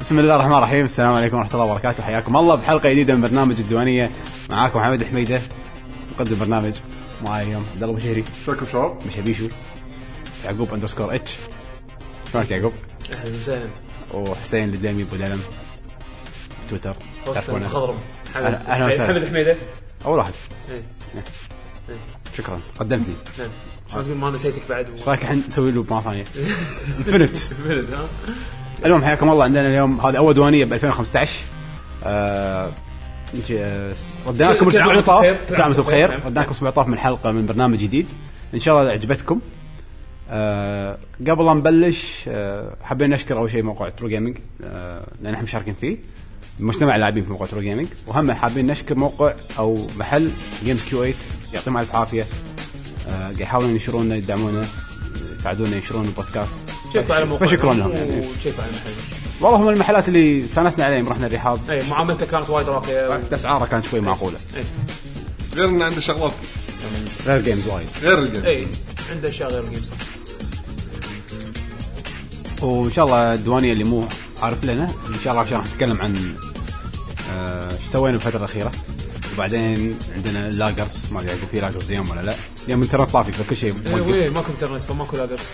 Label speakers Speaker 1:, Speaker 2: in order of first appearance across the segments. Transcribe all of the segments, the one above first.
Speaker 1: بسم الله الرحمن الرحيم السلام عليكم ورحمه الله وبركاته حياكم الله بحلقه جديده من برنامج الديوانيه معاكم حمد حميده مقدم برنامج معاي اليوم عبد الله بشيري
Speaker 2: شكرا شباب
Speaker 1: مشابيشو يعقوب اندرسكور اتش شلونك يعقوب؟
Speaker 3: اهلا وسهلا
Speaker 1: وحسين الدليمي ابو دلم تويتر
Speaker 3: هوست
Speaker 1: تعرفونه.
Speaker 3: مخضرم
Speaker 1: أهلا- أهلا وسهلا.
Speaker 3: حمد حميده
Speaker 1: اول واحد
Speaker 3: إيه،
Speaker 1: شكرا قدمتني
Speaker 3: نعم شلون تقول ما نسيتك بعد و...
Speaker 1: ايش رايك الحين نسوي لوب مره ثانيه؟ انفنت
Speaker 3: بلد، ها؟
Speaker 1: المهم حياكم الله عندنا اليوم هذه اول ديوانيه ب 2015 آه، نجي- آه، س- ردينا لكم
Speaker 3: كل- كل
Speaker 1: اسبوع
Speaker 3: عام وأنتم
Speaker 1: طاف
Speaker 3: بخير، كل
Speaker 1: كل
Speaker 3: عام
Speaker 1: عام وانتم
Speaker 3: وأنتم
Speaker 1: بخير
Speaker 3: بخير.
Speaker 1: ردينا لكم اسبوع طاف من حلقه من برنامج جديد ان شاء الله عجبتكم آه، قبل لا نبلش آه، حابين نشكر اول شيء موقع ترو جيمنج لان احنا مشاركين فيه مجتمع اللاعبين في موقع ترو جيمنج وهم حابين نشكر موقع او محل جيمز كيو 8 يعطيهم الف عافيه آه، قاعد يحاولون ينشرونا يدعمونا يساعدونا ينشرون البودكاست
Speaker 3: شيكوا على موقعنا
Speaker 1: فشكرا لهم يعني
Speaker 3: وشيكوا على محلنا
Speaker 1: والله هم المحلات اللي استانسنا عليهم رحنا الرحاب
Speaker 3: اي معاملته إيه، كانت وايد راقيه و...
Speaker 1: اسعاره كانت شوي معقوله
Speaker 3: إيه.
Speaker 2: غير انه عنده شغلات
Speaker 1: غير جيمز وايد
Speaker 2: غير الجيم
Speaker 3: اي إيه، عنده اشياء غير جيمز
Speaker 1: وان شاء الله الديوانيه اللي مو عارف لنا ان شاء الله عشان راح نتكلم عن آه، ايش سوينا بالفتره الاخيره وبعدين عندنا لاجرز ما ادري يعقوب في لاجرز اليوم ولا لا اليوم الانترنت طافي فكل شيء موقف.
Speaker 3: وي إيه، ماكو انترنت فماكو لاجرز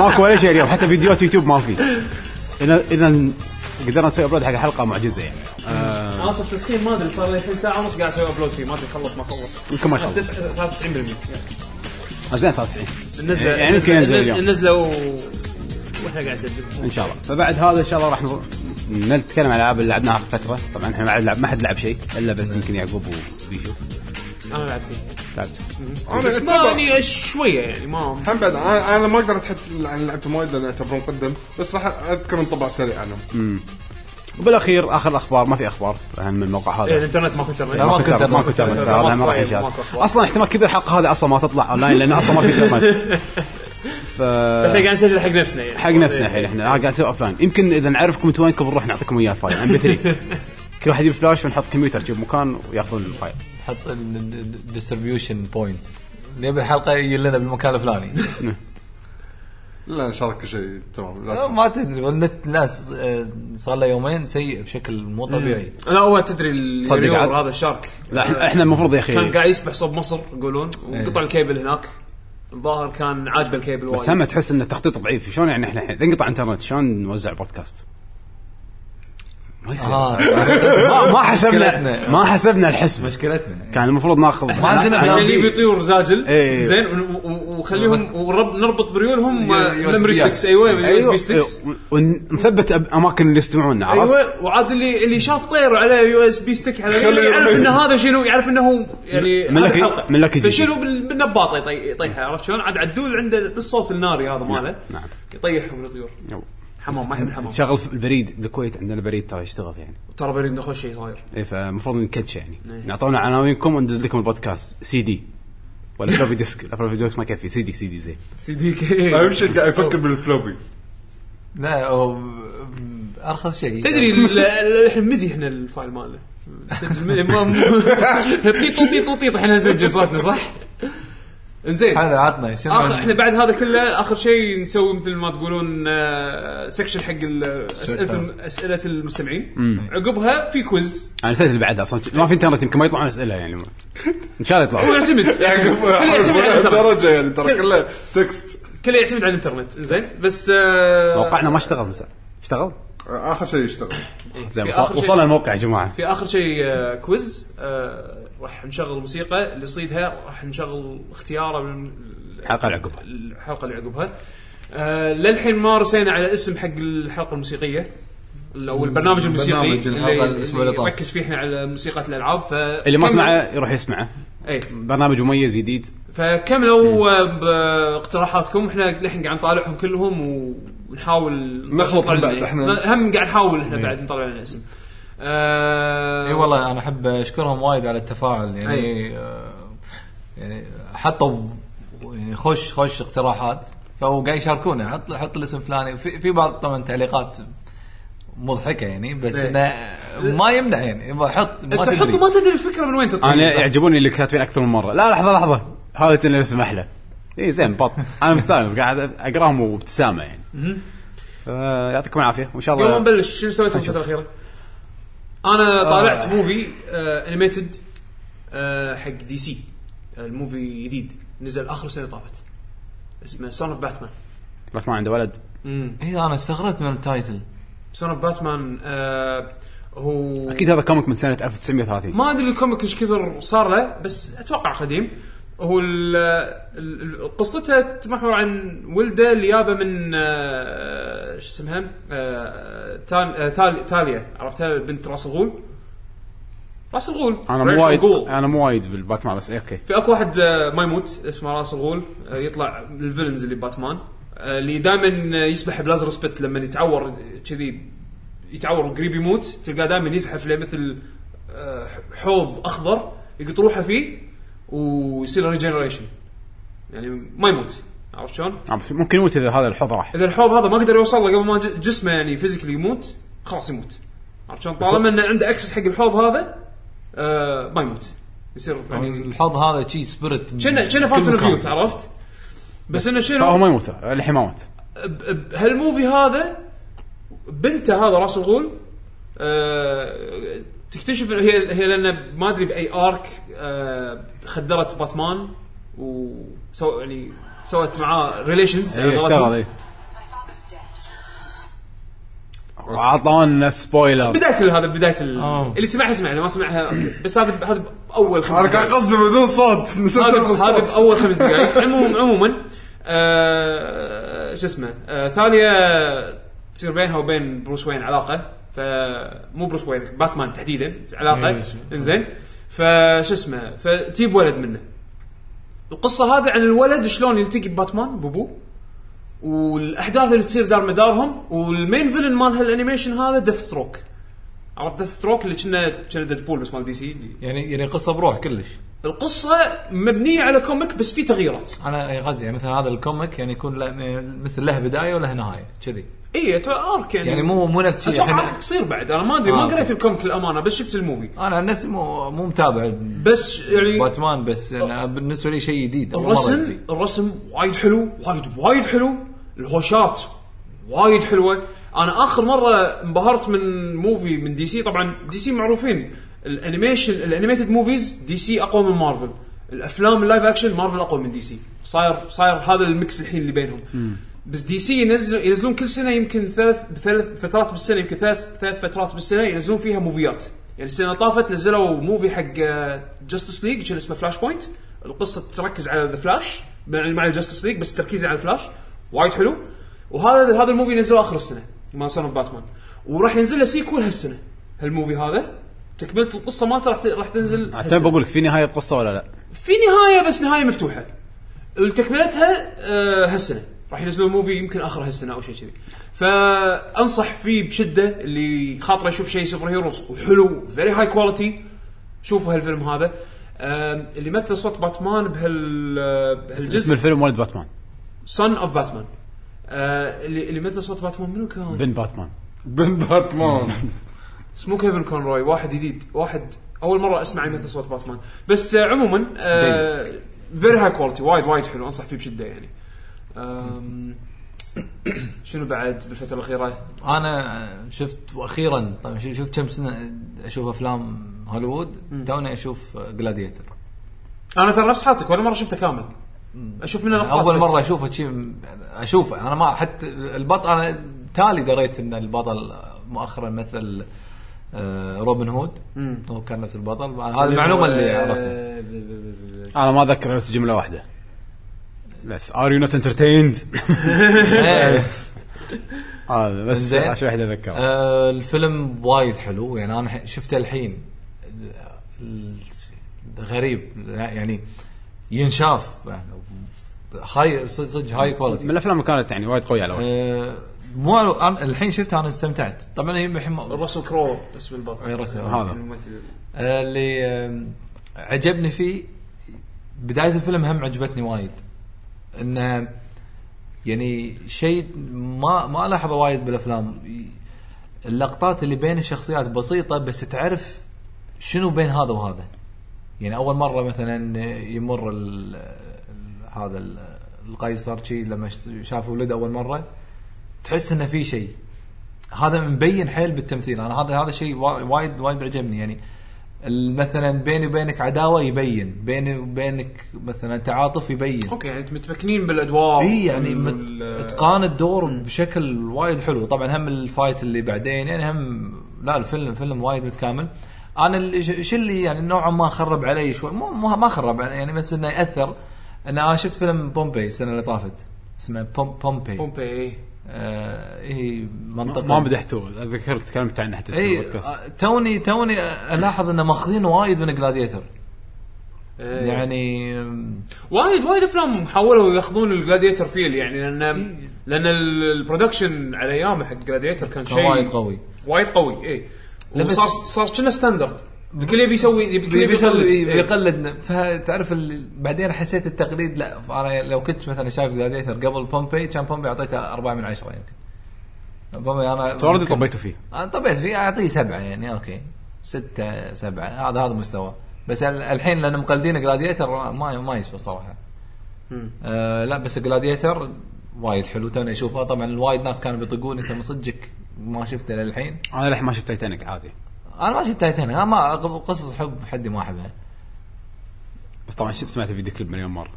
Speaker 1: ماكو ولا شيء اليوم حتى فيديوهات يوتيوب ما في اذا اذا قدرنا نسوي ابلود حق حلقه معجزه يعني آه،
Speaker 3: انا اصلا التسخين ما ادري صار لي الحين ساعه ونص قاعد اسوي ابلود فيه ما ادري خلص ما خلص
Speaker 1: يمكن ما خلص.
Speaker 3: 93%
Speaker 1: زين 93
Speaker 3: النزله
Speaker 1: يعني يمكن ينزل اليوم.
Speaker 3: النزله و... واحنا قاعد نسجل
Speaker 1: ان شاء الله فبعد هذا ان شاء الله راح نر- نتكلم عن الالعاب اللي لعبناها اخر فتره طبعا احنا ما لعب ما حد لعب شيء الا بس يمكن يعقوب طيب. وبيشو
Speaker 3: انا لعبت
Speaker 1: لعبت
Speaker 2: انا
Speaker 3: بس ما
Speaker 2: أعتبر-
Speaker 3: اني شويه يعني ما
Speaker 2: هم بعد انا أنا ما اقدر اتحدث عن لعبتهم وايد لان اعتبره مقدم بس راح اذكر انطباع سريع عنهم
Speaker 1: وبالاخير اخر الاخبار ما في اخبار اهم من الموقع
Speaker 3: إيه،
Speaker 1: هذا
Speaker 3: الانترنت ماكو انترنت
Speaker 1: ما كنت ما
Speaker 4: ماكو
Speaker 1: كنت
Speaker 4: تابلت،
Speaker 1: هذا ما راح
Speaker 3: ماكو-
Speaker 1: ينشال
Speaker 3: ماكو أخبار.
Speaker 1: اصلا احتمال كبير الحلقه هذه اصلا ما تطلع اونلاين لان اصلا ما في انترنت ف
Speaker 3: احنا قاعد نسجل حق نفسنا يعني
Speaker 1: حق نفسنا الحين احنا قاعد نسوي اوفلاين يمكن اذا نعرفكم انتم وينكم نروح نعطيكم اياه الفايل ام بي 3 كل واحد يجيب فلاش ونحط كمبيوتر في مكان وياخذون الفايل
Speaker 4: حط الديستربيوشن بوينت نبي الحلقه يجي لنا بالمكان الفلاني
Speaker 2: لا ان شاء الله كل شيء تمام لا
Speaker 4: لا،
Speaker 2: تخاف.
Speaker 4: ما تدري والنت ناس آه، صار له يومين سيء بشكل مو طبيعي
Speaker 3: لا هو تدري
Speaker 1: صدق عاد.
Speaker 3: اليور هذا الشارك
Speaker 1: لا احنا- احنا المفروض يا اخي
Speaker 3: كان قاعد يسبح صوب مصر يقولون وقطع الكيبل هناك الظاهر كان عاجبه الكيبل
Speaker 1: إيه. بس
Speaker 3: وايد
Speaker 1: هم تحس ان التخطيط ضعيف شلون يعني احنا الحين انقطع انترنت شلون نوزع بودكاست؟ ما يصير
Speaker 4: آه،
Speaker 1: ما- ما حسبنا
Speaker 4: مشكلتنا.
Speaker 1: ما حسبنا الحسبة
Speaker 4: مشكلتنا
Speaker 1: كان المفروض ناخذ
Speaker 4: ما عندنا
Speaker 1: عن-
Speaker 4: بلان
Speaker 3: احنا
Speaker 1: عن-
Speaker 4: بي.
Speaker 3: نجيب طيور زاجل
Speaker 1: إيه.
Speaker 3: زين و- و- وخليهم ورب نربط بريولهم
Speaker 4: يو- يو إس
Speaker 3: ميموري
Speaker 4: بي.
Speaker 3: ستكس ايوه يو اس
Speaker 1: أيوة،
Speaker 3: بي ستكس
Speaker 1: أيوة، ونثبت أب- اماكن اللي يستمعون عرفت؟
Speaker 3: ايوه وعاد اللي اللي شاف طير على يو اس بي ستيك على اللي يعرف ان هذا شنو يعرف انه هو يعني
Speaker 1: من
Speaker 3: هذا
Speaker 1: لك-
Speaker 3: حلقة.
Speaker 1: من لك يجي.
Speaker 3: فشنو بال- بالنباط يطي- يطيحها عرفت شلون؟ عاد عدول عنده بالصوت الناري هذا ماله
Speaker 1: نعم.
Speaker 3: يطيحهم الطيور
Speaker 1: يو.
Speaker 3: حمام ما يحب الحمام
Speaker 1: شغل في البريد بالكويت عندنا بريد ترى يشتغل يعني
Speaker 3: ترى بريد دخل شيء صاير
Speaker 1: اي فالمفروض نكتش يعني نعطونا عناوينكم وندز لكم البودكاست سي دي ولا فلوبي ديسك لا فلوبي ديسك ما كان في سي دي سي دي زين
Speaker 3: سي دي طيب،
Speaker 2: اهم شيء قاعد يفكر بالفلوبي
Speaker 4: لا هو ارخص شيء
Speaker 3: تدري ال- ال- احنا مذي احنا الفايل مالنا نسجل مذي ما مو- طيط طيط طيط احنا نسجل صوتنا صح؟ انزين
Speaker 4: هذا عطنا شنو
Speaker 3: اخر احنا بعد هذا كله اخر شيء نسوي مثل ما تقولون آه، سكشن حق ال- اسئله الم- اسئله المستمعين عقبها في كويز
Speaker 1: انا نسيت اللي بعدها اصلا ما في انترنت يمكن ما يطلعون اسئله يعني ان شاء الله
Speaker 3: هو
Speaker 1: يطلعون
Speaker 3: يعتمد كله يعتمد على الانترنت
Speaker 2: درجه يعني ترى
Speaker 3: كل-
Speaker 2: كله تكست
Speaker 3: كله يعتمد على الانترنت زين بس آه،
Speaker 1: موقعنا ما اشتغل مساء اشتغل
Speaker 2: اخر شيء يشتغل
Speaker 1: زين
Speaker 3: إيه، في
Speaker 1: وصل-
Speaker 3: آخر شيء-
Speaker 1: وصلنا الموقع يا جماعه
Speaker 3: في اخر شيء آه، كويز آه، راح نشغل موسيقى اللي يصيدها راح نشغل اختياره من
Speaker 1: الحلقه اللي عقبها
Speaker 3: الحلقه اللي عقبها آه للحين ما رسينا على اسم حق الحلقه الموسيقيه او البرنامج الموسيقي
Speaker 4: البرنامج، الحلقة
Speaker 3: اللي,
Speaker 4: الأسبوع
Speaker 3: اللي
Speaker 4: اللي طاف.
Speaker 3: نركز فيه احنا على موسيقى الالعاب ف
Speaker 1: اللي ما سمعه يروح يسمعه
Speaker 3: اي
Speaker 1: برنامج مميز جديد
Speaker 3: فكملوا آه، باقتراحاتكم احنا للحين قاعد نطالعهم كلهم ونحاول
Speaker 2: نخلط
Speaker 3: نطلع لنا
Speaker 2: بعد،
Speaker 3: إيه.
Speaker 2: إحنا-
Speaker 3: هم قاعد نحاول
Speaker 1: إيه.
Speaker 3: احنا بعد نطلع لنا اسم آه
Speaker 4: اي والله انا احب اشكرهم وايد على التفاعل
Speaker 3: أي.
Speaker 4: يعني آه، يعني حطوا يعني خوش خوش اقتراحات فهو قاعد يشاركونا حط حط الاسم فلاني في, في بعض طبعا تعليقات مضحكه يعني بس
Speaker 3: أي.
Speaker 4: انه ما يمنع يعني يبا حط ما
Speaker 3: انت
Speaker 4: تدري
Speaker 3: حط ما تدري الفكره من وين تطلع
Speaker 1: انا يعجبوني اللي كاتبين اكثر من مره لا لحظه لحظه هذا إيه، كنا نسمح له اي زين بط انا مستانس قاعد اقراهم وابتسامه يعني فيعطيكم العافيه وان شاء
Speaker 3: قبل ما
Speaker 1: الله
Speaker 3: نبلش شنو سويت الفتره الاخيره؟ انا طالعت موفي آه انيميتد آه حق دي سي الموفي جديد نزل اخر سنه طافت اسمه سون اوف باتمان
Speaker 1: بس ما عنده ولد
Speaker 4: اي انا استغربت من التايتل
Speaker 3: سون اوف باتمان آه هو
Speaker 1: اكيد هذا كوميك من سنه 1930
Speaker 3: ما ادري الكوميك ايش كثر صار له بس اتوقع قديم هو ال- ال- ال- قصته تمحور عن ولده اللي جابه من آه، شو اسمها آه، تال- آه، تال- تاليا عرفتها بنت راس الغول راس الغول
Speaker 1: انا
Speaker 3: راس
Speaker 1: مو وايد
Speaker 3: الغول.
Speaker 1: انا مو وايد بالباتمان بس إيه، اوكي
Speaker 3: في اكو واحد آه، ما يموت اسمه راس الغول آه، يطلع من الفيلنز اللي باتمان آه، اللي دائما يسبح بلازر سبيت لما يتعور آه، كذي يتعور قريب يموت تلقاه دائما يزحف له مثل آه، حوض اخضر يقط روحه فيه ويصير ريجنريشن يعني ما يموت عرفت شلون؟
Speaker 1: آه، بس ممكن يموت اذا هذا الحوض راح
Speaker 3: اذا الحوض هذا ما قدر يوصل له قبل ما ج- جسمه يعني فيزيكلي يموت خلاص يموت عرفت شلون؟ طالما انه عنده اكسس حق الحوض هذا آه، ما يموت يصير يعني
Speaker 4: الحظ هذا شي سبيرت
Speaker 3: كنا كنا فاونتن اوف يوث عرفت؟ بس انه
Speaker 1: فهو
Speaker 3: شنو
Speaker 1: ما يموت آه، الحين ما مات
Speaker 3: ب- ب- هالموفي هذا بنته هذا راس الغول آه، تكتشف هي هي لان ما ادري باي ارك آه، خدرت باتمان وسو يعني سوت معاه ريليشنز
Speaker 1: إيه، اشتغل إيه.
Speaker 5: My father's dead.
Speaker 1: اعطونا سبويلر
Speaker 3: بدايه هذا بدايه ال-
Speaker 4: آه.
Speaker 3: اللي سمعها سمع اللي ما سمعها أوكي. بس هذا هذا اول خمس
Speaker 2: انا كان قصدي بدون صوت نسيت
Speaker 3: هذا
Speaker 2: الغي
Speaker 3: هذا
Speaker 2: الصوت
Speaker 3: باول خمس دقائق عموما عموما آه، شو اسمه آه، ثانيه تصير بينها وبين بروس وين علاقه فمو بروس وين باتمان تحديدا علاقه
Speaker 4: إيه، شو-
Speaker 3: انزين فشو اسمه فتجيب ولد منه القصه هذا عن الولد شلون يلتقي بباتمان بابوه والاحداث اللي تصير دار مدارهم والمين فيلن مال هالانيميشن هذا ديث ستروك عرفت ديث ستروك اللي كنا كنا ديدبول بس مال دي سي اللي
Speaker 4: يعني يعني قصه بروح كلش
Speaker 3: القصه مبنيه على كوميك بس في تغييرات
Speaker 4: انا يا غازي يعني مثلا هذا الكوميك يعني يكون له مثل له بدايه وله نهايه كذي
Speaker 3: اي اتوقع ارك يعني
Speaker 4: يعني مو مو نفس شيء
Speaker 3: اتوقع
Speaker 4: احنا
Speaker 3: ارك يصير بعد انا ما ادري ما
Speaker 4: آه.
Speaker 3: قريت الكوميك الامانه بس شفت الموفي
Speaker 4: انا عن نفسي مو مو متابع
Speaker 3: بس يعني
Speaker 4: باتمان بس انا بالنسبه لي شيء جديد أول مرة
Speaker 3: الرسم
Speaker 4: أدري.
Speaker 3: الرسم وايد حلو وايد وايد حلو الهوشات وايد حلوه انا اخر مره انبهرت من موفي من دي سي طبعا دي سي معروفين الانيميشن الانيميتد موفيز دي سي اقوى من مارفل الافلام اللايف اكشن مارفل اقوى من دي سي صاير صاير هذا الميكس الحين اللي بينهم بس دي سي ينزل ينزلون كل سنه يمكن ثلاث ثلاث فترات بالسنه يمكن ثلاث ثلاث فترات بالسنه ينزلون فيها موفيات يعني السنه اللي طافت نزلوا موفي حق جاستس ليج كان اسمه فلاش بوينت القصه تركز على ذا فلاش مع الجاستس ليج بس تركيزها على الفلاش وايد حلو وهذا هذا الموفي نزله اخر السنه مال سون اوف باتمان وراح ينزل له سيكول هالسنه هالموفي هذا تكمله القصه مالته راح ت- راح تنزل
Speaker 1: آه،
Speaker 3: هالسنة.
Speaker 1: تبي بقول لك في نهايه القصه ولا لا؟
Speaker 3: في نهايه بس نهايه مفتوحه تكملتها آه، هالسنه راح ينزلون موفي يمكن اخر هالسنه او شيء كذي فانصح فيه بشده اللي خاطره يشوف شيء سوبر هيروز وحلو فيري هاي كواليتي شوفوا هالفيلم هذا آم، اللي مثل صوت باتمان بهال آه،
Speaker 1: اسم
Speaker 3: بهالجزء
Speaker 1: الفيلم ولد باتمان
Speaker 3: سن اوف باتمان آه، اللي اللي مثل صوت باتمان منو كان؟
Speaker 1: بن باتمان
Speaker 2: بن باتمان
Speaker 3: اسمه كيفن كونروي واحد جديد واحد اول مره اسمع يمثل صوت باتمان بس آه، عموما فيري هاي كواليتي وايد وايد حلو انصح فيه بشده يعني آم، شنو بعد بالفتره الاخيره؟
Speaker 4: انا شفت واخيرا طبعا شو- شوف كم سنه اشوف افلام هوليوود توني اشوف جلاديتر
Speaker 3: انا ترى نفس حالتك ولا مره شفته كامل اشوف منه لقطات
Speaker 4: اول
Speaker 3: بس.
Speaker 4: مره اشوفه شيء اشوفه انا ما حتى البطل انا تالي دريت ان البطل مؤخرا مثل آه، روبن هود
Speaker 3: مم.
Speaker 4: هو كان نفس البطل هذه المعلومه اللي عرفتها
Speaker 3: آه، ب- ب- ب- ب-
Speaker 1: انا ما اذكر بس جمله واحده بس ار يو نوت انترتيند
Speaker 4: إيه.
Speaker 1: هذا بس
Speaker 4: إنزين.
Speaker 1: عشان واحد اذكر
Speaker 4: آه، الفيلم وايد حلو يعني انا ح- شفته الحين ال- غريب لا، يعني ينشاف يعني هاي صدق صدق هاي كواليتي
Speaker 1: من الافلام اللي كانت يعني وايد قويه على وقت
Speaker 4: آه، مو أنا الحين شفته انا استمتعت طبعا هي الحين ما-
Speaker 3: راسل كرو اسم البطل
Speaker 4: أي رسم.
Speaker 1: هذا.
Speaker 3: الممثل
Speaker 4: آه، اللي آم، عجبني فيه بدايه الفيلم هم عجبتني وايد انه يعني شيء ما ما لاحظه وايد بالافلام اللقطات اللي بين الشخصيات بسيطه بس تعرف شنو بين هذا وهذا يعني اول مره مثلا يمر ال هذا ال- القيصر شي لما شافوا ولده اول مره تحس انه في شيء هذا مبين حيل بالتمثيل انا هذا هذا شيء وا- وايد وايد عجبني يعني ال- مثلا بيني وبينك عداوه يبين بيني وبينك مثلا تعاطف يبين
Speaker 3: اوكي يعني انت متمكنين بالادوار
Speaker 4: اي يعني
Speaker 3: وال- آه،
Speaker 4: مت- اتقان الدور بشكل وايد حلو طبعا هم الفايت اللي بعدين يعني هم لا الفيلم فيلم وايد متكامل انا ال- ش- شو اللي يعني نوعا ما خرب علي شوي مو مو- ما خرب يعني بس انه ياثر انا آه، شفت فيلم بومبي السنه اللي طافت اسمه بوم بومبي
Speaker 3: بومبي إيه.
Speaker 4: آه هي منطقه
Speaker 1: ما مدحتوه اتذكر تكلمت عنه حتى في
Speaker 4: اي
Speaker 1: البودكاست
Speaker 4: آه، توني توني الاحظ انه ماخذين وايد من جلاديتر
Speaker 3: إيه.
Speaker 4: يعني آم،
Speaker 3: وايد وايد افلام حاولوا ياخذون الجلاديتر فيل يعني لان لان ال- البرودكشن على ايامه حق جلاديتر كان
Speaker 4: كان
Speaker 3: شيء
Speaker 4: وايد قوي.
Speaker 3: وايد قوي اي
Speaker 4: لا بس-
Speaker 3: وصار صار كنا ستاندرد الكل يبي يسوي الكل يبي يقلد
Speaker 4: بيقلد
Speaker 3: إيه.
Speaker 4: بيقلد فتعرف ال- بعدين حسيت التقليد لا فانا لو كنت مثلا شايف جلاديتر قبل بومبي كان بومبي اعطيته أربعة من عشرة يمكن بومبي انا
Speaker 1: اوريدي
Speaker 4: ممكن-
Speaker 1: طبيته فيه
Speaker 4: أنا طبيت فيه اعطيه سبعة يعني اوكي ستة سبعة هذا هذا مستوى بس ال- الحين لان مقلدين جلاديتر ما ما يسوى صراحة آه لا بس جلاديتر وايد حلو توني اشوفه طبعا وايد ناس كانوا بيطقون انت من صدقك ما شفته للحين
Speaker 1: انا للحين ما شفت تايتانيك عادي
Speaker 4: انا ما شفت تايتانيك انا ما قصص حب حدي ما احبها
Speaker 1: بس طبعا شفت سمعت فيديو كليب مليون مره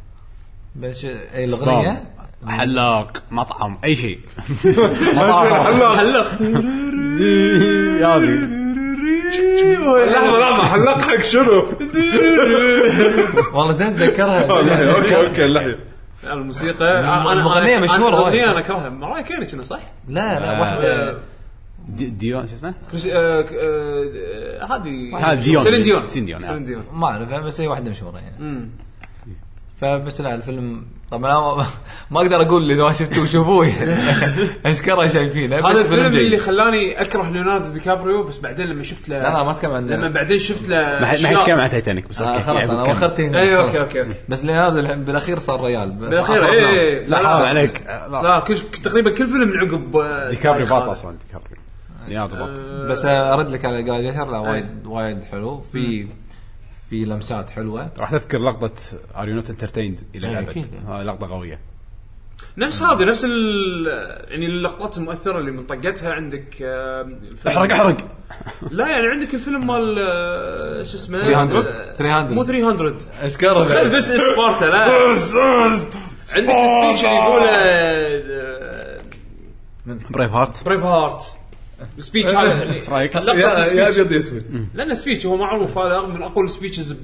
Speaker 4: بس إيه، اي الاغنيه
Speaker 1: سبام، حلاق مطعم اي شيء مطعم
Speaker 3: حلقت
Speaker 1: هذه
Speaker 2: لحظه لحظه حلاق حق شنو؟
Speaker 4: والله زين اتذكرها
Speaker 2: اللحية، اوكي اوكي اللحيه
Speaker 3: الموسيقى أنا- أنا-
Speaker 4: الأغنية
Speaker 3: أنا-
Speaker 4: مشهورة وايد. آه.
Speaker 3: الاغنيه انا اكرهها مراي كيري كنا صح؟ آه،
Speaker 4: لا
Speaker 1: آه.
Speaker 4: لا واحده
Speaker 1: دي- ديون شو اسمه؟
Speaker 3: كريس- آه، ك- آه، هذه
Speaker 1: هذه ديون.
Speaker 3: سيلين ديون
Speaker 1: سيلين ديون، نعم.
Speaker 3: سيلين ديون
Speaker 4: ما اعرفها بس هي واحده مشهوره يعني
Speaker 3: مم.
Speaker 4: فبس لا الفيلم طبعا أنا ما- ما اقدر اقول اذا ما شفتوه شوفوه يعني اشكره شايفينه بس
Speaker 3: هذا الفيلم
Speaker 4: جيد.
Speaker 3: اللي خلاني اكره ليوناردو دي كابريو بس بعدين لما شفت له
Speaker 4: لا لا ما اتكلم عن
Speaker 3: لما بعدين شفت له
Speaker 1: ما حد ما حد
Speaker 3: أشياء-
Speaker 1: يتكلم عن تايتانيك بس
Speaker 4: آه
Speaker 1: اوكي
Speaker 4: خلاص
Speaker 1: يعني
Speaker 4: انا
Speaker 1: كمل.
Speaker 4: وخرت هنا
Speaker 3: اي اوكي اوكي اوكي
Speaker 4: بس ليوناردو الحين بالاخير صار ريال
Speaker 3: بالاخير اي
Speaker 1: لا حرام عليك آه، لا.
Speaker 3: لا كل تقريبا كل فيلم من عقب آه،
Speaker 1: ديكابريو
Speaker 3: تاريخ
Speaker 1: باط
Speaker 3: هذا.
Speaker 1: اصلا ديكابريو ليوناردو باط
Speaker 3: إيه،
Speaker 4: بس ارد لك على جلاديتر لا وايد وايد حلو في في لمسات حلوه
Speaker 1: راح تذكر لقطه ار يو نوت انترتيند الى
Speaker 4: إيه،
Speaker 1: الابد
Speaker 4: أكيد.
Speaker 1: هاي لقطه قويه
Speaker 3: نفس هذا نفس ال يعني اللقطات المؤثره اللي من طقتها عندك آه، الفيلم-
Speaker 1: احرق احرق
Speaker 3: لا يعني عندك الفيلم مال آه، شو اسمه
Speaker 4: 300
Speaker 3: آه،
Speaker 4: 300.
Speaker 3: مو 300
Speaker 4: اشكره
Speaker 3: خل
Speaker 4: بعد.
Speaker 3: ذس از سبارتا لا عندك السبيتش اللي آه، يقوله
Speaker 1: بريف هارت
Speaker 3: بريف هارت سبيتش هذا
Speaker 1: إيش رأيك؟
Speaker 3: لقطة speech.
Speaker 4: ابيض يا اسود
Speaker 3: لان سبيتش هو معروف هذا من اقوى السبيتشز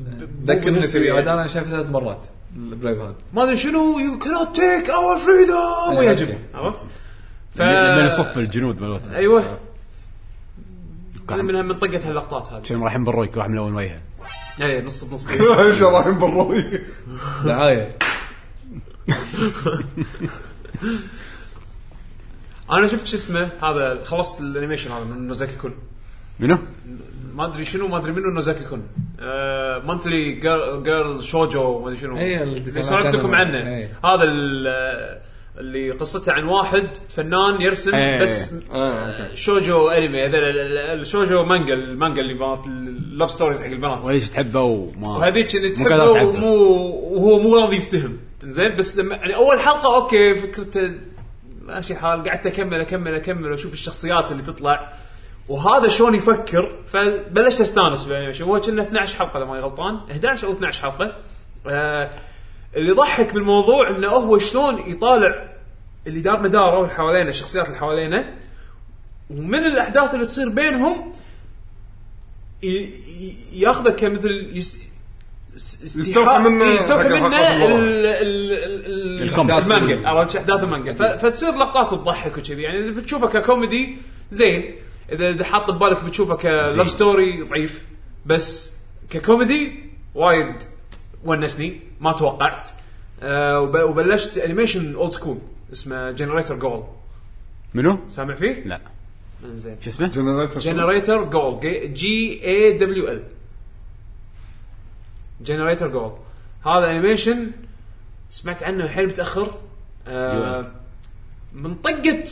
Speaker 4: ذكرني فيه بعد انا شايفه ثلاث مرات البريف هارد
Speaker 3: ما ادري شنو يو كانوت تيك اور فريدوم ويعجبني عرفت؟ ف
Speaker 1: من يصف الجنود مالته
Speaker 3: ايوه هذا من من طقت هاللقطات هذه
Speaker 1: كانوا رايحين بالرويك واحد من اول وجهه
Speaker 3: اي نص بنص
Speaker 2: ايش رايحين بالروي
Speaker 4: دعايه
Speaker 3: انا شفت شو اسمه هذا خلصت الانيميشن هذا من نوزاكي كون
Speaker 1: منو؟
Speaker 3: ما ادري شنو ما ادري منو نوزاكي كون آه، مانثلي جيرل شوجو ما ادري شنو
Speaker 4: إيه، اللي
Speaker 3: اللي سولفت لكم
Speaker 4: تكلمنا عنه.
Speaker 3: عنه
Speaker 4: إيه.
Speaker 3: هذا ال- اللي قصته عن واحد فنان يرسم
Speaker 1: إيه.
Speaker 3: بس
Speaker 4: آه،
Speaker 3: شوجو انمي هذول ال- ال- الشوجو مانجا المانجا اللي بنات اللاف ستوريز حق البنات
Speaker 1: وليش تحبه وما
Speaker 3: وهذيك اللي
Speaker 1: آه. مو قادر
Speaker 3: تحبه
Speaker 1: تعبه.
Speaker 3: ومو وهو مو راضي يفتهم زين بس لما يعني اول حلقه اوكي فكرته ماشي حال قعدت اكمل اكمل اكمل واشوف الشخصيات اللي تطلع وهذا شلون يفكر فبلشت استانس بالانيميشن هو كنا 12 حلقه اذا ماني غلطان 11 او 12 حلقه آه اللي يضحك بالموضوع انه هو شلون يطالع اللي دار مداره واللي حوالينه الشخصيات اللي حوالينه ومن الاحداث اللي تصير بينهم ي- ي- ياخذه كمثل يس س-
Speaker 2: يستوحى
Speaker 3: استيحاء-
Speaker 2: منه
Speaker 3: إيه، يستوحى
Speaker 2: حق
Speaker 3: منه
Speaker 2: الحلقة اللي
Speaker 3: ال- ال- ال-
Speaker 1: الكومبو.
Speaker 3: المانجا عرفت شو احداث المانجا ف- فتصير لقطات تضحك وكذي يعني اذا بتشوفه ككوميدي زين اذا إذا حاط ببالك بتشوفه كلاف ستوري ضعيف بس ككوميدي وايد ونسني ما توقعت آه، وب- وبلشت انيميشن اولد سكول اسمه جنريتر جول
Speaker 1: منو؟
Speaker 3: سامع فيه؟
Speaker 1: لا
Speaker 3: زين
Speaker 1: شو اسمه؟
Speaker 2: جنريتر
Speaker 3: جنريتر جول جي اي دبليو ال جنريتر جول هذا انيميشن سمعت عنه حيل متاخر آه من طقه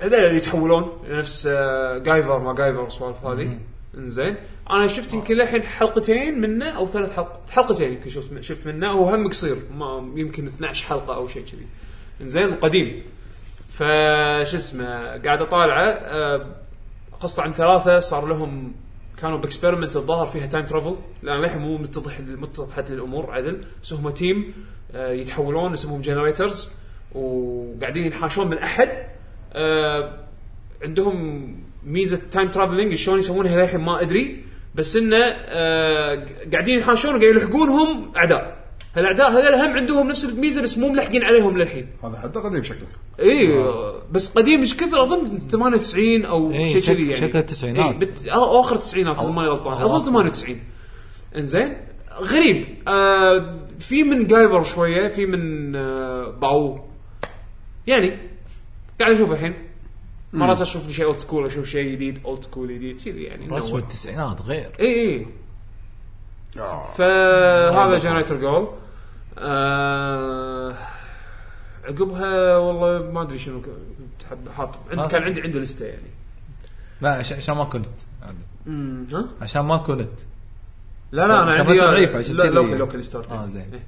Speaker 3: هذول اللي يتحولون نفس آه جايفر ما جايفر السوالف هذه انزين انا شفت يمكن للحين حلقتين منه او ثلاث حلقات حلقتين يمكن شفت شفت منه وهم قصير ما يمكن 12 حلقه او شيء كذي انزين وقديم فش اسمه قاعد اطالعه آه، قصه عن ثلاثه صار لهم كانوا باكسبيرمنت الظاهر فيها تايم ترافل لان للحين مو متضح متضحت للامور عدل بس هم تيم آه، يتحولون اسمهم جنريترز وقاعدين ينحاشون من احد آه، عندهم ميزه تايم ترافلنج شلون يسوونها للحين ما ادري بس انه آه، قاعدين ينحاشون وقاعد يلحقونهم اعداء هالاعداء هذول هم عندهم نفس الميزه بس مو ملحقين عليهم للحين
Speaker 5: هذا حتى قديم شكله
Speaker 3: اي إيه، بس قديم ايش كثر اظن 98 او
Speaker 4: آه. إيه،
Speaker 3: شيء
Speaker 4: شك-
Speaker 3: كذي يعني
Speaker 4: شكله التسعينات.
Speaker 3: إيه، بت... أو اخر التسعينات اذا ماني غلطان اظن 98 انزين غريب آه في من جايفر شويه في من آه باو يعني قاعد اشوف الحين مرات اشوف شيء اولد سكول اشوف شيء جديد اولد سكول جديد كذي يعني
Speaker 4: رسم
Speaker 3: نوع.
Speaker 4: التسعينات غير
Speaker 3: اي اي فهذا جنريتر جول آه عقبها والله ما ادري شنو كنت حاب- حاط عند كان عندي عندي لسته يعني
Speaker 4: لا عش- عشان ما كنت
Speaker 3: ها
Speaker 4: عشان ما كنت
Speaker 3: لا لا انا
Speaker 4: كانت
Speaker 3: عندي
Speaker 4: ضعيفة عشان
Speaker 3: لا
Speaker 4: كذي.
Speaker 3: لوكل لوكل ستارت
Speaker 4: آه، زين.
Speaker 3: إيه.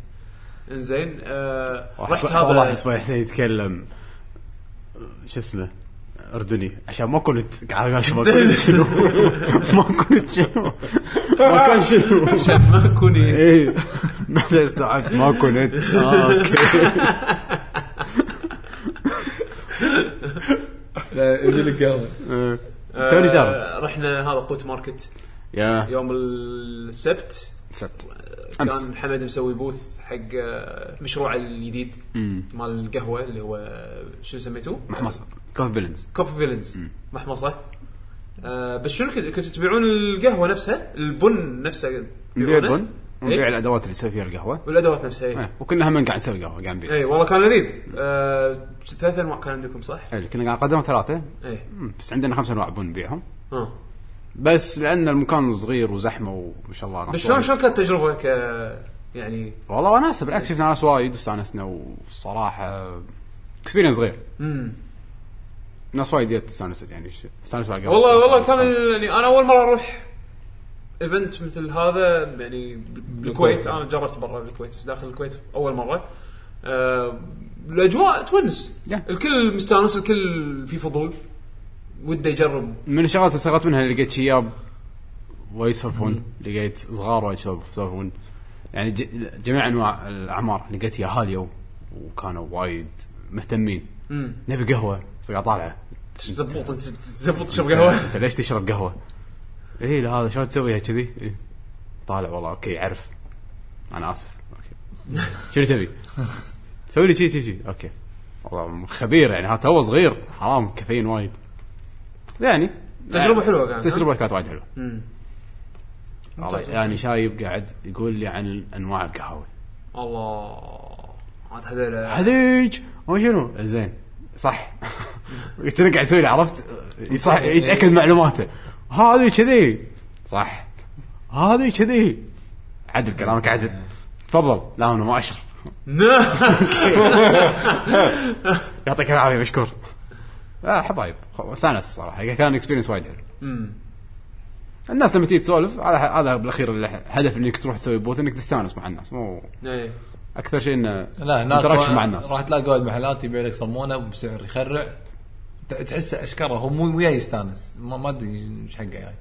Speaker 3: انزين آه رحت
Speaker 1: واحد- والله
Speaker 3: هذا
Speaker 1: اصبح حسين يتكلم شو اسمه اردني عشان ما كنت قاعد أقول شو ما كنت شنو ما كنت شنو ما كان شنو
Speaker 3: عشان ما كوني
Speaker 1: ايه ماذا استوعبت ما كنت آه، اوكي
Speaker 4: لا يبي لك قهوه
Speaker 1: آه.
Speaker 3: آه،
Speaker 1: توني جرب
Speaker 3: رحنا هذا قوت ماركت
Speaker 1: يا
Speaker 3: يوم السبت
Speaker 1: سبت أمس.
Speaker 3: كان حمد مسوي بوث حق آه، مشروعه الجديد مال القهوه اللي هو شنو سميتوه؟
Speaker 1: محمصة كونفلنس
Speaker 3: كوب فيلنز محمصه آه بس شنو كنت- كنتوا تبيعون القهوه نفسها البن نفسه
Speaker 1: نبيع
Speaker 3: تبيعونه؟
Speaker 1: بن ونبيع
Speaker 3: إيه؟
Speaker 1: الادوات اللي نسوي فيها القهوه
Speaker 3: والادوات نفسها اي
Speaker 1: إيه، وكنا هم قاعد نسوي قهوه قاعد نبيع
Speaker 3: اي والله كان لذيذ آه ثلاث انواع كان عندكم صح؟ إيه.
Speaker 1: إيه، كنا قاعد نقدم ثلاثه
Speaker 3: اي
Speaker 1: مم، بس عندنا خمس انواع بن نبيعهم
Speaker 3: اه
Speaker 1: بس لان المكان صغير وزحمه وما شاء الله ناس
Speaker 3: بس شلون
Speaker 1: وايد.
Speaker 3: شلون كانت التجربه ك يعني
Speaker 1: والله وناسه بالعكس
Speaker 3: إيه.
Speaker 1: شفنا ناس وايد واستانسنا وصراحه اكسبيرينس غير
Speaker 3: امم
Speaker 1: ناس وايد جت استانست يعني ش- استانست على القهوة،
Speaker 3: والله
Speaker 1: استانست
Speaker 3: والله
Speaker 1: على
Speaker 3: كان
Speaker 1: القهوة.
Speaker 3: يعني انا اول مره اروح ايفنت مثل هذا يعني بالكويت
Speaker 4: بالكويت.
Speaker 3: انا جربت برا بالكويت بس داخل الكويت اول مره آه الاجواء تونس
Speaker 1: Yeah.
Speaker 3: الكل مستانس الكل في فضول وده يجرب
Speaker 1: من الشغلات اللي استغربت منها لقيت شياب وايد يسولفون لقيت صغار وايد يسولفون يعني ج- جميع انواع الاعمار لقيت يا هاليو وكانوا وايد مهتمين
Speaker 3: امم
Speaker 1: نبي قهوه قاعد طالعه
Speaker 3: تزبط انت تزبط تشرب قهوه
Speaker 1: انت ليش تشرب قهوه؟ اي لا هذا شلون تسويها كذي؟ إيه. طالع والله اوكي عرف انا اسف اوكي شنو تبي؟ سوي لي شي شي شي اوكي والله خبير يعني هذا هو صغير حرام كافيين وايد يعني
Speaker 3: تجربه حلوه كانت ها؟
Speaker 1: تجربه كانت وايد حلوه
Speaker 3: أمم.
Speaker 1: والله يعني شايب قاعد يقول لي عن انواع القهاوي
Speaker 3: الله عاد هذول
Speaker 1: هذيج ما شنو زين صح كذا قاعد يسوي لي عرفت
Speaker 4: إيه،
Speaker 1: صح يتاكد معلوماته هذه كذي صح هذه كذي عدل كلامك عدل
Speaker 4: إيه.
Speaker 1: تفضل لا انا ما اشرب يعطيك العافيه مشكور آه حبايب خ- استانس صراحه كان اكسبيرينس وايد حلو
Speaker 3: امم
Speaker 1: الناس لما تيجي تسولف هذا هذا بالاخير الهدف انك تروح تسوي بوث انك تستانس مع الناس مو
Speaker 3: ايه
Speaker 1: اكثر شيء انه
Speaker 4: لا هناك
Speaker 1: انتراكشن
Speaker 4: راح-
Speaker 1: مع الناس
Speaker 4: راح تلاقي وايد محلات يبيع لك صمونه بسعر يخرع ت- تحسه اشكره هو مو وياي يستانس ما, ما ادري ايش حقه يعني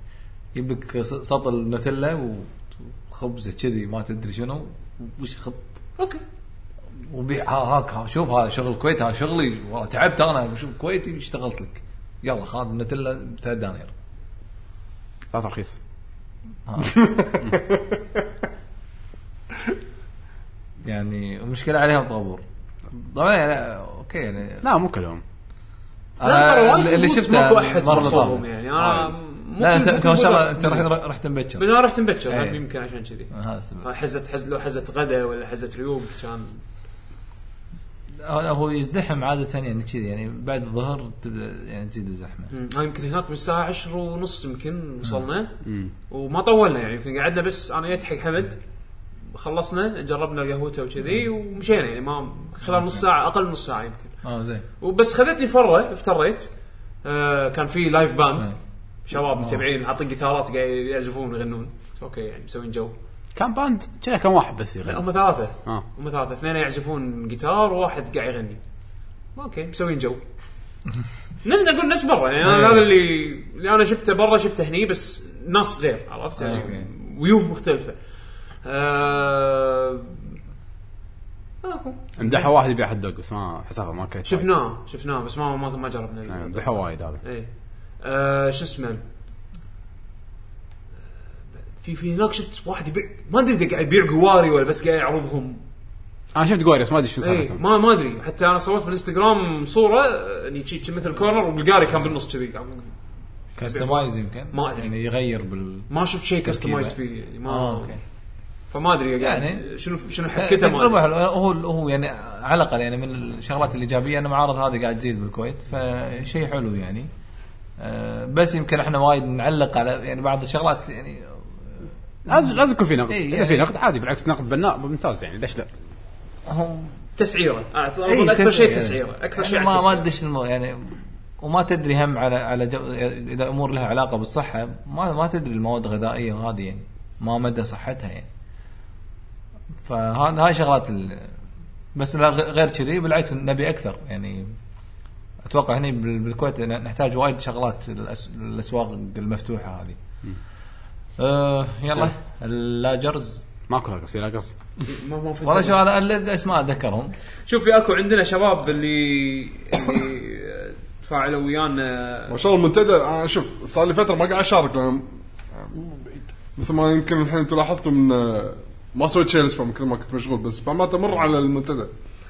Speaker 4: يجيب لك س- سطل نوتيلا وخبزه كذي ما تدري شنو وش خط
Speaker 3: اوكي
Speaker 4: وبيع ها- هاك ها شوف هذا شغل الكويت هذا شغلي والله تعبت انا شوف كويتي اشتغلت لك يلا هذا النوتيلا بثلاث دنانير
Speaker 1: ثلاث رخيص
Speaker 4: يعني المشكله عليهم طابور طبعا يعني اوكي يعني
Speaker 1: لا مو كلهم
Speaker 3: لا ترى
Speaker 4: أنا
Speaker 3: وايد
Speaker 4: آه، اللي
Speaker 3: بوت
Speaker 4: شفته
Speaker 3: ماكو احد
Speaker 4: مرة
Speaker 3: مرصوم
Speaker 4: طافت.
Speaker 3: يعني انا ممكن-
Speaker 4: لا انت انت
Speaker 3: ممكن
Speaker 4: ما شاء الله
Speaker 3: بوتات
Speaker 4: انت
Speaker 3: تنزل.
Speaker 4: رحت رحت
Speaker 3: بس
Speaker 4: مبكر
Speaker 3: انا رحت مبكر
Speaker 4: إيه.
Speaker 3: يمكن عشان كذي
Speaker 4: هذا السبب.
Speaker 3: حزه آه، حز لو حزه غدا ولا حزه ريوق كان
Speaker 4: هو هو يزدحم عاده يعني كذي يعني بعد الظهر تبدا يعني تزيد الزحمه
Speaker 3: مم. آه، يمكن هناك من الساعه 10 ونص يمكن وصلنا وما طولنا يعني يمكن قعدنا بس انا جيت حق حمد خلصنا جربنا قهوته وكذي ومشينا يعني ما خلال نص ساعه اقل من نص ساعه يمكن
Speaker 4: اه زين
Speaker 3: وبس خذتني فره افتريت آه كان في لايف باند
Speaker 4: مم.
Speaker 3: شباب متابعين حاطين جيتارات قاعد يعزفون ويغنون اوكي يعني مسوين جو
Speaker 1: كان باند كنا كان واحد بس
Speaker 3: لا
Speaker 1: يغني
Speaker 3: هم ثلاثه
Speaker 1: اه
Speaker 3: هم ثلاثه اثنين يعزفون جيتار وواحد قاعد يغني اوكي مسوين جو نبدا نقول ناس برا يعني انا هذا اللي اللي انا شفته برا شفته هني بس ناس غير عرفت
Speaker 4: أوكي.
Speaker 3: يعني ويوه مختلفه آه... ماكو
Speaker 1: مدحوا واحد يبيع حد دوج بس ما حسافه ما كرهت
Speaker 3: شفناه شفناه بس ما ما, ما جربنا
Speaker 1: مدحوا وايد هذا
Speaker 3: اي آه شو اسمه آه، في في هناك شفت واحد يبيع ما ادري اذا قاعد يبيع قواري ولا بس قاعد يعرضهم
Speaker 1: انا شفت جواريوس ما ادري شنو
Speaker 3: اي
Speaker 1: سالفتهم
Speaker 3: إيه، ما ما ادري حتى انا صورت بالانستغرام صوره آه، يعني شي- شي مثل كورنر والقاري كان بالنص كذي
Speaker 4: كستمايز يمكن
Speaker 3: ما أدري.
Speaker 4: يعني يغير بال
Speaker 3: ما شفت شيء
Speaker 4: تركيبة.
Speaker 3: كستمايزد فيه يعني ما
Speaker 4: آه، اوكي
Speaker 3: فما ادري يعني,
Speaker 4: يعني-
Speaker 3: شنو شنو حكيته ما
Speaker 4: تجربه
Speaker 3: أدري.
Speaker 4: حلوه هو هو يعني على الاقل يعني من الشغلات الايجابيه ان المعارض هذه قاعد تزيد بالكويت فشيء حلو يعني آه، بس يمكن احنا وايد نعلق على يعني بعض الشغلات يعني
Speaker 1: لازم لازم يكون في نقد
Speaker 4: إي،
Speaker 1: اذا
Speaker 4: يعني-
Speaker 1: في نقد عادي بالعكس نقد بناء ممتاز يعني ليش لا؟
Speaker 4: هو
Speaker 3: تسعيره آه، أظن
Speaker 4: إيه،
Speaker 3: اكثر
Speaker 4: تسعيرة
Speaker 3: شيء
Speaker 4: يعني.
Speaker 3: تسعيره اكثر
Speaker 4: يعني
Speaker 3: شيء على
Speaker 4: ما ما
Speaker 3: التسعيرة.
Speaker 4: تدش المو- يعني وما تدري هم على على جو اذا امور لها علاقه بالصحه ما ما تدري المواد الغذائيه وهذه يعني ما مدى صحتها يعني فهذا هاي شغلات ال- بس لا غ- غير كذي بالعكس نبي اكثر يعني اتوقع هني بال- بالكويت ن- نحتاج وايد شغلات للأس- للاسواق المفتوحه هذه أه يلا
Speaker 1: طيب.
Speaker 4: اللاجرز
Speaker 1: ماكو لاقص لا قص
Speaker 3: ما ما في
Speaker 4: والله شو
Speaker 3: تسعيرة.
Speaker 4: انا الاسماء اتذكرهم
Speaker 3: شوف في اكو عندنا شباب اللي اللي آه، تفاعلوا ويانا
Speaker 2: ما شاء الله المنتدى آه، شوف صار لي فتره ما قاعد اشارك لان آه، مثل ما يمكن الحين انتم لاحظتوا من آه، ما سويت شيء الاسبوع من كثر ما كنت مشغول بس ما تمر على المنتدى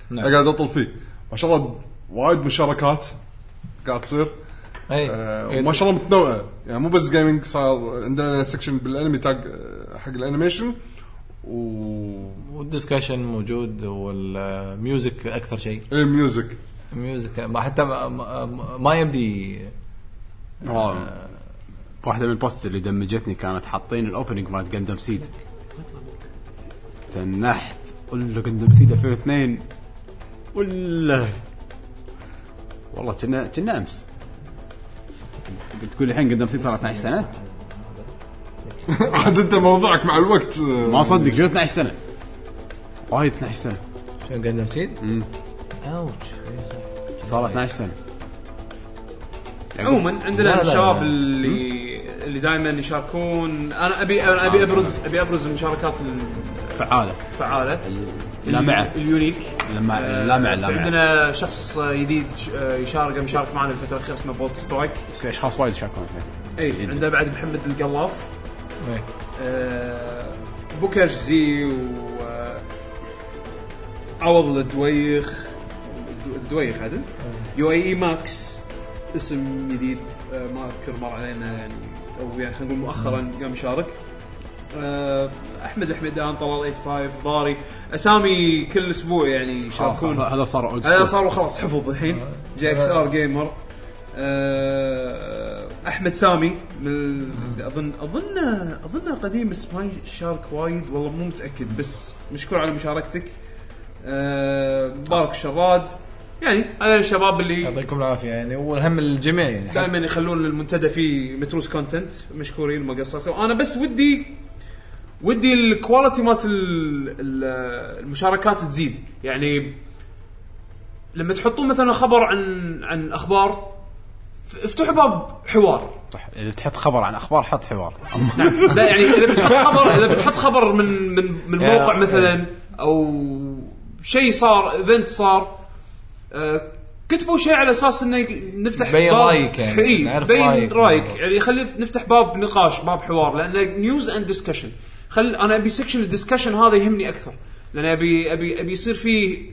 Speaker 4: نعم.
Speaker 2: قاعد اطل فيه ما شاء الله وايد مشاركات قاعد تصير
Speaker 4: اي
Speaker 2: آه، وما شاء الله متنوعه يعني مو بس جيمنج صار عندنا سكشن بالانمي تاج آه، حق الانيميشن و
Speaker 4: والدسكشن موجود والميوزك اكثر شيء
Speaker 2: الميوزك
Speaker 4: الميوزك ما حتى ما, ما- ما يمدي
Speaker 1: والله، واحده من البوست اللي دمجتني كانت حاطين الاوبننج مالت جندم سيد تنحت ولا جندم سيد 2002 ولا والله كنا كنا امس تقول الحين جندم سيد صار 12 سنه
Speaker 2: عاد انت موضوعك مع الوقت آه،
Speaker 1: ما اصدق شنو 12 سنه وايد 12 سنه
Speaker 4: شنو قدم سيد؟ اوتش
Speaker 1: صار 12 سنه
Speaker 3: عموما عندنا
Speaker 4: لا، لا،
Speaker 3: الشباب
Speaker 4: لا.
Speaker 3: اللي اللي دائما يشاركون انا ابي انا ابي ابرز ابي ابرز المشاركات
Speaker 1: فعاله
Speaker 3: الفعاله
Speaker 1: لامعه
Speaker 3: اليونيك
Speaker 1: لما-
Speaker 3: آه،
Speaker 1: لامعة،
Speaker 3: في
Speaker 1: لامعة.
Speaker 3: عندنا شخص آه، جديد ش- آه، يشارك مشارك معنا الفتره الاخيره اسمه بولت سترايك
Speaker 1: في اشخاص وايد يشاركون فيه
Speaker 3: اي عندنا بعد محمد القلاف إيه.
Speaker 4: إيه.
Speaker 3: آه، بوكر زي و آه، عوض الدويخ الدو- الدويخ عدل يو اي اي ماكس اسم جديد آه، ما اذكر مر علينا يعني او يعني خلينا نقول مؤخرا قام يشارك آه، احمد الحميدان طلال 85 ضاري اسامي كل اسبوع يعني يشاركون
Speaker 1: هذا صار اولد
Speaker 3: هذا
Speaker 1: سكول.
Speaker 3: صاروا خلاص حفظ الحين جي اكس ار جيمر احمد آه، سامي من ال- اظن اظن اظن قديم بس ما شارك وايد والله مو متاكد بس مشكور على مشاركتك أه، مبارك الشراد يعني هذول الشباب اللي
Speaker 4: يعطيكم العافيه يعني والهم الجميع يعني
Speaker 3: دائما يخلون المنتدى فيه متروس كونتنت مشكورين ما قصرتوا انا بس ودي ودي الكواليتي مالت ال- ال- المشاركات تزيد يعني لما تحطون مثلا خبر عن عن اخبار ف- افتحوا باب حوار
Speaker 1: صح اذا تحط خبر عن اخبار حط حوار أما-
Speaker 3: لا يعني اذا بتحط خبر اذا بتحط خبر من من من
Speaker 4: يا-
Speaker 3: موقع مثلا او شيء صار ايفنت صار آه، كتبوا شيء على اساس انه ي- نفتح
Speaker 4: بين
Speaker 3: باب-
Speaker 4: رأيك يعني،
Speaker 3: إي،
Speaker 4: نعرف
Speaker 3: بين
Speaker 4: رأيك.
Speaker 3: رايك يعني خلي نفتح باب نقاش باب حوار لان نيوز اند ديسكشن خل انا ابي سكشن الديسكشن هذا يهمني اكثر لان ابي ابي ابي يصير فيه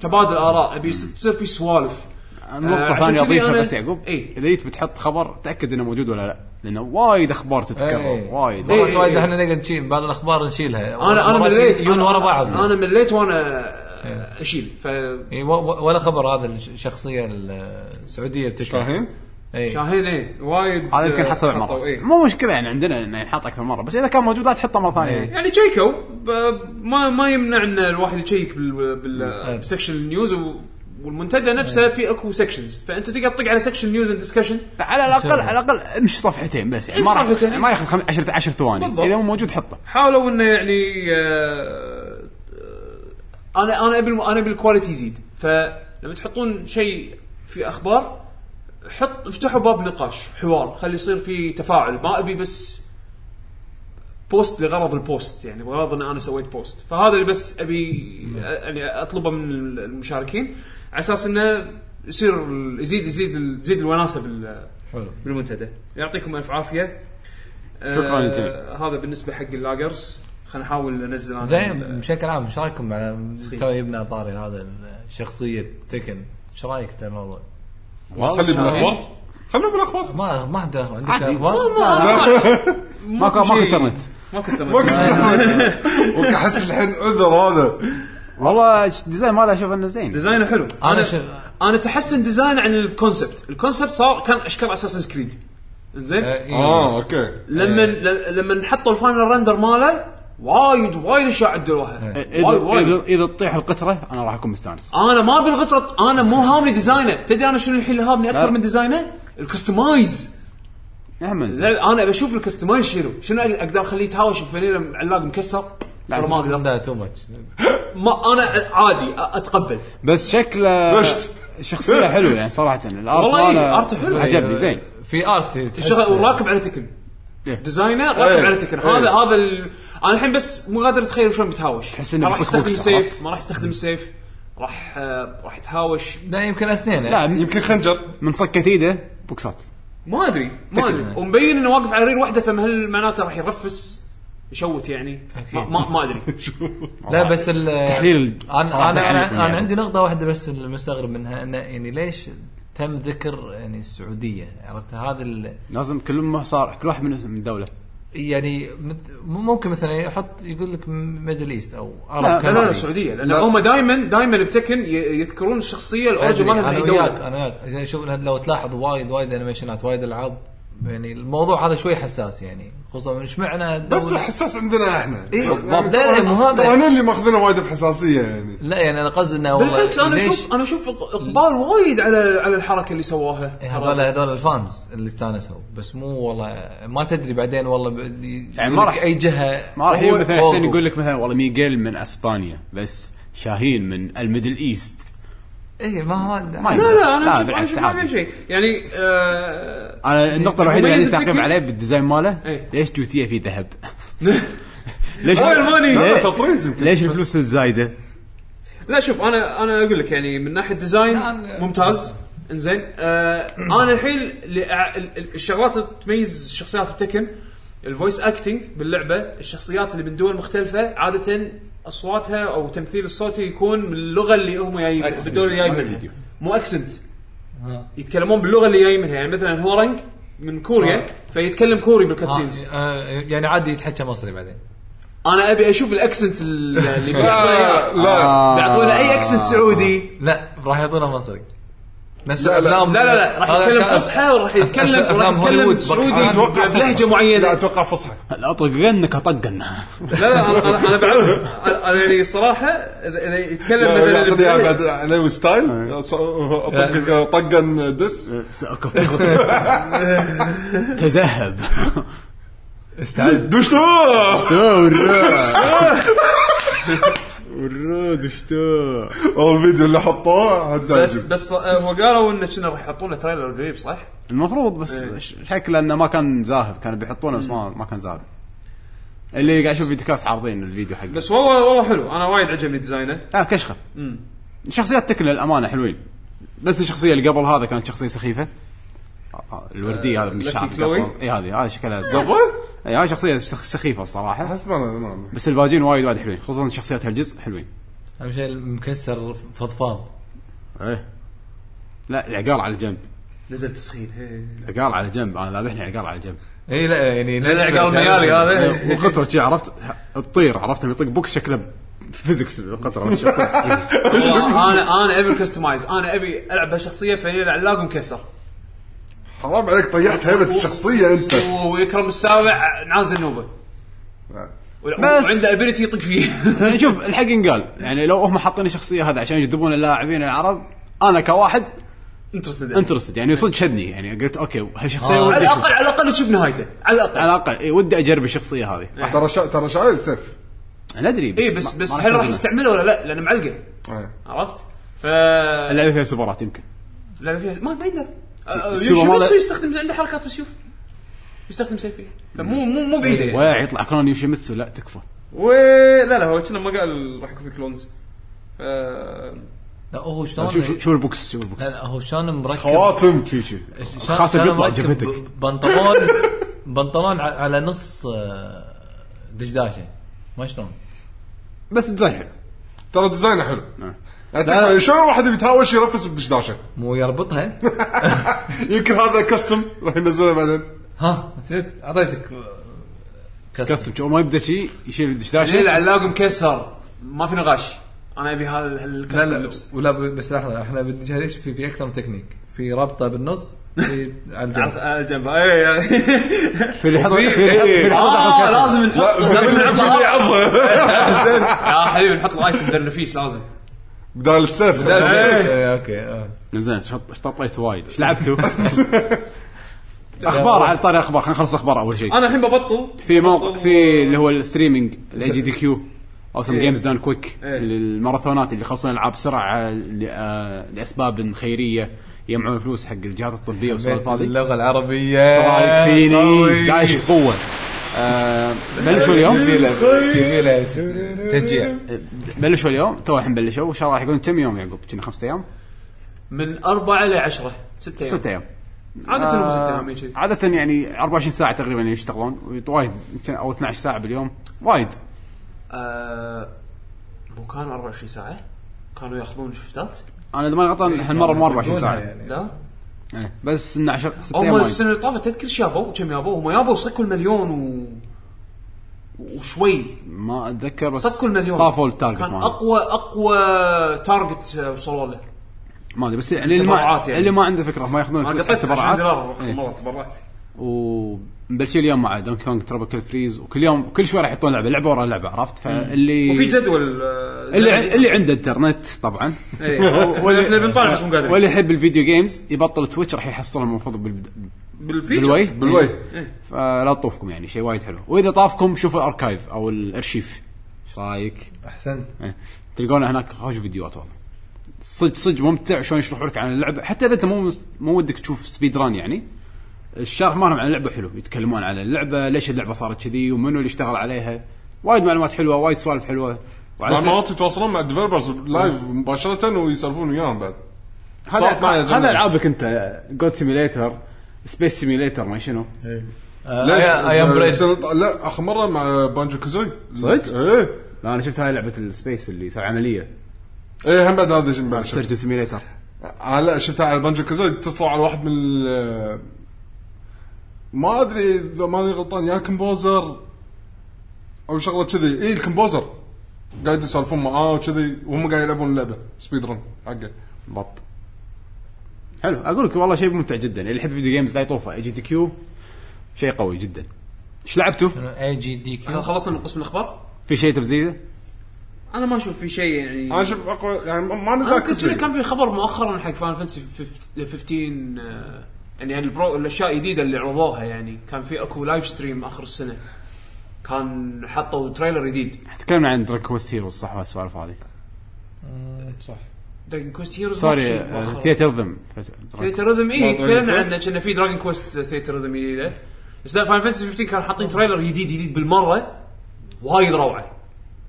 Speaker 3: تبادل اراء ابي يصير يصير فيه سوالف آه،
Speaker 1: نقطة
Speaker 3: عشان
Speaker 1: ثانية
Speaker 3: كذي
Speaker 1: اضيفها
Speaker 3: أنا- إيه.
Speaker 1: بس يعقوب
Speaker 3: إي.
Speaker 1: اذا جيت بتحط خبر تاكد انه موجود ولا لا لانه وايد اخبار تتكرر وايد
Speaker 4: مرات
Speaker 3: إيه،
Speaker 4: إيه. وايد
Speaker 3: إيه.
Speaker 4: احنا نقعد نشيل بعض الاخبار نشيلها
Speaker 3: انا انا
Speaker 4: مرات
Speaker 3: مليت
Speaker 4: يجون
Speaker 3: أنا-
Speaker 4: ورا بعض
Speaker 3: انا مليت وانا
Speaker 4: إيه.
Speaker 3: اشيل ف
Speaker 4: إي، و- و- ولا خبر هذا الشخصيه السعوديه بتشكل
Speaker 2: شاهين؟
Speaker 4: اي
Speaker 3: شاهين ايه وايد
Speaker 1: هذا يمكن حصل
Speaker 3: حطوا
Speaker 1: مرات
Speaker 3: إيه.
Speaker 1: مو مشكلة يعني عندنا انه ينحط اكثر من مرة بس اذا كان موجود لا تحطه مرة ثانية
Speaker 3: يعني شيكوا ب- ما ما يمنع ان الواحد يشيك بال
Speaker 4: إيه.
Speaker 3: بال- بسكشن النيوز و- والمنتدى نفسه في اكو سكشنز فانت تقدر تطق على سكشن نيوز اند ديسكشن
Speaker 1: على الاقل على الاقل امشي صفحتين بس يعني
Speaker 3: إيه. امشي
Speaker 1: ما راح-
Speaker 3: صفحتين.
Speaker 1: ما ياخذ 10 10 ثواني
Speaker 3: بالضبط.
Speaker 1: اذا مو موجود حطه
Speaker 3: حاولوا انه يعني آه، آه، انا انا ابي الم- انا ابي الكواليتي يزيد فلما تحطون شيء في اخبار حط افتحوا باب نقاش حوار خلي يصير في تفاعل ما ابي بس بوست لغرض البوست يعني بغرض ان انا سويت بوست فهذا اللي بس ابي أ- يعني اطلبه من المشاركين على اساس انه يصير ال- يزيد يزيد ال- تزيد الوناسه بال
Speaker 4: حلو
Speaker 3: بالمنتدى يعطيكم آه، الف عافيه
Speaker 1: شكراً للجميع.
Speaker 3: هذا بالنسبه حق اللاجرز خلينا نحاول ننزل انا
Speaker 4: زين
Speaker 3: ال-
Speaker 4: بشكل عام ايش رايكم على
Speaker 3: صحيح.
Speaker 4: تو جبنا طاري هذا شخصيه تكن ايش رايك بالموضوع؟
Speaker 2: خلي بالاخبار خلونا بالاخبار
Speaker 4: ما ما عندنا أخبار. عندك
Speaker 1: عادي.
Speaker 4: اخبار؟
Speaker 1: ماكو ماكو
Speaker 3: شيء.
Speaker 1: انترنت
Speaker 3: ماكو
Speaker 2: ما
Speaker 3: تمام آه،
Speaker 2: قصدت. اوكي احس الحين عذر هذا
Speaker 1: والله الديزاين ماله اشوف انه زين
Speaker 3: ديزاينه حلو
Speaker 4: أنا
Speaker 3: انا
Speaker 4: شف-
Speaker 3: انا تحسن ديزاين عن الكونسبت الكونسبت صار كان اشكال اساسن كريد
Speaker 4: آه،
Speaker 3: زين
Speaker 1: آه.
Speaker 4: إيه.
Speaker 2: اه اوكي
Speaker 3: لما لما حطوا الفاينل رندر ماله وايد وايد اشياء عدلوها
Speaker 1: اذا
Speaker 3: وايد وايد
Speaker 1: إذا- اذا تطيح القطره انا راح اكون مستانس
Speaker 3: انا ما ابي الغطرة انا مو هامني ديزاينه تدري انا شنو الحين اللي هامني اكثر
Speaker 1: لا.
Speaker 3: من ديزاينه الكستمايز
Speaker 1: اهم
Speaker 3: لا،
Speaker 1: انزين
Speaker 3: انا ابي اشوف الكستمايز شنو شنو اقدر اخليه يتهاوش بفانيله علاق مكسر
Speaker 1: لا،
Speaker 3: ولا ما اقدر
Speaker 4: لا تو ماتش
Speaker 3: ما انا عادي أ- اتقبل
Speaker 1: بس شكله
Speaker 2: دشت.
Speaker 1: شخصية حلو يعني صراحة الارت
Speaker 3: والله إيه،
Speaker 1: ماله
Speaker 3: أرته حلو.
Speaker 1: عجبني زين
Speaker 4: أيوه. في ارت تحس-
Speaker 3: الشغل راكب على تكن
Speaker 1: إيه.
Speaker 3: ديزاينر
Speaker 2: إيه.
Speaker 3: راكب على تكن هذا
Speaker 2: إيه.
Speaker 3: هذا ال... انا الحين بس مو قادر اتخيل شلون بيتهاوش
Speaker 1: تحس إنه
Speaker 3: ما راح
Speaker 1: بيصير
Speaker 3: يستخدم
Speaker 1: بوكس،
Speaker 3: السيف
Speaker 1: عرفت؟
Speaker 3: ما راح يستخدم السيف راح آه، راح يتهاوش
Speaker 4: لا يمكن اثنين
Speaker 1: لا من-
Speaker 2: يمكن خنجر
Speaker 1: من صكة ايده بوكسات
Speaker 3: ما ادري ما ادري
Speaker 4: يعني.
Speaker 3: ومبين انه واقف على ريل واحده فهل معناته راح يرفس يشوت يعني ما,
Speaker 4: أكيد.
Speaker 3: ما, ما ادري
Speaker 4: لا بس ال-
Speaker 1: تحليل
Speaker 4: انا
Speaker 1: صراحة
Speaker 4: انا
Speaker 1: عليكم
Speaker 4: انا, آه، أنا
Speaker 1: يعني.
Speaker 4: عندي نقطه واحده بس اللي مستغرب منها انه يعني ليش تم ذكر يعني السعوديه عرفت هذا ال-
Speaker 1: لازم كل ما صار كل واحد من من دولة
Speaker 4: يعني مت- مو- ممكن مثلا يحط يقول لك ميدل ايست او
Speaker 1: لا،
Speaker 4: عرب
Speaker 3: لا لا
Speaker 4: كمان.
Speaker 3: السعوديه لان
Speaker 2: لا.
Speaker 3: هم دائما دائما بتكن ي- يذكرون الشخصيه الاوريجن مالها
Speaker 4: أدري،
Speaker 3: من
Speaker 4: انا
Speaker 3: اي
Speaker 4: وياك
Speaker 3: دوله
Speaker 4: انا وياك يعني شوف لو تلاحظ وايد وايد انيميشنات وايد العاب يعني الموضوع هذا شوي حساس يعني خصوصا ايش معنى
Speaker 2: بس
Speaker 4: الدولة-
Speaker 2: حساس عندنا احنا
Speaker 4: إيه،
Speaker 2: يعني
Speaker 4: بالضبط. لا، لا، مو هذا.
Speaker 2: ترى هنا اللي ماخذينه وايد بحساسيه يعني
Speaker 4: لا يعني انا قصدي انه والله
Speaker 3: بالعكس انا
Speaker 4: ليش-
Speaker 3: اشوف انا اشوف إق- اقبال وايد على على الحركه اللي سواها
Speaker 4: هذول هذول الفانز اللي استانسوا بس مو والله ما تدري بعدين والله ب- يقول
Speaker 1: يعني ما
Speaker 4: لك
Speaker 1: راح-
Speaker 4: اي جهه
Speaker 1: ما راح
Speaker 4: هو
Speaker 1: يجي مثلا
Speaker 4: فوق.
Speaker 1: حسين يقول لك مثلا والله ميغيل من اسبانيا بس شاهين من الميدل ايست
Speaker 4: اي إيه، ما هو
Speaker 1: ما
Speaker 3: لا لا انا اشوف انا
Speaker 1: بالعكس
Speaker 3: اشوف ما
Speaker 1: عادي.
Speaker 3: في شيء يعني آه
Speaker 1: انا النقطة الوحيدة
Speaker 3: مميز
Speaker 1: اللي تعقيب
Speaker 3: التكن-
Speaker 1: عليه بالديزاين ماله
Speaker 3: إيه.
Speaker 1: ليش جوتية في ذهب؟ ليش
Speaker 3: هاي الماني.
Speaker 1: ليه-
Speaker 2: هذا تطريز يمكن
Speaker 1: ليش الفلوس الزايدة؟
Speaker 3: لا شوف انا انا اقول لك يعني من ناحيه ديزاين
Speaker 4: أنا-
Speaker 3: ممتاز انزين آه انا الحين لأ- ال- ال- الشغلات اللي تميز الشخصيات بتكن الفويس اكتنج باللعبه الشخصيات اللي من دول مختلفه عاده اصواتها او تمثيل الصوتي يكون من اللغه اللي هم جايين
Speaker 4: Accent.
Speaker 3: بالدول اللي جاي
Speaker 1: ما
Speaker 3: منها
Speaker 1: فيديو.
Speaker 3: مو اكسنت
Speaker 4: ها.
Speaker 3: يتكلمون باللغه اللي جاي منها يعني مثلا هورنج من كوريا فيتكلم كوري بالكاتسينز
Speaker 4: آه، يعني عادي يتحكى مصري بعدين
Speaker 3: انا ابي اشوف الاكسنت اللي بيعطونه
Speaker 2: لا
Speaker 3: إياه.
Speaker 2: لا
Speaker 1: آه،
Speaker 3: بيعطونا اي اكسنت سعودي
Speaker 4: لا راح يعطونه مصري نفس
Speaker 2: لا، لا.
Speaker 4: الافلام
Speaker 3: لا لا لا راح يتكلم
Speaker 4: آه،
Speaker 3: فصحى وراح يتكلم
Speaker 4: أفلام
Speaker 3: وراح يتكلم
Speaker 4: هوليوود،
Speaker 3: سعودي
Speaker 4: باكستان.
Speaker 2: أتوقع
Speaker 3: بلهجه
Speaker 2: فصحى. لا
Speaker 3: معينه
Speaker 2: اتوقع فصحى
Speaker 1: اطق غنك اطقنا
Speaker 3: لا لا انا انا انا بعرف أنا- انا يعني صراحه اذا إذا يتكلم
Speaker 2: لا، لا،
Speaker 3: مثلا
Speaker 2: خذ إياها بعد
Speaker 3: بلهجة-
Speaker 2: علوي ستايل أه، طق طقا دس
Speaker 1: إيه. سأكفيك تذهب
Speaker 2: إيه،
Speaker 4: استعد
Speaker 2: دشتو
Speaker 1: ورا ورا دشتو
Speaker 2: اول فيديو اللي حطوه حد
Speaker 3: بس
Speaker 2: عجب
Speaker 3: بس آه، هو قالوا انه كنا راح يحطون له تريلر قريب صح؟
Speaker 1: المفروض بس ش- شكله انه ما كان زاهب كانوا بيحطونه بس ما ما كان زاهب اللي قاعد اشوف فيديو كاس عارضين الفيديو حقه
Speaker 3: بس والله والله حلو انا وايد عجبني ديزاينه
Speaker 1: اه كشخه شخصيات تكن الامانه حلوين بس الشخصيه اللي قبل هذا كانت شخصيه سخيفه آه، آه، الورديه هذا من
Speaker 3: لكي
Speaker 1: الشعر
Speaker 3: كلوي؟
Speaker 1: اي إيه، هذه هذه شكلها زرقاء اي هذه شخصيه سخ- سخيفه الصراحه
Speaker 2: احس ما أنا- ما أنا.
Speaker 1: بس الباجين وايد وايد حلوين خصوصا شخصيات هالجزء حلوين
Speaker 4: اهم شيء المكسر فضفاض
Speaker 3: إيه.
Speaker 1: ايه لا العقال على جنب
Speaker 3: نزل تسخين
Speaker 1: عقال على جنب انا ذابحني عقال على جنب
Speaker 4: اي لا يعني
Speaker 3: لا، عقال ميالي هذا.
Speaker 1: إيه، والقطره شي عرفت ه- تطير عرفت لما يطق بوكس شكله فيزكس القطره بس شكله-
Speaker 3: والله انا انا ابي الكستمايز انا ابي العب بهالشخصيه فاني علاق مكسر
Speaker 2: حرام عليك طيحت هيبه الشخصيه انت
Speaker 3: إيه. ويكرم السابع نازل نوبه
Speaker 1: بس.
Speaker 3: وعنده ابيلتي يطق فيه
Speaker 1: يعني شوف الحق ينقال يعني لو هم حاطين الشخصيه هذا عشان يجذبون اللاعبين العرب انا كواحد
Speaker 3: انترستد
Speaker 1: انترستد يعني صدق شدني يعني قلت اوكي هالشخصيه
Speaker 4: آه.
Speaker 1: ودي
Speaker 3: على
Speaker 1: أشوف.
Speaker 3: الاقل على الاقل تشوف نهايته على الاقل
Speaker 1: على الاقل إيه، ودي اجرب الشخصيه هذه راح-
Speaker 2: ترى شا... ترى شايل سيف
Speaker 1: انا ادري
Speaker 3: اي إيه، بس
Speaker 1: ما-
Speaker 3: بس
Speaker 1: ما
Speaker 3: هل راح
Speaker 1: أستخدمه.
Speaker 3: يستعمله ولا لا لانه معلقه
Speaker 2: إيه.
Speaker 3: عرفت؟ ف
Speaker 1: اللعبه فيها سوبرات يمكن
Speaker 3: اللعبه فيها ما ما يقدر آه،
Speaker 1: السوبر
Speaker 3: شنو
Speaker 1: ماله-
Speaker 3: يصير يستخدم عنده حركات بالسيوف يستخدم سيفي مو مو مو بايده يعني.
Speaker 1: ولا يطلع كلون يوشيمتسو لا تكفى
Speaker 3: وي- لا لا هو كنا ما قال راح يكون في كلونز آه،
Speaker 4: لا هو شلون
Speaker 1: شوف شوف- شوف البوكس شوف البوكس
Speaker 4: لا لا هو شلون مركب
Speaker 2: خواتم
Speaker 1: شي شي
Speaker 4: شلون-
Speaker 1: خاطر
Speaker 4: شلون
Speaker 1: يطلع
Speaker 4: مركب
Speaker 1: جبهتك
Speaker 4: ب- بنطلون بنطلون ع- على نص آه، دشداشه ما شلون
Speaker 1: بس ديزاين حلو
Speaker 2: ترى ديزاينه حلو
Speaker 1: نعم.
Speaker 2: يعني
Speaker 1: لا.
Speaker 2: تكفى، شلون واحد بيتهاوش يرفس بدشداشه
Speaker 4: مو يربطها
Speaker 2: يمكن هذا كاستم راح ينزله بعدين
Speaker 4: ها شفت اعطيتك كاستم
Speaker 1: كاستم شو ما يبدا شي يشيل
Speaker 3: ليه
Speaker 1: الدشداشه
Speaker 3: العلاق مكسر ما في نقاش انا ابي هذا
Speaker 4: لا
Speaker 3: الكاستم
Speaker 4: لا
Speaker 3: لبس
Speaker 4: ولا ب- بس لحظه احنا بالدشداشه ايش في في اكثر من تكنيك في ربطه بالنص في على
Speaker 3: عرفت
Speaker 4: الجنب
Speaker 1: آه،
Speaker 3: على الجنب اي اي.
Speaker 1: في اللي يحط في اللي يحط
Speaker 3: آه،
Speaker 1: داخل
Speaker 3: لازم نحط لازم نحط لقطة. يا حبيبي نحط لايت الدرنفيس لازم
Speaker 2: بدال السيف
Speaker 4: إيه، اوكي آه.
Speaker 1: كاس زين شط- شططيت وايد ايش لعبتوا؟ اخبار على طاري اخبار خلينا نخلص اخبار اول شيء
Speaker 3: انا الحين ببطل
Speaker 1: في موقع في اللي هو الستريمنج الاي جي دي كيو اوسم جيمز دان كويك
Speaker 3: إيه.
Speaker 1: الماراثونات اللي يخلصون العاب بسرعه ل- آه، لاسباب خيريه يجمعون فلوس حق الجهات الطبيه والسوالف هذه
Speaker 4: اللغه العربيه
Speaker 1: ايش رايك فيني؟
Speaker 4: قوي.
Speaker 1: دايش بقوه آه، بلشوا اليوم
Speaker 4: فيلا تشجيع
Speaker 1: بلشوا اليوم تو الحين بلشوا ان شاء الله راح يقولون كم يوم يعقوب؟ كنا خمسة ايام؟
Speaker 3: من أربعة إلى عشرة ستة أيام
Speaker 1: ستة ايام
Speaker 3: إيه. عادة هم
Speaker 1: آه،
Speaker 3: ستة أيام إيه، يجي.
Speaker 1: عادة يعني 24 ساعة تقريبا يشتغلون ويط- وايد يمكن او 12 ساعة باليوم وايد
Speaker 3: آه، مو كانوا 24 ساعة كانوا ياخذون شفتات
Speaker 1: انا اذا ماني
Speaker 3: إيه،
Speaker 1: غلطان هالمرة مو 24 ساعة
Speaker 4: يعني.
Speaker 3: لا
Speaker 1: إيه، بس ان 10 6 ايام
Speaker 3: هم
Speaker 1: وايد
Speaker 3: السنة اللي طافت تذكر شو يابوا كم يابوا هم يابوا صكوا المليون و وشوي
Speaker 1: ما اتذكر بس
Speaker 3: صكوا المليون
Speaker 1: طافوا التارجت
Speaker 3: كان
Speaker 1: مالهم
Speaker 3: اقوى اقوى تارجت آه، وصلوا له
Speaker 1: ما ادري بس اللي ما
Speaker 3: تبرعات يعني.
Speaker 1: اللي ما عنده فكرة ما ياخذون
Speaker 3: انا
Speaker 1: فلوس
Speaker 3: قطعت 20 دولار
Speaker 1: تبرعات إيه.
Speaker 3: آخر مره تبرعت
Speaker 1: ومبلشين اليوم مع دونكي كونج تربكل فريز وكل يوم كل شوي راح يحطون لعبه لعبه ورا لعبه عرفت فاللي
Speaker 3: وفي جدول آه، زمني.
Speaker 1: اللي اللي عنده انترنت طبعا
Speaker 3: إيه. احنا بنطالع بس مو قادرين
Speaker 1: واللي يحب الفيديو جيمز يبطل تويتش راح يحصلها المفروض بالبد- بالوي
Speaker 3: بالفيتشر
Speaker 2: بالوي
Speaker 1: فلا تطوفكم يعني شيء وايد حلو واذا طافكم شوفوا الاركايف او الارشيف ايش رايك؟
Speaker 4: احسنت
Speaker 1: إيه. تلقونه هناك خوش فيديوهات والله صدق صدق ممتع شلون يشرحوا لك عن اللعبه حتى اذا انت مو مس- مو ودك تشوف سبيد ران يعني الشرح مالهم عن اللعبه حلو يتكلمون عن اللعبه ليش اللعبه صارت كذي ومنو اللي اشتغل عليها وايد معلومات حلوه وايد سوالف حلوه
Speaker 2: بعض
Speaker 1: وعلى-
Speaker 2: مرات يتواصلون مع الديفلوبرز لايف مباشره ويسولفون وياهم بعد صارت معي يا
Speaker 1: هذا
Speaker 2: جماعة.
Speaker 1: هذا العابك انت جود سيميليتر سبيس سيميليتر ما شنو
Speaker 4: آه،
Speaker 2: ليش؟
Speaker 4: اي ام
Speaker 1: آه،
Speaker 4: بريد
Speaker 2: السنة- لا اخر مره مع بانجو كازوي
Speaker 1: صدق؟
Speaker 2: ايه
Speaker 1: لا انا شفت هاي لعبه السبيس اللي سوى عمليه
Speaker 2: ايه هم بعد هذا شنو بعد شفت.
Speaker 1: سيرجن سيميليتر
Speaker 2: آه لا شفتها على بانجو كازوي اتصلوا على واحد من ال- ما ادري اذا ماني غلطان يا كمبوزر او شغله كذي اي الكمبوزر قاعد يسولفون معاه وكذي وهم قاعد يلعبون اللعبه سبيد رن حقه
Speaker 1: بط حلو اقول لك والله شيء ممتع جدا اللي يحب فيديو جيمز لا يطوفه جي تي كيو شيء قوي جدا ايش لعبتوا؟
Speaker 4: اي جي دي كيو
Speaker 3: خلصنا من قسم الاخبار
Speaker 1: في شيء تبزيده؟
Speaker 3: انا ما اشوف في شيء يعني
Speaker 2: انا شوف اقوى يعني ما- ما
Speaker 3: انا
Speaker 2: نذاكر
Speaker 3: كنت شنو كان في خبر مؤخرا حق فان فانتسي 15 آه، يعني عن البرو الاشياء الجديده اللي عرضوها يعني كان في اكو لايف ستريم اخر السنه كان حطوا تريلر جديد
Speaker 1: تكلمنا عن دراك كويست هيروز صح والسوالف هذه
Speaker 4: صح
Speaker 3: دراجون كويست هيروز
Speaker 1: سوري ثياتر ذم
Speaker 3: ثيتر ريزم اي
Speaker 2: آه، ما
Speaker 3: إيه، تكلمنا
Speaker 2: Dragon Quest.
Speaker 3: عنه كنا في دراجون كويست ثيتر ريزم جديده بس لا فان فانتسي 15 كان حاطين تريلر جديد جديد بالمره وايد روعه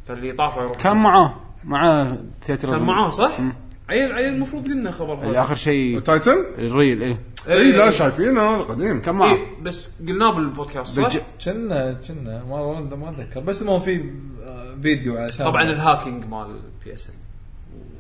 Speaker 3: فاللي طافوا يروح
Speaker 1: كان معاه مع ثياتر
Speaker 3: كان معاه صح؟ عيل عيل المفروض قلنا خبر هذا
Speaker 1: اخر شيء
Speaker 2: تايتن؟
Speaker 1: الريل ايه
Speaker 2: اي لا
Speaker 3: إيه.
Speaker 2: شايفين هذا قديم
Speaker 1: كان معاه
Speaker 3: إيه بس قلناه بالبودكاست صح؟
Speaker 1: بالج-
Speaker 4: كنا كنا ما ما اتذكر بس المهم في آه، فيديو علشان
Speaker 3: طبعا الهاكينج مال بي اس ان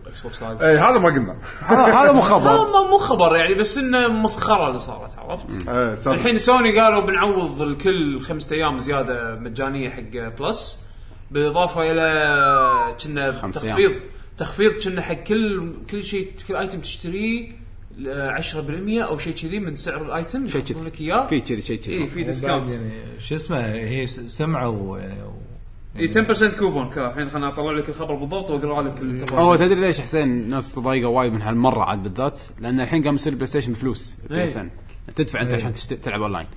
Speaker 3: واكس بوكس لايف
Speaker 1: إيه.
Speaker 2: اي إيه، هذا ما قلنا
Speaker 1: هذا هذا مو
Speaker 3: هو
Speaker 1: خبر
Speaker 3: ما- مو خبر يعني بس انه مسخره اللي صارت عرفت؟
Speaker 2: إيه، سالفة.
Speaker 3: الحين سوني قالوا بنعوض الكل خمسة ايام زياده مجانيه حق بلس بالاضافه الى كنا
Speaker 1: خمس
Speaker 3: تخفيض
Speaker 1: أيام.
Speaker 3: تخفيض كنا حق كل كل شيء كل ايتم تشتريه ل 10% او شيء كذي من سعر الايتم
Speaker 1: شيء كذي.
Speaker 3: يحطون لك اياه
Speaker 1: في كذي شيء
Speaker 3: اي
Speaker 1: كذي
Speaker 3: في
Speaker 4: وبعد
Speaker 3: ديسكاونت
Speaker 4: يعني شو اسمه هي س- سمعوا يعني و-
Speaker 3: اي 10% كوبون كا. الحين خليني اطلع لك الخبر بالضبط واقرا لك التفاصيل
Speaker 1: هو تدري ليش حسين ناس تضايقوا وايد من هالمره عاد بالذات؟ لان الحين قام يصير بلاي ستيشن بفلوس بلاي
Speaker 3: إيه.
Speaker 1: ستيشن تدفع انت عشان تشت- تلعب اونلاين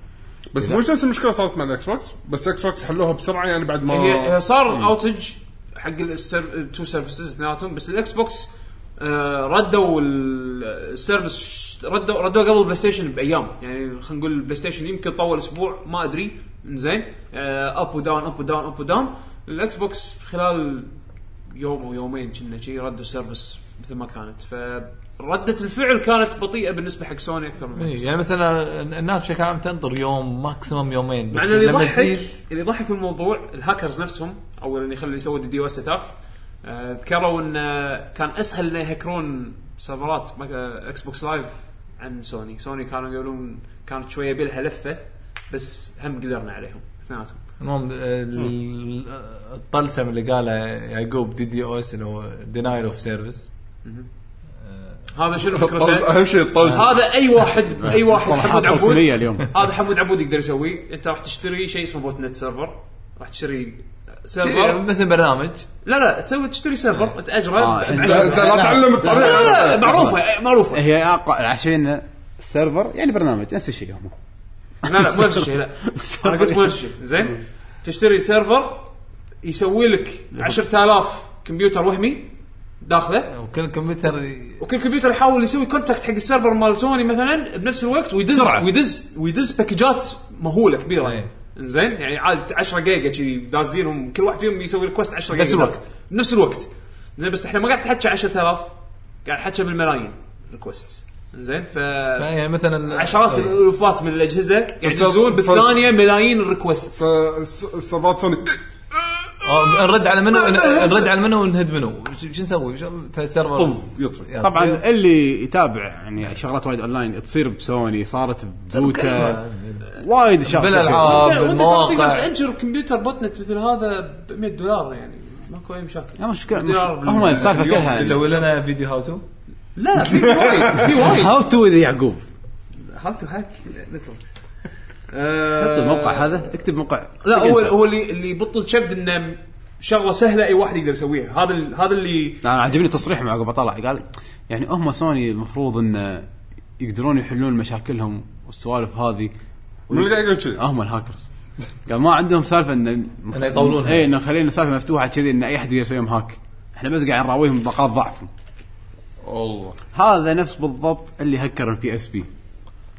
Speaker 2: بس مو نفس المشكله صارت مع الاكس بوكس بس الاكس بوكس حلوها بسرعه يعني بعد ما
Speaker 3: هي هي صار اوتج حق السير- التو سيرفيسز اثنيناتهم بس الاكس بوكس آه، ردوا ال- السيرفيس ش- ردوا ردوا قبل البلاي ستيشن بايام يعني خلينا نقول البلاي ستيشن يمكن طول اسبوع ما آه، ادري زين اب وداون اب وداون اب وداون الاكس بوكس خلال يوم او يومين كنا شي ردوا السيرفس مثل ما كانت فردة الفعل كانت بطيئه بالنسبه حق سوني اكثر من
Speaker 4: إيه،
Speaker 3: Microsoft.
Speaker 4: يعني مثلا الناس بشكل عام تنطر يوم ماكسيمم يومين
Speaker 3: مع
Speaker 4: بس
Speaker 3: ان اللي
Speaker 4: لما
Speaker 3: يضحك
Speaker 4: تزيد
Speaker 3: اللي يضحك بالموضوع الهاكرز نفسهم او اللي يخلي يسوي دي او اس اتاك آه، ذكروا ان آه، كان اسهل انه يهكرون سيرفرات مك- آه، اكس بوكس لايف عن سوني، سوني كانوا يقولون كانت شويه بيلها لفه بس هم قدرنا عليهم اثنيناتهم.
Speaker 4: المهم آه، ال- الطلسم اللي قاله يعقوب دي دي او اس اللي هو دينايل اوف سيرفيس
Speaker 3: هذا شنو
Speaker 2: الطرز-
Speaker 3: فكرته؟
Speaker 2: اهم شيء الطرز
Speaker 3: هذا اي واحد اي واحد
Speaker 1: طلع
Speaker 3: حمود
Speaker 1: حاط
Speaker 3: عبود
Speaker 1: رسميه اليوم
Speaker 3: هذا حمود عبود يقدر يسويه، انت راح تشتري شيء اسمه بوت نت سيرفر، راح تشتري سيرفر
Speaker 4: مثل برنامج
Speaker 3: لا لا تسوي تشتري سيرفر تاجره
Speaker 1: آه،
Speaker 3: ب
Speaker 1: إنزين.
Speaker 2: انت أنت لا تعلم
Speaker 3: لا
Speaker 2: الطريقه
Speaker 3: لا، لا معروفه معروفه
Speaker 1: هي اقوى عشان السيرفر يعني برنامج نفس الشيء هم
Speaker 3: لا لا مو نفس الشيء لا انا قلت مو نفس الشيء زين تشتري سيرفر يسوي لك 10000 كمبيوتر وهمي داخله
Speaker 4: وكل كمبيوتر ي-
Speaker 3: وكل كمبيوتر يحاول يسوي كونتاكت حق السيرفر مال سوني مثلا بنفس الوقت ويدز
Speaker 4: بسرعة.
Speaker 3: ويدز ويدز باكجات مهوله كبيره
Speaker 4: إيه.
Speaker 3: زين يعني عاد 10 جيجا كذي دازينهم كل واحد فيهم يسوي ريكوست 10 جيجا
Speaker 4: نفس الوقت.
Speaker 3: بنفس الوقت زين بس احنا ما قاعد تحكي 10000 قاعد تحكي بالملايين ريكوست زين ف
Speaker 4: يعني مثلا
Speaker 3: عشرات
Speaker 1: طيب.
Speaker 4: إيه.
Speaker 3: الالوفات من الاجهزه قاعد
Speaker 2: فس-
Speaker 3: يدزون
Speaker 2: فس-
Speaker 3: بالثانيه ملايين الريكوست
Speaker 2: سيرفرات سوني
Speaker 4: أو نرد على منو نرد على منو ونهد منو شو شو نسوي شو- فالسيرفر
Speaker 2: طف يطفي
Speaker 4: يعني-
Speaker 1: طبعا
Speaker 3: إيه.
Speaker 1: اللي يتابع يعني شغلات وايد اونلاين تصير بسوني صارت بدوتا وايد اشياء تصير
Speaker 4: بالألعاب.
Speaker 1: فيها.
Speaker 3: وانت وأنت ترى
Speaker 4: بالمواقع.
Speaker 3: تقدر تاجر كمبيوتر بوت نت مثل هذا ب 100 دولار يعني ماكو اي مشاكل
Speaker 1: لا مشكلة مش-
Speaker 3: دولار بال-
Speaker 1: هم السالفة
Speaker 4: اليوم
Speaker 1: فيها يعني.
Speaker 4: تسوي لنا فيديو هاو تو
Speaker 3: لا في وايد في وايد
Speaker 1: هاو تو ذي يعقوب
Speaker 3: هاو تو هاك نتوركس
Speaker 1: حط الموقع هذا اكتب موقع
Speaker 3: لا
Speaker 1: تلقى
Speaker 3: هو
Speaker 1: أنت.
Speaker 3: هو اللي اللي يبطل كبد انه شغله سهله اي واحد يقدر يسويها هذا ال- هذا اللي
Speaker 1: لا، انا عجبني تصريح مع عقب طلع قال يعني هم سوني المفروض ان يقدرون يحلون مشاكلهم والسوالف هذه
Speaker 2: من اللي قاعد يقول كذي
Speaker 1: هم الهاكرز قال ما عندهم سالفه ان
Speaker 4: إنه يطولونها.
Speaker 1: اي انه خلينا السالفه مفتوحه كذي ان اي احد يقدر يسويهم هاك احنا بس قاعد نراويهم نقاط ضعفهم
Speaker 2: والله
Speaker 1: هذا نفس بالضبط اللي هكر البي اس بي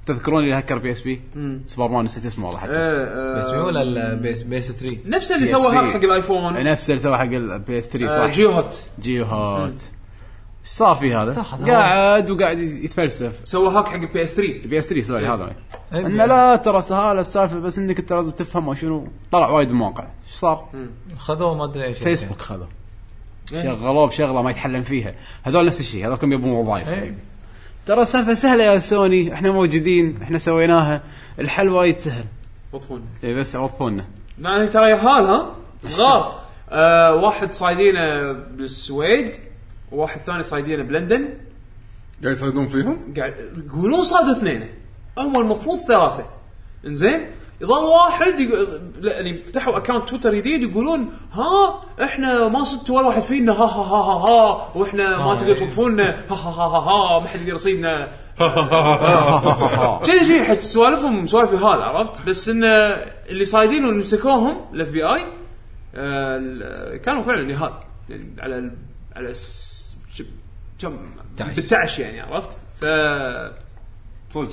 Speaker 1: تذكرون اللي هكر بي اس بي؟ سوبر مان نسيت اسمه والله حتى
Speaker 2: إيه.
Speaker 3: آه، آه،
Speaker 4: بس ولا البيس بيس 3
Speaker 3: نفس اللي
Speaker 1: PSP.
Speaker 3: سوى هاك حق الايفون
Speaker 1: نفس اللي سوى حق البي اس 3
Speaker 3: آه،
Speaker 1: صح؟
Speaker 3: جيو هوت
Speaker 1: جيو هوت ايش صار في هذا؟
Speaker 4: تاخذ
Speaker 1: قاعد وقاعد يتفلسف
Speaker 3: سوى هاك حق البي اس 3
Speaker 1: البي اس 3 سوري
Speaker 3: إيه.
Speaker 1: هذا
Speaker 4: إيه.
Speaker 1: انه لا ترى سهاله السالفه بس انك انت لازم تفهم وشنو طلع وايد مواقع ايش صار؟
Speaker 4: خذوه ما ادري ايش
Speaker 1: فيسبوك خذوا شغلوه بشغله ما يتحلم فيها هذول نفس الشيء هذول كلهم يبون وظائف
Speaker 4: إيه.
Speaker 1: حبيبي. ترى السالفه سهله يا سوني احنا موجودين احنا سويناها الحل وايد سهل
Speaker 3: وطفون
Speaker 1: إيه بس عوضونا
Speaker 3: مع ترى يا هال ها صغار آه واحد صايدينه بالسويد وواحد ثاني صايدينه بلندن
Speaker 2: قاعد يصيدون فيهم
Speaker 3: قاعد يقولون صادوا اثنين هم المفروض ثلاثه انزين يظل واحد يق- لا، يعني فتحوا اكونت تويتر جديد يقولون ها احنا ما صدتوا ولا واحد فينا ها ها ها ها ها واحنا ما
Speaker 4: آه،
Speaker 3: تقدر
Speaker 4: إيه.
Speaker 3: توقفونا ها ها ها ها ها ما حد يقدر يصيدنا
Speaker 4: آه.
Speaker 3: كذي كذي حق سوالفهم سوالف هال عرفت بس انه اللي صايدين واللي مسكوهم الاف بي اي آه، كانوا فعلا يهال يعني على ال- على الس- شب- كم
Speaker 1: 11.
Speaker 3: بالتعش يعني عرفت ف
Speaker 2: صدق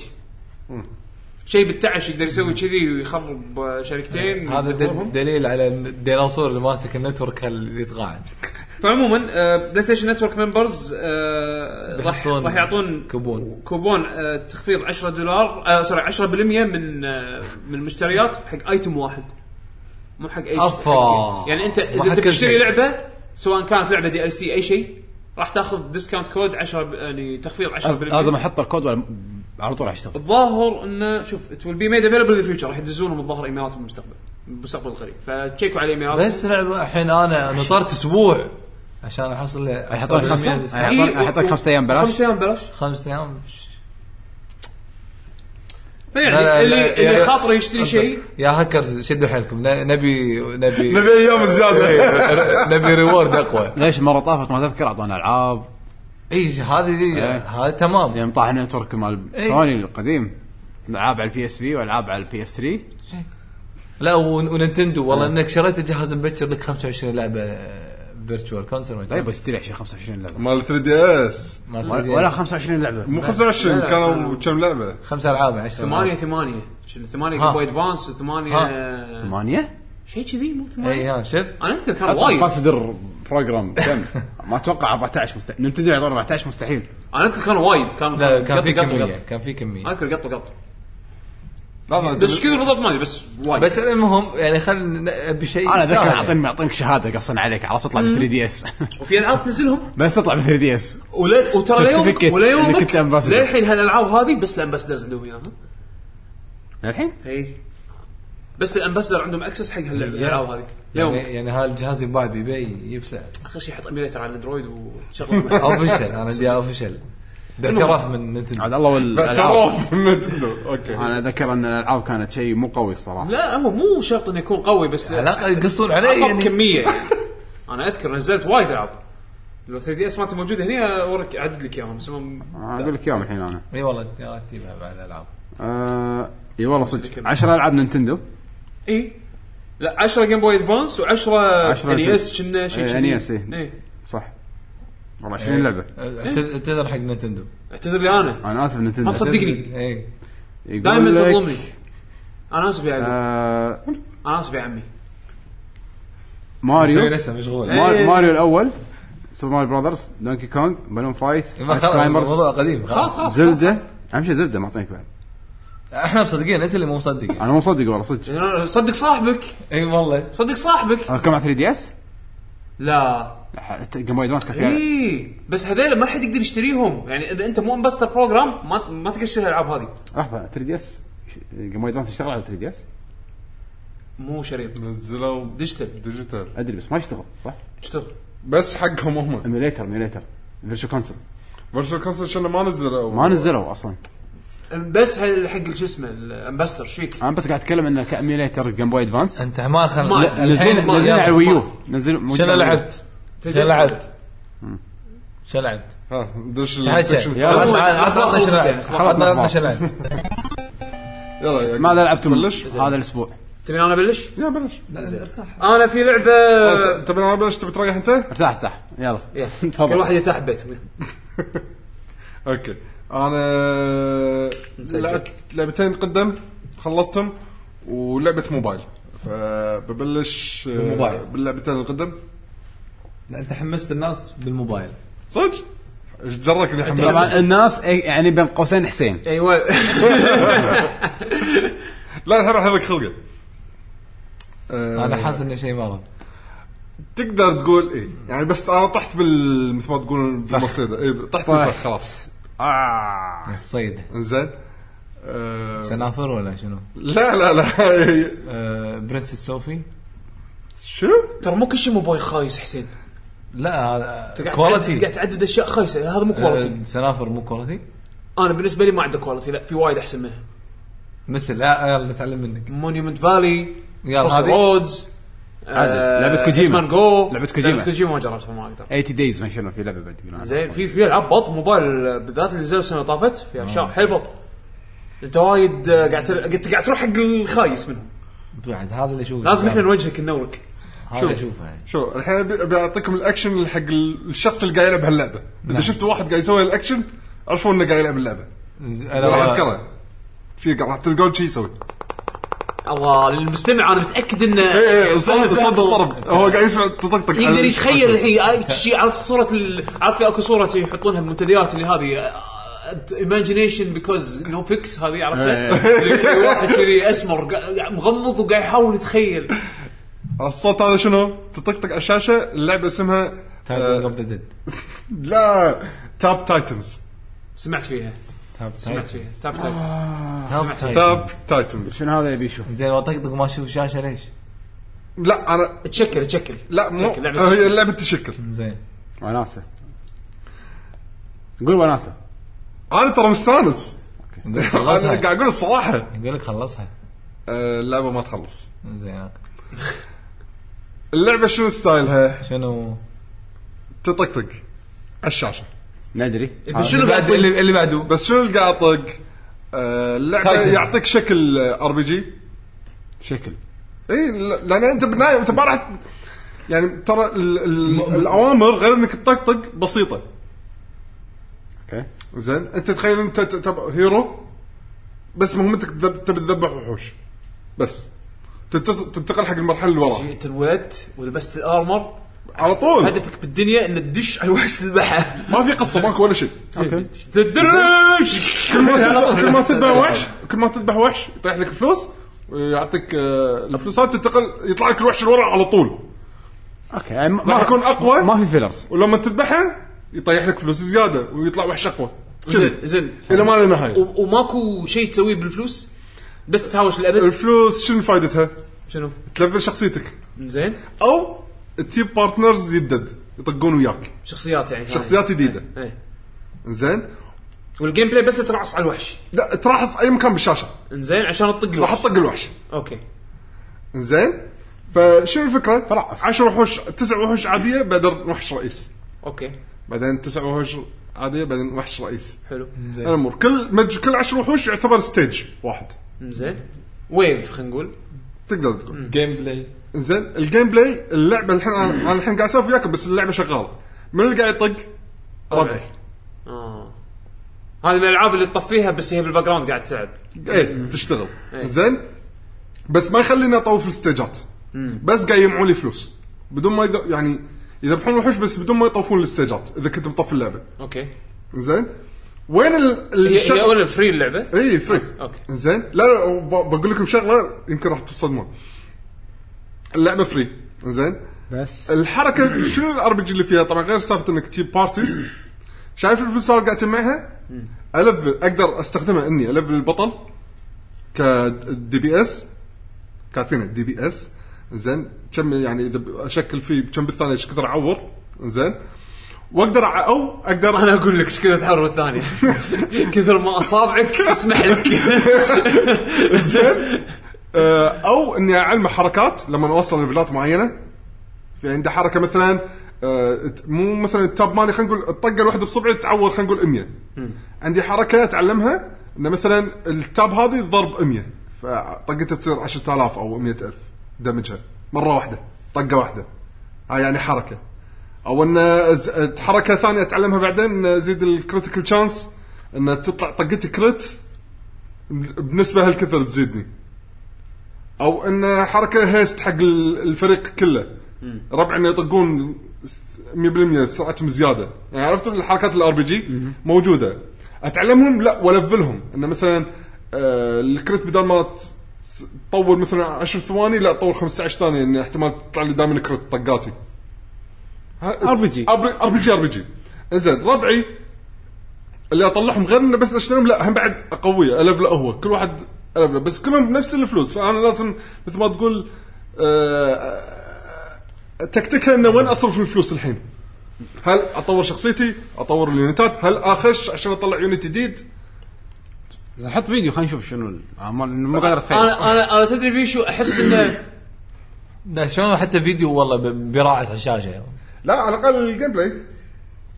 Speaker 3: شيء بالتعش يقدر يسوي كذي ويخرب آه، شركتين
Speaker 4: هذا دل-
Speaker 3: ويدخلهم.
Speaker 4: دليل على الديناصور اللي ماسك النتورك اللي يتقاعد
Speaker 3: فعموما آه، بلاي ستيشن نتورك ممبرز آه، راح
Speaker 4: بيحصلون
Speaker 3: راح يعطون
Speaker 4: كوبون.
Speaker 3: كوبون آه، تخفيض 10 دولار آه، سوري 10% من آه، من المشتريات حق ايتم واحد مو حق اي شيء
Speaker 4: أفا.
Speaker 3: حق- يعني انت
Speaker 4: مو
Speaker 3: اذا
Speaker 4: حق
Speaker 3: انت
Speaker 4: كل
Speaker 3: بتشتري
Speaker 4: شيء.
Speaker 3: لعبه سواء كانت لعبه دي ال سي اي شيء راح تاخذ ديسكاونت كود 10 يعني تخفيض 10%
Speaker 1: لازم احط الكود ولا على طول راح يشتغل
Speaker 3: الظاهر انه شوف ات ويل بي ميد افيلبل ان فيوتشر راح يدزونهم الظاهر ايميلات بالمستقبل بالمستقبل القريب فتشيكوا على ايميلاتهم
Speaker 4: بس لعبه الحين انا نطرت اسبوع عشان احصل لي
Speaker 1: يحطون
Speaker 4: 10%
Speaker 1: خمسة.
Speaker 4: ديسكاونت.
Speaker 1: أيوة. أعطاك- أعطاك خمسة أيام بلاش.
Speaker 3: خمس ايام بلاش
Speaker 4: خمس ايام
Speaker 3: فيعني
Speaker 4: لا لا لا،
Speaker 3: اللي
Speaker 4: يا-
Speaker 3: اللي خاطره يشتري شيء
Speaker 4: يا هاكرز شدوا حيلكم ن- نبي نبي
Speaker 2: نبي ايام زياده
Speaker 4: إيه، نبي ريورد اقوى
Speaker 1: ليش مره طافت ما تذكر اعطونا العاب
Speaker 4: اي ش- هذه
Speaker 1: إيه.
Speaker 4: هذا تمام
Speaker 1: يعني طاح النتورك مال
Speaker 4: إيه.
Speaker 1: سوني القديم العاب على البي اس بي والعاب على البي اس 3 آه.
Speaker 4: لا ون- وننتندو والله انك شريت الجهاز مبكر لك 25 لعبه فيرتشوال كونسول
Speaker 1: لا يبغى يستريح شي 25 لعبه
Speaker 2: مال 3 دي اس
Speaker 1: طيب. ولا ولا 25 لعبه
Speaker 2: مو 25
Speaker 3: لا، لا،
Speaker 2: كانوا
Speaker 3: كانوا-
Speaker 2: كم لعبه
Speaker 4: خمس العاب 10
Speaker 3: ثمانية ثمانية شنو ثمانية
Speaker 4: ها.
Speaker 3: جيم بوي ادفانس وثمانية
Speaker 1: ثمانيه؟
Speaker 3: شيء كذي مو
Speaker 4: اي
Speaker 3: ثمانية
Speaker 4: إيه، ها شفت
Speaker 3: انا اذكر كان وايد
Speaker 1: مصدر بروجرام كم؟ ما اتوقع 14 مستحيل ننتدب 14 مستحيل
Speaker 3: انا اذكر كان وايد كان
Speaker 4: لا كان في
Speaker 3: قط- قط-
Speaker 4: كميه
Speaker 3: قط.
Speaker 4: كان في كميه
Speaker 3: اذكر قط قط
Speaker 2: لا لا
Speaker 3: بس كذا بالضبط ما ادري بس وايد
Speaker 4: بس المهم يعني خلينا ابي شيء
Speaker 1: انا
Speaker 4: يستاهل
Speaker 1: اذكر
Speaker 4: يعني.
Speaker 1: اعطيني اعطيك شهاده قصا عليك عرفت اطلع ب 3 دي اس
Speaker 3: وفي العاب تنزلهم
Speaker 1: بس تطلع ب 3 دي اس
Speaker 3: ولا وترى ليومك
Speaker 1: Certificate
Speaker 3: ولا
Speaker 1: إنك
Speaker 3: يومك
Speaker 1: أنت ambassador.
Speaker 3: للحين هالالعاب هذه بس الامباسدرز عندهم اياها
Speaker 1: الحين
Speaker 3: اي بس الامباسدر عندهم اكسس حق هاللعبه الالعاب هذه
Speaker 4: يعني
Speaker 3: يوم
Speaker 4: يعني هالجهاز ينباع بيبي يبسع
Speaker 3: اخر شيء حط ايميليتر على الاندرويد وشغل
Speaker 4: اوفشل انا دي اوفشل باعتراف من
Speaker 1: عاد
Speaker 4: نتندو
Speaker 1: الله والالعاب
Speaker 2: اعتراف من نتندو اوكي
Speaker 1: انا اذكر ان الالعاب كانت شيء مو قوي الصراحه
Speaker 3: لا هو مو شرط انه يكون قوي بس
Speaker 4: على الاقل يقصون علي
Speaker 3: يعني
Speaker 4: يعني
Speaker 3: كميه يعني انا اذكر نزلت وايد العاب لو 3 دي اس مالتي موجوده هنا اوريك اعدد لك اياهم بس هم-
Speaker 1: اقول لك يوم الحين انا
Speaker 4: اي والله يا تجيبها بعد الالعاب
Speaker 1: آه، اي والله صدق 10 العاب نينتندو
Speaker 3: اي إيه؟ لا 10 جيم بوي ادفانس و10
Speaker 1: 10
Speaker 3: ان اس E كنا شيء
Speaker 1: إيه،
Speaker 3: كذي.
Speaker 1: NES إيه.
Speaker 3: إيه.
Speaker 1: صح والله
Speaker 4: إيه.
Speaker 1: 20 لعبه
Speaker 4: اعتذر- اعتذر حق نتندو
Speaker 3: اعتذر لي انا
Speaker 1: انا اسف نينتندو
Speaker 3: ما تصدق. صدقني.
Speaker 4: اي
Speaker 1: يقول
Speaker 3: دائما
Speaker 1: لك،
Speaker 3: تظلمني انا اسف يا عقل
Speaker 1: آه،
Speaker 3: انا اسف يا عمي
Speaker 4: مسوي
Speaker 1: ماريو
Speaker 4: نفسه مشغول
Speaker 1: مار-
Speaker 3: إيه.
Speaker 1: ماريو الاول سوبر ماريو براذرز دونكي كونغ بالون فايت
Speaker 4: ما
Speaker 1: ايس
Speaker 4: خلاص،
Speaker 1: كلايمرز
Speaker 4: الموضوع قديم
Speaker 3: خلاص خلاص
Speaker 1: زلده اهم شيء زلده معطينك بعد
Speaker 4: احنا مصدقين انت اللي مو مصدق
Speaker 1: انا مو مصدق والله صدق
Speaker 3: خلاص. صدق صاحبك
Speaker 4: اي والله
Speaker 3: صدق صاحبك
Speaker 1: آه، كم على 3 دي اس؟
Speaker 3: لا
Speaker 1: جيم بوي ادفانس كان
Speaker 4: إيه.
Speaker 1: فيها
Speaker 3: اي إيه، بس هذيلا ما حد يقدر يشتريهم يعني اذا انت مو امبستر بروجرام ما ما تقدر تشتري الالعاب هذه
Speaker 1: لحظه 3 دي اس جيم بوي ادفانس اشتغل على 3 دي اس
Speaker 3: مو شريط
Speaker 2: نزلوا
Speaker 3: ديجيتال
Speaker 2: ديجيتال
Speaker 1: ادري بس ما يشتغل صح؟
Speaker 3: اشتغل
Speaker 2: بس حقهم هم
Speaker 1: ايميليتر ايميليتر فيرتشوال كونسل
Speaker 2: فيرتشوال كونسول شنو ما نزلوا أول.
Speaker 1: ما نزلوا اصلا
Speaker 3: بس هل- حق شو اسمه الامبستر شيك
Speaker 1: انا بس قاعد اتكلم انه كايميليتر جيم بوي ادفانس
Speaker 4: انت ما
Speaker 3: ما-
Speaker 4: خل
Speaker 1: نزلين
Speaker 4: الحين ما-
Speaker 1: نزلين على
Speaker 4: يلا.
Speaker 1: الويو نزلوا موجود
Speaker 4: شنو
Speaker 1: على الويو.
Speaker 4: لعبت؟ شنو لعبت؟ شنو لعبت؟
Speaker 2: ها دش
Speaker 4: تعال
Speaker 2: السكشن
Speaker 4: يلا
Speaker 2: الثاني.
Speaker 4: عطنا- عطنا
Speaker 3: أخبار
Speaker 4: شنو
Speaker 3: خلصت
Speaker 4: لعبت.
Speaker 3: يعني.
Speaker 1: خلاص
Speaker 4: عطنا- عطنا
Speaker 1: نخبط.
Speaker 4: شنو لعبت؟
Speaker 2: يلا يا
Speaker 1: ماذا لعبتم
Speaker 2: بلش
Speaker 1: هذا الاسبوع؟
Speaker 3: تبي انا ابلش؟
Speaker 2: يا بلش
Speaker 3: انا في لعبه
Speaker 2: آه، ت- تبي أنا بلش تبي تريح انت؟
Speaker 1: ارتاح ارتاح يلا
Speaker 3: يلا، كل واحد يرتاح ببيته
Speaker 2: اوكي انا
Speaker 3: نسجل.
Speaker 2: لعبت لعبتين قدم خلصتهم ولعبه موبايل فببلش آه،
Speaker 4: بالموبايل.
Speaker 2: باللعبتين القدم
Speaker 4: انت حمست الناس بالموبايل
Speaker 2: صدق ايش جرك اللي حمست
Speaker 1: طبعا الناس إيه، يعني بين قوسين حسين
Speaker 3: ايوه
Speaker 2: لا الحين راح اذك خلقه آه،
Speaker 4: انا حاسس انه شيء مرض
Speaker 2: تقدر تقول ايه يعني بس انا طحت بال مثل ما تقول بالمصيده اي طحت
Speaker 1: طحت.
Speaker 2: بالفخ خلاص
Speaker 1: آه.
Speaker 4: الصيد
Speaker 2: انزين آه،
Speaker 4: سنافر ولا شنو؟
Speaker 2: لا لا لا
Speaker 4: آه، برنسس صوفي
Speaker 2: شنو؟
Speaker 3: ترى مو كل شيء موبايل خايس حسين
Speaker 4: لا هذا
Speaker 3: أنت قاعد تعدد-
Speaker 4: كواليتي
Speaker 3: قاعد تعدد اشياء خايسه هذا مو كواليتي
Speaker 1: إيه.
Speaker 4: آه، سنافر مو كواليتي
Speaker 3: انا بالنسبه لي ما عنده كواليتي لا في وايد احسن منها
Speaker 4: مثل لا يلا نتعلم منك
Speaker 3: مونيومنت فالي
Speaker 4: يلا،
Speaker 3: روس
Speaker 4: هذه.
Speaker 3: رودز
Speaker 1: عادل.
Speaker 3: آه،
Speaker 1: لعبة كوجيما.
Speaker 3: جو
Speaker 1: لعبة كوجيما.
Speaker 3: لعبه كوجيما ما جربتها ما اقدر
Speaker 1: 80 دايز ما شنو في لعبه بعد تقولون عنها.
Speaker 3: زين في في العاب بط موبايل بالذات اللي نزلت السنه اللي طافت فيها اشياء حيل بط انت وايد آه، قاعد تل- قاعد قاعد تروح حق الخايس منهم
Speaker 4: بعد هذا اللي اشوفه
Speaker 3: لازم احنا نوجهك ننورك
Speaker 4: هذا اللي اشوفه يعني.
Speaker 2: شو الحين أبي- أبي اعطيكم الاكشن حق ال- الشخص اللي قاعد يلعب هاللعبه
Speaker 3: نعم.
Speaker 2: اذا شفتوا واحد قاعد يسوي الاكشن عرفوا انه قاعد يلعب اللعبه راح
Speaker 4: انا
Speaker 2: اذكره شي راح تلقون شي يسوي
Speaker 3: الله للمستمع انا متاكد انه
Speaker 2: اي اي إيه، صوت
Speaker 3: فهد- فهد
Speaker 2: صوت الطرب هو قاعد يسمع تطقطق
Speaker 3: يقدر يتخيل الحين آه، شي عرفت صوره ال... عرفت في اكو صوره شي يحطونها بالمنتديات اللي هذه آه، ايماجينيشن بيكوز نو بيكس هذه عرفتها اللي واحد كذي اسمر قا- مغمض وقاعد يحاول يتخيل
Speaker 2: الصوت هذا شنو؟ تطقطق على الشاشه اللعبه اسمها
Speaker 4: تايتن
Speaker 2: آه،
Speaker 4: اوف ذا ديد
Speaker 2: لا تاب تايتنز
Speaker 3: سمعت فيها
Speaker 4: تاب
Speaker 3: سمعت فيها تاب تايتنز
Speaker 4: تايتن
Speaker 2: تاب تايتنز
Speaker 1: شنو هذا يبي يشوف
Speaker 4: زين واطقطق ما اشوف شاشه ليش؟
Speaker 2: لا انا
Speaker 3: تشكل تشكل
Speaker 2: لا مو
Speaker 3: تشكل، لعبة
Speaker 2: هي
Speaker 3: تشكل.
Speaker 2: لعبه تشكل
Speaker 4: زين
Speaker 1: وناسه قول وناسه
Speaker 2: انا ترى مستانس
Speaker 4: يقول لك
Speaker 2: انا قاعد
Speaker 4: خلصها
Speaker 2: اقول الصراحه
Speaker 4: يقول لك خلصها
Speaker 2: آه، اللعبه ما تخلص
Speaker 4: زين
Speaker 2: اللعبه شنو ستايلها؟
Speaker 4: شنو
Speaker 2: تطقطق على الشاشه
Speaker 1: ندري
Speaker 3: بس شنو
Speaker 4: اللي
Speaker 3: بعد
Speaker 4: بعد اللي اللي بعده
Speaker 2: بس شنو اللي قاعد طق؟ آه، اللعبه
Speaker 4: تايتنز.
Speaker 2: يعطيك شكل ار بي جي
Speaker 1: شكل
Speaker 2: اي ل- لان انت بالنهايه انت ما راح يعني ترى ال- ال- الاوامر غير انك تطقطق بسيطه
Speaker 1: اوكي
Speaker 2: زين انت تخيل انت ت- تبع هيرو بس مهمتك تذب- تبي تذبح وحوش بس تتص- تنتقل حق المرحله اللي وراها
Speaker 3: انت انولدت ولبست الارمر
Speaker 2: على طول
Speaker 3: هدفك بالدنيا ان تدش على وحش تذبحه
Speaker 2: ما في قصه ماكو ولا شيء
Speaker 1: اوكي
Speaker 3: تدرش
Speaker 2: كل ما كل ما
Speaker 3: على
Speaker 2: تذبح
Speaker 3: طول.
Speaker 2: وحش كل ما تذبح وحش يطيح لك فلوس ويعطيك آه، الفلوس هاي تنتقل يطلع لك الوحش اللي وراه على طول
Speaker 1: اوكي يعني ما
Speaker 2: راح يكون اقوى
Speaker 1: ما في فيلرز
Speaker 2: ولما تذبحه يطيح لك فلوس زياده ويطلع وحش اقوى
Speaker 3: زين
Speaker 2: كذي
Speaker 3: زين
Speaker 2: الى ما لا نهايه
Speaker 3: و- وماكو شيء تسويه بالفلوس بس تهاوش الابد
Speaker 2: الفلوس شنو فائدتها؟
Speaker 3: شنو؟
Speaker 2: تلفل شخصيتك
Speaker 3: زين
Speaker 2: او تجيب بارتنرز يدد يطقون وياك
Speaker 3: شخصيات يعني
Speaker 2: شخصيات جديده
Speaker 3: ايه
Speaker 2: زين
Speaker 3: والجيم بلاي بس ترعص على الوحش
Speaker 2: لا تراحص اي مكان بالشاشه
Speaker 3: انزين عشان تطق
Speaker 2: راح
Speaker 3: الوحش
Speaker 2: تطق الوحش
Speaker 3: اوكي
Speaker 2: زين فشنو الفكره؟
Speaker 1: ترعص.
Speaker 2: 10 وحوش تسع وحوش عاديه بعدين وحش رئيس
Speaker 3: اوكي
Speaker 2: بعدين تسع وحوش عاديه بعدين وحش رئيس
Speaker 3: حلو
Speaker 2: الامور كل مج... كل 10 وحوش يعتبر ستيج واحد
Speaker 3: انزين ويف خلينا نقول
Speaker 2: تقدر تقول
Speaker 4: جيم بلاي
Speaker 2: زين الجيم بلاي اللعبه الحين انا أنا الحين قاعد اسولف وياك بس اللعبه شغاله من اللي قاعد يطق؟ ربعي
Speaker 3: اه هذه من الالعاب اللي تطفيها بس هي بالباك جراوند قاعد تلعب
Speaker 2: ايه تشتغل
Speaker 3: إيه.
Speaker 2: زين بس ما يخليني اطوف الستيجات بس قاعد يجمعوا لي فلوس بدون ما يد... يعني يذبحون الوحوش بس بدون ما يطوفون الستيجات اذا كنت مطفي اللعبه
Speaker 3: اوكي
Speaker 2: زين وين ال...
Speaker 3: هي, هي
Speaker 2: الشغل
Speaker 3: اول فري اللعبه
Speaker 2: اي فريك
Speaker 3: أوكي.
Speaker 2: إيه، زين لا لا وب- بقول لكم شغله يمكن راح تصدمون اللعبه فري زين
Speaker 1: بس
Speaker 2: الحركه شنو الار بي جي اللي فيها طبعا غير سالفه انك تجيب بارتيز شايف الفلوس اللي قاعد تجمعها؟ الف اقدر استخدمها اني الف البطل كدي بي اس كاتبينها دي بي اس زين كم يعني اذا ب- اشكل فيه كم بالثانيه ايش كثر اعور زين واقدر أع- او اقدر
Speaker 3: انا اقول لك ايش كذا تحرر الثانيه كثر ما اصابعك تسمح لك
Speaker 2: آه، او اني اعلمه حركات لما اوصل ليفلات معينه في عنده حركه مثلا آه، ت- مو مثلا التاب مالي خلينا نقول الطقه الواحده بصبعي تعور خلينا نقول 100 عندي حركه اتعلمها ان مثلا التاب هذه ضرب 100 فطقته تصير 10000 او 100000 دمجها مره واحده طقه واحده هاي يعني حركه او ان أز- حركه ثانيه اتعلمها بعدين ان ازيد الكريتيكال تشانس ان تطلع طقتي كريت بالنسبه هالكثر تزيدني او ان حركه هيست حق ال- الفريق كله ربع انه يطقون 100% سرعتهم زياده يعني عرفتوا الحركات الار بي جي موجوده اتعلمهم لا والفلهم انه مثلا آه الكريت بدل ما ت- تطول مثلا 10 ثواني لا تطول 15 ثانيه ان احتمال تطلع لي دائما كريت طقاتي
Speaker 1: ار بي جي
Speaker 2: ار بي جي ار بي جي زين ربعي اللي اطلعهم غير انه بس اشتريهم لا هم بعد اقويه الفله هو كل واحد الفله بس كلهم بنفس الفلوس فانا لازم مثل ما تقول آه، تكتكها انه وين اصرف الفلوس الحين؟ هل اطور شخصيتي؟ اطور اليونتات؟ هل اخش عشان اطلع يونت جديد؟
Speaker 1: حط فيديو خلينا نشوف شنو ال- آه، ما- مو قادر اتخيل
Speaker 3: انا انا انا تدري بيشو احس انه
Speaker 4: لا شلون حتى فيديو والله ب- بيراعس على الشاشه
Speaker 2: لا على الاقل الجيم بلاي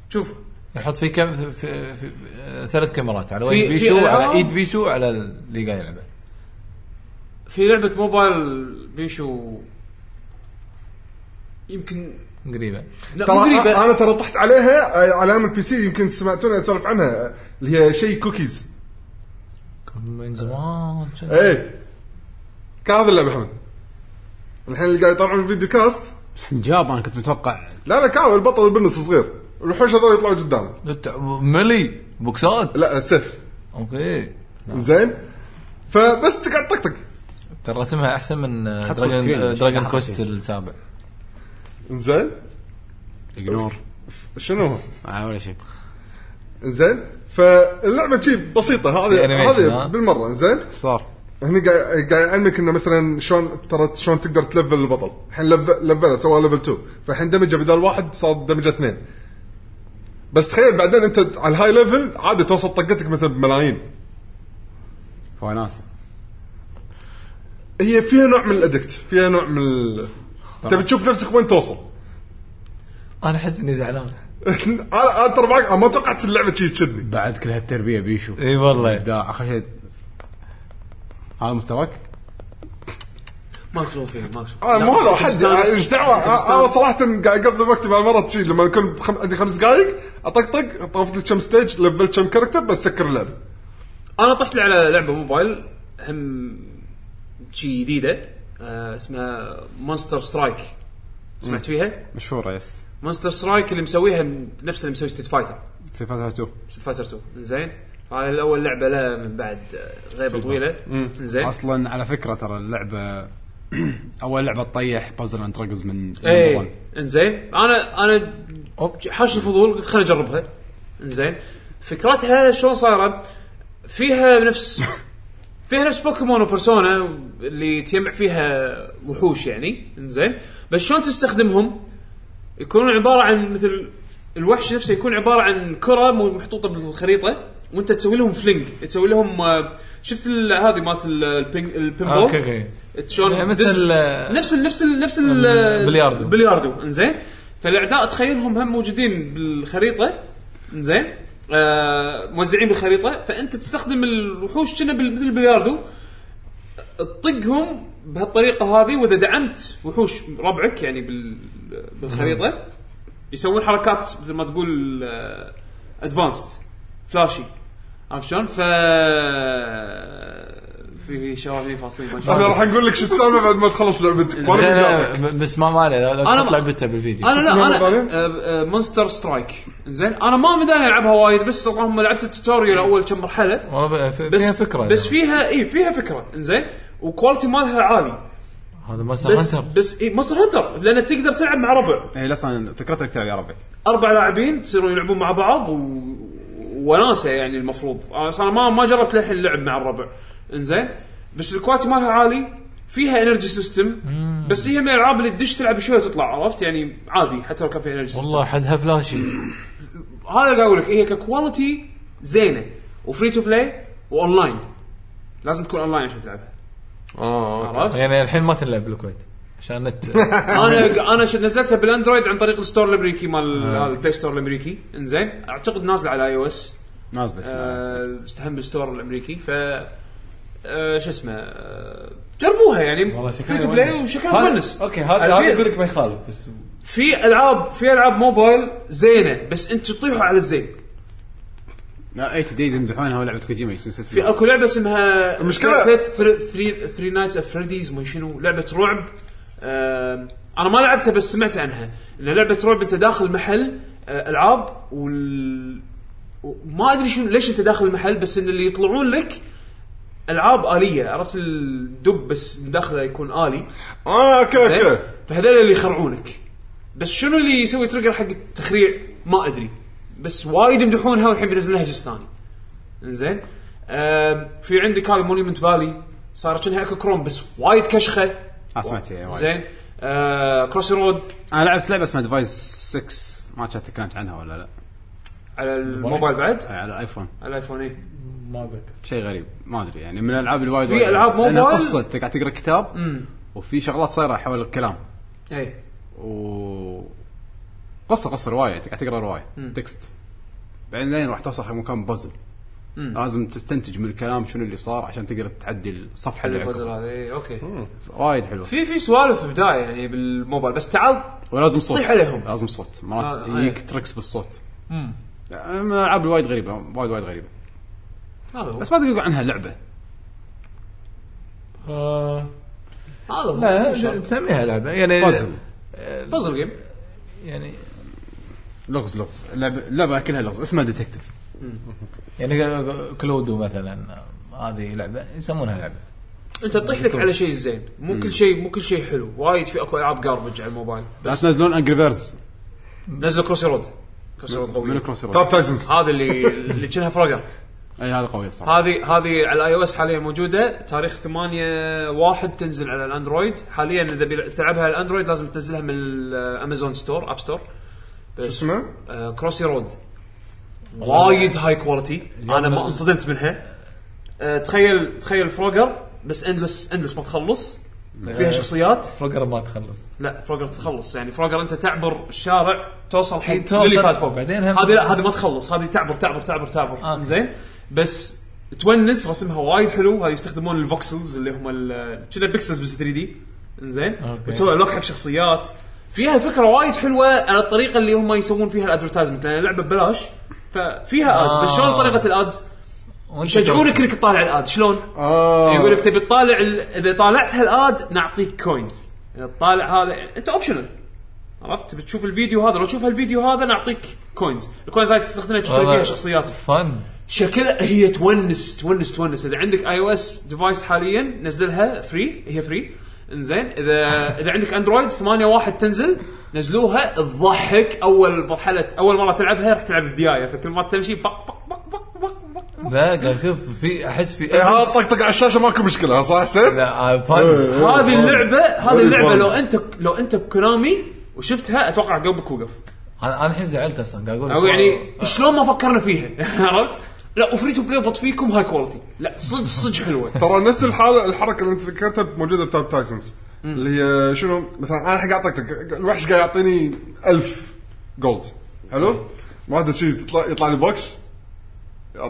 Speaker 3: شوف
Speaker 4: يحط في كم في, في, في آه، ثلاث كاميرات على
Speaker 3: في-
Speaker 4: وجه
Speaker 3: في
Speaker 4: بيشو على
Speaker 3: ألعاب؟
Speaker 4: ايد بيشو على اللي قاعد يلعبه
Speaker 3: في لعبه موبايل بيشو يمكن
Speaker 4: قريبه
Speaker 3: لا مو
Speaker 2: ترى
Speaker 3: قريبه
Speaker 2: انا ترى طحت عليها آه، على أيام البي سي يمكن سمعتوني اسولف عنها اللي هي شيء كوكيز
Speaker 4: من زمان
Speaker 2: ايه كان هذا اللعبه حمد الحين اللي قاعد يطلعون الفيديو كاست
Speaker 1: جاب انا كنت متوقع
Speaker 2: لا لا كاو البطل البنس صغير الوحوش هذول يطلعوا قدامه
Speaker 4: التع- ملي بوكسات
Speaker 2: لا سيف
Speaker 4: اوكي
Speaker 2: زين فبس تقعد طقطق
Speaker 4: ترى رسمها احسن من آه،
Speaker 1: حط full screen.
Speaker 4: دراجون دراجون
Speaker 1: حط
Speaker 4: كوست
Speaker 1: full screen.
Speaker 4: السابع
Speaker 2: زين
Speaker 1: اجنور
Speaker 2: شنو هو؟
Speaker 1: آه ولا شيء
Speaker 2: زين فاللعبه شي بسيطه هذه
Speaker 4: في animation،
Speaker 2: هذه
Speaker 4: ها؟
Speaker 2: بالمره زين
Speaker 1: صار
Speaker 2: هني قاعد قاعد يعلمك انه مثلا شلون ترى شلون تقدر تلفل البطل الحين لف- لفله سوى ليفل 2 فالحين دمجه بدل واحد صار دمجه اثنين بس تخيل بعدين انت على الهاي ليفل عادي توصل طقتك مثلا بملايين
Speaker 1: فوناسه
Speaker 2: هي فيها نوع من الادكت فيها نوع من ال... تبي تشوف نفسك وين توصل
Speaker 4: انا احس اني زعلان
Speaker 2: انا أنا ترى معك- ما توقعت اللعبه شي تشدني
Speaker 1: بعد كل هالتربيه بيشو
Speaker 4: اي والله
Speaker 1: ده اخر شيء هذا مستواك؟
Speaker 3: ما شغل فيه ما شغل
Speaker 2: انا آه، مو هذا حد يعني آه،
Speaker 3: مستانس.
Speaker 2: ايش دعوه
Speaker 3: أنت
Speaker 2: أنا- انا
Speaker 3: مستانس.
Speaker 2: صراحه قاعد اقضي وقتي بالمره شي لما اكون بخم- عندي خمس دقائق اطقطق طافت لي كم ستيج لفلت كم كاركتر بس سكر اللعبه
Speaker 3: انا طحت لي على لعبه موبايل هم شي جديده آه اسمها مونستر سترايك سمعت فيها؟
Speaker 1: مشهوره يس
Speaker 3: مونستر سترايك اللي مسويها نفس اللي مسوي ستيت فايتر
Speaker 1: سيفاتها 2
Speaker 3: ستيت فايتر 2 زين هاي الاول لعبه له من بعد آه، غيبه طويله زين
Speaker 1: اصلا على فكره ترى اللعبه اول لعبه تطيح بازل اند دراجونز من
Speaker 3: اي
Speaker 1: من
Speaker 3: انزين انا انا حاش الفضول قلت خليني اجربها انزين فكرتها شلون صايره فيها نفس فيها نفس بوكيمون وبرسونا اللي تجمع فيها وحوش يعني انزين بس شلون تستخدمهم يكونون عباره عن مثل الوحش نفسه يكون عباره عن كره مو- محطوطه بالخريطه وانت تسوي لهم فلينج تسوي لهم آه، شفت ال- هذه مالت ال- البينج البينبول
Speaker 4: اوكي اوكي
Speaker 3: شلون
Speaker 4: مثل-
Speaker 3: دز- نفس ال نفس ال نفس ال
Speaker 4: البلياردو.
Speaker 3: بلياردو انزين فالاعداء تخيلهم هم موجودين بالخريطه انزين آه موزعين بالخريطه فانت تستخدم الوحوش كنا بال- مثل البلياردو تطقهم بهالطريقه هذه واذا دعمت وحوش ربعك يعني بال بالخريطه يسوون حركات مثل ما تقول ادفانسد فلاشي عرفت شلون؟ ف في شواهين فاصلين ما شاء
Speaker 2: احنا
Speaker 3: الله.
Speaker 2: راح نقول لك شو السالفه بعد ما تخلص لعبتك ما
Speaker 4: زين،
Speaker 2: نبي
Speaker 4: لا،
Speaker 2: نقاطعك.
Speaker 4: ب- بس ما ما عليه لا لا
Speaker 3: أنا
Speaker 4: تحط
Speaker 3: ما-
Speaker 4: لعبتها بالفيديو
Speaker 3: انا لا
Speaker 2: اسمها
Speaker 3: انا
Speaker 2: بعدين؟
Speaker 3: آه، آه، مونستر سترايك زين انا ما مداني العبها وايد بس اللهم لعبت التوتوريال اول كم مرحله
Speaker 4: والله ف-
Speaker 3: بس
Speaker 4: فيها فكره
Speaker 3: بس
Speaker 4: يعني.
Speaker 3: فيها اي فيها فكره زين وكواليتي مالها عالي
Speaker 4: هذا ما
Speaker 3: بس
Speaker 4: سمعتها
Speaker 3: بس اي مصر هنتر لان تقدر تلعب مع ربع
Speaker 1: اي اصلا فكرتك تلعب يا ربي
Speaker 3: اربع لاعبين تصيرون يلعبون مع بعض و... وناسه يعني المفروض انا أصلاً ما ما جربت للحين اللعب مع الربع انزين بس الكواليتي مالها عالي فيها انرجي سيستم بس هي من الالعاب اللي تدش تلعب شويه وتطلع عرفت يعني عادي حتى لو كان فيها انرجي سيستم
Speaker 4: والله حدها فلاشي
Speaker 3: هذا اللي قاعد اقول لك هي ككواليتي زينه وفري تو بلاي واونلاين لازم تكون اونلاين عشان تلعبها
Speaker 2: اه
Speaker 3: عرفت؟
Speaker 4: يعني الحين ما تنلعب بالكويت عشان نت
Speaker 3: انا انا ش- نزلتها بالاندرويد عن طريق الستور الامريكي مال هذا البلاي ستور الامريكي انزين اعتقد نازله على اي او اس
Speaker 1: نازله
Speaker 3: آه.
Speaker 1: اسمها.
Speaker 3: استهم بالستور الامريكي ف آه، شو اسمه آه، جربوها يعني فري تو بلاي وشكلها تونس
Speaker 4: اوكي هذا هذا اقول لك ما يخالف بس
Speaker 3: في العاب في العاب موبايل زينه بس انتم تطيحوا على الزين
Speaker 1: لا 80 دايز يمدحونها ولعبه كوجيما شو
Speaker 3: في
Speaker 1: اسمها
Speaker 3: اكو لعبه اسمها
Speaker 2: المشكلة-
Speaker 3: ثري نايتس اوف فريديز ما شنو لعبه رعب آم، انا ما لعبتها بس سمعت عنها ان لعبه رعب انت داخل محل آه، العاب وال وما ادري شنو ليش انت داخل المحل بس ان اللي يطلعون لك العاب اليه عرفت الدب بس من داخله يكون الي
Speaker 2: اه اوكي
Speaker 3: زين
Speaker 1: إيه.
Speaker 2: اوكي
Speaker 3: فهذول اللي يخرعونك بس شنو اللي يسوي تريجر حق التخريع ما ادري بس وايد يمدحونها والحين بينزلون لها جزء ثاني انزين آم، في عندك هاي مونيمنت فالي صارت شنها اكو كروم بس وايد كشخه
Speaker 1: آه، سمعت فيها وايد.
Speaker 3: زين آه كروسي رود
Speaker 1: انا لعبت لعبه اسمها ديفايس 6 ما كانت تكلمت عنها ولا لا
Speaker 3: على الموبايل بعد
Speaker 1: أي على الايفون
Speaker 3: على الايفون ايه
Speaker 4: ما اتذكر
Speaker 1: شيء غريب ما ادري يعني من الالعاب الوايد
Speaker 3: في
Speaker 1: وايد-
Speaker 3: ألعاب
Speaker 1: لأنها
Speaker 3: موبايل؟
Speaker 1: قصه انت قاعد تقرا كتاب وفي شغلات صايره حول الكلام
Speaker 3: ايه
Speaker 1: و قصه قصه روايه انت قاعد تقرا روايه تكست بعدين لين راح توصل حق مكان بازل لازم تستنتج من الكلام شنو اللي صار عشان تقدر تعدي الصفحه
Speaker 3: حلو
Speaker 1: اللي
Speaker 3: البازل
Speaker 1: عقب.
Speaker 3: هذا ايه اوكي
Speaker 1: وايد حلوه
Speaker 3: في في سوالف بدايه يعني بالموبايل بس تعال
Speaker 1: ولازم صوت
Speaker 3: طيح عليهم.
Speaker 1: لازم صوت مرات
Speaker 3: آه، آه.
Speaker 1: يجيك تركس بالصوت يعني من الالعاب الوايد غريبه وايد وايد غريبه
Speaker 3: هذا هو
Speaker 1: بس ما تقدر تقول عنها لعبه
Speaker 4: آه،
Speaker 3: هذا هو
Speaker 4: لا
Speaker 3: مو شرط.
Speaker 4: تسميها لعبه يعني
Speaker 1: بازل
Speaker 3: بازل جيم
Speaker 4: يعني
Speaker 1: لغز لغز لعبه لعبه كلها لغز اسمها ديتكتيف
Speaker 4: يعني كلودو مثلا هذه لعبه يسمونها لعبه
Speaker 3: انت تطيح لك على شيء زين مو كل شيء مو كل شيء حلو وايد في اكو العاب جاربج على الموبايل
Speaker 1: لا
Speaker 3: بس
Speaker 1: تنزلون انجري بيردز
Speaker 3: نزلوا كروسي رود كروسي رود
Speaker 1: من
Speaker 3: قوي
Speaker 1: كروس
Speaker 2: تاب تايسنز
Speaker 3: هذا اللي اللي كانها فرقر
Speaker 1: اي هذا قوي صح
Speaker 3: هذه هذه على الاي او اس حاليا موجوده تاريخ 8 واحد تنزل على الاندرويد حاليا اذا بي- تلعبها على الاندرويد لازم تنزلها من الامازون ستور اب ستور شو
Speaker 2: اسمه؟
Speaker 3: كروسي رود آه، وايد هاي كواليتي انا ما انصدمت منها آه، تخيل تخيل فروجر بس اندلس اندلس ما تخلص فيها شخصيات
Speaker 4: فقره ما تخلص
Speaker 3: لا فروجر تخلص يعني فروجر انت تعبر الشارع توصل حين
Speaker 4: إيه، توصل،
Speaker 3: للي فات فوق
Speaker 4: بعدين هم- آه،
Speaker 3: هذه لا هذه ما تخلص هذه تعبر تعبر تعبر تعبر
Speaker 4: أوكي.
Speaker 3: زين بس تونس رسمها وايد حلو هذه يستخدمون الفوكسلز اللي هم ال- كنا بيكسلز بس 3 دي زين
Speaker 4: أوكي.
Speaker 3: وتسوي علاقه حق شخصيات فيها فكره وايد حلوه على الطريقه اللي هم يسوون فيها الادفرتايزمنت لان اللعبه ببلاش ففيها ادز
Speaker 4: آه.
Speaker 3: بس شلون طريقه الادز؟
Speaker 4: وأنت
Speaker 3: يشجعونك انك تطالع الاد شلون؟
Speaker 2: اه
Speaker 3: يقول لك تبي تطالع ال- اذا طالعت هالاد نعطيك كوينز اذا تطالع هذا انت اوبشنال عرفت تبي تشوف الفيديو هذا لو تشوف هالفيديو هذا نعطيك كوينز الكوينز هاي تستخدمها تشتري فيها شخصيات
Speaker 4: فن
Speaker 3: شكلها هي تونس تونس تونس اذا عندك اي او اس ديفايس حاليا نزلها فري هي فري انزين اذا اذا عندك اندرويد 8 واحد تنزل نزلوها تضحك اول مرحله اول مره تلعبها راح تلعب بديايه فكل ما تمشي بق بق بق بق بق بق
Speaker 4: لا قاعد اشوف في احس في
Speaker 2: إيه، هذا طقطق على الشاشه ماكو مشكله ها، صح حسين؟
Speaker 4: لا آه،
Speaker 2: إيه،
Speaker 4: فن
Speaker 2: إيه.
Speaker 3: هذه اللعبه هذه
Speaker 2: هذه
Speaker 3: اللعبه
Speaker 2: الفرق.
Speaker 3: لو انت لو انت بكونامي وشفتها اتوقع قلبك وقف
Speaker 4: انا أنا الحين زعلت اصلا قاعد اقول
Speaker 3: او
Speaker 4: لك
Speaker 3: يعني شلون ما فكرنا فيها عرفت؟ لا وفري تو بلاي بط فيكم هاي كواليتي لا صدق صدق حلوه
Speaker 2: ترى نفس الحاله الحركه اللي انت ذكرتها موجوده بتاب تايسنز اللي هي شنو مثلا انا الحين قاعد اعطيك الوحش قاعد يعطيني 1000 جولد حلو؟ واحده شي تطلع يطلع لي بوكس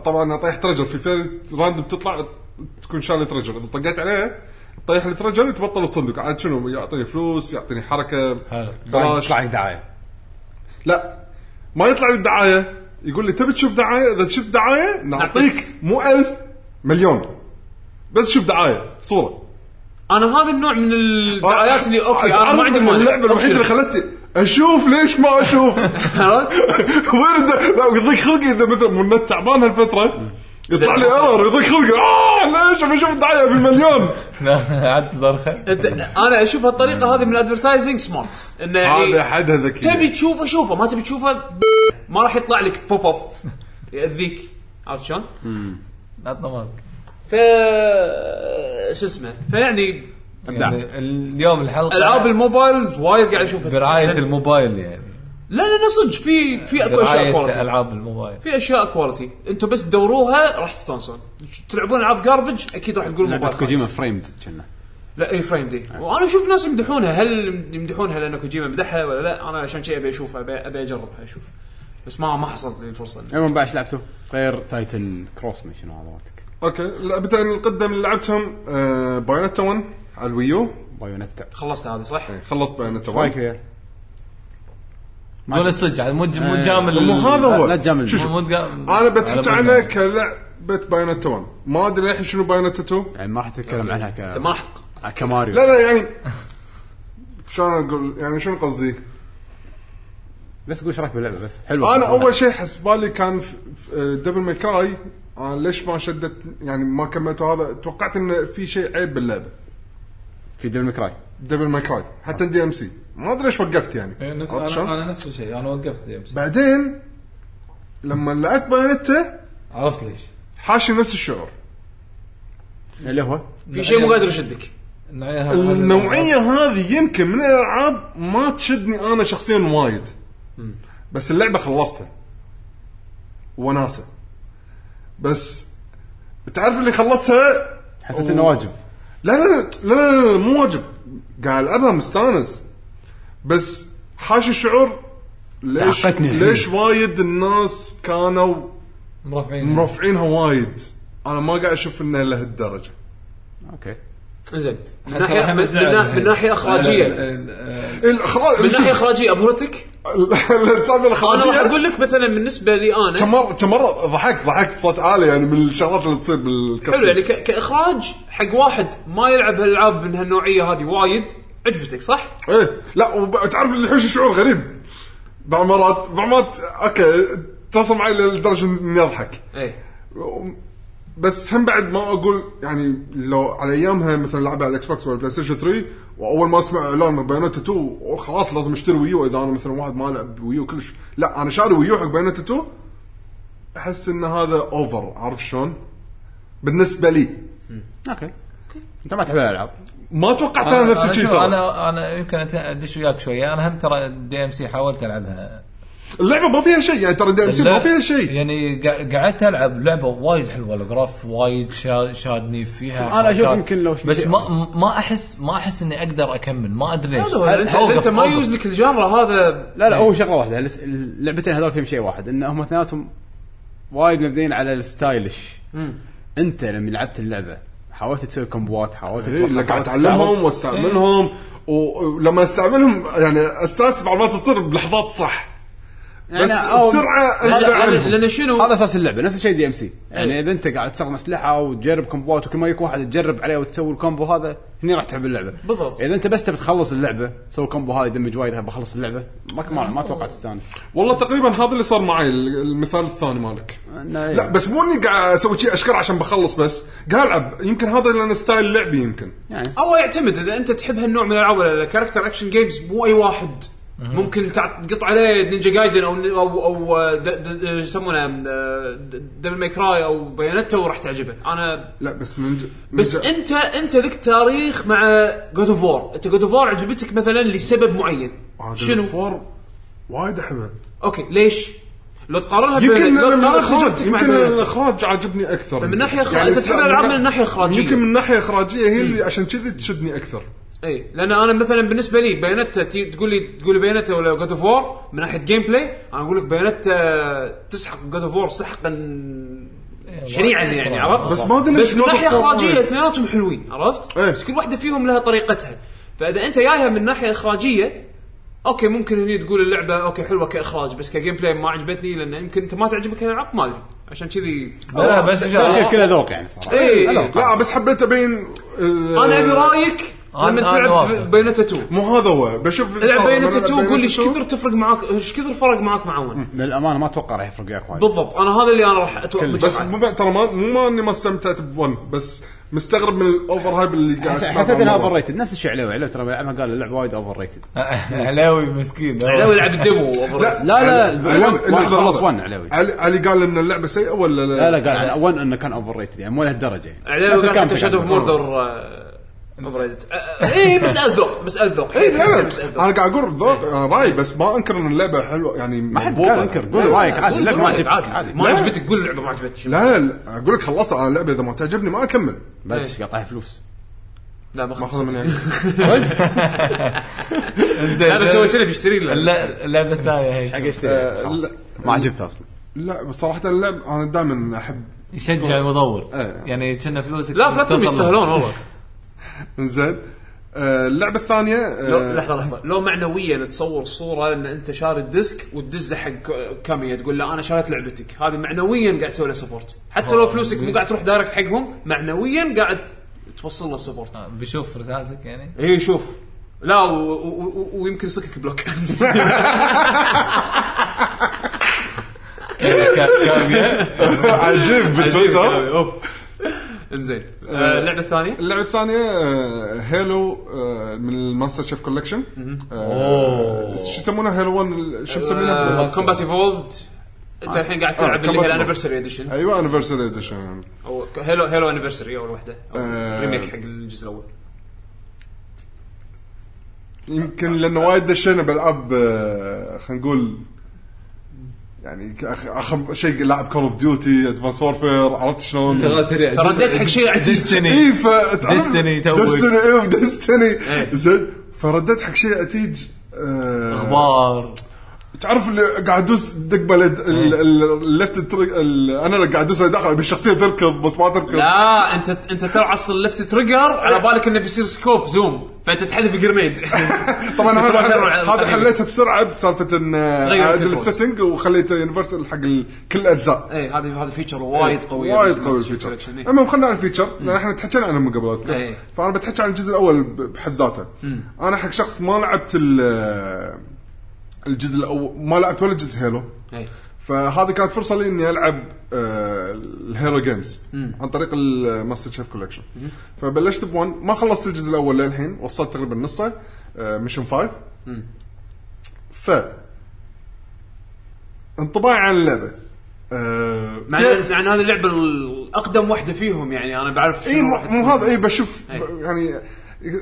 Speaker 2: طبعا اطيح ترجر في فيرست راندم تطلع تكون شاله ترجر اذا طقيت عليه طيح الترجر يتبطل الصندوق عاد شنو يعطيني فلوس يعطيني حركه
Speaker 4: حلو.
Speaker 2: بلاش
Speaker 1: يطلع لك دعايه
Speaker 2: لا ما يطلع لي الدعايه يقول لي تبي تشوف دعايه اذا شفت دعايه نعطيك مو ألف مليون بس شوف دعايه صوره
Speaker 3: انا هذا النوع من الدعايات اللي اوكي انا ما عندي مانع
Speaker 2: اللعبه الوحيده اللي
Speaker 3: أوكي.
Speaker 2: خلتني اشوف ليش ما اشوف
Speaker 3: عرفت؟
Speaker 2: وين الد- لا يضيق خلقي اذا مثلا مو النت تعبان هالفتره يطلع لي ايرور يضيق خلقي اه ليش ابي اشوف الدعايه بالمليون
Speaker 4: عاد صرخه
Speaker 3: أنت- انا اشوف هالطريقه هذه من الادفرتايزنج سمارت انه
Speaker 2: هذا
Speaker 3: يعني
Speaker 2: حدها ذكي
Speaker 3: تبي تشوفه شوفه ما تبي تشوفه ب- ما راح يطلع لك بوب اب ياذيك عرفت شلون؟
Speaker 4: عطنا مالك
Speaker 3: ف شو اسمه فيعني
Speaker 4: يعني اليوم الحلقه
Speaker 3: العاب الموبايل وايد قاعد اشوفها
Speaker 4: برعايه
Speaker 3: تتحسن.
Speaker 4: الموبايل يعني
Speaker 3: لا لا لا صدق في في اكو اشياء
Speaker 4: برعايه
Speaker 3: كواليتي
Speaker 4: العاب الموبايل
Speaker 3: في اشياء كواليتي انتم بس تدوروها راح تستانسون تلعبون العاب جاربج اكيد راح تقولون
Speaker 1: لعبه
Speaker 3: موبايل
Speaker 1: كوجيما
Speaker 3: خايس.
Speaker 1: فريمد كنا
Speaker 3: لا إيه، اي فريم دي وانا اشوف ناس يمدحونها هل يمدحونها لان كوجيما مدحها ولا لا انا عشان شيء ابي اشوفها ابي, أبي اجربها اشوف بس ما ما حصلت لي الفرصه إني-
Speaker 1: المهم بعد إيش لعبته غير تايتن كروس ما شنو هذا مالتك
Speaker 2: اوكي اللعبتين اللي قدم اللي لعبتهم آه، بايونيتا 1 على الويو
Speaker 1: بايونتا
Speaker 3: خلصت هذه صح؟
Speaker 2: خلصت بايونيتا
Speaker 1: ايش رايك
Speaker 2: 1
Speaker 1: فيها؟
Speaker 4: قول الصدق عاد مو ج- مو جامل
Speaker 2: مو إيه. هذا هو
Speaker 1: لا تجامل
Speaker 2: شوف،
Speaker 4: مو تقام-
Speaker 2: انا بتحكي
Speaker 4: على
Speaker 2: عنها
Speaker 4: بالي.
Speaker 2: كلعبه بايونيتا 1 ما ادري للحين شنو بايونيتا 2
Speaker 1: يعني ما راح تتكلم عنها ك
Speaker 3: انت ما راح تق-
Speaker 1: كماريو
Speaker 2: لا لا يعني شلون اقول يعني شنو قصدي؟
Speaker 1: بس قول ايش رايك باللعبه بس حلوه
Speaker 2: انا اول شيء حس بالي كان ديفل ماكراي انا ليش ما شدت يعني ما كملت هذا توقعت انه في شيء عيب باللعبه
Speaker 1: في ديفل مكراي
Speaker 2: ديفل ماكراي حتى دي ام سي ما ادري ليش وقفت يعني
Speaker 4: آه. إيه، نفس-
Speaker 2: عرفت شلون؟
Speaker 4: انا انا نفس الشيء انا وقفت يمشي.
Speaker 2: بعدين لما لعبت بايونيتا
Speaker 4: عرفت ليش؟
Speaker 2: حاشي نفس الشعور
Speaker 1: اللي هو
Speaker 3: في شيء مو قادر يشدك
Speaker 4: النوعية هذه-
Speaker 2: النوعيه هذه يمكن من الالعاب ما تشدني انا شخصيا وايد بس اللعبه خلصتها وناسه بس تعرف اللي خلصها
Speaker 1: حسيت انه واجب
Speaker 2: لا لا لا لا, لا, لا مو واجب قاعد العبها مستانس بس حاشي شعور ليش
Speaker 1: تعقدني الحين.
Speaker 2: ليش وايد الناس كانوا
Speaker 4: مرفعين
Speaker 2: مرفعينها وايد انا ما قاعد اشوف انها لهالدرجه
Speaker 1: اوكي
Speaker 3: زين من
Speaker 4: حتى
Speaker 3: ناحيه
Speaker 4: الحين
Speaker 3: من,
Speaker 4: بتزعل
Speaker 3: نا-
Speaker 4: يعني.
Speaker 3: من ناحيه
Speaker 4: ال-
Speaker 3: اخراجيه
Speaker 4: ال- ال-
Speaker 2: الاخراج
Speaker 3: من ناحيه اخراجيه ابهرتك
Speaker 2: السالفه
Speaker 3: انا راح
Speaker 2: الاخراجيه
Speaker 3: اقول لك مثلا بالنسبه لي
Speaker 2: كم
Speaker 3: انا
Speaker 2: مره كم مره ضحكت ضحكت بصوت عالي يعني من الشغلات اللي تصير
Speaker 3: حلو يعني
Speaker 2: بالكتسينز
Speaker 3: ك- كاخراج حق واحد ما يلعب هالالعاب من هالنوعيه هذه وايد عجبتك صح؟
Speaker 2: ايه لا وب- تعرف اللي يحوش شعور غريب بعض مرات بعض مرات اوكي توصل معي لدرجه اني اضحك
Speaker 3: ايه
Speaker 2: بس هم بعد ما اقول يعني لو على ايامها مثلا لعبها على الاكس بوكس ولا بلاي ستيشن 3 واول ما اسمع اعلان بايونيتا 2 خلاص لازم اشتري ويو اذا انا مثلا واحد ما لعب ويو كلش لا انا شاري ويو حق بايونيتا 2 احس ان هذا اوفر عارف شلون؟ بالنسبه لي
Speaker 1: اوكي انت ما تحب الالعاب
Speaker 2: ما توقعت
Speaker 4: انا
Speaker 2: انا نفس
Speaker 4: شوف،
Speaker 2: الشيء ترى
Speaker 4: انا انا يمكن أت- ادش وياك شويه انا هم ترى الدي ام سي حاولت العبها
Speaker 2: اللعبه ما فيها شيء يعني ترى دي ام سي ما
Speaker 4: لا،
Speaker 2: فيها شيء
Speaker 4: يعني قا- قعدت العب لعبه وايد حلوه الجراف وايد شا- شادني فيها
Speaker 1: أنا أشوف
Speaker 4: حركات.
Speaker 1: يمكن لو شيء-
Speaker 4: بس ما ما احس ما احس اني اقدر اكمل ما ادري ليش
Speaker 3: هذا هو، انت إذا انت ما يوز لك الجانرا هذا
Speaker 1: لا لا هو شغله واحده الس- اللعبتين هذول فيهم شيء واحد ان هم اثنيناتهم وايد مبنيين على الستايلش انت لما لعبت اللعبه حاولت تسوي كومبوات حاولت
Speaker 2: إيه،
Speaker 1: تتوقع،
Speaker 2: اللي قاعد
Speaker 1: حاولت
Speaker 2: اتعلمهم
Speaker 1: تستعرض.
Speaker 2: واستعملهم و- ولما استعملهم يعني استانس بعض تصير بلحظات صح
Speaker 1: يعني
Speaker 2: بس
Speaker 1: أو-
Speaker 2: بسرعه
Speaker 1: هذا-
Speaker 2: انزع
Speaker 1: هذا-
Speaker 2: عنهم.
Speaker 3: لان شنو
Speaker 1: هذا اساس اللعبه نفس الشيء دي ام سي يعني
Speaker 3: إيه.
Speaker 1: اذا انت قاعد تستخدم اسلحه وتجرب كومبوات وكل ما يجيك واحد تجرب عليه وتسوي الكومبو هذا هني راح تحب اللعبه
Speaker 3: بالضبط.
Speaker 1: اذا انت بس تبي تخلص اللعبه تسوي الكومبو هذا يدمج وايد هذا بخلص اللعبه ما ما, ما اتوقع تستانس
Speaker 2: والله تقريبا هذا اللي صار معي ال- المثال الثاني مالك
Speaker 3: أيوه.
Speaker 1: إنه-
Speaker 2: لا بس مو اني قاعد اسوي شيء اشكر عشان بخلص بس قاعد العب يمكن هذا لان ستايل لعبي يمكن
Speaker 1: يعني
Speaker 3: هو يعتمد اذا انت تحب هالنوع من الالعاب ولا كاركتر اكشن جيمز مو اي واحد ممكن تع- تقط عليه نينجا جايدن او او او آه، د- د- آه، يسمونه آه، دبل ماي كراي او بايونيتا وراح تعجبه انا
Speaker 2: لا بس من ج... من
Speaker 3: بس
Speaker 2: ج...
Speaker 3: انت انت ذك تاريخ مع جود اوف وور انت جود اوف وور عجبتك مثلا لسبب معين شنو
Speaker 2: آه، فور وايد احبه
Speaker 3: اوكي ليش لو تقارنها
Speaker 2: يمكن
Speaker 3: بين- لو
Speaker 2: لأن من
Speaker 3: تقارنها
Speaker 2: الاخراج
Speaker 3: تجربتك مع
Speaker 2: يمكن لأن
Speaker 3: بايونيتا.
Speaker 2: الاخراج عاجبني اكثر
Speaker 3: من ناحية إخراج- أنت تحب الألعاب من ناحية إخراجية.
Speaker 2: يمكن من ناحيه اخراجيه هي اللي عشان كذي تشدني اكثر
Speaker 3: اي لان انا مثلا بالنسبه لي بايونتا تي- تقول لي تقول لي بايونتا ولا جود اوف وور من ناحيه جيم بلاي انا اقول لك بايونتا تسحق جود اوف وور سحقا شنيعا يعني عرفت
Speaker 2: بس ما أدري ليش
Speaker 3: بس من
Speaker 2: God of
Speaker 3: ناحيه
Speaker 2: War
Speaker 3: اخراجيه
Speaker 2: وايد.
Speaker 3: اثنيناتهم حلوين عرفت
Speaker 2: إيه.
Speaker 3: بس كل واحده فيهم لها طريقتها فاذا انت جايها من ناحيه اخراجيه اوكي ممكن هني تقول اللعبه اوكي حلوه كاخراج بس كجيم بلاي ما عجبتني لان يمكن انت ما تعجبك هالالعاب ما ادري عشان كذي
Speaker 4: لا بس
Speaker 1: بالأخير
Speaker 4: انا
Speaker 1: كله ذوق يعني صراحه
Speaker 3: إيه.
Speaker 1: ذوق.
Speaker 2: لا بس حبيت ابين آه،
Speaker 3: انا ابي رايك
Speaker 4: أنا-
Speaker 3: لما
Speaker 4: أنا
Speaker 3: تلعب
Speaker 4: واافق.
Speaker 3: بايونتا 2
Speaker 2: مو هذا هو بشوف
Speaker 3: العب بايونيتا 2 قول لي ايش
Speaker 2: ايش
Speaker 3: كثر تفرق معاك ايش كثر فرق معاك مع ون
Speaker 1: للامانه ما اتوقع راح يفرق وياك وايد
Speaker 3: بالضبط انا هذا اللي انا راح اتوقع
Speaker 2: بس مو بع- ترى ما مو ما اني ما استمتعت بون بس مستغرب من الاوفر هايب اللي قاعد
Speaker 1: حس-
Speaker 2: أسمعه
Speaker 1: حسيت انها
Speaker 2: مرة.
Speaker 1: اوفر ريتد نفس الشيء عليوي عليوي ترى بيلعبها قال اللعبه وايد اوفر ريتد
Speaker 4: علاوي مسكين
Speaker 3: علاوي يلعب الديمو
Speaker 2: لا
Speaker 1: لا، لا،
Speaker 2: علاوي-
Speaker 1: واحد خلص
Speaker 2: لحظة.
Speaker 1: ون علاوي.
Speaker 2: علي علي قال ان اللعبه سيئه ولا لا؟
Speaker 1: لا لا قال ون انه كان اوفر ريتد يعني مو لهالدرجه يعني
Speaker 3: علاوي
Speaker 1: نفس
Speaker 3: قال
Speaker 1: الكلام
Speaker 3: حتى
Speaker 1: في
Speaker 3: شادو اوف
Speaker 1: قبل.
Speaker 3: موردر اوفريتد اي مساله إيه، ذوق مساله ذوق
Speaker 2: إيه، لا، لا.
Speaker 3: مسألة ذوق.
Speaker 2: انا قاعد اقول ذوق آه، راي بس ما انكر ان اللعبه حلوه يعني
Speaker 1: إيه. ما حد قال انكر قول رايك عادي
Speaker 3: قول-
Speaker 1: اللعبه
Speaker 3: قول
Speaker 1: ما
Speaker 3: عادي،
Speaker 1: عجبتك
Speaker 3: عادي
Speaker 1: عادي
Speaker 3: ما عجبتك قول اللعبه ما عجبتك شنو؟
Speaker 2: لا لا اقول لك خلصت انا اللعبه اذا ما تعجبني ما اكمل
Speaker 1: بلش قطعها فلوس
Speaker 3: لا ما
Speaker 2: ماخذها من
Speaker 3: خلصت
Speaker 2: يعني
Speaker 4: زين
Speaker 3: هذا سوى كذا بيشتري له
Speaker 4: الل- اللعبه الثانيه هي
Speaker 1: حق
Speaker 2: آه،
Speaker 1: اشتري خلاص.
Speaker 2: لا.
Speaker 1: ما عجبته اصلا
Speaker 2: لا بصراحه اللعب انا دائما احب
Speaker 4: يشجع المدور
Speaker 2: إيه.
Speaker 4: يعني كنا فلوسك
Speaker 3: لا بلاتهم
Speaker 4: توصل له.
Speaker 3: يستاهلون والله
Speaker 2: انزين آه، اللعبه الثانيه آه،
Speaker 3: لو لحظه لحظه لو معنويا تصور صوره ان انت شاري الديسك وتدزه حق كاميا تقول له انا شريت لعبتك هذه معنويا قاعد تسوي له سبورت حتى
Speaker 2: آه.
Speaker 3: لو فلوسك مو قاعد تروح دايركت حقهم معنويا قاعد توصل له سبورت
Speaker 4: آه، بشوف رسالتك يعني
Speaker 3: اي شوف لا و- و- و- ويمكن يصكك بلوك
Speaker 2: عجيب بتويتر
Speaker 3: انزين آه، اللعبه الثانيه
Speaker 2: اللعبه الثانيه آه، هيلو آه، من الماستر شيف كولكشن آه، شو يسمونها هيلو 1 شو يسمونها
Speaker 3: كومبات ايفولفد انت الحين قاعد تلعب
Speaker 2: آه،
Speaker 3: اللي هي
Speaker 2: Combat Evolved.
Speaker 3: الانيفرساري اديشن
Speaker 2: ايوه انيفرساري اديشن
Speaker 3: او هيلو هيلو انيفرساري اول وحده
Speaker 2: آه.
Speaker 3: ريميك حق الجزء الاول
Speaker 2: يمكن لانه وايد دشينا بالعاب آه، خلينا نقول يعني أخ- أخ- شيء لعب كول اوف ديوتي ادفانس وورفير عرفت شلون؟
Speaker 4: سريع
Speaker 3: فرديت حق شيء عجيب
Speaker 4: ديستني
Speaker 2: اي ف
Speaker 4: Destiny توك.
Speaker 2: ديستني اي ديستني
Speaker 3: إيه.
Speaker 2: زين فرديت حق شيء اتيج آه،
Speaker 4: اخبار
Speaker 2: تعرف اللي قاعد ادوس دق
Speaker 3: إيه.
Speaker 2: اللفت تريك انا اللي قاعد ادوس داخل بالشخصيه تركض بس ما تركض
Speaker 3: لا انت انت توعصل لفت تريجر على
Speaker 2: إيه.
Speaker 3: بالك انه بيصير سكوب زوم فانت تحذف جرنيد
Speaker 2: طبعا هذا
Speaker 3: بتروح تروح على
Speaker 2: هذا
Speaker 3: القديم.
Speaker 2: حليتها بسرعه بسالفه ان
Speaker 3: تغير
Speaker 2: اعدل
Speaker 3: الكنترولز.
Speaker 2: السيتنج آه، وخليته يونيفرسال حق ال- كل الاجزاء
Speaker 3: اي إيه، هذه هذا فيتشر وايد قوي
Speaker 2: وايد
Speaker 3: يعني
Speaker 2: قوي
Speaker 3: Master Chief
Speaker 2: الفيتشر
Speaker 3: Collection، إيه.
Speaker 2: المهم خلينا عن الفيتشر لان احنا تحكينا عنه من قبل اذكر
Speaker 3: إيه.
Speaker 2: فانا بتحكي عن الجزء الاول ب- بحد ذاته انا حق شخص ما لعبت ال- الجزء الاول ما لعبت ولا جزء هيلو
Speaker 3: إيه.
Speaker 2: فهذه كانت فرصه لي اني العب آه، الهيرو جيمز عن طريق الماستر شيف كولكشن فبلشت ب1 ما خلصت الجزء الاول للحين وصلت تقريبا نصه ميشن 5 ف انطباعي عن اللعبه آه،
Speaker 3: مع
Speaker 2: فيها-
Speaker 3: إن- مع ان هذه اللعبه الاقدم واحده فيهم يعني انا بعرف
Speaker 2: اي
Speaker 3: شنو راح
Speaker 2: إيه،
Speaker 3: إيه.
Speaker 2: مو
Speaker 3: تكون.
Speaker 2: هذا اي بشوف
Speaker 3: إي.
Speaker 2: ب- يعني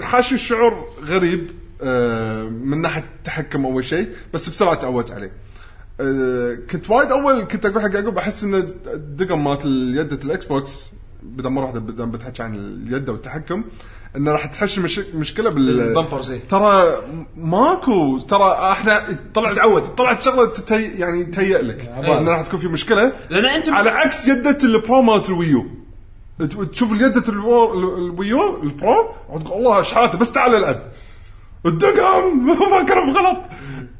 Speaker 2: حاشي شعور غريب آه، من ناحيه التحكم اول شيء بس بسرعه تعودت عليه آه، كنت وايد اول كنت اقول حق يعقوب احس ان الدقم مالت يده الاكس بوكس بدل مره واحده بدل ما بتحكي عن اليد والتحكم انه راح تحش مش مشكله بال
Speaker 3: البمبرز، إي.
Speaker 2: ترى ماكو ترى احنا طلعت
Speaker 3: تتعود. إيه.
Speaker 2: طلعت شغله تتي يعني تهيأ لك انه راح تكون في مشكله
Speaker 3: لان انت
Speaker 2: على عكس يده البرو مالت الويو ت- تشوف اليدة الوار- ال- الويو البرو تقول الله اشحاته بس تعال العب الدقم فاكر بغلط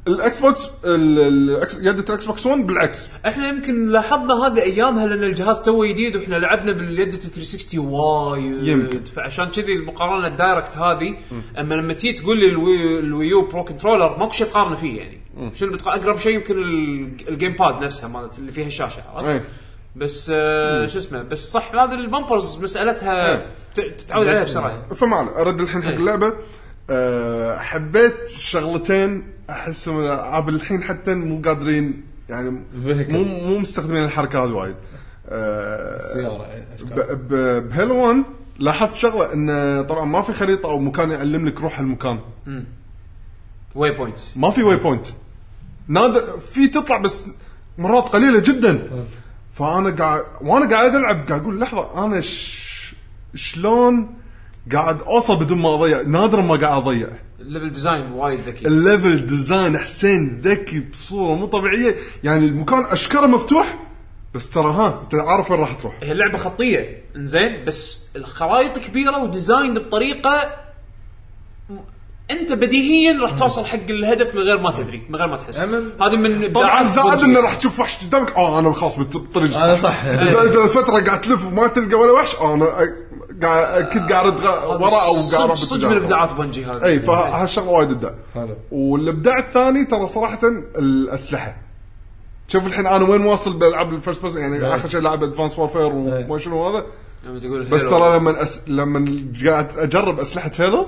Speaker 2: الاكس بوكس ال- ال- الأكس- يدة الاكس بوكس 1 بالعكس
Speaker 3: احنا يمكن لاحظنا هذا ايامها لان الجهاز تو جديد واحنا لعبنا باليد 360 وايد
Speaker 2: يمكن.
Speaker 3: فعشان كذي المقارنه الدايركت هذه اما لما تيجي تقول لي الوي الويو برو كنترولر ماكو شيء تقارن فيه يعني شنو بتق... اقرب شيء يمكن ال- الجيم باد نفسها مالت اللي فيها الشاشه عرفت؟
Speaker 2: إيه.
Speaker 3: بس آه شو اسمه بس صح هذه البمبرز مسالتها
Speaker 2: إيه.
Speaker 3: ت- تتعود عليها بسرعه
Speaker 2: فما عليه ارد الحين حق
Speaker 3: إيه.
Speaker 2: اللعبه أه حبيت شغلتين احسهم الالعاب الحين حتى مو قادرين يعني
Speaker 4: Vehicle.
Speaker 2: مو مو مستخدمين الحركه هذه وايد أه
Speaker 4: سياره إيه، أشكال.
Speaker 2: ب- ب- بهيلو 1 لاحظت شغله انه طبعا ما في خريطه او مكان يعلم لك روح المكان
Speaker 3: واي بوينت
Speaker 2: ما في واي بوينت نادر في تطلع بس مرات قليله جدا فانا قاعد وانا قاعد العب قاعد اقول لحظه انا ش... شلون قاعد اوصل بدون ما اضيع نادرا ما قاعد اضيع
Speaker 3: الليفل ديزاين وايد ذكي
Speaker 2: الليفل ديزاين حسين ذكي بصوره مو طبيعيه يعني المكان اشكره مفتوح بس ترى ها انت عارف وين راح تروح
Speaker 3: هي اللعبه خطيه انزين بس الخرائط كبيره وديزايند بطريقه م- انت بديهيا راح توصل حق الهدف من غير ما تدري من غير ما تحس
Speaker 4: أمل-
Speaker 3: هذه من
Speaker 2: طبعا
Speaker 3: إبداعات
Speaker 2: يعني زائد
Speaker 3: بونجي.
Speaker 2: انه راح تشوف وحش قدامك اه انا خلاص بالطريق
Speaker 4: هذا صح.
Speaker 2: الفتره قاعد تلف وما تلقى ولا وحش آه، انا أ- قاعد اكيد قاعد أرد غ-
Speaker 3: هذا
Speaker 2: ورا او قاعد
Speaker 3: صدق
Speaker 2: أروح
Speaker 3: صدق
Speaker 2: بالاتجاه.
Speaker 3: من ابداعات بونجي هذه
Speaker 2: اي فهالشغله وايد ابداع
Speaker 4: حلو.
Speaker 2: والابداع الثاني ترى صراحه الاسلحه شوف الحين انا وين واصل بالالعاب الفيرست بيرسون يعني اخر شيء لعب ادفانس وورفير وما شنو هذا
Speaker 3: لما تقول
Speaker 2: بس
Speaker 3: هيلو.
Speaker 2: ترى لما أس... لما قاعد اجرب اسلحه هيلو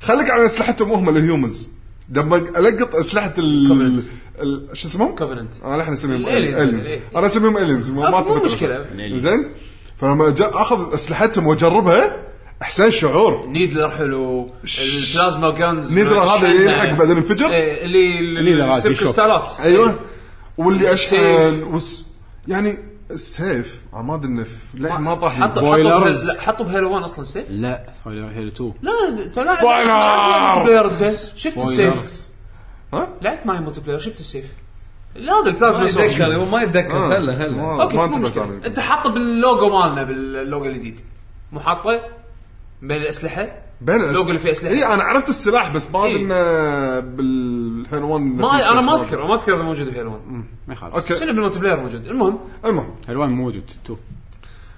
Speaker 2: خليك على اسلحتهم هم الهيومنز لما القط اسلحه ال...
Speaker 3: Covenant.
Speaker 2: ال... شو اسمهم؟
Speaker 3: Covenant.
Speaker 2: انا احنا نسميهم
Speaker 3: ال aliens.
Speaker 2: الينز
Speaker 3: إيه.
Speaker 2: انا اسميهم الينز ما
Speaker 3: أوكي، مو
Speaker 2: تبي-
Speaker 3: مشكلة.
Speaker 2: زين فلما أج- اخذ اسلحتهم واجربها احسن شعور
Speaker 3: نيدلر حلو البلازما جانز
Speaker 2: نيدلر هذا اللي يلحق بعدين ينفجر؟
Speaker 3: إيه، اللي
Speaker 1: نيدلر
Speaker 3: اللي
Speaker 1: هذا
Speaker 3: يصير
Speaker 1: بيشوف.
Speaker 3: كريستالات
Speaker 2: ايوه واللي
Speaker 3: السيف.
Speaker 2: اشحن وس... يعني السيف آه، ما ادري إنه في- للحين ما طاح لي.
Speaker 3: حطوا
Speaker 1: بويلرز.
Speaker 3: حطوا- حطوا بهيلو 1 اصلا سيف
Speaker 1: لا سواليف هيلو 2
Speaker 3: لا انت لاعب
Speaker 2: سبويلر!
Speaker 3: ملتي بلاير انت شفت السيف
Speaker 2: ها؟
Speaker 3: لعبت معي ملتي بلاير شفت السيف لا هذا البلازما
Speaker 4: ما
Speaker 3: سورس
Speaker 4: يتذكر هو ما يتذكر
Speaker 2: آه.
Speaker 4: خله خله
Speaker 2: آه.
Speaker 3: اوكي
Speaker 2: ما
Speaker 3: مو
Speaker 2: انتبهت
Speaker 3: مشكله
Speaker 2: عليه.
Speaker 3: انت حاطه باللوجو مالنا باللوجو الجديد مو حاطه بين الاسلحه
Speaker 2: بين الأس-
Speaker 3: اللوجو اللي فيه أسلحة.
Speaker 2: اي انا إيه، عرفت السلاح بس ما ادري
Speaker 3: إيه.
Speaker 2: انه بالحيوان
Speaker 3: ما انا ما اذكر ما اذكر اذا موجود في هيلون
Speaker 1: ما يخالف
Speaker 2: اوكي
Speaker 3: شنو بالملتي بلاير موجود المهم
Speaker 2: المهم
Speaker 1: هيلو 1 موجود 2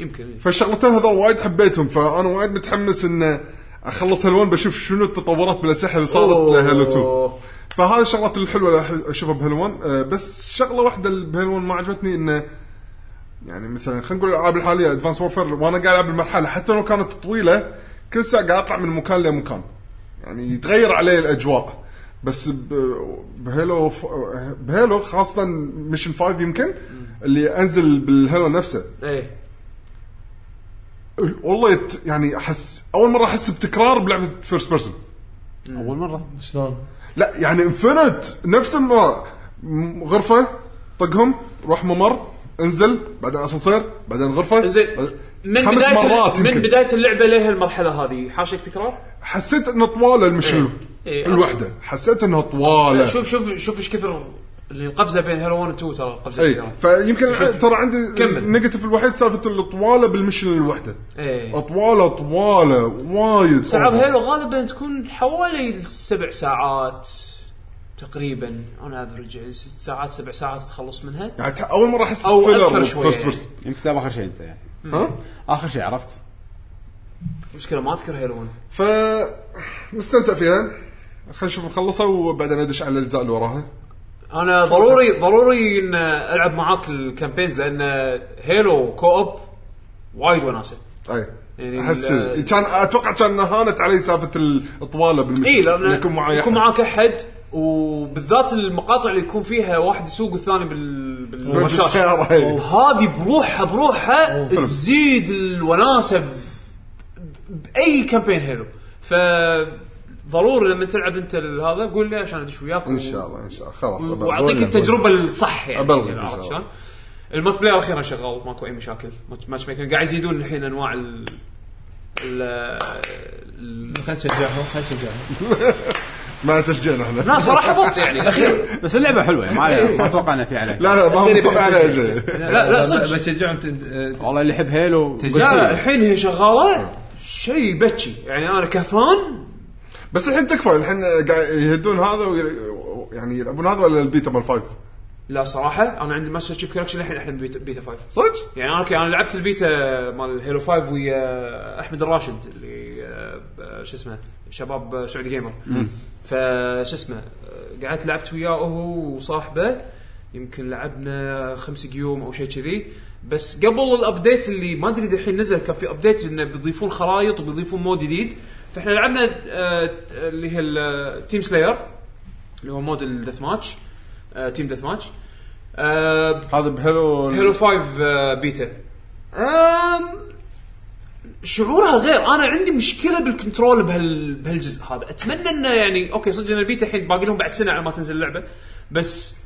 Speaker 3: يمكن
Speaker 2: فالشغلتين هذول وايد حبيتهم فانا وايد متحمس انه اخلص هالوان بشوف شنو التطورات بالاسلحه اللي صارت
Speaker 3: أوه.
Speaker 2: لهالو 2 فهذه الشغلات الحلوه اللي أح- اشوفها بهالوان أه، بس شغله واحده اللي بهالوان ما عجبتني انه يعني مثلا خلينا نقول الالعاب الحاليه ادفانس وورفير وانا قاعد العب المرحله حتى لو كانت طويله كل ساعه قاعد اطلع من مكان لمكان يعني يتغير عليه الاجواء بس ب- بهيلو ف... بهيلو خاصه ميشن 5 يمكن اللي انزل بالهيلو نفسه
Speaker 3: ايه
Speaker 2: والله يت- يعني احس اول مره احس بتكرار بلعبه فيرست بيرسون
Speaker 1: اول مره
Speaker 4: شلون؟
Speaker 2: لا يعني انفنت نفس الم- م- غرفه طقهم روح ممر انزل بعدين اسانسير بعدين غرفه
Speaker 3: زين
Speaker 2: بعد-
Speaker 3: من
Speaker 2: أه، خمس
Speaker 3: بدايه
Speaker 2: مرات
Speaker 3: من
Speaker 2: يمكن
Speaker 3: بدايه اللعبه لها المرحله هذه حاشك تكرار
Speaker 2: حسيت انه طواله المشن
Speaker 3: إيه. إيه.
Speaker 2: الوحده حسيت انها طواله
Speaker 3: شوف شوف شوف ايش كثر القفزه بين هيلو 1 و 2 ترى قفزه
Speaker 2: اي
Speaker 3: كبيره
Speaker 2: إيه. فيمكن
Speaker 3: شوف.
Speaker 2: ترى عندي
Speaker 3: كمل.
Speaker 2: النيجاتيف الوحيد سالفه الطواله بالمشن الوحده
Speaker 3: ايه
Speaker 2: اطواله طواله وايد
Speaker 3: العاب
Speaker 2: أوفر.
Speaker 3: هيلو غالبا تكون حوالي سبع ساعات تقريبا اون افرج يعني ست ساعات سبع ساعات تخلص منها
Speaker 2: يعني ت- اول مره احس
Speaker 3: أو
Speaker 2: بفيلر
Speaker 3: أكثر شوية
Speaker 2: وفيرست
Speaker 3: يعني.
Speaker 2: بيرسون.
Speaker 1: يمكن تلعب اخر شيء انت يعني
Speaker 2: ها
Speaker 1: اخر شيء عرفت
Speaker 3: مشكله ما اذكر هيلو 1
Speaker 2: ف مستمتع فيها خلينا نشوف نخلصها وبعدين ادش على الاجزاء اللي وراها
Speaker 3: انا ضروري ضروري ان العب معاك الكامبينز لان هيلو كو اوب وايد وناسه
Speaker 2: اي
Speaker 3: يعني
Speaker 2: احس
Speaker 3: ال-
Speaker 2: طيب. كان اتوقع كان هانت علي سالفه الطواله بالمشي
Speaker 3: اي لان
Speaker 2: يكون معي
Speaker 3: إيه، يكون
Speaker 2: أحد.
Speaker 3: معاك احد وبالذات المقاطع اللي يكون فيها واحد يسوق والثاني بال بالرشاش
Speaker 2: بالسيارة، إي.
Speaker 3: هذه بروحها بروحها
Speaker 2: فيلم.
Speaker 3: تزيد الوناسه ب- باي كامبين هيلو ف ضروري لما تلعب انت ال- هذا قول لي عشان ادش وياك
Speaker 2: ان شاء الله ان شاء الله خلاص أبلغ.
Speaker 3: واعطيك التجربه الصح يعني
Speaker 2: أبلغك إن
Speaker 3: عرفت
Speaker 2: شاء
Speaker 3: شلون؟
Speaker 2: الله.
Speaker 3: الملتي بلاير اخيرا شغال ماكو اي مشاكل ماتش ميكنج قاعد يزيدون الحين انواع ال ال- ال-
Speaker 4: خلنا نشجعهم خلنا نشجعهم
Speaker 2: مع تشجيعنا احنا
Speaker 3: لا صراحه بط يعني الاخير
Speaker 1: بس اللعبه حلوه يعني ما عليها- ما اتوقع انه في عليها
Speaker 2: لا لا ما
Speaker 3: زين
Speaker 2: هو إيه.
Speaker 3: يبي
Speaker 2: على
Speaker 3: تشجيع.
Speaker 2: شيء
Speaker 3: لا لا صدق
Speaker 4: بشجعهم تن- آه، ت-
Speaker 1: والله اللي يحب هيلو
Speaker 3: لا
Speaker 4: تجي-
Speaker 3: لا
Speaker 1: لا
Speaker 3: الحين هي شغاله شيء بكي يعني انا كفان
Speaker 2: بس الحين تكفى الحين قاعد يهدون هذا وي- يعني يلعبون هذا ولا البيتا مال فايف
Speaker 3: لا صراحه انا عندي ماستر شيف كولكشن الحين احلى من بيتا, بيتا 5
Speaker 2: صدق؟
Speaker 3: يعني انا اوكي انا لعبت البيتا مال هيرو 5 ويا احمد الراشد اللي آه، ب- شو اسمه شباب سعودي جيمر فشو اسمه آه، قعدت لعبت وياه هو وصاحبه يمكن لعبنا خمس جيوم او شيء كذي بس قبل الابديت اللي ما ادري إذا الحين نزل كان في ابديت انه بيضيفون خرائط وبيضيفون مود جديد فاحنا لعبنا آه، اللي هي آه، التيم سلاير اللي هو مود الدث ماتش آه، تيم دث ماتش آه،
Speaker 2: هذا بهلو
Speaker 3: هيلو 5 آه، بيتا آم، شعورها غير انا عندي مشكله بالكنترول بهال بهالجزء هذا اتمنى انه يعني اوكي صدق ان البيتا الحين باقي لهم بعد سنه على ما تنزل اللعبه بس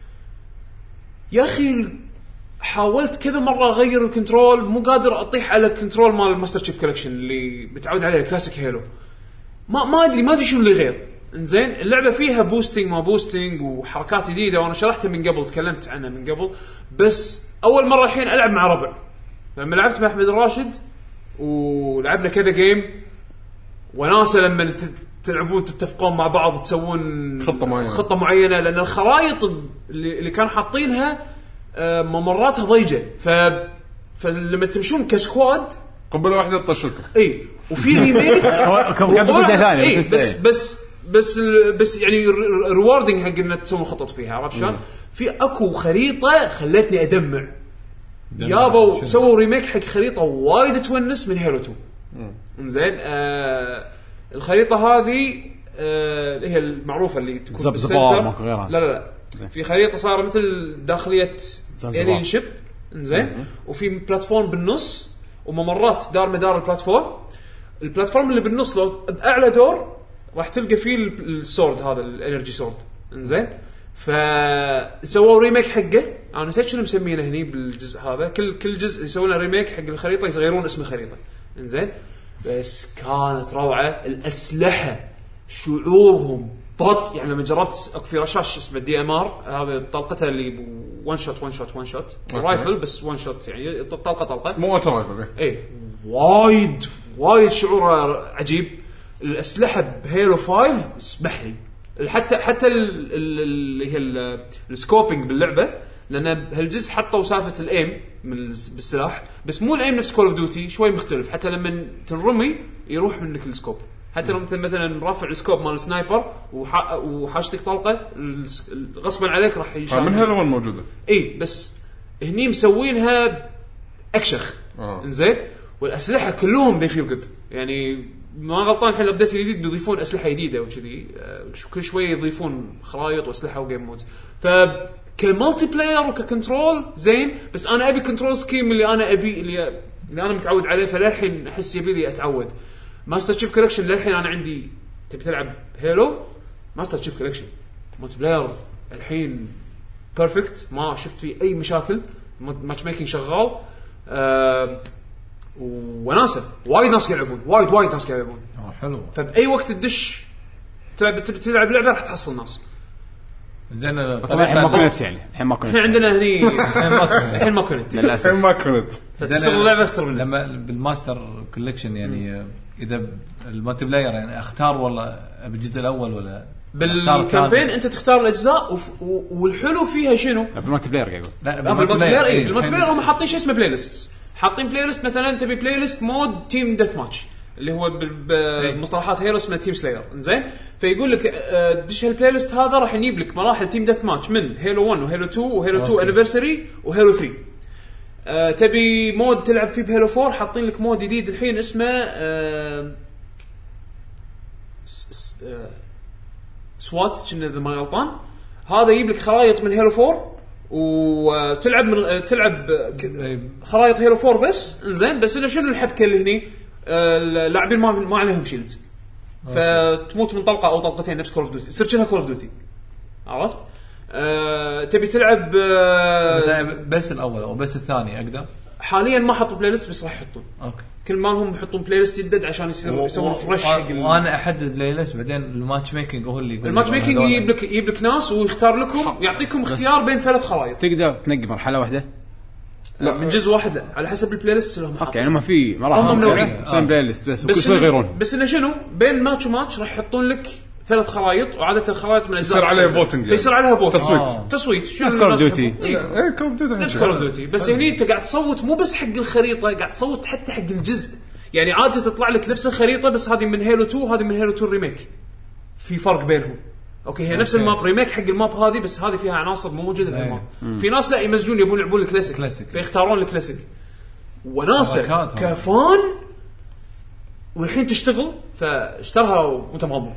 Speaker 3: يا اخي حاولت كذا مره اغير الكنترول مو قادر اطيح على الكنترول مال الماستر شيف كولكشن اللي متعود عليه كلاسيك هيلو ما ما ادري ما ادري شو اللي غير انزين اللعبه فيها بوستنج ما بوستنج وحركات جديده وانا شرحتها من قبل تكلمت عنها من قبل بس اول مره الحين العب مع ربع لما لعبت مع احمد الراشد ولعبنا كذا جيم وناسه لما ت- تلعبون تتفقون مع بعض تسوون
Speaker 2: خطة معينة.
Speaker 3: خطه معينه لان الخرائط اللي اللي كان حاطينها آه، ممراتها ضيجه ف فلما تمشون كسكواد
Speaker 2: قبله واحده تطشكم
Speaker 3: اي إيه. وفي ريميك
Speaker 1: هو- كم- قبل
Speaker 3: وقبلها-
Speaker 1: بداية ثانية،
Speaker 3: إي،
Speaker 1: بس إيه.
Speaker 3: بس بس بس ال- بس يعني ريواردنج حق انك تسوي خطط فيها عرفت شلون؟ في اكو خريطه خلتني ادمع يابو سووا ريميك حق خريطه وايد تونس من هيرو 2 زين آه الخريطه هذه آه اللي هي المعروفه اللي تكون
Speaker 1: زبزبار
Speaker 3: بالسنتر.
Speaker 1: ماكو غيرها.
Speaker 3: لا لا لا في خريطه صار مثل داخليه
Speaker 1: زنزبار.
Speaker 3: الين شيب انزين وفي بلاتفورم بالنص وممرات دار مدار البلاتفورم البلاتفورم اللي بالنص لو باعلى دور راح تلقى فيه ال- السورد هذا الانرجي سورد انزين فسووا ريميك حقه انا نسيت شنو مسمينه هني بالجزء هذا كل كل جزء يسوون له ريميك حق الخريطه يغيرون اسم الخريطه انزين بس كانت روعه الاسلحه شعورهم بط يعني لما جربت اكو في رشاش اسمه دي ام ار هذا طلقتها اللي ون شوت ون شوت ون شوت
Speaker 2: أوكي.
Speaker 3: رايفل بس ون شوت يعني طلقه طلقه
Speaker 2: مو واتر رايفل إيه.
Speaker 3: اي وايد وايد شعوره عجيب الاسلحه بهيرو 5 اسمح لي حتى حتى ال- ال- اللي هي ال- السكوبينج باللعبه لان بهالجزء حطوا سالفه الايم من الس- بالسلاح بس مو الايم نفس كول اوف ديوتي شوي مختلف حتى لما تنرمي يروح منك السكوب حتى لو مثل مثلا رافع السكوب مال السنايبر وح- وحاشتك طلقه الس- غصبا عليك راح يشال
Speaker 2: من هيلو 1 موجوده
Speaker 3: اي إيه، بس هني مسوينها اكشخ
Speaker 2: آه.
Speaker 3: انزين والاسلحه كلهم ذي فيل جود يعني ما غلطان الحين الابديت الجديد بيضيفون اسلحه جديده وكذي آه، ش- كل شوي يضيفون خرائط واسلحه وجيم مودز ف كمالتي بلاير وككنترول زين بس انا ابي كنترول سكيم اللي انا ابي اللي, اللي انا متعود عليه فللحين احس يبي لي اتعود ماستر شيف كولكشن للحين انا عندي تبي تلعب هيلو ماستر شيف كولكشن مالتي بلاير الحين بيرفكت ما شفت فيه اي مشاكل ماتش ميكنج شغال آه وناسه وايد ناس قاعد يلعبون وايد وايد ناس قاعد يلعبون
Speaker 4: آه، حلو
Speaker 3: فباي وقت تدش تلعب تبي تلعب لعبه راح تحصل ناس
Speaker 4: زين أنا-
Speaker 1: طبعا الحين ما كنت يعني الحين ما كنت
Speaker 3: احنا عندنا هني
Speaker 4: الحين ما كنت.
Speaker 3: الحين ما كنت
Speaker 1: للاسف
Speaker 2: الحين ما كنت
Speaker 3: فتشتغل اللعبه اكثر من
Speaker 4: لما بالماستر كولكشن يعني اذا المالتي بلاير يعني اختار والله بالجزء الاول ولا أختار الثاني؟
Speaker 3: بالكامبين انت تختار الاجزاء وف- و- والحلو فيها شنو؟
Speaker 1: بالمالتي بلاير قاعد يقول
Speaker 4: لا
Speaker 3: لا بالمالتي بلاير اي
Speaker 4: إيه،
Speaker 3: بالمالتي
Speaker 4: الحين
Speaker 3: بلاير هم حاطين شيء اسمه بلاي ليست حاطين بلاي ليست مثلا تبي بلاي ليست مود تيم دث ماتش اللي هو بال- ب- بمصطلحات هيرو اسمه تيم سلاير زين فيقول لك آه، دش هالبلاي ليست هذا راح يجيب لك مراحل تيم دث ماتش من هيلو 1 وهيلو 2 وهيلو 2 انيفرساري وهيلو 3 آه، تبي مود تلعب فيه بهيلو 4 حاطين لك مود جديد الحين اسمه آه، س- س- آه، سوات كنا اذا ما غلطان هذا يجيب لك خرائط من هيلو 4 وتلعب من آه، تلعب ك- آه، خرائط هيلو 4 بس انزين بس انه شنو الحبكه اللي هني؟ آه، اللاعبين ما ما عليهم شيلدز فتموت من طلقه او طلقتين نفس كول اوف ديوتي تصير شنها كول اوف ديوتي عرفت؟ أه تبي تلعب آه،
Speaker 4: بس الاول او بس الثاني اقدر
Speaker 3: حاليا ما حطوا بلاي ليست بس راح يحطون
Speaker 4: اوكي
Speaker 3: كل مالهم يحطون بلاي ليست جدد عشان يصير يسوون فريش حق ال-
Speaker 4: وانا احدد بلاي ليست بعدين الماتش ميكنج هو اللي يقول لي
Speaker 3: الماتش
Speaker 4: والله
Speaker 3: ميكنج
Speaker 4: هذول.
Speaker 3: يجيب لك يجيب لك ناس ويختار لكم يعطيكم اختيار بين ثلاث خرائط
Speaker 1: تقدر تنقي مرحله واحده
Speaker 3: لا من جزء واحد لا على حسب البلاي ليست اللي هم
Speaker 1: اوكي يعني ما في مراحل
Speaker 3: هم منوعين.
Speaker 1: أوكي. مسوين بلاي ليست بس, وكل
Speaker 3: بس
Speaker 1: شوي
Speaker 3: إنه-
Speaker 1: يغيرون
Speaker 3: بس انه شنو بين ماتش وماتش راح يحطون لك ثلاث خرائط وعاده الخرائط من الأجزاء
Speaker 2: يصير عليها
Speaker 3: الثانية.
Speaker 2: voting يعني.
Speaker 3: يصير عليها فوت
Speaker 2: تصويت.
Speaker 3: تصويت شنو
Speaker 1: نفس Call of
Speaker 3: الناس
Speaker 1: Duty.
Speaker 3: يحبون؟ إيه.
Speaker 2: ايه كول اوف
Speaker 3: نفس كول اوف
Speaker 2: ديوتي
Speaker 3: ديوتي بس هني انت قاعد تصوت مو بس حق الخريطه قاعد تصوت حتى حق الجزء يعني عاده تطلع لك نفس الخريطه بس هذه من هيلو 2 وهذه من هيلو 2 ريميك في فرق بينهم اوكي هي نفس الماب ريميك حق الماب هذه بس هذه فيها عناصر مو موجوده بالماب في ناس لا يمزجون يبون يلعبون الكلاسيك
Speaker 4: كلاسيك.
Speaker 3: فيختارون الكلاسيك وناسه
Speaker 4: حركات.
Speaker 3: كفان والحين تشتغل فاشترها وانت مغمض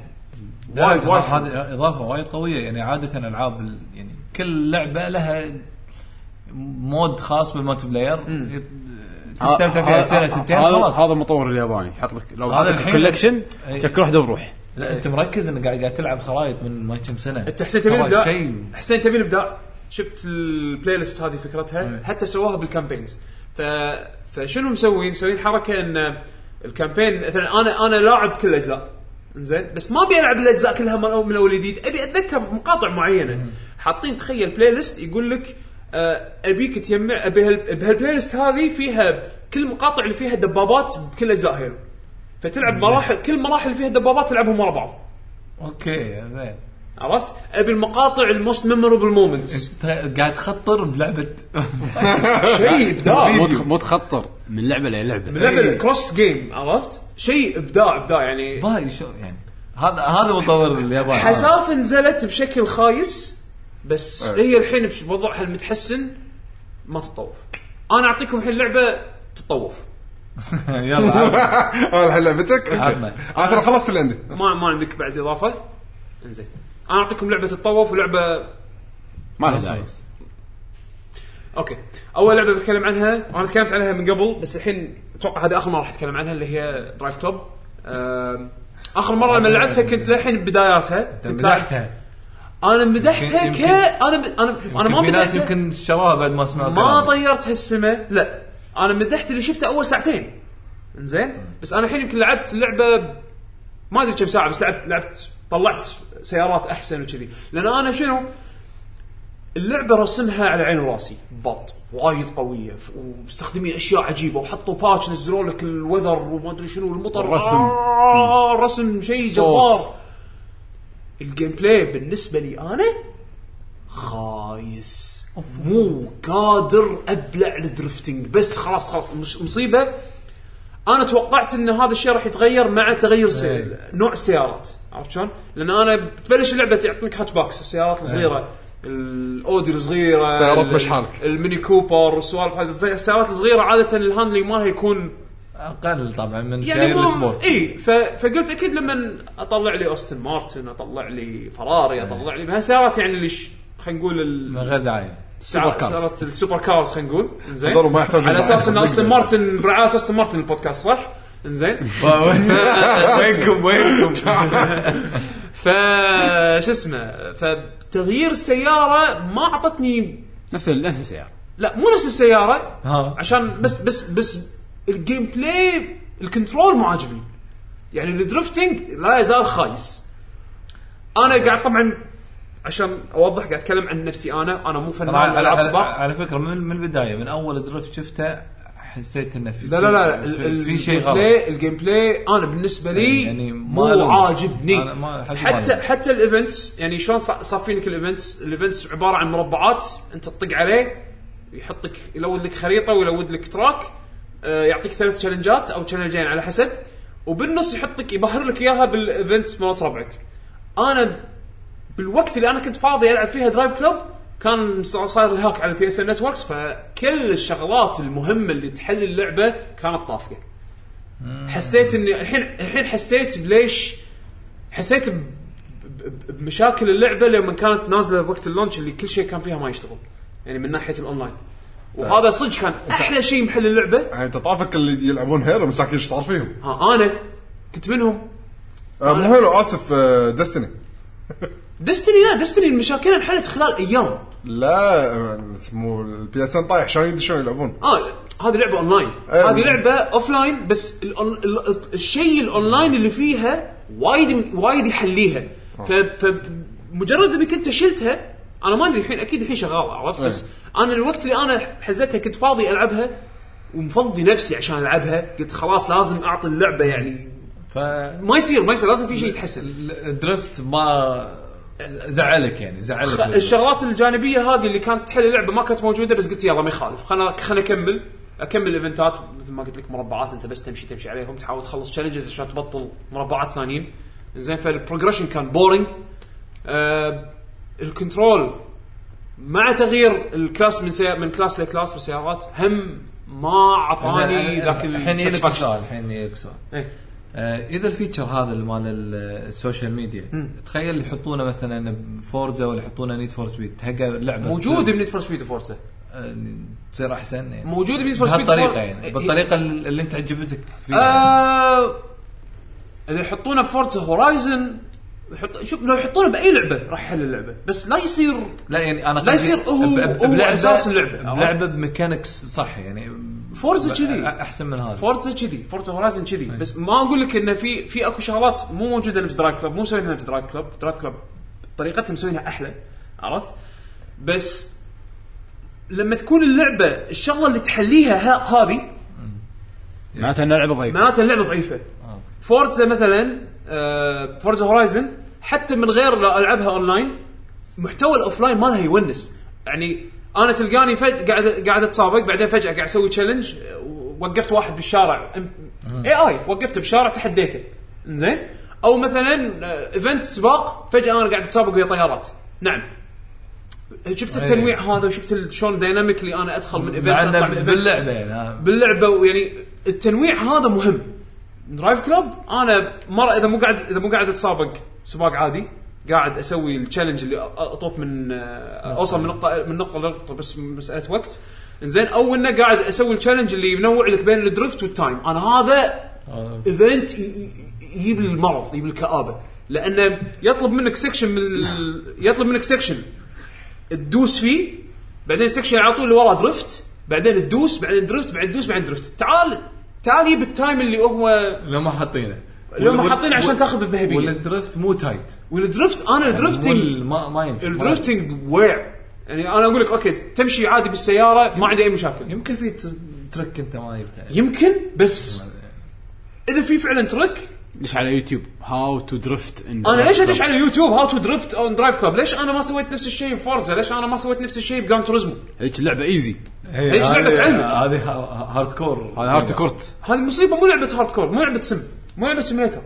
Speaker 4: لا،
Speaker 3: وايد
Speaker 4: ترى
Speaker 3: وايد حلو.
Speaker 4: هذه اضافه وايد قويه يعني عاده العاب ال- يعني كل لعبه لها مود خاص بالمالتي بلاير يت- تستمتع فيها سنه سنتين
Speaker 1: هذا-
Speaker 4: خلاص إيه.
Speaker 1: هذا المطور الياباني يحط لك لو
Speaker 4: آه، هذا
Speaker 1: هذا
Speaker 4: الحين-
Speaker 1: الكولكشن
Speaker 4: أي.
Speaker 1: شكل واحده بروح
Speaker 4: لا انت مركز انك قاعد قاعد تلعب خرايط من ما كم سنه
Speaker 3: انت حسين تبي
Speaker 4: ترى
Speaker 3: الابداع
Speaker 4: شيء
Speaker 3: حسين تبي الابداع شفت البلاي ليست هذه فكرتها
Speaker 4: إيه.
Speaker 3: حتى سواها بالكامبينز ف... فشنو مسوين؟ مسوين حركه ان الكامبين مثلا انا انا لاعب كل اجزاء زين بس ما ابي العب الاجزاء كلها من اول من اول جديد ابي اتذكر مقاطع
Speaker 4: إيه.
Speaker 3: معينه حاطين تخيل بلاي ليست يقول لك آه، ابيك تجمع ابي هال- بهالبلاي ليست هذه فيها كل مقاطع اللي فيها دبابات بكل اجزاء هيلو
Speaker 4: إيه.
Speaker 3: فتلعب مراحل كل مراحل اللي فيها دبابات تلعبهم ورا بعض
Speaker 4: اوكي زين
Speaker 3: عرفت؟ ابي المقاطع الموست ميموربل مومنتس
Speaker 4: انت قاعد تخطر بلعبه
Speaker 3: شيء
Speaker 1: مو
Speaker 3: ابداع
Speaker 1: تخ- مو تخطر من لعبه للعبه
Speaker 3: من ليفل كروس جيم عرفت؟ شيء ابداع ابداع يعني
Speaker 4: باي شو يعني هذا هذا مطور الياباني
Speaker 3: حساف نزلت بشكل خايس بس هي الحين بش- بوضعها المتحسن ما تتطوف. انا اعطيكم الحين لعبه تتطوف
Speaker 4: يلا عاد.
Speaker 2: انا الحين لعبتك أوكي.
Speaker 4: عظمة.
Speaker 2: انا ترى خلصت اللي عندي
Speaker 3: ما ما عندك بعد اضافه؟ انزين. انا اعطيكم لعبه تتطوف ولعبه
Speaker 1: ما لها داعي
Speaker 3: اوكي اول لعبه بتكلم عنها وانا تكلمت عنها من قبل بس الحين اتوقع هذه اخر مره راح اتكلم عنها اللي هي درايف كلوب آم، اخر مره لما لعبتها كنت للحين بداياتها كنت لاعب-
Speaker 4: مدحتها
Speaker 3: انا مدحتها
Speaker 4: يمكن-
Speaker 3: ك انا ب- انا شوف، انا ما
Speaker 4: في ناس
Speaker 3: مدحتها
Speaker 4: يمكن شراها بعد ما سمعوا
Speaker 3: ما
Speaker 4: كلامي.
Speaker 3: طيرت هالسمه لا انا مدحت اللي شفته اول ساعتين انزين بس انا الحين يمكن لعبت اللعبه ب- ما ادري كم ساعه بس لعبت لعبت طلعت سيارات احسن وكذي لان انا شنو اللعبه رسمها على عين راسي بط وايد قويه ف- ومستخدمين اشياء عجيبه وحطوا باتش نزلوا لك الوذر وما ادري شنو المطر
Speaker 1: الرسم.
Speaker 3: آه رسم شيء
Speaker 1: صوت.
Speaker 3: جبار الجيم بلاي بالنسبه لي انا خايس مو قادر ابلع الدرفتنج بس خلاص خلاص مش مصيبه انا توقعت ان هذا الشيء راح يتغير مع تغير سي... نوع السيارات عرفت شلون؟ لان انا تبلش اللعبه تعطيك هاتش باكس السيارات الصغيره الاودي الصغيره
Speaker 2: سيارات
Speaker 3: ال-
Speaker 2: مش حالك.
Speaker 3: الميني كوبر والسوالف هذه الزي- السيارات الصغيره عاده الهاندلنج مالها يكون
Speaker 4: اقل طبعا من
Speaker 3: يعني
Speaker 4: سيارة
Speaker 3: مو
Speaker 4: السبورت
Speaker 3: اي ف... فقلت اكيد لما اطلع لي اوستن مارتن اطلع لي فراري اطلع لي هالسيارات يعني اللي ش... خلينا نقول ال...
Speaker 4: من غير داعي
Speaker 3: سيارات
Speaker 1: كارز.
Speaker 3: سيارات السوبر كارز خلينا نقول زين
Speaker 2: هذول ما يحتاجون
Speaker 3: على اساس ان
Speaker 2: دعاية.
Speaker 3: اوستن مارتن برعايه اوستن مارتن البودكاست صح؟ انزين
Speaker 4: وينكم وينكم
Speaker 3: ف شو اسمه فتغيير السياره ما اعطتني
Speaker 1: نفس ال- نفس السياره
Speaker 3: لا مو نفس السياره
Speaker 4: ها.
Speaker 3: عشان بس بس بس الجيم بلاي الكنترول مو عاجبني يعني الدرفتنج لا يزال خايس انا قاعد طبعا عشان اوضح قاعد اتكلم عن نفسي انا انا مو فنان
Speaker 4: على,
Speaker 3: العاب
Speaker 4: على,
Speaker 3: سباق
Speaker 4: على فكره من, من البدايه من اول درفت شفته حسيت انه في
Speaker 3: لا لا لا ال-
Speaker 4: في,
Speaker 3: ال-
Speaker 4: في شيء
Speaker 3: الجيم
Speaker 4: غلط
Speaker 3: بلاي الجيم بلاي انا بالنسبه لي
Speaker 4: يعني
Speaker 3: يعني
Speaker 4: ما
Speaker 3: مو
Speaker 4: ألوم.
Speaker 3: عاجبني
Speaker 4: أنا ما- حتى ما
Speaker 3: حتى
Speaker 4: ألوم.
Speaker 3: حتى الايفنتس يعني شلون صا- صافينك الايفنتس الايفنتس عباره عن مربعات انت تطق عليه يحطك يلود لك خريطه ويلود لك تراك آه، يعطيك ثلاث تشالنجات او تشالنجين على حسب وبالنص يحطك يبهر لك اياها بالايفنتس مرات ربعك انا بالوقت اللي انا كنت فاضي العب فيها درايف كلوب كان صا- صاير الهاك على البي اس ان نتوركس فكل الشغلات المهمه اللي تحل اللعبه كانت طافيه. حسيت اني الحين الحين حسيت بليش حسيت ب- ب- ب- بمشاكل اللعبه لما كانت نازله وقت اللونش اللي كل شيء كان فيها ما يشتغل يعني من ناحيه الاونلاين وهذا صدق كان احلى شيء محل اللعبه
Speaker 2: يعني انت طافك اللي يلعبون هيرو مساكين ايش صار فيهم؟
Speaker 3: ها انا كنت منهم
Speaker 2: آه، مو هيرو اسف ديستني
Speaker 3: دستني لا دستني المشاكل انحلت خلال ايام
Speaker 2: لا آه، مو البي اس ان طايح شلون يدشون يلعبون؟
Speaker 3: اه هذه لعبه اونلاين
Speaker 2: أيوة.
Speaker 3: هذه لعبه اوفلاين بس الأون- ال- الشيء الاونلاين اللي فيها وايد وايد يحليها ف- فمجرد انك انت شلتها انا ما ادري الحين اكيد الحين شغاله عرفت بس انا الوقت اللي انا حزتها كنت فاضي العبها ومفضي نفسي عشان العبها قلت خلاص لازم اعطي اللعبه يعني
Speaker 4: ف
Speaker 3: ما يصير ما يصير لازم في شيء يتحسن
Speaker 4: الدرفت ما زعلك يعني زعلك
Speaker 3: خ- الشغلات الجانبيه هذه اللي كانت تحل اللعبه ما كانت موجوده بس قلت يلا ما يخالف خلنا خلنا اكمل اكمل الايفنتات مثل ما قلت لك مربعات انت بس تمشي تمشي عليهم تحاول تخلص تشالنجز عشان تبطل مربعات ثانيين زين فالبروجريشن كان بورينج آه الكنترول مع تغيير الكلاس من سي... من كلاس لكلاس بالسيارات هم ما عطاني ذاك ال-
Speaker 4: الحين يجيك
Speaker 3: satisfaction.
Speaker 4: سؤال الحين يجيك سؤال
Speaker 3: إيه.
Speaker 4: آه، اذا الفيتشر هذا اللي مال ال- السوشيال ميديا تخيل يحطونه مثلا بفورزا ولا يحطونه نيد فور سبيد حق اللعبه
Speaker 3: موجود
Speaker 4: تصير-
Speaker 3: بنيد فور سبيد وفورسا
Speaker 4: آه، تصير احسن يعني
Speaker 3: موجود بنيد فور سبيد
Speaker 4: بهالطريقه يعني بالطريقه اللي اللي انت عجبتك فيها
Speaker 3: آه، اذا يحطونه بفورتس هورايزن يحط شوف لو يحطونه باي لعبه راح يحل اللعبه بس لا يصير
Speaker 4: لا يعني انا
Speaker 3: لا
Speaker 4: قصدي
Speaker 3: يصير هو-
Speaker 4: ب- ب-
Speaker 3: هو
Speaker 4: بلعبة-
Speaker 3: أساس اللعبة.
Speaker 4: بلعبه بميكانكس صح يعني
Speaker 3: فورتس
Speaker 4: أ-
Speaker 3: كذي
Speaker 4: احسن من هذا
Speaker 3: فورتس كذي فورتس هورايزن كذي بس ما اقول لك انه في في اكو شغلات مو موجوده نفس درايف كلوب مو مسوينها نفس درايف كلوب درايف كلوب طريقتهم مسوينها احلى عرفت بس لما تكون اللعبه الشغله اللي تحليها ها- هذه
Speaker 1: معناته انها لعبه ضعيفه
Speaker 3: معناته اللعبه ضعيفه فورتزا مثلا آه، فورتزا هورايزن حتى من غير لا العبها اونلاين محتوى الاوفلاين مالها يونس يعني انا تلقاني فج... قاعد قاعد اتسابق بعدين فجاه قاعد اسوي تشالنج وقفت واحد بالشارع اي اي وقفته بالشارع تحديته زين او مثلا آه، ايفنت سباق فجاه انا قاعد اتسابق ويا طيارات نعم شفت التنويع هذا وشفت ال- شلون دايناميكلي انا ادخل من ايفنت
Speaker 4: مع
Speaker 3: أطلع
Speaker 4: انه
Speaker 3: من event.
Speaker 4: باللعبه يعني آه،
Speaker 3: باللعبه ويعني التنويع هذا مهم درايف كلوب انا مره اذا مو قاعد اذا مو قاعد اتسابق سباق عادي قاعد اسوي التشالنج اللي أ- اطوف من آه، اوصل من نقطه من نقطه لنقطه بس مساله وقت زين او انه قاعد اسوي التشالنج اللي ينوع لك بين الدرفت والتايم انا هذا
Speaker 4: آه.
Speaker 3: ايفنت ي- ي- يجيب لي المرض يجيب لي الكابه لانه يطلب منك سكشن من ال... يطلب منك سكشن تدوس فيه بعدين سكشن على طول اللي وراه درفت بعدين تدوس بعدين درفت بعدين تدوس بعدين درفت تعال تعال جيب التايم اللي هو
Speaker 4: لو ما حاطينه
Speaker 3: اللي هم
Speaker 4: وال-
Speaker 3: حاطينه عشان تاخذ الذهبيه
Speaker 4: والدرفت مو تايت
Speaker 3: والدرفت انا
Speaker 4: وال-
Speaker 3: الدرفتنج
Speaker 4: ما ما يمشي
Speaker 3: الدرفتنج واع يعني انا اقول لك اوكي تمشي عادي بالسياره ما عندي اي مشاكل
Speaker 4: يمكن في ت- ترك انت ما جبته
Speaker 3: يمكن بس اذا في فعلا ترك
Speaker 1: ليش على يوتيوب هاو تو درفت
Speaker 3: انا ليش ادش على يوتيوب هاو تو درفت اون درايف كلاب ليش انا ما سويت نفس الشيء بفورزا ليش انا ما سويت نفس الشيء بجران توريزمو
Speaker 1: هيك لعبه ايزي
Speaker 3: ليش لعبة تعلمك؟
Speaker 4: هذه ها- هارد كور
Speaker 1: هذا هارت كورت
Speaker 3: هذه مصيبه مو لعبه هارد كور مو لعبه سم مو لعبه سيميليتر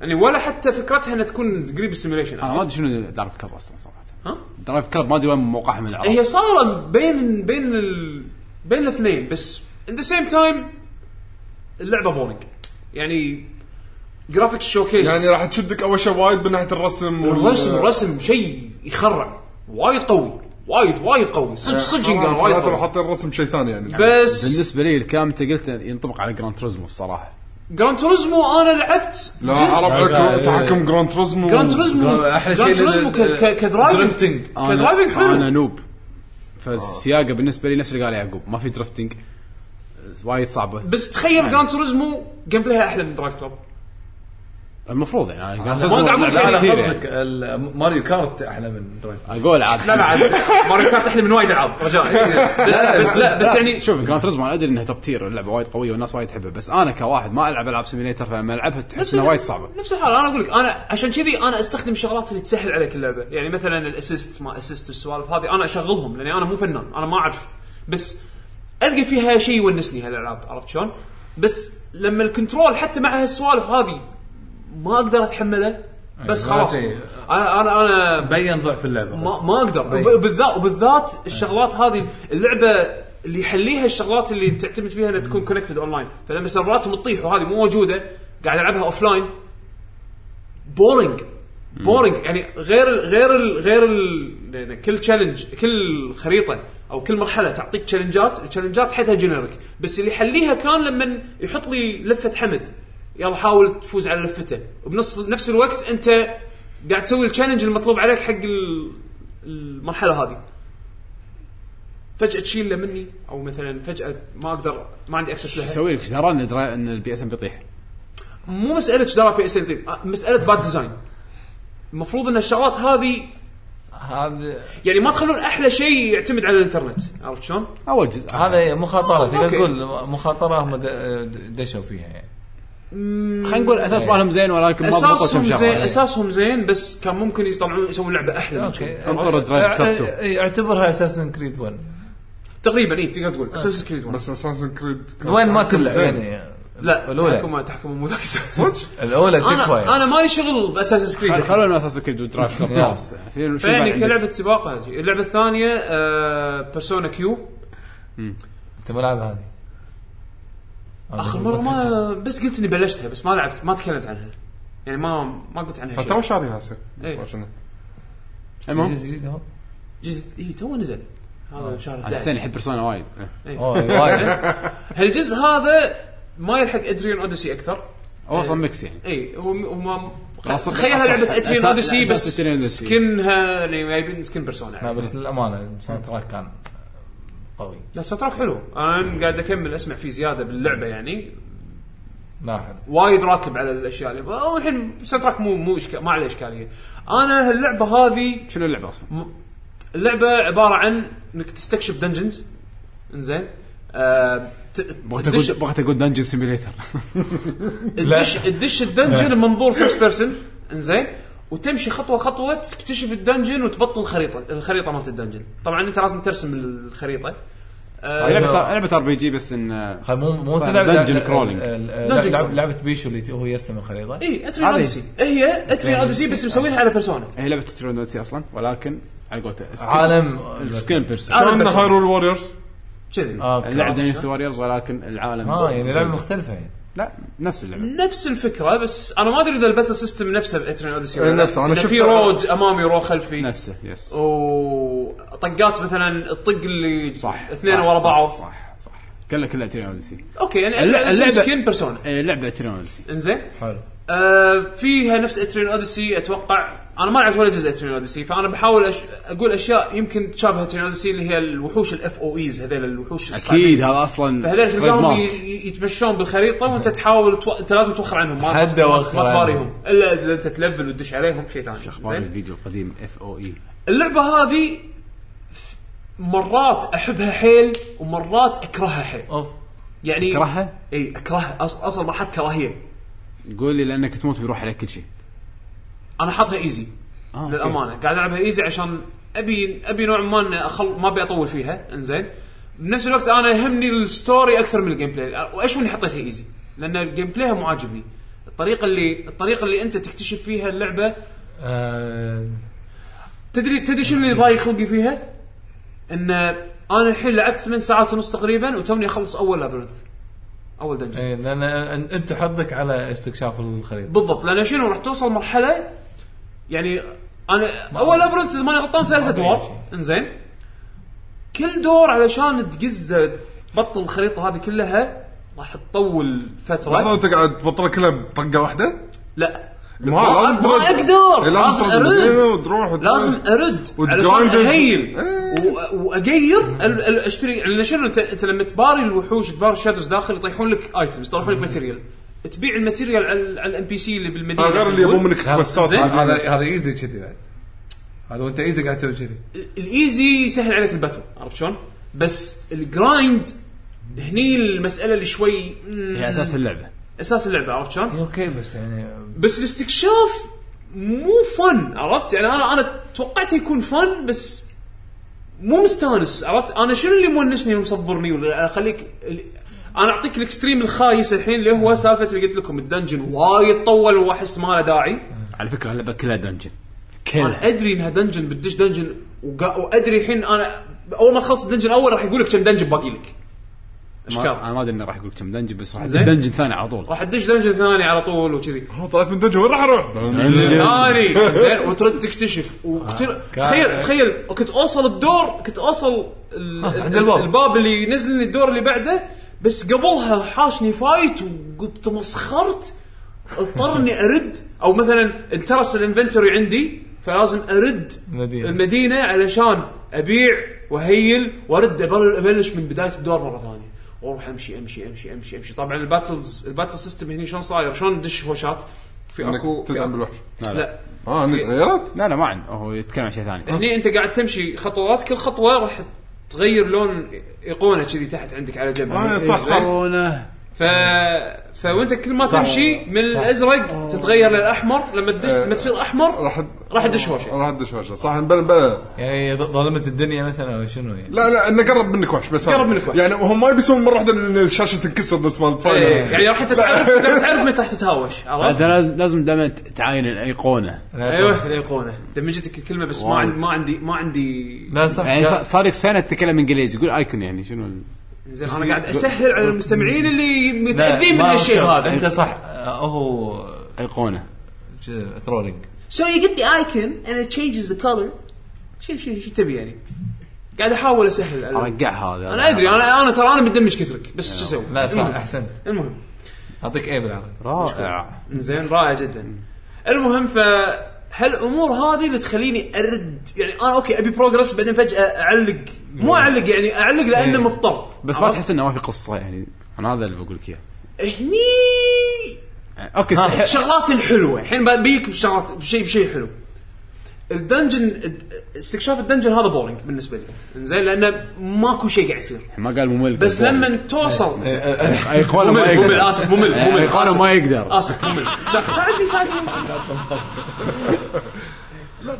Speaker 3: يعني ولا حتى فكرتها انها تكون قريب السيميليشن
Speaker 1: انا ما ادري شنو درايف كلب اصلا صراحه
Speaker 3: ها؟ إيه.
Speaker 1: درايف كلب ما ادري وين موقعها من العراق
Speaker 3: هي صايره بين بين ال... بين الاثنين بس ان ذا سيم تايم اللعبه بورينج يعني جرافيكس شوكيس
Speaker 2: يعني راح تشدك اول شيء وايد من ناحيه الرسم وال-
Speaker 3: الرسم الرسم شيء يخرع وايد قوي وايد وايد قوي
Speaker 2: آه،
Speaker 3: صدق صدق ينقال
Speaker 2: حرام،
Speaker 3: وايد
Speaker 2: يعني لا تروح
Speaker 3: قوي.
Speaker 2: حاطين الرسم شيء ثاني يعني
Speaker 3: بس
Speaker 1: بالنسبه لي الكلام انت قلته ينطبق على جراند توريزمو الصراحه
Speaker 3: جراند توريزمو انا لعبت
Speaker 2: لا
Speaker 3: جزء.
Speaker 2: عرب
Speaker 4: لا، لا،
Speaker 2: لك تحكم جراند توريزمو
Speaker 3: جراند توريزمو
Speaker 4: احلى شيء
Speaker 3: جراند توريزمو ك- ك- كدرايفنج
Speaker 4: درفتنج
Speaker 3: كدرايفنج حلو.
Speaker 1: انا نوب فالسياقه بالنسبه لي نفس اللي قال يعقوب ما في درفتنج وايد صعبه
Speaker 3: بس تخيل جراند توريزمو جيم بلايها احلى من درايف كلوب
Speaker 1: المفروض يعني جراند
Speaker 3: ما قاعد أقول
Speaker 1: لعبة
Speaker 3: يعني
Speaker 1: كثير
Speaker 4: قصدك ال- ماريو كارت احلى من درايف
Speaker 1: يعني. اقول عاد
Speaker 3: لا لا عاد ماريو كارت احلى من وايد العاب رجاء بس بس لا بس يعني
Speaker 1: شوف جراند توريزمو انا ادري انها توب تير اللعبه وايد قويه والناس وايد تحبها بس انا كواحد ما العب العاب سيميليتر فلما العبها تحس انها وايد صعبه
Speaker 3: نفس الحال انا اقول لك انا عشان كذي انا استخدم شغلات اللي تسهل عليك اللعبه يعني مثلا الاسيست ما اسيست والسوالف هذه انا اشغلهم لاني انا مو فنان انا ما اعرف بس القى فيها شيء يونسني هالالعاب عرفت شلون؟ بس لما الكنترول حتى مع هالسوالف هذه ما اقدر اتحمله بس
Speaker 4: أي،
Speaker 3: خلاص
Speaker 4: أي.
Speaker 3: انا انا انا
Speaker 4: بين ضعف اللعبه
Speaker 3: ما
Speaker 4: بس.
Speaker 3: ما اقدر
Speaker 4: أي.
Speaker 3: بالذات وبالذات الشغلات هذه اللعبه اللي يحليها الشغلات اللي تعتمد فيها انها تكون كونكتد اونلاين فلما سيرفراتهم تطيح وهذه مو موجوده قاعد العبها اوفلاين بورنج بورنج يعني غير ال غير ال غير ال يعني كل تشالنج كل خريطه او كل مرحله تعطيك تشالنجات التشالنجات حيتها جينيريك بس اللي يحليها كان لما يحط لي لفه حمد يلا حاول تفوز على لفته وبنص نفس الوقت انت قاعد تسوي التشالنج المطلوب عليك حق ال- المرحله هذه فجاه تشيله مني او مثلا فجاه ما اقدر ما عندي اكسس لها
Speaker 1: يسوي لك ايش درى إن درا- ان البي اس ام بيطيح
Speaker 3: مو مساله شراء بي اس 3 مساله باد ديزاين المفروض ان الشغلات هذه
Speaker 4: هذا
Speaker 3: يعني ما تخلون احلى شيء يعتمد على الانترنت عرفت شلون؟
Speaker 1: اول جزء
Speaker 4: هذا مخاطره تقدر
Speaker 3: أوكي.
Speaker 4: تقول مخاطره هم د- دشوا فيها يعني
Speaker 1: خلينا نقول اساس مالهم زين ولكن ما إيه. ضبطوا كم
Speaker 3: اساسهم زين
Speaker 1: شغله
Speaker 3: اساسهم زين بس كان ممكن يطلعون يسوون لعبه احلى من
Speaker 4: اوكي
Speaker 3: كذا.
Speaker 1: انطر
Speaker 4: إيه،
Speaker 1: درايف كاب 2.
Speaker 4: إي، اعتبرها اساسن كريد
Speaker 1: نعم.
Speaker 4: 1
Speaker 3: تقريبا اي إيه، تقدر تقول اساس كريد ون.
Speaker 2: بس اساسن كريد
Speaker 4: وين ما تطلع يعني
Speaker 3: لا
Speaker 4: الاولى
Speaker 3: تحكم تحكم مو ذاك الساعة.
Speaker 4: الاولى تكفى
Speaker 3: انا
Speaker 4: يعني.
Speaker 3: انا مالي شغل باساس كريد
Speaker 1: خلونا اساس كريد ودرايف كاب خلاص في- شو
Speaker 3: فيعني
Speaker 1: بعد عندك؟
Speaker 3: كلعبه سباق هذه آه، اللعبه الثانيه بيرسونا كيو
Speaker 4: انت ملعب هذه
Speaker 3: اخر مره ما بس قلت اني بلشتها بس ما لعبت ما تكلمت عنها يعني ما ما قلت عنها
Speaker 2: فتره
Speaker 3: شيء
Speaker 2: شاريها هسه
Speaker 3: إيه.
Speaker 2: عشان-
Speaker 1: المهم
Speaker 4: جزء جديد هو
Speaker 3: جزء اي تو نزل هذا شهر
Speaker 1: أنا حسين
Speaker 3: 11
Speaker 1: يحب بيرسونا وايد
Speaker 3: إيه.
Speaker 4: أوه، وايد
Speaker 3: هالجزء هذا ما يلحق ادريان اوديسي اكثر
Speaker 1: هو اصلا ميكس يعني
Speaker 3: اي إيه، هو هو ما
Speaker 1: خاصة-
Speaker 3: تخيلها لعبه
Speaker 1: خاصة-
Speaker 3: ادريان
Speaker 1: أساس-
Speaker 3: اوديسي
Speaker 1: أساس Adrian
Speaker 3: بس
Speaker 1: Odyssey. نعم.
Speaker 3: سكنها يعني جايبين سكن
Speaker 4: لا
Speaker 3: بيرسونا
Speaker 4: بس للامانه الساوند تراك كان قوي
Speaker 3: لا سطرك حلو انا قاعد اكمل اسمع فيه زياده باللعبه يعني
Speaker 4: ناحد
Speaker 3: وايد راكب على الاشياء اللي أو الحين ساتراك مو مو إشكال ما عليه اشكاليه انا هاللعبه هذه
Speaker 1: شنو اللعبه اصلا؟
Speaker 3: م- اللعبه عباره عن انك تستكشف دنجنز انزين آه ت-
Speaker 1: بغيت اقول
Speaker 3: تدش
Speaker 1: بغيت اقول دنجن سيميليتر
Speaker 3: تدش تدش الدنجن بمنظور فيرست بيرسون انزين وتمشي خطوه خطوه تكتشف الدنجن وتبطل الخريطه الخريطه مالت الدنجن طبعا انت لازم ترسم الخريطه آه،
Speaker 1: لعبه لعبه ار بي جي بس ان آه،
Speaker 4: هاي مو مو
Speaker 1: صح،
Speaker 4: تلعب
Speaker 1: Dungeon
Speaker 4: ال-
Speaker 1: Crawling.
Speaker 4: ال- ال-
Speaker 3: Dungeon
Speaker 4: لعب-
Speaker 3: Crawling.
Speaker 4: لعبه بيشو اللي هو يرسم الخريطه
Speaker 3: اي اترين
Speaker 1: هذه. يعني
Speaker 3: اوديسي إيه، هي اترين اوديسي بس مسوينها على بيرسونا
Speaker 1: هي لعبه ترون اصلا ولكن على قولته سكن-
Speaker 4: عالم
Speaker 1: سكن بيرسون
Speaker 2: شلون
Speaker 3: بس-
Speaker 2: هايرول ووريرز
Speaker 3: كذي
Speaker 4: آه،
Speaker 1: اللعب
Speaker 4: كلاس.
Speaker 1: دنجنز واريرز ولكن العالم
Speaker 4: اه يعني لعبه مختلفه يعني
Speaker 1: لا نفس اللعبه
Speaker 3: نفس الفكره بس انا ما ادري اذا الباتل سيستم نفسه باترين اوديسي
Speaker 2: إيه، نفسه. أنا
Speaker 3: شفت
Speaker 2: شفت-
Speaker 3: في رو ج- امامي رو خلفي
Speaker 1: نفسه يس
Speaker 3: وطقات مثلا الطق اللي
Speaker 1: صح
Speaker 3: اثنين
Speaker 1: صح،
Speaker 3: ورا
Speaker 1: صح،
Speaker 3: بعض
Speaker 1: صح صح كلها كلها إيه، ترون اوديسي
Speaker 3: اوكي يعني
Speaker 1: الل-
Speaker 3: اللعبة
Speaker 1: اللعبة-
Speaker 3: سكين بيرسونا
Speaker 1: لعبه ترون اوديسي
Speaker 3: انزين
Speaker 4: حلو
Speaker 3: آه فيها نفس اترين اوديسي اتوقع انا ما لعبت ولا جزء اترين اوديسي فانا بحاول أش... اقول اشياء يمكن تشابه اترين اوديسي اللي هي الوحوش الاف او ايز هذول الوحوش
Speaker 1: اكيد هذا اصلا
Speaker 3: فهذول
Speaker 1: trademark.
Speaker 3: تلقاهم ي- ي- يتمشون بالخريطه وانت تحاول تو... انت لازم توخر عنهم ما
Speaker 4: حد وخر
Speaker 3: ما
Speaker 4: عنهم.
Speaker 3: تباريهم الا اذا انت تلفل وتدش عليهم شيء ثاني
Speaker 1: اخبار
Speaker 3: زين؟ إيه.
Speaker 1: الفيديو القديم E. اف او اي
Speaker 3: اللعبه هذه مرات احبها حيل ومرات اكرهها حيل
Speaker 4: اوف
Speaker 3: يعني
Speaker 1: تكرهها؟
Speaker 3: اي اكرهها أص... اصلا مرحله كراهيه
Speaker 1: قول لي لانك تموت ويروح عليك كل شيء
Speaker 3: انا حاطها ايزي
Speaker 1: آه، أوكي.
Speaker 3: للامانه قاعد العبها ايزي عشان ابي ابي نوع ما إن أخل... ما ابي اطول فيها انزين بنفس الوقت انا يهمني الستوري اكثر من الجيم بلاي وايش اللي حطيتها ايزي لان الجيم بلاي مو عاجبني الطريقه اللي الطريقه اللي انت تكتشف فيها اللعبه
Speaker 4: آه،
Speaker 3: تدري تدري شنو اللي ضايق خلقي فيها؟ ان انا الحين لعبت ثمان ساعات ونص تقريبا وتوني اخلص اول لابرنث اول دنجن
Speaker 4: إيه، لان أن- انت حظك على استكشاف الخريطه
Speaker 3: بالضبط لان شنو راح توصل مرحله يعني انا اول ابرنث اذا ماني غلطان ثلاث
Speaker 4: أدري
Speaker 3: ادوار
Speaker 4: شيء.
Speaker 3: انزين كل دور علشان تقزه تبطل الخريطه هذه كلها راح تطول
Speaker 2: لحظه
Speaker 3: فتره
Speaker 2: انت قاعد تبطلها كلها بطقه واحده
Speaker 3: لا
Speaker 2: ما-
Speaker 3: ما
Speaker 2: لازم
Speaker 3: ما
Speaker 2: ترد.
Speaker 3: اقدر
Speaker 2: إيه،
Speaker 3: لازم
Speaker 2: ترد. إيه،
Speaker 3: ارد
Speaker 2: وتروح وتروح.
Speaker 3: لازم ارد علشان
Speaker 2: وتجرايند.
Speaker 3: اهيل
Speaker 2: إيه.
Speaker 3: و- واغير ال- ال- اشتري لان شنو انت انت لما تباري الوحوش تباري الشادوز داخل يطيحون لك ايتمز يطيحون لك ماتيريال تبيع الماتيريال على الام بي سي اللي بالمدينه
Speaker 2: هذا غير اللي يبون منك كوستات
Speaker 3: زين.
Speaker 2: بعد.
Speaker 5: هذا هذا ايزي كذي بعد هذا وانت ايزي قاعد تسوي كذي
Speaker 3: الايزي سهل عليك البثل عرفت شلون؟ بس الجرايند هني المساله اللي شوي مم،
Speaker 1: هي اساس اللعبه
Speaker 3: اساس اللعبه عرفت شلون؟
Speaker 4: إيه، اوكي بس يعني
Speaker 3: بس الاستكشاف مو فن عرفت؟ يعني انا انا توقعت يكون فن بس مو مستانس عرفت؟ انا شنو اللي مونسني ومصبرني ولا اخليك انا اعطيك الاكستريم الخايس الحين اللي هو سالفه اللي قلت لكم الدنجن وايد طول واحس ما له داعي
Speaker 1: على فكره اللعبه كلها دنجن
Speaker 3: انا ادري انها دنجن بتدش دنجن وقا... وادري الحين انا اول ما خلص الدنجن الاول راح يقول لك كم دنجن باقي لك
Speaker 1: ما-
Speaker 3: اشكال
Speaker 1: انا ما ادري انه راح يقول لك كم دنجن بس راح
Speaker 3: زين.
Speaker 1: دنجن ثاني على طول
Speaker 3: راح تدش دنجن ثاني على طول وكذي
Speaker 2: هو طلعت من دنجن وين راح اروح؟
Speaker 3: ثاني زين وترد تكتشف وقتل... تخيل
Speaker 4: آه، كان- يعني.
Speaker 3: تخيل كنت اوصل الدور كنت اوصل ال...
Speaker 4: آه، عند
Speaker 3: ال-
Speaker 4: الباب.
Speaker 3: الباب اللي ينزلني الدور اللي بعده بس قبلها حاشني فايت وقلت تمسخرت اضطر اني ارد او مثلا انترس الانفنتوري عندي فلازم ارد
Speaker 4: مدينة.
Speaker 3: المدينه علشان ابيع وهيل وارد أبل- ابلش من بدايه الدور مره ثانيه واروح امشي امشي امشي امشي امشي طبعا الباتلز الباتل سيستم هنا شلون صاير شلون ندش هوشات في اكو
Speaker 2: انك
Speaker 3: في
Speaker 2: تدعم
Speaker 3: أكو- إيه.
Speaker 2: بالوحش
Speaker 3: لا
Speaker 2: اه انك غيرت؟
Speaker 1: لا لا ما عندي هو يتكلم عن شيء ثاني
Speaker 3: هني انت قاعد تمشي خطوات كل خطوه راح تغير لون ايقونه كذي تحت عندك على جنب إيه،
Speaker 2: آه، صح صح
Speaker 1: يسوونه
Speaker 3: ف فوانت كل ما تمشي من الازرق تتغير للاحمر لما تدش لما تصير احمر
Speaker 2: راح آه،
Speaker 3: راح تدش هوشه
Speaker 2: راح تدش وجهه صح بلا بلا
Speaker 4: يعني ظ- ظلمت الدنيا مثلا او شنو يعني
Speaker 2: لا لا انه قرب منك وحش بس
Speaker 3: قرب
Speaker 2: هذا.
Speaker 3: منك وحش.
Speaker 2: يعني هم ما يبيسون مره واحده ان الشاشه تنكسر بس مال
Speaker 3: إيه،
Speaker 2: فاينل
Speaker 3: يعني راح انت تعرف راح تعرف متى راح تتهاوش عرفت؟
Speaker 1: انت لازم لازم دائما تعاين الايقونه
Speaker 4: أيوة.
Speaker 3: ايوه الايقونه دمجتك الكلمه بس ما عندي ما عندي ما عندي
Speaker 4: لا صح
Speaker 1: يعني صار-
Speaker 4: قاعد-
Speaker 1: صار لك سنه تتكلم انجليزي يقول ايكون يعني شنو ال-
Speaker 3: زين انا قاعد اسهل على المستمعين اللي متاذين من
Speaker 4: ما
Speaker 3: هالشيء
Speaker 4: شوف،
Speaker 3: هذا
Speaker 4: انت صح آه، هو
Speaker 1: ايقونه
Speaker 4: ترولينج
Speaker 3: So you get the icon and it changes the color. شوف شوف شو تبي يعني؟ قاعد احاول اسهل على-
Speaker 1: ارقع هذا
Speaker 3: انا ادري انا انا ترى انا بتدمج كثرك بس شو اسوي؟
Speaker 4: لا صح
Speaker 3: المهم-
Speaker 4: احسنت
Speaker 3: المهم
Speaker 4: اعطيك اي بالعربي
Speaker 1: رائع
Speaker 3: زين رائع جدا. المهم ف هالامور هذه اللي تخليني ارد يعني انا اوكي ابي بروجرس بعدين فجاه اعلق مو اعلق يعني اعلق لانه مضطر
Speaker 1: بس ما
Speaker 3: عرفت؟
Speaker 1: تحس انه ما في قصه يعني انا هذا اللي بقول لك اياه
Speaker 3: هني
Speaker 1: يعني اوكي صح
Speaker 3: الشغلات الحلوه الحين بيك بشغلات بشيء بشيء حلو الدنجن استكشاف الدنجن هذا بورينج بالنسبه لي انزين لانه ماكو شيء قاعد يصير
Speaker 1: ما قال ممل
Speaker 3: بس لما توصل
Speaker 1: ايقونه إيه، ما
Speaker 3: ممل
Speaker 1: يقدر
Speaker 3: ممل اسف ممل ممل
Speaker 1: ايقونه
Speaker 3: آسف.
Speaker 1: ما يقدر
Speaker 3: اسف ممل سا- ساعدني ساعدني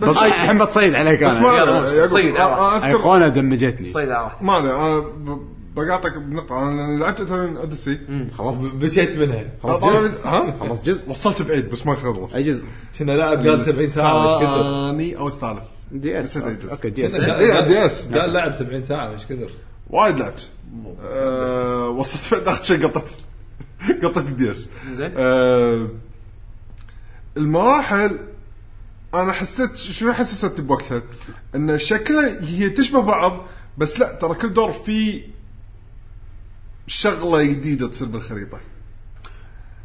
Speaker 1: بس الحين بتصيد عليك
Speaker 2: بس ما
Speaker 1: انا
Speaker 3: يلا،
Speaker 2: يعقوب،
Speaker 3: صيد،
Speaker 2: آه، آه، اذكر
Speaker 1: ايقونه دمجتني
Speaker 3: صيد على واحد
Speaker 2: ما عليه، انا ب- بقاطعك بنقطه انا لأني لعبت مثلا اوديسي
Speaker 1: خلصت
Speaker 4: بشيت منها
Speaker 2: أنا طالع- ها
Speaker 1: خلصت جزء
Speaker 2: وصلت بعيد بس ما خلص
Speaker 1: اي جزء
Speaker 4: كنا لاعب قال 70
Speaker 1: آه،
Speaker 2: آه،
Speaker 4: ساعه ايش كثر
Speaker 2: الثاني او الثالث
Speaker 1: دي اس
Speaker 2: نسيت أي جزء.
Speaker 1: اوكي دي آه، اس
Speaker 4: نسيت.
Speaker 2: اي على دي اس
Speaker 4: قال لاعب 70 ساعه ايش كثر
Speaker 2: وايد لعبت آه، وصلت بعد اخر شيء قطت قطت الدي اس
Speaker 3: زين.
Speaker 2: آه، المراحل انا حسيت شنو حسستني بوقتها ان شكلها هي تشبه بعض بس لا ترى كل دور في شغله جديده تصير بالخريطه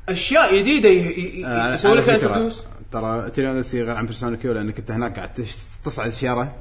Speaker 3: اشياء جديده ي- ي- ي-
Speaker 1: أنا-
Speaker 3: يسوي
Speaker 1: على
Speaker 3: لك
Speaker 1: فكرة،
Speaker 3: انتروديوس
Speaker 1: ترى تيريونسي غير عن بيرسونا كيو لانك انت هناك قاعد تش- تصعد شيره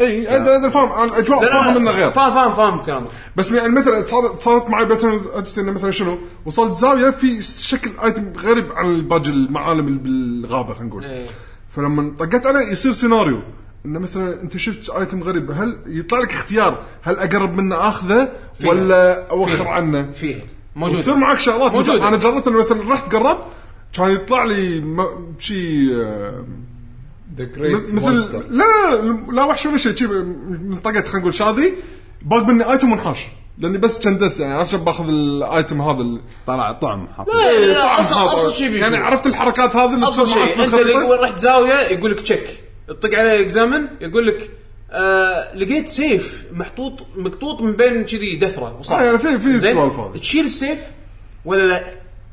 Speaker 2: اي هذا هذا يعني فاهم انا اجواء فاهم منه غير
Speaker 3: فاهم فاهم فاهم كلامك
Speaker 2: بس يعني مثلا صارت صارت معي باتل انه مثلا شنو وصلت زاويه في شكل ايتم غريب عن باقي المعالم اللي بالغابه خلينا نقول
Speaker 3: إيه.
Speaker 2: فلما طقيت عليه يصير سيناريو انه مثلا انت شفت ايتم غريب هل يطلع لك اختيار هل اقرب منه اخذه ولا اوخر
Speaker 3: فيها.
Speaker 2: عنه
Speaker 3: فيها
Speaker 2: تصير
Speaker 3: موجود
Speaker 2: معك شغلات
Speaker 3: موجودة.
Speaker 2: مثلاً انا جربت انه مثلا رحت قربت كان يطلع لي م- شي آه،
Speaker 4: ذا
Speaker 2: م- مثل لا لا- لا وحش ولا شيء شي منطقه خلينا نقول شاذي باق مني ايتم منحاش لاني بس كندست يعني عرفت شلون باخذ الايتم هذا ال-
Speaker 1: طلع طعم حط
Speaker 3: لا، لا،
Speaker 2: طعم
Speaker 3: أبسط-
Speaker 2: هذا.
Speaker 3: أبسط شي بيجي.
Speaker 2: يعني عرفت الحركات هذه اللي
Speaker 3: ابسط
Speaker 2: تصير معك
Speaker 3: شيء انت
Speaker 2: بالخريطة؟
Speaker 3: اللي رحت زاويه يقول لك تشيك تطق عليه اكزامن يقول لك آه لقيت سيف محطوط مقطوط من بين كذي دثره وصار
Speaker 2: آه، يعني في- في
Speaker 3: زين؟
Speaker 2: سوالف هذه. آه.
Speaker 3: تشيل السيف ولا لا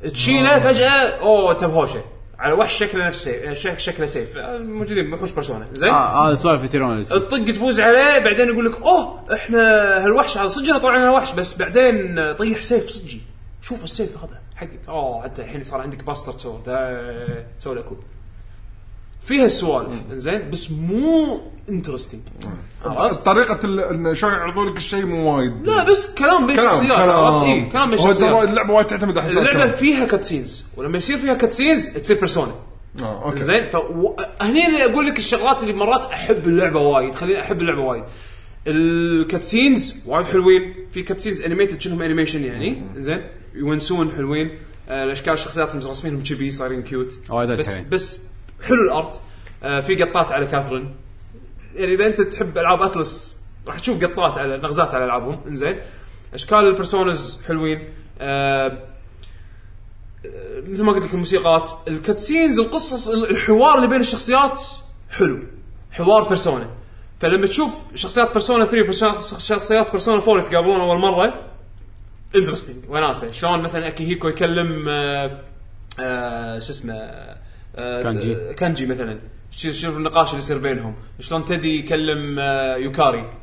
Speaker 3: تشيله فجاه اوه انت بهوشه على وحش شكله نفس سيف شك- شكله سيف آه، موجودين بوحوش بيرسونا زين
Speaker 1: اه هذا سوالف تيريونسي
Speaker 3: تطق تفوز عليه بعدين يقول لك اوه احنا هالوحش هذا صدقنا طلع لنا وحش بس بعدين طيح سيف صدقي شوف السيف هذا حقك اوه حتى الحين صار عندك باستر تسوي تا- تسوي له كوب فيها السوالف زين بس مو انترستنج عرفت؟
Speaker 2: طريقه ال- ان شلون يعرضوا لك الشيء مو وايد
Speaker 3: لا بس كلام بين
Speaker 2: كلام
Speaker 3: شخصيات عرفت اي كلام بين
Speaker 2: هو ترى
Speaker 3: شخصيات
Speaker 2: اللعبه وايد تعتمد على حساب
Speaker 3: اللعبه
Speaker 2: كلام.
Speaker 3: فيها كاتسينز ولما يصير فيها كاتسينز تصير بيرسونا
Speaker 2: اه اوكي
Speaker 3: زين فهني اللي اقول لك الشغلات اللي مرات احب اللعبه وايد خليني احب اللعبه وايد الكاتسينز وايد حلوين في كاتسينز انيميتد كأنهم انيميشن يعني زين يونسون حلوين آه، الاشكال الشخصيات مرسمينهم كذي صايرين كيوت
Speaker 1: وايد
Speaker 3: بس
Speaker 1: حلوين.
Speaker 3: بس حلو الارت آه، في قطات على كاثرين يعني اذا انت تحب العاب اتلس راح تشوف قطات على نغزات على العابهم انزين اشكال البرسونز حلوين آه، مثل ما قلت لك الموسيقات الكاتسينز القصص ال- الحوار اللي بين الشخصيات حلو حوار بيرسونا فلما تشوف شخصيات بيرسونا 3 بيرسونا شخصيات بيرسونا 4 يتقابلون اول مره انترستنج وناسه شلون مثلا اكيهيكو يكلم آه، آه، شو اسمه آه،
Speaker 1: كانجي.
Speaker 3: آه، كانجي مثلا شوف شوف النقاش اللي يصير بينهم شلون تدي يكلم آه، يوكاري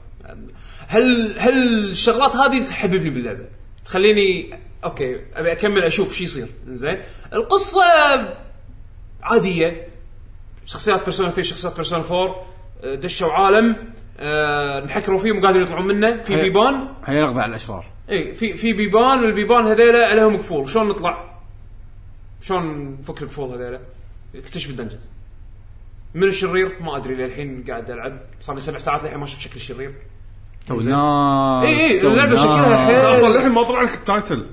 Speaker 3: هل هل الشغلات هذه تحببني باللعبه تخليني اوكي ابي اكمل اشوف شو يصير زين القصه عاديه شخصيات بيرسونا 3 شخصيات بيرسونا 4 آه، دشوا عالم آه انحكروا فيهم وقاعدين يطلعون منه في
Speaker 1: هي-
Speaker 3: بيبان
Speaker 1: هي نقضي على الاشرار
Speaker 3: اي إيه، في في بيبان والبيبان هذيلا عليهم قفول شلون نطلع؟ شلون نفك القفول هذيلا؟ اكتشف الدنجنز من الشرير ما ادري للحين قاعد العب صار لي سبع ساعات للحين ما شفت شكل الشرير
Speaker 1: تو ناس
Speaker 3: إي إي،
Speaker 1: تو
Speaker 3: إيه، اللعبة
Speaker 1: ناس.
Speaker 3: شكلها حيل-
Speaker 2: اصلا للحين آه، ما طلع لك التايتل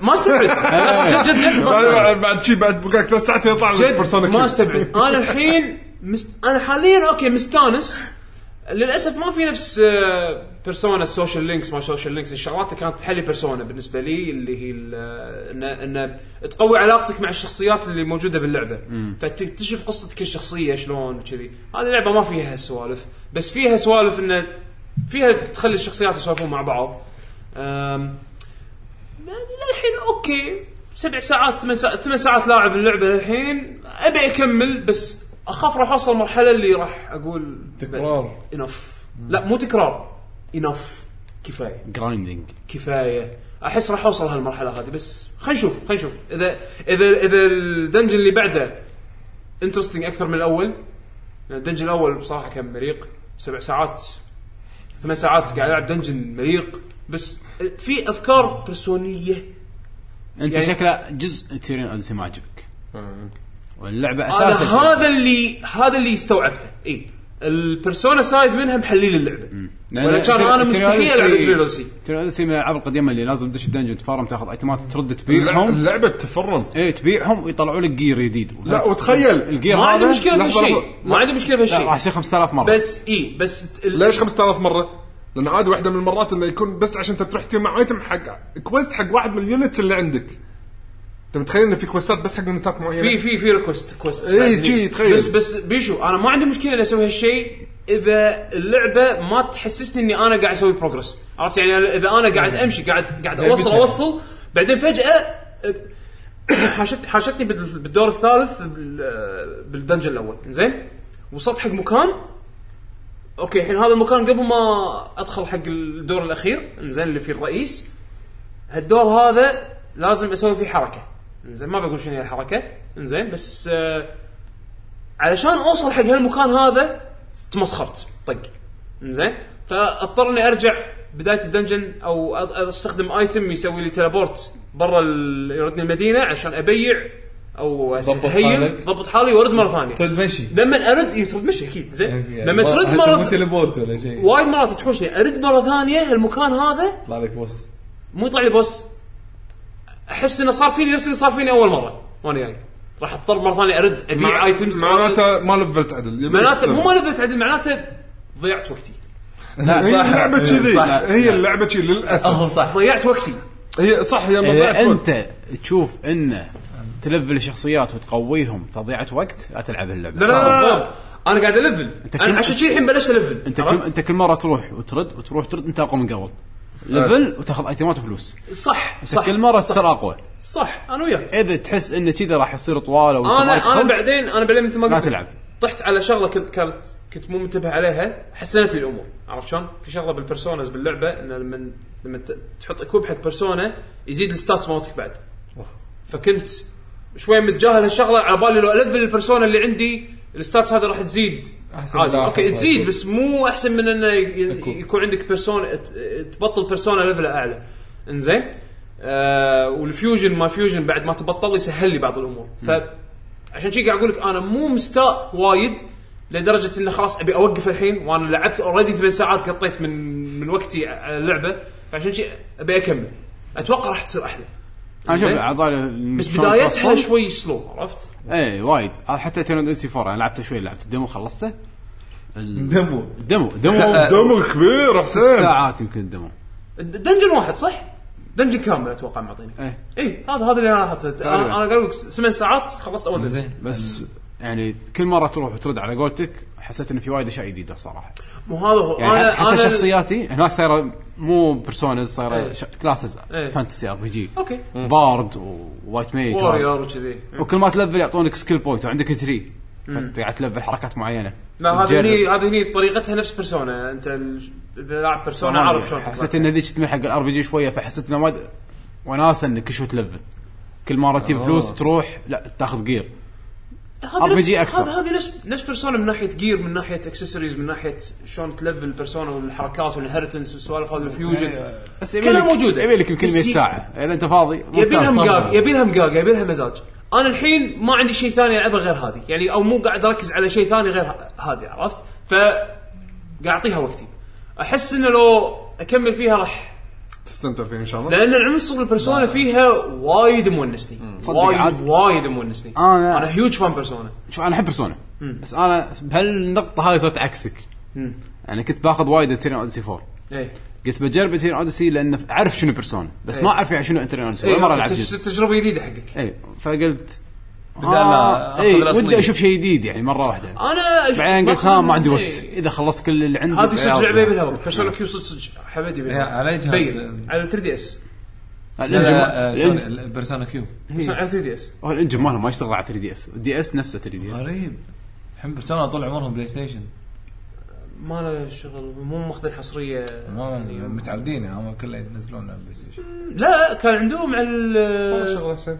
Speaker 3: ما استبعد بس جد جد جد ما استبعد.
Speaker 2: بعد- بعد شي بعد بقالك ثلاث ساعات يطلع لك بيرسونا
Speaker 3: جد ما
Speaker 2: 2.
Speaker 3: استبعد انا الحين مست... انا حاليا اوكي مستانس للاسف ما في نفس آه، بيرسونا السوشيال لينكس ما سوشيال لينكس الشغلات اللي كانت تحلي بيرسونا بالنسبه لي اللي هي ال- آه، ان ان تقوي علاقتك مع الشخصيات اللي موجوده باللعبه فتكتشف قصه كل شخصيه شلون كذي هذه اللعبه ما فيها هالسوالف بس فيها سوالف انه فيها تخلي الشخصيات يسولفون مع بعض أم، للحين اوكي سبع ساعات ثمان ساعات, ثمان ساعات لاعب اللعبه للحين ابي اكمل بس اخاف راح اوصل مرحله اللي راح اقول
Speaker 5: تكرار.
Speaker 3: انف لا مو تكرار انف كفايه
Speaker 1: جرايندنج
Speaker 3: كفايه احس راح اوصل هالمرحله هذه بس خلينا نشوف خلينا نشوف اذا اذا اذا الدنجن اللي بعده انترستنج اكثر من الاول لأن الدنجن الاول بصراحه كان مليق سبع ساعات ثمان ساعات قاعد العب دنجن مليق بس في افكار بيرسونيه
Speaker 1: انت
Speaker 3: يعني-
Speaker 1: شكله جزء تيرين اوديسي ما عجبك
Speaker 2: آه.
Speaker 1: واللعبه
Speaker 3: انا
Speaker 1: اساسا
Speaker 3: هذا اللي هذا اللي استوعبته اي البيرسونا سايد منها محليل اللعبه
Speaker 1: لأن
Speaker 3: ولا كان
Speaker 1: تيرين-
Speaker 3: أنا مستحيل
Speaker 1: تيرين
Speaker 3: ألعب
Speaker 1: أوديسي-
Speaker 3: تيرين أوديسي.
Speaker 1: تيرين اوديسي من الالعاب القديمه اللي لازم تدش الدنجن تفارم تاخذ ايتمات ترد
Speaker 2: اللعبة-
Speaker 1: تبيعهم
Speaker 2: اللعبه تفرم
Speaker 1: اي تبيعهم ويطلعوا لك جير جديد
Speaker 2: لا وتخيل
Speaker 1: الجير
Speaker 3: ما عندي
Speaker 1: هذا-
Speaker 3: مشكله
Speaker 2: لحظة،
Speaker 3: بهالشيء
Speaker 2: لحظة.
Speaker 3: ما عندي مشكله
Speaker 1: لا،
Speaker 3: بهالشيء
Speaker 1: راح يصير 5000 مره
Speaker 3: بس اي بس ال-
Speaker 2: ليش 5000 مره؟ لان عاد واحده من المرات انه يكون بس عشان انت تروح تجمع ايتم حق كويست حق واحد من اليونتس اللي عندك انت متخيل ان في كويستات بس حق يونتات معينه؟
Speaker 3: في في في ريكوست كويست
Speaker 2: إيه،
Speaker 3: بعد هني.
Speaker 2: جي، تخيل.
Speaker 3: بس بس بيشو انا ما عندي مشكله اني اسوي هالشيء اذا اللعبه ما تحسسني اني انا قاعد اسوي بروجرس عرفت يعني اذا انا قاعد
Speaker 2: نعم.
Speaker 3: امشي قاعد قاعد اوصل اوصل بعدين فجاه حاشت حاشتني بال- بالدور الثالث بال- بالدنجن الاول زين وصلت حق مكان اوكي الحين هذا المكان قبل ما ادخل حق الدور الاخير انزين اللي فيه الرئيس هالدور هذا لازم اسوي فيه حركه انزين ما بقول شنو هي الحركه انزين بس آه علشان اوصل حق هالمكان هذا تمسخرت طق انزين فاضطر اني ارجع بدايه الدنجن او أ- استخدم ايتم يسوي لي تلابورت برا ال- يردني المدينه عشان ابيع او
Speaker 5: ضبط
Speaker 3: اهيل
Speaker 5: حالك.
Speaker 3: ضبط حالي وارد مره ثانيه
Speaker 5: ترد مشي
Speaker 3: لما ارد إي، ترد مشي اكيد زين
Speaker 5: يعني
Speaker 3: لما
Speaker 5: ما-
Speaker 3: ترد
Speaker 5: حتى
Speaker 3: مره
Speaker 5: مو تليبورت ولا شيء
Speaker 3: وايد مرات تحوشني ارد مره ثانيه هالمكان هذا
Speaker 5: يطلع لك بوس
Speaker 3: مو يطلع لي بوس احس انه صار فيني نفس اللي صار فيني اول مره وانا جاي راح اضطر مره ثانيه ارد ابيع ايتمز
Speaker 2: معناته ما لفلت عدل يبي
Speaker 3: معناته
Speaker 2: تلفل.
Speaker 3: مو ما لفت عدل معناته ضيعت وقتي
Speaker 1: لا
Speaker 2: هي اللعبه كذي
Speaker 4: صح.
Speaker 2: هي اللعبه كذي للاسف
Speaker 5: هو صح
Speaker 3: ضيعت وقتي
Speaker 2: هي صح يا
Speaker 4: إيه،
Speaker 2: مضيعة
Speaker 1: اذا
Speaker 2: وقت.
Speaker 1: انت تشوف انه تلفل الشخصيات وتقويهم تضيعه وقت لا تلعب اللعبه
Speaker 3: لا لا لا, لا. انا قاعد الفل
Speaker 1: أنت
Speaker 3: انا
Speaker 1: كنت-
Speaker 3: عشان كذي الحين بلشت الفل
Speaker 1: انت كل انت كل مره تروح وترد وتروح ترد انت اقوى من قبل ليفل وتاخذ ايتمات وفلوس
Speaker 3: صح
Speaker 1: صح
Speaker 3: صح
Speaker 1: كل مره
Speaker 3: صح,
Speaker 1: تصير اقوى
Speaker 3: صح انا وياك
Speaker 1: اذا تحس انه كذا راح يصير طوال او أنت ما
Speaker 3: انا انا
Speaker 1: يدخل،
Speaker 3: بعدين انا بعدين مثل ما
Speaker 1: لا
Speaker 3: قلت
Speaker 1: تلعب
Speaker 3: طحت على شغله كنت كانت كنت مو منتبه عليها حسنت لي الامور عرفت شلون؟ في شغله بالبرسونز باللعبه ان لما لما ت- تحط اكوب حق بيرسونا يزيد الستاتس مالتك بعد فكنت شوي متجاهل هالشغله على بالي لو الفل البرسونا اللي عندي الستاتس هذا راح تزيد
Speaker 5: أحسن
Speaker 3: عادي
Speaker 5: لا،
Speaker 3: اوكي
Speaker 5: أحسن
Speaker 3: تزيد
Speaker 5: يكون.
Speaker 3: بس مو احسن من انه ي- يكون عندك بيرسونا ت- تبطل بيرسونا ليفل اعلى انزين آه والفيوجن ما فيوجن بعد ما تبطل يسهل لي بعض الامور ف عشان شي قاعد اقول لك انا مو مستاء وايد لدرجه انه خلاص ابي اوقف الحين وانا لعبت اوريدي ثمان ساعات قطيت من من وقتي على اللعبه فعشان شي ابي اكمل اتوقع راح تصير احلى
Speaker 1: انا شوف
Speaker 3: زين.
Speaker 1: عضال
Speaker 3: بس بدايتها شوي سلو عرفت؟
Speaker 1: اي إيه، وايد حتى تيرن دنسي 4 انا لعبته شوي يعني لعبت الديمو خلصته
Speaker 5: دمو
Speaker 1: الديمو
Speaker 4: آه،
Speaker 1: ديمو
Speaker 2: دمر كبير حسين
Speaker 1: ساعات يمكن الديمو
Speaker 3: دنجن واحد صح؟ دنجن كامل اتوقع معطينك
Speaker 1: ايه
Speaker 3: اي هذا هذا اللي انا حطيته انا
Speaker 1: تقريباً.
Speaker 3: أنا قاعد اقول لك ثمان ساعات خلصت اول دنجن
Speaker 5: زين
Speaker 1: بس يعني كل مره تروح وترد على قولتك حسيت انه في وايد اشياء جديده الصراحه
Speaker 3: مو هذا هو
Speaker 1: يعني
Speaker 3: انا
Speaker 1: حتى
Speaker 3: انا
Speaker 1: شخصياتي هناك صايره مو بيرسونز صايره
Speaker 3: إيه.
Speaker 1: ش- كلاسز
Speaker 3: إيه.
Speaker 1: فانتسي ار بي جي
Speaker 3: اوكي
Speaker 1: بارد ووايت ميج
Speaker 3: وورير وكذي
Speaker 1: وكل ما تلفل يعطونك سكيل بوينت وعندك تري فانت قاعد تلفل حركات معينه
Speaker 3: Mm. لا هذه
Speaker 1: تجرب.
Speaker 3: هني هذه هني طريقتها نفس بيرسونا انت ال- اذا لاعب بيرسونا عارف شلون
Speaker 1: حسيت
Speaker 3: تطلع.
Speaker 1: ان ذيك تميل حق الار بي جي شويه فحسيت انه وايد آه. وناسه انك شو تلفل كل مره تجيب فلوس تروح لا تاخذ جير ار
Speaker 3: هذا
Speaker 1: بي
Speaker 3: نفس-
Speaker 1: جي
Speaker 3: هذا
Speaker 1: اكثر
Speaker 3: هذا نفس نفس بيرسونا من ناحيه جير من ناحيه اكسسوارز من ناحيه شلون تلفل بيرسونا والحركات والانهرتنس والسوالف
Speaker 1: إيه،
Speaker 3: هذه الفيوجن
Speaker 1: بس
Speaker 3: كلها
Speaker 1: يبيلك-
Speaker 3: موجوده
Speaker 1: يبي لك يمكن 100
Speaker 3: بس ي-
Speaker 1: ساعه اذا انت فاضي
Speaker 3: يبي
Speaker 1: ممتاز،
Speaker 3: لها
Speaker 1: صبر.
Speaker 3: مقاق يبي لها مقاق يبي لها مزاج انا الحين ما عندي شيء ثاني العبه غير هذه يعني او مو قاعد اركز على شيء ثاني غير ه- هذه عرفت ف قاعد اعطيها وقتي احس انه لو اكمل فيها راح
Speaker 2: تستمتع فيه ان شاء الله
Speaker 3: لان العنصر البرسونا فيها وايد مونسني
Speaker 1: صدق
Speaker 3: وايد
Speaker 1: عاد. آه،
Speaker 3: وايد مونسني
Speaker 1: أنا-
Speaker 3: انا هيوج فان بيرسونا
Speaker 1: شوف انا احب بيرسونا بس انا بهالنقطه هذه صرت عكسك
Speaker 3: مم.
Speaker 1: يعني كنت باخذ وايد تيرن اوديسي 4
Speaker 3: ايه
Speaker 1: قلت بجرب تيرن اوديسي لان اعرف شنو بيرسونا بس
Speaker 3: إيه.
Speaker 1: ما اعرف يعني شنو تيرن اوديسي
Speaker 3: إيه،
Speaker 1: ولا مره العب
Speaker 3: تج-
Speaker 1: جزء
Speaker 3: تجربه جديده حقك
Speaker 1: اي إيه، فقلت بدال
Speaker 4: لا
Speaker 1: آه
Speaker 4: آخذ
Speaker 1: اي
Speaker 4: الأصلية.
Speaker 1: ودي اشوف شيء جديد يعني مره واحده
Speaker 3: انا أش-
Speaker 1: بعدين قلت
Speaker 3: باخذ
Speaker 1: ها
Speaker 3: من-
Speaker 1: ما عندي وقت
Speaker 3: إيه.
Speaker 1: اذا خلصت كل اللي عندي
Speaker 3: هذه صدق
Speaker 1: بعياض.
Speaker 3: لعبه يبي لها وقت بيرسونا كيو صدق صدق حمد يبي لها
Speaker 4: إيه،
Speaker 3: وقت.
Speaker 4: على أي جهاز؟
Speaker 3: بين. على 3 دي اس
Speaker 4: لا
Speaker 1: الانجن
Speaker 4: لا آه، سوري
Speaker 1: الإنجن-
Speaker 4: ال- بيرسونا كيو
Speaker 3: على 3 دي اس
Speaker 1: هو الانجن ماله ما يشتغل على 3 دي اس الدي اس نفسه 3 دي اس
Speaker 4: غريب الحين بيرسونا طول عمرهم بلاي ستيشن
Speaker 3: ما له شغل مو ماخذين حصريه
Speaker 4: ما-
Speaker 3: يعني-
Speaker 4: متعودين هم كله ينزلون على البلاي ستيشن
Speaker 3: لا كان عندهم على
Speaker 2: والله
Speaker 3: ال-
Speaker 2: شغله حسين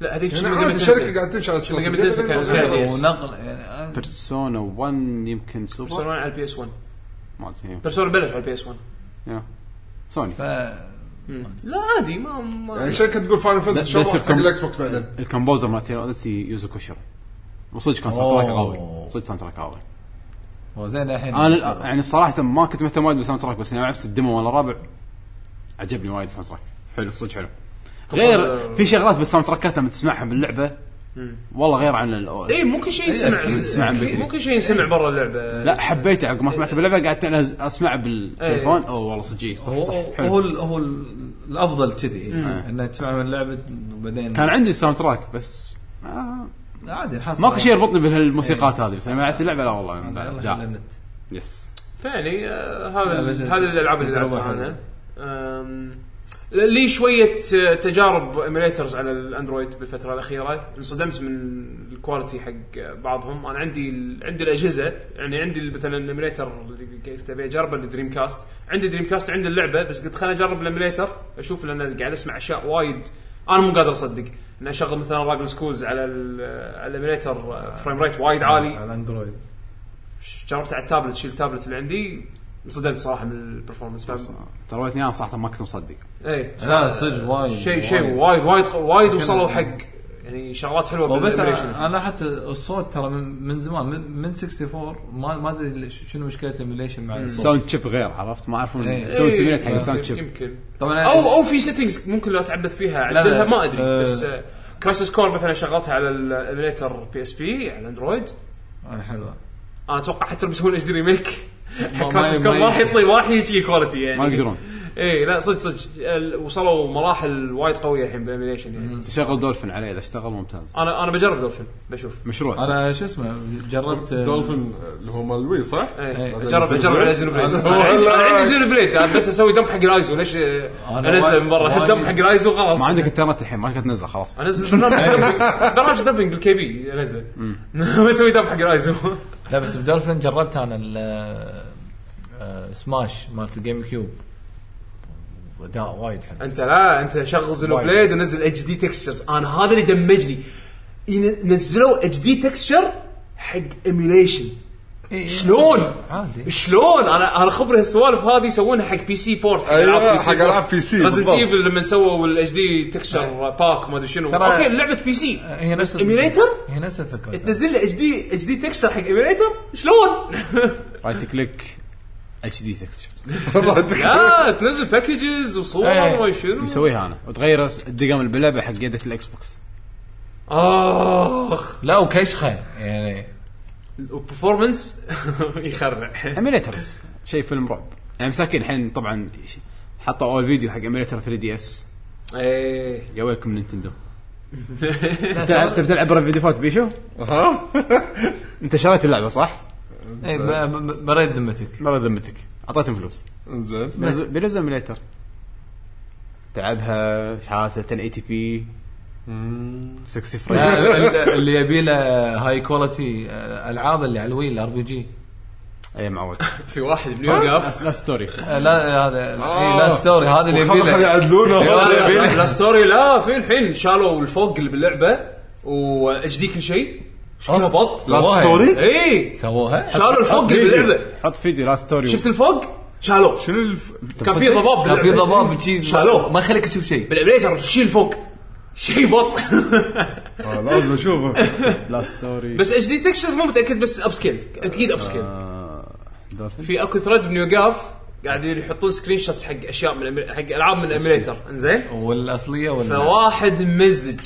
Speaker 3: لا هذيك
Speaker 2: يعني
Speaker 3: شنو قبل
Speaker 2: عادي
Speaker 3: تنسى.
Speaker 2: الشركه قاعده تمشي على
Speaker 3: شنو قبل
Speaker 2: استراتيجية.
Speaker 3: تنسى كان-
Speaker 2: يعني
Speaker 3: كان-
Speaker 4: ونقل يعني آه،
Speaker 1: بيرسونا 1 يمكن سوبر
Speaker 3: بيرسونا على البي اس 1
Speaker 1: ما ادري
Speaker 3: بيرسونا بلش على البي اس 1
Speaker 1: يا. سوني
Speaker 4: ف
Speaker 3: لا عادي ما, ما
Speaker 2: يعني الشركه تقول فاينل
Speaker 1: بس-
Speaker 2: فانتسي
Speaker 1: بس
Speaker 2: شغله حق
Speaker 1: الكم-
Speaker 2: الاكس بوكس بعدين
Speaker 1: الكمبوزر مال تيرن اوديسي يوزو كوشيرو وصدق كان ساوند تراك قوي
Speaker 4: أوه.
Speaker 1: صدق ساوند تراك قوي
Speaker 4: هو زين الحين
Speaker 1: انا الآ- يعني صراحه ما كنت مهتم وايد بالساوند تراك بس لما لعبت الدمو ولا الرابع عجبني وايد الساوند تراك حلو صدق حلو غير في شغلات بالساوند تراكات لما تسمعها باللعبه والله غير عن ال
Speaker 3: اي ممكن إيه، شيء يسمع
Speaker 1: يسمع
Speaker 3: أكيد. ممكن شيء يسمع برا اللعبه
Speaker 1: لا حبيته عقب ما سمعته باللعبه قعدت انا أز- اسمعه بالتليفون
Speaker 4: إيه.
Speaker 1: اوه والله صدق صح
Speaker 4: هو
Speaker 1: صح
Speaker 4: هو
Speaker 1: حلو
Speaker 4: ال- هو ال- الافضل كذي انه تسمع من لعبه وبعدين
Speaker 1: كان عندي الساوند تراك بس ما-
Speaker 4: عادي الحصل
Speaker 1: ماكو شيء يربطني بهالموسيقات هذه بس لما لعبت اللعبه لا والله
Speaker 4: يلا
Speaker 1: داع.
Speaker 4: خلي النت
Speaker 1: يس
Speaker 3: فيعني آه،
Speaker 4: لا،
Speaker 3: هذا
Speaker 4: بس-
Speaker 3: هذا الالعاب اللي
Speaker 4: تجربة
Speaker 3: لعبتها
Speaker 4: حلوة.
Speaker 3: انا أم، لي شويه آه، تجارب ايميليترز على الاندرويد بالفتره الاخيره انصدمت من الكواليتي حق آه، بعضهم انا عندي ال- عندي الاجهزه يعني عندي ال- مثلا الايميليتر اللي كنت ابي اجربه الدريم كاست عندي دريم كاست عندي اللعبه بس قلت خليني اجرب الايميليتر اشوف لان قاعد اسمع اشياء وايد انا مو قادر اصدق ان اشغل مثلا راجل سكولز على ال- على الايميليتر آه، فريم ريت وايد عالي
Speaker 4: على الاندرويد
Speaker 3: جربت على التابلت شيل التابلت اللي عندي انصدمت صراحه من البرفورمانس فاهم
Speaker 1: ترى وقتني انا صراحه ما كنت مصدق
Speaker 3: اي
Speaker 4: لا صدق وايد
Speaker 3: شيء شيء وايد وايد وايد وصلوا حق يعني شغلات حلوه
Speaker 4: وبس
Speaker 3: بالإيميليشن.
Speaker 4: انا أنا لاحظت الصوت ترى من, من زمان من, من 64 ما ما ادري ش- شنو مشكله الايميليشن مع الصوت
Speaker 1: ساوند تشيب غير عرفت ما اعرفون
Speaker 4: إيه.
Speaker 1: يسوون
Speaker 3: إي،
Speaker 1: سيميليت حق
Speaker 3: يمكن-
Speaker 1: الساوند تشيب
Speaker 3: يمكن
Speaker 4: طبعا
Speaker 3: او او في سيتنجز ممكن لو تعبث فيها
Speaker 4: لا،
Speaker 3: اعدلها ما
Speaker 4: آه.
Speaker 3: ادري بس كرايسس كور مثلا شغلتها على الايميليتر بي اس بي على الاندرويد
Speaker 4: آه، حلوه
Speaker 3: انا اتوقع حتى لو بيسوون اتش دي ريميك حق
Speaker 4: ما-
Speaker 3: كرايسس
Speaker 4: ما-
Speaker 3: كور
Speaker 4: ما-
Speaker 3: ما راح يطلع ما راح يجي كواليتي يعني
Speaker 1: ما يقدرون
Speaker 3: اي لا صدق صدق ال- وصلوا مراحل وايد قويه الحين بالايميليشن يعني
Speaker 1: شغل دولفين عليه اذا اشتغل ممتاز
Speaker 3: انا انا بجرب دولفين بشوف
Speaker 1: مشروع
Speaker 4: انا شو اسمه جربت آه،
Speaker 2: دولفين اللي هو مال وي صح؟
Speaker 3: ايه
Speaker 4: بعدين
Speaker 3: اجرب اجرب على زينو بليد انا عندي أنا عندي زينو بليد انا بس اسوي دمب حق الايزو ليش آه،
Speaker 4: أنا
Speaker 3: انزله
Speaker 4: وايد-
Speaker 3: من برا
Speaker 4: وايد-
Speaker 3: دمب حق الايزو خلاص
Speaker 1: ما عندك انترنت الحين ما كنت تنزل خلاص
Speaker 3: انزل برنامج دمبنج برنامج دمبنج بالكي بي انزله بسوي دمب حق الايزو
Speaker 4: لا بس بدولفين جربت انا ال آه، سماش مالت الجيم كيوب اداء وايد حلو
Speaker 3: انت لا انت شغل زينو
Speaker 4: وايد.
Speaker 3: بليد ونزل اتش دي تكستشرز انا هذا اللي دمجني ين- نزلوا اتش دي تكستشر حق ايميليشن إيه، شلون؟
Speaker 4: عادي
Speaker 3: شلون انا انا خبري هالسوالف هذه يسوونها حق بي سي بورت
Speaker 2: أيوة، حق ألعاب PC
Speaker 3: ريزنت
Speaker 2: بالضبط.
Speaker 3: ايفل لما سووا الاتش دي تكشر باك ما ادري شنو
Speaker 4: ترى-
Speaker 3: اوكي لعبه بي سي
Speaker 4: هي نفس
Speaker 3: إيميليتر؟
Speaker 4: هي نفس الفكره
Speaker 3: تنزل لي اتش دي اتش دي تكشر حق ايميليتر شلون؟
Speaker 1: رايت كليك اتش دي تكستشر
Speaker 3: لا تنزل باكجز وصور
Speaker 4: إيه.
Speaker 3: وما شنو
Speaker 1: مسويها انا وتغير الدقم باللعبه حق يدك الاكس بوكس
Speaker 3: اخ
Speaker 4: لا وكشخه يعني
Speaker 3: البرفورمنس يخرع
Speaker 1: ايميليترز شيء فيلم رعب يعني مساكين الحين طبعا ش- حطوا اول فيديو حق ايميليتر 3 دي اس
Speaker 3: ايه
Speaker 1: يا ويلكم نينتندو
Speaker 4: لا،
Speaker 1: انت انت بتلعب ريفيديو فوت بيشو؟
Speaker 2: ها؟
Speaker 1: انت شريت اللعبه صح؟
Speaker 4: إيه، ب- ب- بريد ذمتك
Speaker 1: ما ذمتك اعطيتهم فلوس
Speaker 2: انزين
Speaker 1: بينزل- بينزل ايميليتر تلعبها شحاته 1080 بي 60
Speaker 4: لا،
Speaker 1: فريم
Speaker 4: ال- ال- اللي يبي له هاي كواليتي آه، العاب اللي على الويل ار بي جي
Speaker 1: اي معود
Speaker 3: في واحد بنيويورك
Speaker 1: لا ستوري
Speaker 4: آه، لا هذا إيه، لا
Speaker 2: آه.
Speaker 4: ستوري هذا اللي يبي
Speaker 2: خلنا خلي
Speaker 4: له
Speaker 2: يعدلونه
Speaker 3: لا ستوري لا في الحين شالوا الفوق اللي باللعبه واتش دي كل شيء شكلها بط
Speaker 4: سواها.
Speaker 2: لاست ستوري
Speaker 3: اي
Speaker 4: سووها
Speaker 3: شالوا الفوق باللعبه
Speaker 1: حط فيديو لاست ستوري
Speaker 3: شفت الفوق شالوه
Speaker 2: شنو الف...
Speaker 3: كان في ضباب
Speaker 4: كان في
Speaker 3: باللعبة.
Speaker 4: ضباب شي
Speaker 3: شالوه.
Speaker 4: ما يخليك تشوف شيء
Speaker 3: بالبليزر شيل فوق شيء بط
Speaker 2: آه، لازم اشوفه
Speaker 1: لاست ستوري
Speaker 3: بس اتش دي تكستشرز مو متاكد بس اب سكيل اكيد اب سكيل في اكو ثريد من يوقاف قاعدين يحطون سكرين شوتس حق اشياء من الأم- حق العاب من الاميليتر انزين
Speaker 4: والاصليه ولا
Speaker 3: فواحد ممزج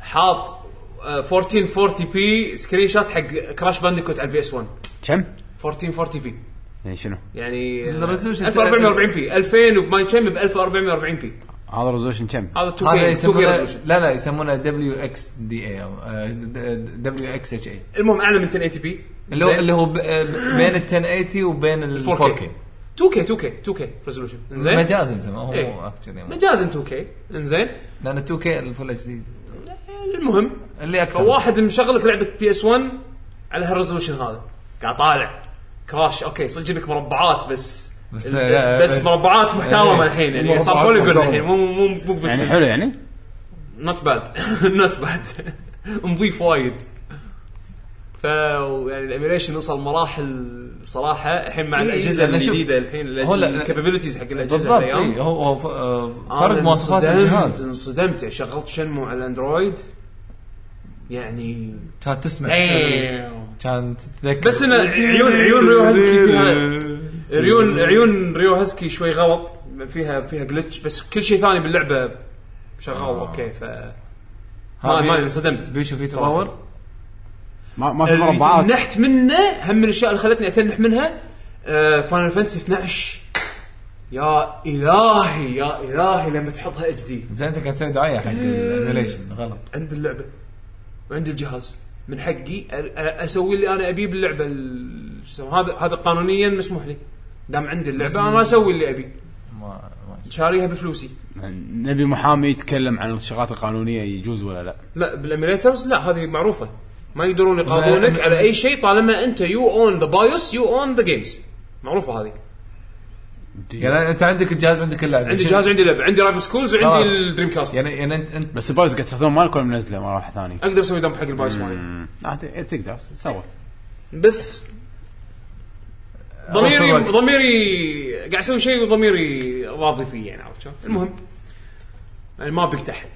Speaker 3: حاط آه، 1440 بي سكرين شوت حق كراش بانديكوت على البي اس 1
Speaker 1: كم؟
Speaker 3: 1440 بي
Speaker 1: يعني شنو؟
Speaker 3: يعني آه،
Speaker 4: الريزولوشن
Speaker 3: 1440 بي 2000 وبماين شيم ب 1440 بي
Speaker 1: هذا ريزولوشن كم؟
Speaker 3: هذا 2
Speaker 4: هذا
Speaker 3: كي 2 كي
Speaker 4: يسمونه
Speaker 3: ريزولوشن
Speaker 4: لا لا يسمونه دبليو اكس دي اي او دبليو اكس اتش اي
Speaker 3: المهم اعلى من 1080 بي
Speaker 4: اللي هو اللي هو ب- بين ال 1080 وبين ال 4
Speaker 3: 4K.
Speaker 4: كي
Speaker 3: 2 كي 2 كي 2 كي ريزولوشن انزين
Speaker 4: مجازا يسمونه هو
Speaker 3: إيه.
Speaker 4: مو اكشلي
Speaker 3: مجازا 2 كي انزين
Speaker 4: لان 2 كي الفول اتش دي
Speaker 3: المهم
Speaker 4: اللي اكثر
Speaker 3: فواحد مشغلك لعبه بي اس 1 على هالريزولوشن هذا قاعد طالع كراش اوكي صدق لك مربعات بس
Speaker 4: بس- آه،
Speaker 3: بس, بس مربعات محترمه
Speaker 4: إيه.
Speaker 3: الحين يعني
Speaker 2: مربعات
Speaker 3: صار بوليجون
Speaker 2: محترمة.
Speaker 3: الحين مو مو مو
Speaker 1: يعني
Speaker 3: بكسل
Speaker 1: حلو يعني؟
Speaker 3: نوت باد نوت باد نظيف وايد ف يعني الايميليشن وصل مراحل صراحه الحين مع
Speaker 4: إيه،
Speaker 3: الاجهزه
Speaker 4: أنا شوف-
Speaker 3: الجديده الحين
Speaker 4: هو لا-
Speaker 3: الكابابيلتيز حق الاجهزه
Speaker 4: بالضبط
Speaker 3: الأيام.
Speaker 4: إيه، هو هو ف- آه،
Speaker 3: أنا
Speaker 4: فرق مواصفات
Speaker 3: انصدمت-
Speaker 4: الجهاز
Speaker 3: انصدمت يعني شغلت شنمو على الاندرويد يعني
Speaker 4: كانت تسمع
Speaker 3: Damn.
Speaker 4: كانت تتذكر
Speaker 3: إيه. بس ان عيون عيون ريو هزكي فيها عيون عيون ريو هزكي شوي غلط فيها فيها جلتش بس كل شيء ثاني باللعبه شغال اوكي ف ما ما انصدمت
Speaker 4: بيشو في
Speaker 3: صراحة.
Speaker 4: تطور
Speaker 1: ما, ما في
Speaker 3: اللي
Speaker 1: مربعات
Speaker 3: تنحت منه هم من الاشياء اللي خلتني اتنح منها آه، فاينل فانتسي 12 يا الهي يا الهي لما تحطها اتش دي
Speaker 4: زين انت قاعد تسوي دعايه حق الايميليشن غلط
Speaker 3: عند اللعبه وعند الجهاز من حقي أ- أ- اسوي اللي انا ابيه باللعبه ال- شو اسمه، هذا هذا قانونيا مسموح لي دام عندي اللعبه انا اسوي اللي ابي
Speaker 4: ما ما
Speaker 3: شاريها بفلوسي
Speaker 1: نبي محامي يتكلم عن الشغلات القانونيه يجوز ولا لا
Speaker 3: لا بالاميليترز لا هذه معروفه ما يقدرون يقاضونك على اي شيء طالما انت يو اون ذا بايوس يو اون ذا جيمز معروفه هذه
Speaker 4: يعني انت عندك الجهاز عندك اللعبه
Speaker 3: عندي جهاز عندي لعبه عندي رايفل سكولز
Speaker 4: خلاص.
Speaker 3: وعندي الدريم كاست
Speaker 4: يعني يعني انت انت
Speaker 1: بس البايوس قاعد تستخدمون مالك ولا منزله مره واحده ثانيه؟
Speaker 3: اقدر اسوي دمب حق البايوس مالي
Speaker 1: آه، ت- تقدر تصور
Speaker 3: بس آه، ضميري ضميري قاعد اسوي شيء وضميري راضي فيه يعني عرفت شلون؟ المهم يعني ما بك تحت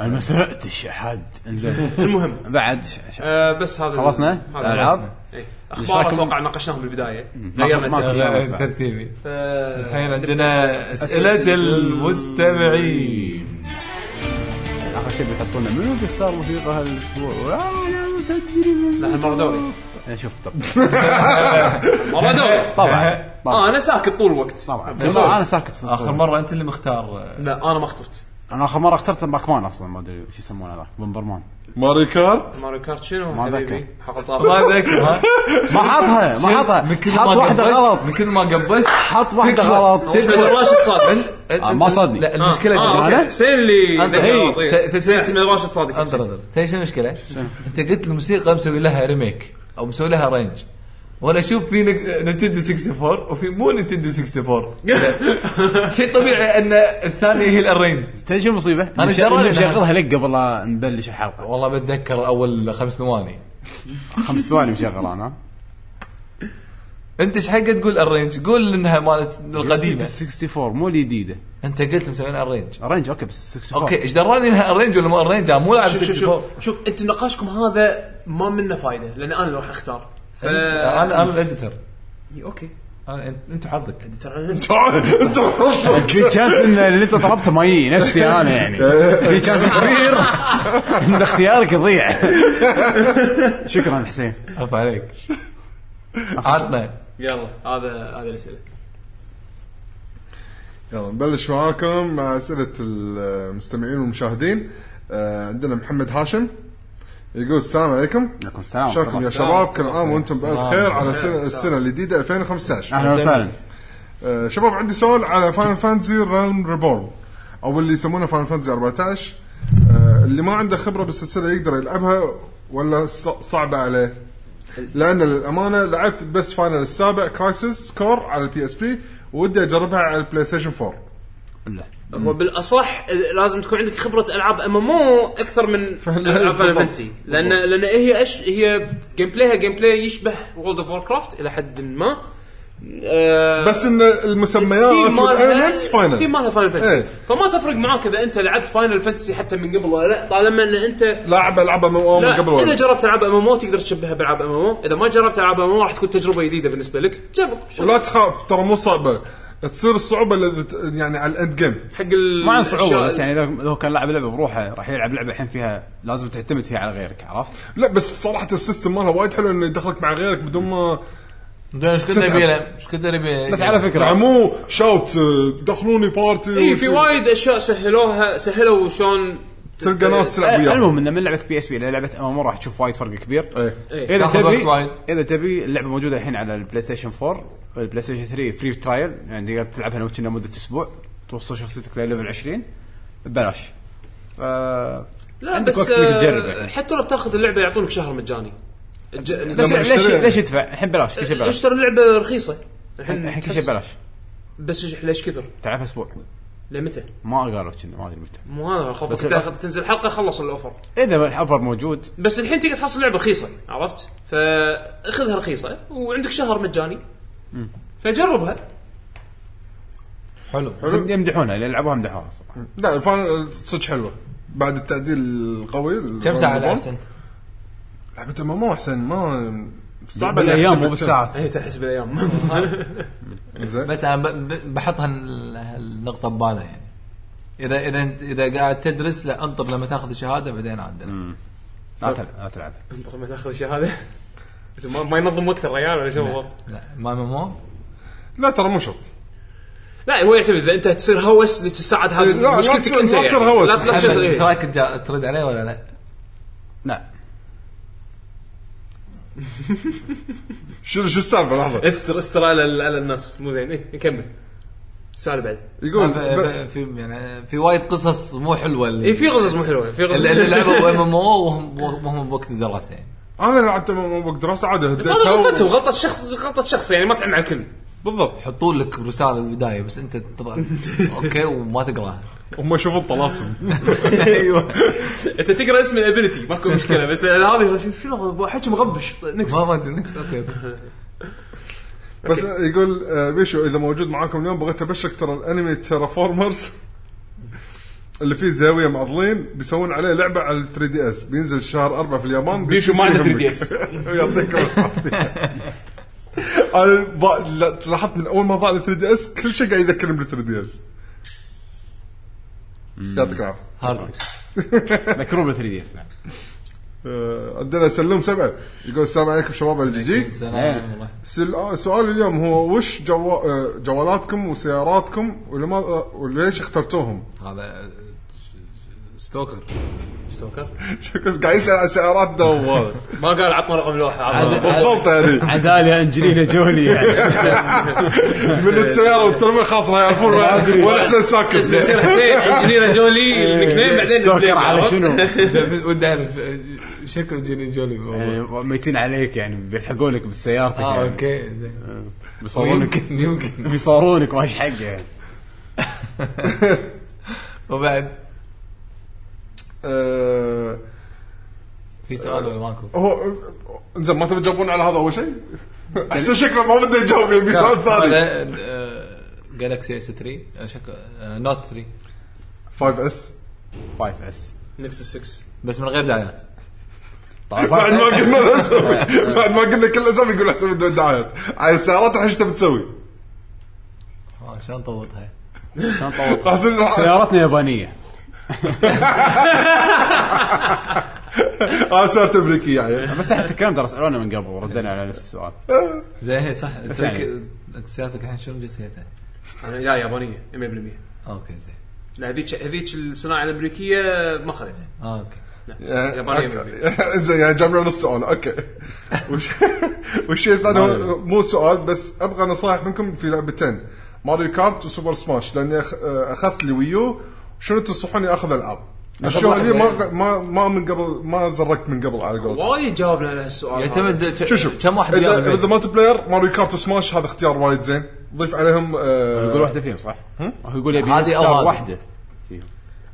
Speaker 1: انا ما سرقتش احد انزين
Speaker 3: المهم
Speaker 1: بعد ش- ش-
Speaker 3: آه بس هذا
Speaker 1: خلصنا؟
Speaker 3: هذا
Speaker 1: الألعاب؟
Speaker 3: خلصنا. إيه. اخبار
Speaker 1: نشارككم-
Speaker 3: اتوقع ناقشناهم بالبدايه
Speaker 1: ما-
Speaker 3: غيرنا
Speaker 1: ما-
Speaker 3: الترتيب.
Speaker 1: ما-
Speaker 4: آه، ترتيبي
Speaker 3: آه،
Speaker 4: الحين عندنا اسئله المستمعين
Speaker 1: اخر شيء بيحطونا منو بيختار موسيقى هالاسبوع؟ آه، يا تدري من-
Speaker 3: لا، هالمرة دوري.
Speaker 1: أنا شوف طب
Speaker 3: والله دور
Speaker 1: طبعا
Speaker 3: آه
Speaker 1: طبعا
Speaker 3: انا ساكت طول الوقت
Speaker 1: طبعا
Speaker 3: دور.
Speaker 1: انا آه، ساكت صدق.
Speaker 4: اخر مره انت اللي مختار آه،
Speaker 3: لا انا ما اخترت
Speaker 1: انا اخر مره اخترت باكمان اصلا ما ادري شو يسمونه هذا بومبرمان
Speaker 2: ماري كارت
Speaker 3: ماريو كارت شنو
Speaker 1: ما
Speaker 3: حبيبي حق
Speaker 4: ما
Speaker 3: طاف
Speaker 4: اذكر ها
Speaker 1: ما حاطها ما حاطها
Speaker 4: من كل ما
Speaker 1: حط واحده
Speaker 4: قبشت-
Speaker 1: غلط
Speaker 4: من كل ما قبشت
Speaker 1: حط واحده
Speaker 4: تكفى.
Speaker 1: غلط
Speaker 4: تكفى.
Speaker 3: راشد صادق
Speaker 4: انت أنت-
Speaker 1: آه، ما صدني.
Speaker 4: لا
Speaker 3: آه،
Speaker 4: المشكله
Speaker 3: آه،
Speaker 4: تدري
Speaker 3: أوكي.
Speaker 4: أنا؟
Speaker 3: حسين اللي
Speaker 4: أنت-
Speaker 3: نقل
Speaker 4: إيه.
Speaker 3: غلط، إيه.
Speaker 4: ت- ت-
Speaker 3: حسين احمد راشد صادق
Speaker 4: انظر انظر تدري شنو المشكله؟ انت قلت الموسيقى مسوي لها ريميك او مسوي لها رينج وانا اشوف في نك- نينتندو 64 وفي مو نينتندو 64 شيء طبيعي ان الثانيه هي الرينج
Speaker 1: تدري شو المصيبه؟ انا
Speaker 4: ترى أنا-
Speaker 1: مشغلها لك قبل لا نبلش الحلقه
Speaker 4: والله بتذكر اول خمس ثواني
Speaker 1: خمس ثواني مشغل انا
Speaker 4: انت ايش حق تقول الرينج؟ قول انها مالت القديمه
Speaker 1: 64 مو الجديده
Speaker 4: انت قلت مسويين الرينج
Speaker 1: رينج اوكي بس 64
Speaker 4: اوكي ايش دراني انها الرينج ولا مو الرينج انا مو لاعب
Speaker 3: شوف شوف
Speaker 4: 64
Speaker 3: شوف شوف انت نقاشكم هذا ما منه فايده لان انا اللي راح اختار ف...
Speaker 4: أنت- انا انا الاديتر
Speaker 3: إي، اوكي
Speaker 4: أنا- أنت- انتوا حظك
Speaker 3: اديتر على نفسي
Speaker 2: انت حظك
Speaker 1: في تشانس ان اللي انت طلبته ما يجي نفسي انا يعني في تشانس كبير ان اختيارك يضيع شكرا حسين
Speaker 4: عف عليك عطنا
Speaker 3: يلا هذا هذا الاسئله
Speaker 2: يلا نبلش معاكم مع اسئله المستمعين والمشاهدين آه، عندنا محمد هاشم يقول السلام عليكم
Speaker 1: لكم السلام
Speaker 2: شكرا يا شباب كل عام وانتم بألف خير على السنة- السنه الجديده 2015
Speaker 1: اهلا وسهلا
Speaker 2: آه، شباب عندي سؤال على فاين فانتزي رالم ريبورن او اللي يسمونه فاين فانتزي 14 آه، اللي ما عنده خبره بالسلسله يقدر يلعبها ولا ص- صعبه عليه؟ لان للامانه لعبت بس فاينل السابع كرايسس كور على البي اس بي ودي اجربها على البلاي ستيشن 4
Speaker 1: لا.
Speaker 3: هو بالاصح لازم تكون عندك خبره العاب ام ام او اكثر من العاب فاينل فانتسي لان لان هي أش... هي جيم بلايها جيم بلاي يشبه وورلد اوف كرافت الى حد ما آه،
Speaker 2: بس ان المسميات
Speaker 3: الثيم مالها
Speaker 2: والالمنتس فاينل
Speaker 3: الثيم مالها فاينل فانتسي
Speaker 2: إيه.
Speaker 3: فما تفرق معاك اذا انت لعبت فاينل فانتسي حتى من قبل ولا لا طالما ان انت
Speaker 2: لاعب العبها من أول- من
Speaker 3: لا
Speaker 2: قبل
Speaker 3: اذا
Speaker 2: ولا
Speaker 3: جربت العاب ام ام او تقدر تشبهها بالعاب ام ام او اذا ما جربت العاب ام ام او راح تكون تجربه جديده بالنسبه لك جرب شوف.
Speaker 2: ولا تخاف ترى مو صعبه تصير الصعوبه اللي ت- يعني على الاند جيم
Speaker 3: حق ال-
Speaker 1: ما عن
Speaker 3: الأشياء-
Speaker 1: صعوبه بس يعني اذا إذا هو كان لاعب لعبه بروحه راح يلعب لعبه الحين فيها لازم تعتمد فيها على غيرك عرفت؟
Speaker 2: لا بس صراحه السيستم مالها وايد حلو انه يدخلك مع غيرك بدون ما
Speaker 4: زين ايش قدر يبي له؟ ايش قدر يبي
Speaker 1: بس على فكره
Speaker 2: يعني مو شاوت آه، دخلوني بارتي
Speaker 3: اي
Speaker 2: وت-
Speaker 3: إيه، في وايد اشياء سهلوها سهلوا شلون ت-
Speaker 2: تلقى ناس تلعب
Speaker 1: آه،
Speaker 2: وياك
Speaker 1: المهم انه من لعبه بي اس بي للعبه ام راح تشوف وايد فرق كبير
Speaker 2: إيه.
Speaker 1: اذا
Speaker 4: تاخذ
Speaker 1: تبي
Speaker 4: وقت وايد.
Speaker 1: اذا تبي اللعبه موجوده الحين على البلاي ستيشن 4 البلاي ستيشن 3 فري ترايل يعني تقدر تلعبها لو كنا مده اسبوع توصل شخصيتك لليفل 20 ببلاش أه، ف
Speaker 3: لا
Speaker 1: عندك
Speaker 3: بس
Speaker 1: وقت إنك
Speaker 3: آه،
Speaker 1: تجرب يعني.
Speaker 3: حتى لو بتاخذ اللعبه يعطونك شهر مجاني الج-
Speaker 1: بس
Speaker 2: لما
Speaker 1: ليش
Speaker 2: اشتري-
Speaker 1: ليش تدفع؟ الحين بلاش كل شيء بلاش
Speaker 3: اشتري اللعبه رخيصه
Speaker 1: الحين كل
Speaker 3: تحس-
Speaker 1: شيء بلاش
Speaker 3: بس إيش- ليش كثر؟
Speaker 1: تلعبها اسبوع
Speaker 3: لمتى؟
Speaker 1: ما قالوا كنا ما ادري متى
Speaker 3: مو هذا
Speaker 1: بس
Speaker 3: خوفك
Speaker 1: الأ-
Speaker 3: تاخذ تنزل حلقه خلص الاوفر
Speaker 1: اذا الاوفر موجود
Speaker 3: بس الحين تقدر تحصل لعبه رخيصه عرفت؟ فاخذها رخيصه وعندك شهر مجاني فجربها
Speaker 4: حلو
Speaker 1: بس يمدحونها اللي يلعبوها مدحوها صراحه
Speaker 2: لا فاينل صدق حلوه بعد التعديل القوي
Speaker 4: كم ساعه لعبت
Speaker 2: لعبت؟
Speaker 4: انت؟
Speaker 2: لعبتها مو احسن ما صعبه
Speaker 1: بالايام
Speaker 2: إني
Speaker 1: مو
Speaker 2: أحسب
Speaker 1: بالساعات
Speaker 3: هي أيوة، تحس بالايام
Speaker 2: زين
Speaker 4: بس انا ب- ب- بحط هال- هالنقطه ببالي يعني اذا اذا انت اذا قاعد تدرس لا انطر لما تاخذ الشهاده بعدين عدل
Speaker 1: لا تلعب لا تلعب
Speaker 3: انطر ما تاخذ شهاده ما ما ينظم وقت الرجال ولا شو بالضبط
Speaker 4: لا ما مو
Speaker 2: لا ترى مو شرط
Speaker 3: لا هو يعتمد اذا انت تصير هوس اللي تساعد
Speaker 2: إيه، لا-
Speaker 3: هذا
Speaker 2: لا
Speaker 3: مشكلتك
Speaker 2: تصير-
Speaker 3: انت
Speaker 2: لا
Speaker 3: يعني.
Speaker 2: تصير هوس.
Speaker 3: لا لا تصير
Speaker 4: ايش
Speaker 3: إيه.
Speaker 4: رايك تجا- ترد عليه ولا لا؟
Speaker 1: لا
Speaker 2: شو شو السالفه لحظه
Speaker 3: استر استر على ال- على الناس مو زين ايه نكمل السؤال بعد
Speaker 2: يقول
Speaker 4: آه، ب-
Speaker 2: ب-
Speaker 4: ب- في يعني في وايد قصص مو حلوه اللي
Speaker 3: اي إيه، في قصص مو حلوه في قصص
Speaker 4: اللي اللي لعبوا ام ام او وهم وهم بوقت الدراسه يعني
Speaker 2: انا لعبت مو وقت دراسه عادي
Speaker 3: بس هذا غلطتهم غلطه شخص غلطه شخص يعني ما تعم على الكل
Speaker 2: بالضبط
Speaker 4: يحطوا لك رساله بالبدايه بس انت تضغط اوكي وما تقراها
Speaker 2: هم يشوفون طلاسم أيوة.
Speaker 3: ايوه انت تقرا اسم الابيلتي ماكو مشكله بس هذه شو- شنو حكي مغبش نكست
Speaker 4: ما ما ادري نكس اوكي اوكي
Speaker 2: بس يقول آه، بيشو اذا موجود معاكم اليوم بغيت ابشرك ترى الانمي تيرافورمرز اللي فيه زاويه معضلين بيسوون عليه لعبه على 3 دي اس بينزل شهر 4 في اليابان
Speaker 3: بيشو ما عنده 3 دي اس
Speaker 2: يعطيكم العافيه انا ب- لا- لاحظت من اول ما طلع 3 دي اس كل شيء قاعد يذكرني بال 3 دي اس يعطيك العافيه
Speaker 4: هارد
Speaker 1: مكروه 3 دي اس بعد
Speaker 2: آه، عندنا سلوم سبعه يقول السلام عليكم شباب الجي
Speaker 4: سلام
Speaker 2: سل- آه، سؤال اليوم هو وش جو... آه، جوالاتكم وسياراتكم ولماذا وليش اخترتوهم؟
Speaker 4: هذا ستوكر
Speaker 3: ستوكر
Speaker 2: بس قاعد يسال عن سياراتنا وهذا
Speaker 3: ما قال عطنا رقم لوحه عطنا رقم.
Speaker 2: بالضبط يعني
Speaker 1: عدالة انجلينا جولي يعني
Speaker 2: من السياره والترمي خلاص راح يعرفون ولا احسن
Speaker 3: اسمه يصير
Speaker 2: ساكت
Speaker 3: حسين انجلينا جولي
Speaker 2: إيه،
Speaker 3: النكنيم بعدين
Speaker 1: ستوكر
Speaker 3: الديم،
Speaker 1: إيه، على
Speaker 3: عرفت؟
Speaker 1: شنو؟
Speaker 4: ودي اعرف شكل جيني جولي
Speaker 1: يعني ميتين عليك يعني بيلحقونك بسيارتك
Speaker 2: آه،
Speaker 4: اه
Speaker 1: يعني
Speaker 4: اوكي زين.
Speaker 1: بيصورونك
Speaker 4: يمكن يمكن
Speaker 1: بيصورونك ما ايش حقه يعني
Speaker 4: وبعد
Speaker 2: آه،
Speaker 4: في سؤال ولا ماكو؟
Speaker 2: هو زين ما تبي تجاوبون على هذا اول شيء؟ احسن شكله ما يعني، بده يجاوب يبي سؤال ثاني
Speaker 4: آه، جالكسي اس 3 شكل نوت 3
Speaker 2: 5 اس
Speaker 1: 5 اس
Speaker 3: نكسس 6
Speaker 4: بس من غير دعايات
Speaker 2: بعد ما قلنا الاسامي بعد ما قلنا كل الاسامي يقول احسن بدون دعايات على السيارات الحين ايش تبي تسوي؟
Speaker 4: آه، شلون طوطها؟
Speaker 2: احسن
Speaker 1: سيارتنا يابانية
Speaker 2: اه سيارة امريكية يعني
Speaker 1: بس احنا تكلمنا ترى سالونا من قبل وردنا على نفس السؤال
Speaker 4: زي هي صح انت
Speaker 1: يعني.
Speaker 4: أنت سيارتك الحين شنو جنسيتها؟
Speaker 3: لا يابانيه 100%
Speaker 4: اوكي زين
Speaker 3: لا هذيك هذيك الصناعه الامريكيه ما خذيتها
Speaker 4: آه، اوكي
Speaker 3: يابانيه 100%.
Speaker 2: زين يعني جمعنا نص سؤال اوكي وش- والشيء الثاني هو- مو سؤال بس ابغى نصائح منكم في لعبتين آه، ماريو كارت وسوبر سماش لاني أخ- اخذت لي ويو شنو تنصحوني اخذ العاب؟ الشغل دي ما ما ما من قبل ما زرقت من قبل على قولتهم
Speaker 3: وايد جاوبنا على هالسؤال هذا.
Speaker 4: يعتمد
Speaker 2: شوف شوف
Speaker 4: كم واحد جاب
Speaker 2: اذا اذا
Speaker 4: البيت؟
Speaker 2: مالتي بلاير ماريو كارت وسماش هذا اختيار وايد زين ضيف عليهم آه،
Speaker 1: يقول واحده فيهم صح؟ هو يقول يبي
Speaker 4: هذه
Speaker 1: يختار
Speaker 4: أو هذه.
Speaker 1: واحده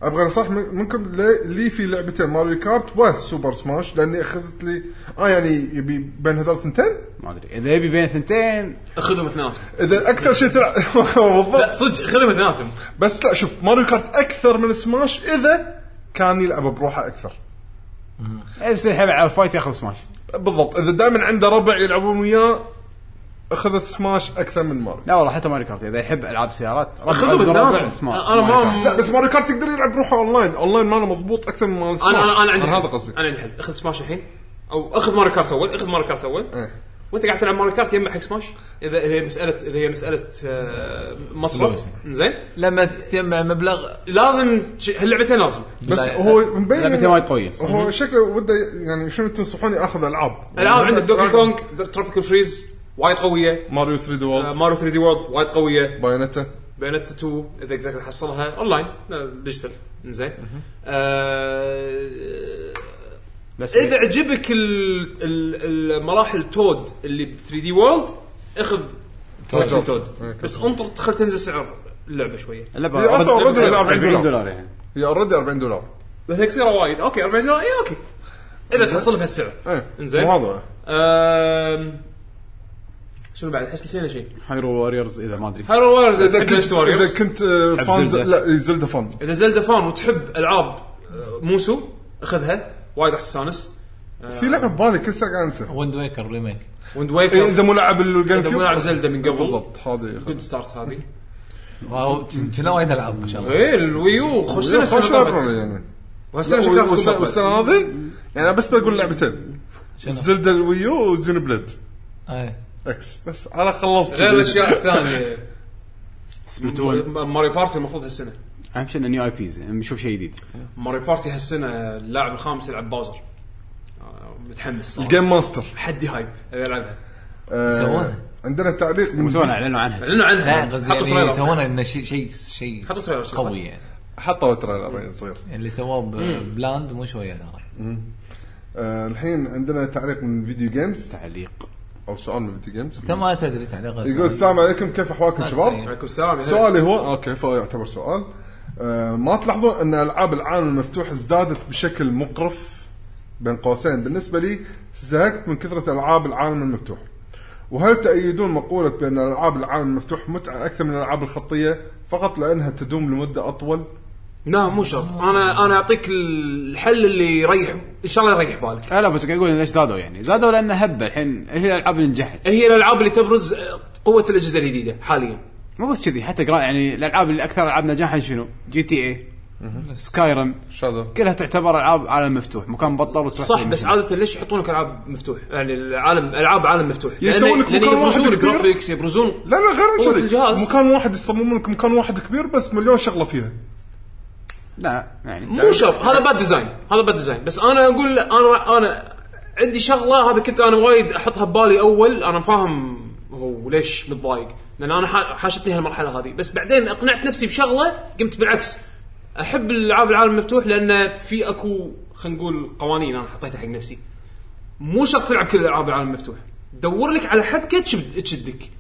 Speaker 2: ابغى نصح من- منكم لي, لي في لعبتين ماريو كارت وسوبر سماش لاني اخذت لي اه يعني يبي بين هذول الثنتين
Speaker 1: ما ادري اذا يبي بين ثنتين
Speaker 3: خذهم اثنيناتهم
Speaker 2: اذا اكثر شيء تلعب
Speaker 3: لا
Speaker 2: بالضبط
Speaker 3: صدق خذهم اثنيناتهم
Speaker 2: بس لا شوف ماريو كارت اكثر من سماش اذا كان يلعب بروحه اكثر
Speaker 1: بس الحين على الفايت ياخذ سماش
Speaker 2: بالضبط اذا دائما عنده ربع يلعبون وياه اخذت سماش اكثر من ماريو
Speaker 1: لا والله حتى ماري كارت اذا يحب العاب سيارات ربع-
Speaker 3: خذهم
Speaker 1: ربع
Speaker 3: اثنيناتهم.
Speaker 1: سماش.
Speaker 3: أنا
Speaker 1: ماري
Speaker 3: ما-
Speaker 1: كارت.
Speaker 2: لا بس ماريو كارت يقدر يلعب بروحه اونلاين اونلاين ماله مضبوط اكثر من مال سماش
Speaker 3: انا انا انا عندي
Speaker 2: هذا
Speaker 3: حل.
Speaker 2: قصدي
Speaker 3: انا عندي حل اخذ سماش الحين او اخذ ماري كارت اول اخذ ماري كارت اول
Speaker 2: إيه.
Speaker 3: وانت قاعد تلعب ماري كارت يجمع حق سماش اذا إذا هي مساله اذا هي مساله آه، مصرف زين
Speaker 4: لما تجمع مبلغ
Speaker 3: لازم تش- هاللعبتين لازم
Speaker 2: بس
Speaker 4: لا،
Speaker 2: هو مبين
Speaker 1: لعبتين
Speaker 2: إنه-
Speaker 1: وايد قويه
Speaker 2: هو شكله وده يعني شنو تنصحوني اخذ العاب
Speaker 3: العاب عندك دوكي كونج تروبيكال فريز وايد قويه
Speaker 2: ماريو 3 دي
Speaker 3: آه،
Speaker 2: وورد
Speaker 3: ماريو 3 دي وورد وايد قويه
Speaker 2: بايونيتا
Speaker 3: بيانات 2 اذا قدرت تحصلها اونلاين لا، ديجيتال زين آه
Speaker 1: بس
Speaker 3: اذا عجبك ال- ال- المراحل تود اللي ب 3 دي وورلد اخذ تود, تود. بس انطر تخل تنزل سعر اللعبه شويه
Speaker 1: اللعبة
Speaker 2: هي أصلاً
Speaker 1: أرد-
Speaker 2: already 40 دولار.
Speaker 1: دولار يعني
Speaker 2: هي اوريدي 40 دولار
Speaker 3: بس هي قصيره وايد اوكي 40 دولار اي اوكي اذا تحصل بهالسعر
Speaker 2: ايه
Speaker 3: إنزين.
Speaker 2: مو هذا
Speaker 3: آم، شنو بعد احس نسينا شيء
Speaker 1: هايرو واريورز اذا ما ادري
Speaker 3: هايرو وارز
Speaker 2: اذا
Speaker 3: اذا
Speaker 2: كنت اذا كنت آه،
Speaker 1: تلعب
Speaker 2: فان ز-
Speaker 1: زلدة.
Speaker 2: لا زلدا فان
Speaker 3: اذا زلدا فان وتحب العاب آه، موسو اخذها وايد راح تستانس آه.
Speaker 2: في لعبه ببالي كل ساعه قاعد انسى
Speaker 4: ويند ويكر ريميك
Speaker 3: ويند ويكر
Speaker 2: إيه، اذا مو لاعب الجيم
Speaker 3: اذا مو لاعب
Speaker 2: كيوب
Speaker 3: زلدا من قبل
Speaker 2: بالضبط هذه
Speaker 3: جود ستارت هذه
Speaker 4: واو كنا وايد العاب ما شاء الله
Speaker 2: إيه؟
Speaker 3: ايه الويو خوش سنه
Speaker 2: خوش
Speaker 3: السنه
Speaker 2: لعبة
Speaker 3: طافت
Speaker 2: يعني
Speaker 3: وهالسنه شكلها
Speaker 2: والس-
Speaker 3: بتكون
Speaker 2: والسنه
Speaker 3: أطول.
Speaker 2: هذه يعني أنا بس بقول لعبتين
Speaker 4: شنو؟
Speaker 2: زلدا الويو وزين بليد
Speaker 4: إيه.
Speaker 2: اكس بس انا خلصت
Speaker 3: غير الاشياء الثانيه
Speaker 1: سبلتون
Speaker 3: ماريو بارتي المفروض هالسنه
Speaker 1: اهم شيء انه نيو اي بيز يعني نشوف شيء جديد
Speaker 3: ماريو بارتي هالسنه اللاعب الخامس يلعب باوزر آه، متحمس صراحة.
Speaker 2: الجيم ماستر
Speaker 3: حدي هايب ابي العبها
Speaker 2: آه،
Speaker 4: سووها.
Speaker 2: عندنا تعليق
Speaker 1: مسوون
Speaker 2: من
Speaker 1: اعلنوا عنها
Speaker 3: لانه
Speaker 4: لا
Speaker 3: عنها
Speaker 4: قصدي
Speaker 3: حطوا
Speaker 4: يعني
Speaker 3: تريلر
Speaker 4: يسوونه انه شيء شيء شيء
Speaker 3: حطوا تريلر شوف.
Speaker 4: قوي يعني
Speaker 2: حطوا تريلر صغير
Speaker 4: اللي سووه ب- بلاند مو شويه ترى
Speaker 2: آه، الحين عندنا تعليق من فيديو جيمز
Speaker 1: تعليق
Speaker 2: او سؤال من فيديو جيمز
Speaker 4: انت ما تدري تعليقات
Speaker 2: يقول السلام عليكم كيف احوالكم
Speaker 4: ما
Speaker 2: شباب؟
Speaker 4: أدري.
Speaker 3: عليكم السلام يا هلا.
Speaker 2: سؤالي هو اوكي فهو يعتبر سؤال آه، ما تلاحظون ان العاب العالم المفتوح ازدادت بشكل مقرف بين قوسين بالنسبه لي زهقت من كثره العاب العالم المفتوح وهل تأيدون مقولة بأن ألعاب العالم المفتوح متعة أكثر من الألعاب الخطية فقط لأنها تدوم لمدة أطول؟
Speaker 3: لا مو شرط انا انا اعطيك الحل اللي يريح ان شاء الله يريح بالك
Speaker 1: لا لا بس قاعد يقول ليش زادوا يعني زادوا لان هبه الحين هي الالعاب اللي نجحت
Speaker 3: هي الالعاب اللي تبرز آه، قوه الاجهزه الجديده حاليا
Speaker 1: مو بس كذي حتى قرا يعني الالعاب اللي اكثر العاب نجاحا شنو؟ جي تي اي سكايرم
Speaker 2: شادو
Speaker 1: كلها تعتبر العاب عالم مفتوح مكان بطل يعني. وتروح
Speaker 3: صح
Speaker 1: تسوي
Speaker 3: بس
Speaker 1: مهمة.
Speaker 3: عاده ليش يحطون لك العاب مفتوح يعني العالم العاب عالم مفتوح لأن-
Speaker 2: يسوون لك
Speaker 3: لأن
Speaker 2: مكان واحد
Speaker 3: يبرزون
Speaker 2: كبير.
Speaker 3: جرافيكس يبرزون
Speaker 2: لا لا غير
Speaker 3: قوة
Speaker 2: كذي
Speaker 3: الجهاز.
Speaker 2: مكان واحد يصممون لك مكان واحد كبير بس مليون شغله فيها
Speaker 1: لا يعني
Speaker 3: مو شرط هذا باد ديزاين هذا باد ديزاين بس انا اقول انا انا عندي شغله هذا كنت انا وايد احطها ببالي اول انا فاهم هو ليش متضايق لان انا حا- حاشتني هالمرحله هذه بس بعدين اقنعت نفسي بشغله قمت بالعكس احب العاب العالم المفتوح لان في اكو خلينا نقول قوانين انا حطيتها حق نفسي مو شرط تلعب كل العاب العالم المفتوح دور لك على حبكه تشد- تشدك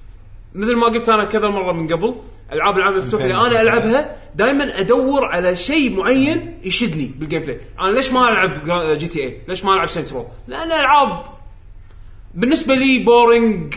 Speaker 3: مثل ما قلت انا كذا مره من قبل العاب العالم المفتوح اللي انا العبها دائما ادور على شيء معين يشدني بالجيم بلاي انا ليش ما العب جرا- جي تي اي ليش ما العب سينترو لان العاب بالنسبه لي بورينج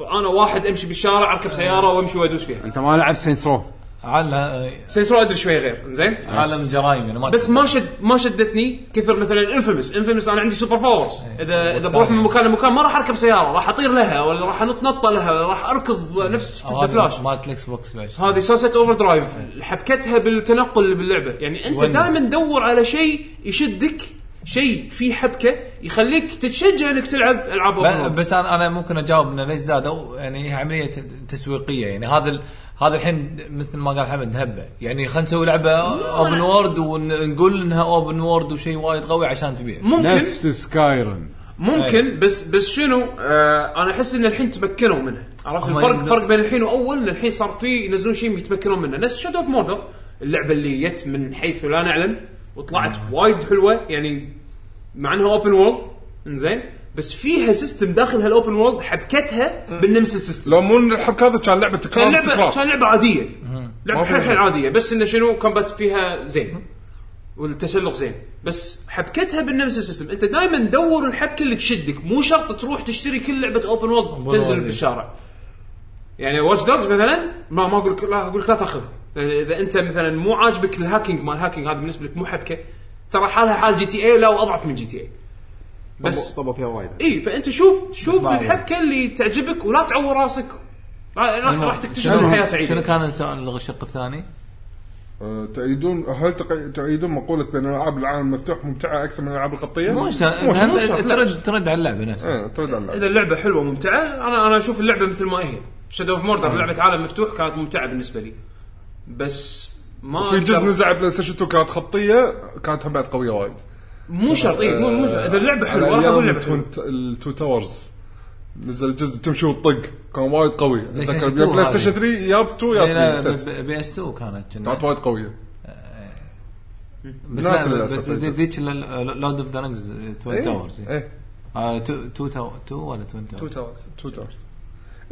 Speaker 3: انا واحد امشي بالشارع اركب سياره وامشي وادوس فيها
Speaker 1: انت ما لعبت سينس رو
Speaker 4: على آه،
Speaker 3: سينترو ادري شوي غير زين
Speaker 4: عالم جرايم انا ما
Speaker 3: بس ما شد ما شدتني كثر مثلا انفيمس انفيمس انا عندي سوبر باورز
Speaker 4: إيه.
Speaker 3: اذا اذا بروح من مكان لمكان ما راح اركب سياره راح اطير لها ولا راح انط نطه لها ولا راح اركض نفس ذا فلاش
Speaker 4: فلاش مالت الاكس بوكس بعد
Speaker 3: هذه سوسة اوفر درايف حبكتها بالتنقل اللي باللعبه يعني انت
Speaker 4: ونس.
Speaker 3: دائما دور على شيء يشدك شيء فيه حبكه يخليك تتشجع انك تلعب العاب اوفر
Speaker 4: ب-
Speaker 3: وورلد.
Speaker 4: بس انا انا ممكن اجاوب انه ليش زادوا يعني هي عمليه ت- تسويقيه يعني هذا ال- هذا الحين مثل ما قال حمد هبه يعني خلينا نسوي لعبه اوبن وورد ونقول انها اوبن وورد وشيء وايد قوي عشان تبيع
Speaker 3: ممكن
Speaker 1: نفس سكايرم
Speaker 3: ممكن بس بس شنو آه انا احس ان الحين تمكنوا منها عرفت
Speaker 4: هم
Speaker 3: الفرق
Speaker 4: يقدر-
Speaker 3: فرق بين الحين واول إن الحين صار في ينزلون شيء يتمكنون منه نفس شادو اوف موردر اللعبه اللي جت من حيث لا نعلم وطلعت وايد حلوه يعني مع انها اوبن وورلد انزين بس فيها سيستم داخل هالاوبن وورلد حبكتها بالنمس سيستم
Speaker 2: لو مو الحبكه هذا كان لعبه
Speaker 3: كان
Speaker 2: تكرار
Speaker 3: لعبه
Speaker 2: تكرار
Speaker 3: كان لعبه عاديه لعبه حيل
Speaker 2: ما فيها
Speaker 3: حيل
Speaker 2: شيء.
Speaker 3: عاديه بس انه شنو كومبات فيها زين والتسلق زين بس حبكتها بالنمس سيستم انت دائما دور الحبكه اللي تشدك مو شرط تروح تشتري كل لعبه اوبن وورلد تنزل
Speaker 4: إيه.
Speaker 3: بالشارع يعني واتش دوجز مثلا ما ما اقول لك لا اقول لك لا تاخذها لأن اذا انت مثلا مو عاجبك الهاكينج مال الهاكينج هذا بالنسبه لك مو حبكه ترى حالها حال جي تي اي لا واضعف من جي تي اي بس
Speaker 1: طبوا فيها وايد
Speaker 3: اي فانت إيه، شوف شوف
Speaker 1: بعض.
Speaker 3: الحبكه اللي تعجبك ولا تعور راسك را- راح راح تكتشف إن الحياه سعيده
Speaker 4: إيه، شنو كان يسوون الشق الثاني؟
Speaker 2: آه، تأيدون هل تق- تأيدون مقولة بأن ألعاب العالم المفتوح ممتعة أكثر من الألعاب الخطية؟
Speaker 4: مو شرط
Speaker 2: مو شرط، مو
Speaker 4: المهم
Speaker 2: شرط، لا.
Speaker 4: ترد ترد على اللعبه نفسها
Speaker 2: إيه، ترد على اللعبة.
Speaker 3: اذا اللعبه حلوه وممتعه انا انا اشوف اللعبه مثل ما هي شادو اوف موردر لعبه عالم مفتوح كانت ممتعه بالنسبه لي بس ما
Speaker 2: في جزء
Speaker 3: أقدر-
Speaker 2: نزع بلاي ستيشن 2 كانت خطية كانت هم بعد قوية وايد
Speaker 3: مو شرط اي مو مو شرط اذا اللعبه
Speaker 2: على
Speaker 3: حلوه راح
Speaker 2: أيام
Speaker 3: اقول اللعبه
Speaker 2: التوين-
Speaker 3: حلوه
Speaker 2: التو تاورز نزل جزء تمشي وتطق كان وايد قوي
Speaker 4: ستيشن
Speaker 2: أتذكر
Speaker 4: 2
Speaker 2: بلاي ستيشن
Speaker 4: هذه.
Speaker 2: 3 ياب 2
Speaker 4: إيه،
Speaker 2: ياب
Speaker 4: لا،
Speaker 2: 3
Speaker 4: ب- بي اس 2 كانت جنة.
Speaker 2: كانت وايد قوية
Speaker 4: بس
Speaker 2: ناس
Speaker 4: لا
Speaker 2: للأسف
Speaker 4: بس
Speaker 2: للأسف.
Speaker 4: ذي- ذيك لورد اوف ذا رينجز توين تاورز
Speaker 2: إيه
Speaker 4: آه، تو تو تو ولا توين
Speaker 3: تو
Speaker 4: تاورز؟
Speaker 3: تاورز
Speaker 2: تو تاورز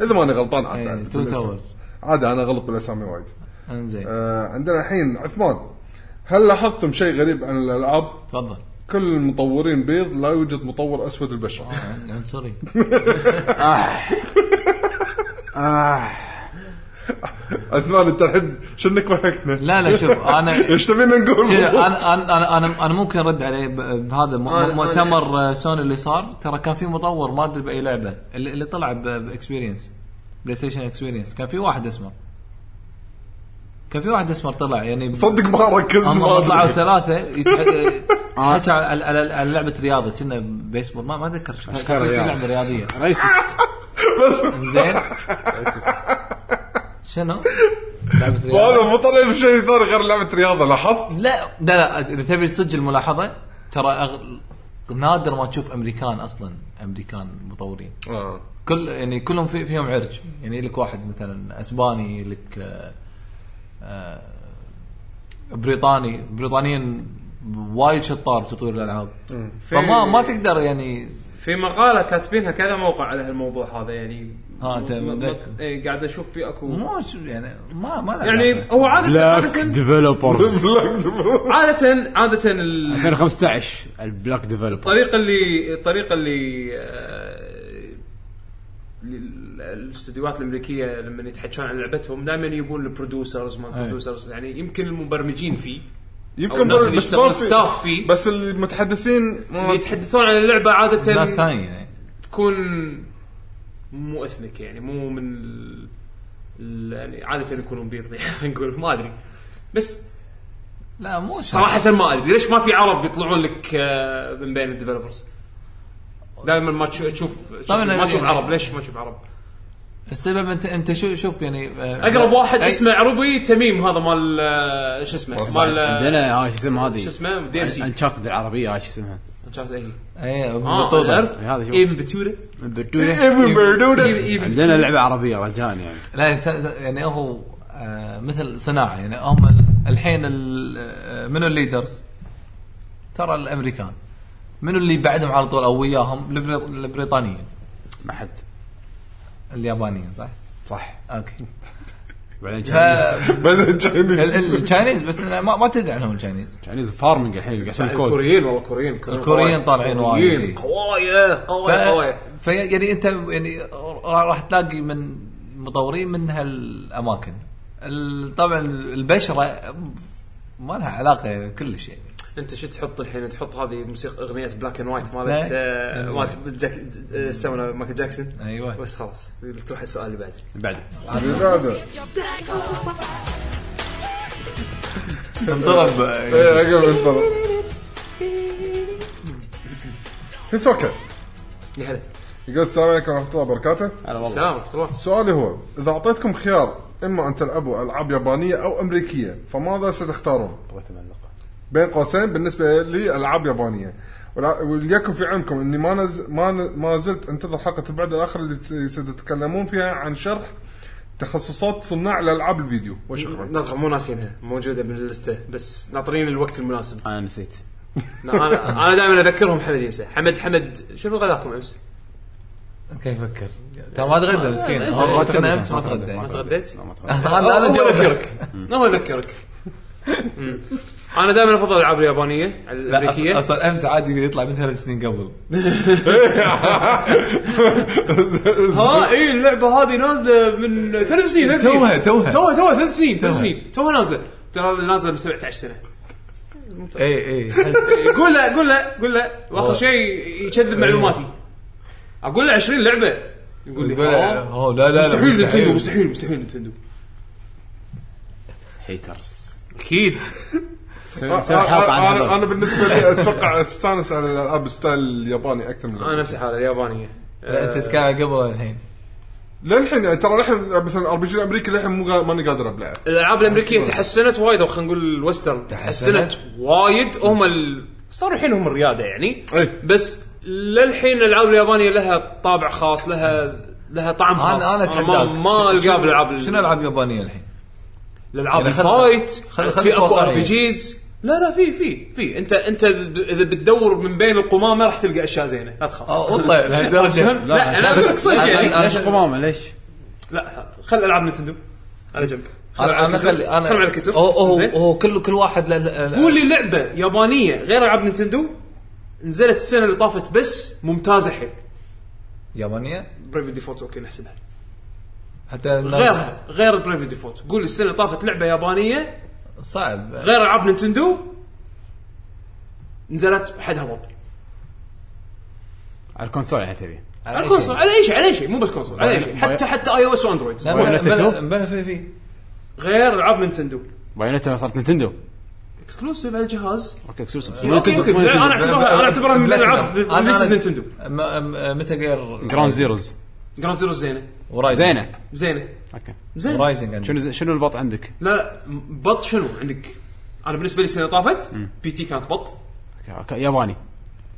Speaker 2: إذا ماني غلطان عاد
Speaker 4: إيه،
Speaker 2: بعد
Speaker 4: تو
Speaker 2: بالاسم.
Speaker 4: تاورز.
Speaker 2: عادي أنا أغلط بالأسامي وايد
Speaker 4: انزين
Speaker 2: آه، عندنا الحين عثمان هل لاحظتم شيء غريب عن الألعاب؟
Speaker 4: تفضل
Speaker 2: كل المطورين بيض لا يوجد مطور اسود البشر
Speaker 4: عن- عنصري
Speaker 1: آه.
Speaker 2: عثمان انت الحين شنك ضحكنا
Speaker 4: لا لا شوف انا
Speaker 2: ايش تبينا نقول
Speaker 4: شوف، انا انا أنا- انا انا ممكن ارد عليه ب- بهذا م-
Speaker 3: أنا- أنا-
Speaker 4: مؤتمر آه، سوني اللي صار ترى كان في مطور ما ادري باي لعبه اللي اللي طلع ب- باكسبيرينس بلاي ستيشن اكسبيرينس كان في واحد اسمر كان في واحد اسمر طلع يعني ب-
Speaker 2: صدق ما ركز
Speaker 4: هم
Speaker 2: ما
Speaker 4: هم
Speaker 2: أدري.
Speaker 4: طلعوا ثلاثه يتح- حكى على على- على لعبه رياضه كنا بيسبول ما ما اتذكر شو- كان في
Speaker 1: رياضة.
Speaker 4: لعبه رياضيه
Speaker 1: ريسست
Speaker 4: زين شنو؟ لعبه
Speaker 2: وانا
Speaker 4: رياضه
Speaker 2: مو طالع لي شيء ثاني غير لعبه رياضه لاحظت
Speaker 4: لا لا لا اذا تبي صدق الملاحظه ترى أغ... نادر ما تشوف امريكان اصلا امريكان مطورين كل يعني كلهم في فيهم عرج يعني لك واحد مثلا اسباني لك آه، آه، بريطاني بريطانيين وايد شطار تطوير الالعاب فما ما تقدر يعني
Speaker 3: في مقاله كاتبينها كذا موقع على هالموضوع هذا يعني
Speaker 4: آه، أنت
Speaker 3: م- م-
Speaker 4: متذكر.
Speaker 3: إيه، قاعد اشوف في اكو
Speaker 4: مو شو- يعني ما ما له
Speaker 3: يعني
Speaker 4: علاقة.
Speaker 3: هو عاده
Speaker 1: بلاك
Speaker 3: عاده
Speaker 1: ديفلوبرز
Speaker 3: عاده عاده ال-
Speaker 1: 2015 البلاك ديفلوبرز
Speaker 3: الطريقه اللي الطريقه اللي آه، ال- الاستديوهات الامريكيه لما يتحكون عن لعبتهم دائما يبون البرودوسرز ما
Speaker 4: أي.
Speaker 3: البرودوسرز يعني يمكن المبرمجين فيه أو
Speaker 2: يمكن
Speaker 3: الناس
Speaker 2: بس-
Speaker 3: اللي
Speaker 2: بس
Speaker 3: يشتغلون
Speaker 2: ما في-
Speaker 3: ستاف فيه.
Speaker 2: بس المتحدثين
Speaker 3: اللي يتحدثون عن اللعبه
Speaker 4: ناس
Speaker 3: عاده
Speaker 4: ثانيه يعني
Speaker 3: تكون مو اثنك يعني مو من ال... ال- يعني عاده يكونون بيض يعني خلينا نقول ما ادري بس
Speaker 4: لا مو شرط.
Speaker 3: صراحه ما ادري ليش ما في عرب يطلعون لك آه، من بين الديفلوبرز دائما ما تشوف تشوف
Speaker 4: طبعاً
Speaker 3: ما تشوف
Speaker 4: يعني-
Speaker 3: عرب ليش ما تشوف عرب
Speaker 4: السبب انت انت شو شوف يعني آه،
Speaker 3: اقرب واحد
Speaker 4: أي-
Speaker 3: اسمه عربي تميم هذا مال آه، شو اسمه مال آه،
Speaker 1: عندنا هاي شو اسمها هذه
Speaker 3: شو اسمه دي ام سي
Speaker 1: انشارتد العربيه هاي شو اسمها
Speaker 4: اي
Speaker 3: اه
Speaker 4: بطوله
Speaker 3: الارث
Speaker 1: إيه، هذا شوف.
Speaker 3: ايم بتوره ايم
Speaker 1: عندنا لعبه عربيه رجاء يعني
Speaker 4: لا يس- يعني هو آه، مثل صناعه يعني هم الحين ال- آه، منو الليدرز؟ ترى الامريكان منو اللي بعدهم على طول او وياهم؟ البريط- البريطانيين
Speaker 1: ما حد
Speaker 4: اليابانيين صح؟
Speaker 1: صح
Speaker 4: اوكي
Speaker 1: بعدين
Speaker 4: ف
Speaker 1: تشاينيز
Speaker 2: بعدين
Speaker 4: ال-
Speaker 2: جايين
Speaker 4: ال- التشاينيز بس أنا ما, ما تدري عنهم التشاينيز
Speaker 1: تشاينيز فارمنج الحين قاعد يسوي كود
Speaker 3: الكوريين والله الكوريين
Speaker 4: الكوريين طالعين وايد. إيه.
Speaker 3: الكوريين قوايا
Speaker 4: ف...
Speaker 3: قوايا قوايا
Speaker 4: ف يعني انت يعني را- راح تلاقي من مطورين من هالاماكن ال- طبعا البشره ما لها علاقه كلش يعني
Speaker 3: انت شو تحط الحين تحط هذه موسيقى اغنيه بلاك اند وايت مالت
Speaker 4: لا.
Speaker 3: آه، مالت جاك آه، شو اسمه مايكل جاكسون
Speaker 4: ايوه
Speaker 3: بس خلاص تروح السؤال اللي بعده
Speaker 1: بعد
Speaker 2: هذا
Speaker 4: انضرب
Speaker 2: ايه اقل انطر اتس اوكي
Speaker 3: يا هلا
Speaker 2: يقول السلام عليكم ورحمه الله وبركاته
Speaker 1: هلا والله
Speaker 3: سلام سلام
Speaker 2: سؤالي هو اذا اعطيتكم خيار اما ان تلعبوا العاب يابانيه او امريكيه فماذا ستختارون؟
Speaker 1: بغيت أملق.
Speaker 2: بين قوسين بالنسبه لي العاب يابانيه ولا- وليكن في علمكم اني ما نز... ما, ن... ما زلت انتظر حلقه البعد الاخر اللي ت- ستتكلمون فيها عن شرح تخصصات صناع الالعاب الفيديو وشكرا
Speaker 3: نطق مو ناسينها موجوده باللسته بس ناطرين الوقت المناسب
Speaker 1: انا نسيت
Speaker 3: لا، انا انا دائما اذكرهم حمد ينسى حمد حمد شنو غداكم امس؟
Speaker 4: كيف يفكر ترى ما تغدى مسكين
Speaker 3: ما- ما
Speaker 4: هو
Speaker 3: تغدى.
Speaker 4: كنا امس ما تغدى
Speaker 3: ما تغديت؟ آه.
Speaker 1: لا، ما تغديت.
Speaker 4: انا انا
Speaker 3: هو
Speaker 4: جاوبك
Speaker 3: اذكرك هو اذكرك أمم. انا دائما افضل الالعاب اليابانيه على
Speaker 4: لا، أص-
Speaker 3: الامريكيه
Speaker 4: اصلا امس عادي يطلع من ثلاث سنين قبل
Speaker 3: ها اي اللعبه هذه نازله من ثلاث سنين ثلاث سنين
Speaker 4: توها- توها.
Speaker 3: توها توها ثلاث سنين ثلاث
Speaker 4: توها.
Speaker 3: سنين توها نازله ترى نازله من 17 سنه
Speaker 4: اي اي حس-
Speaker 3: قول له قول له قول له واخر شيء يكذب معلوماتي
Speaker 4: إيه.
Speaker 3: اقول له 20 لعبه يقول
Speaker 4: يقول-
Speaker 3: لي آه.
Speaker 4: أوه، لا لا لا
Speaker 3: مستحيل نتندو
Speaker 4: مستحيل
Speaker 3: مستحيل مستحيل نتندو
Speaker 1: هيترز
Speaker 3: اكيد
Speaker 1: نسوي
Speaker 2: أ- أ-
Speaker 3: آه،
Speaker 1: نسوي حلقه عن
Speaker 2: انا
Speaker 1: هذول.
Speaker 2: انا بالنسبه لي اتوقع استانس على الالعاب ستايل الياباني اكثر من
Speaker 3: انا نفس الحاله اليابانيه
Speaker 4: لا، انت تتكلم عن قبل الحين
Speaker 2: للحين يعني ترى للحين مثلا ار بي جي الامريكي للحين مو قا- ماني قادر ابلعه
Speaker 3: الالعاب الامريكيه تحسنت وايد او خلينا نقول الويسترن
Speaker 4: تحسنت.
Speaker 3: تحسنت وايد هم ال... صاروا الحين هم الرياده يعني
Speaker 2: إيه.
Speaker 3: بس للحين الالعاب اليابانيه لها طابع خاص لها لها طعم خاص
Speaker 4: انا انا
Speaker 3: ما,
Speaker 4: اتحداك
Speaker 3: ما القاه بالالعاب
Speaker 4: شنو العاب يابانيه الحين؟
Speaker 3: الالعاب
Speaker 4: يعني خل-
Speaker 3: الفايت
Speaker 4: خل- خل-
Speaker 3: في اكو ار
Speaker 4: واقعية.
Speaker 3: بي جيز لا لا في في في انت انت اذا بتدور من بين القمامه راح تلقى اشياء زينه لا تخاف
Speaker 4: اه والله لهالدرجه
Speaker 3: لا، لا، أنا بس أقصد يعني.
Speaker 4: انا
Speaker 1: ليش
Speaker 4: أنا-
Speaker 1: قمامه ليش؟
Speaker 3: لا خل العاب نتندو على جنب خل
Speaker 4: انا
Speaker 3: على
Speaker 4: انا
Speaker 3: الكتب.
Speaker 4: خلي انا
Speaker 3: خل على الكتب
Speaker 4: هو- هو
Speaker 3: زين.
Speaker 4: هو كل كل واحد له- له- له-
Speaker 3: قول لي لعبه يابانيه غير العاب نتندو نزلت السنه اللي طافت بس ممتازه حيل
Speaker 4: يابانيه
Speaker 3: بريف ديفولت اوكي نحسبها
Speaker 4: حتى لا-
Speaker 3: غيرها غير بريف ديفولت قول لي السنه اللي طافت لعبه يابانيه
Speaker 4: صعب
Speaker 3: غير العاب نتندو نزلت حدها بط
Speaker 1: على الكونسول يعني تبي
Speaker 4: على
Speaker 3: على
Speaker 4: أي
Speaker 3: الكونسول
Speaker 4: شيء. طيب،
Speaker 3: على اي شيء على اي شيء مو بس كونسول على اي شيء حتى حتى اي او اس واندرويد
Speaker 4: لا
Speaker 1: ولا
Speaker 4: بلا-
Speaker 1: تتو؟
Speaker 4: بلا- بلا في في
Speaker 3: غير العاب نتندو
Speaker 1: بايونيتا صارت نينتندو
Speaker 3: اكسكلوسيف على الجهاز
Speaker 1: اوكي اكسلوسيف
Speaker 3: اوكي اوكي انا اعتبرها انا اعتبرها من الالعاب
Speaker 4: بلاتينم. أنا-
Speaker 3: ليست
Speaker 4: أنا-
Speaker 3: نتندو
Speaker 4: م- م- متى غير
Speaker 1: جراوند زيروز
Speaker 3: جراند زيرو زينه
Speaker 4: ورايزن
Speaker 1: زينه
Speaker 3: زينه
Speaker 1: اوكي
Speaker 3: زينه
Speaker 4: ورايزن عندي.
Speaker 1: شنو شنو البط عندك؟
Speaker 3: لا لا م- بط شنو عندك؟ انا بالنسبه لي السنه اللي طافت بي تي كانت بط
Speaker 1: أوكي، أوكي، ياباني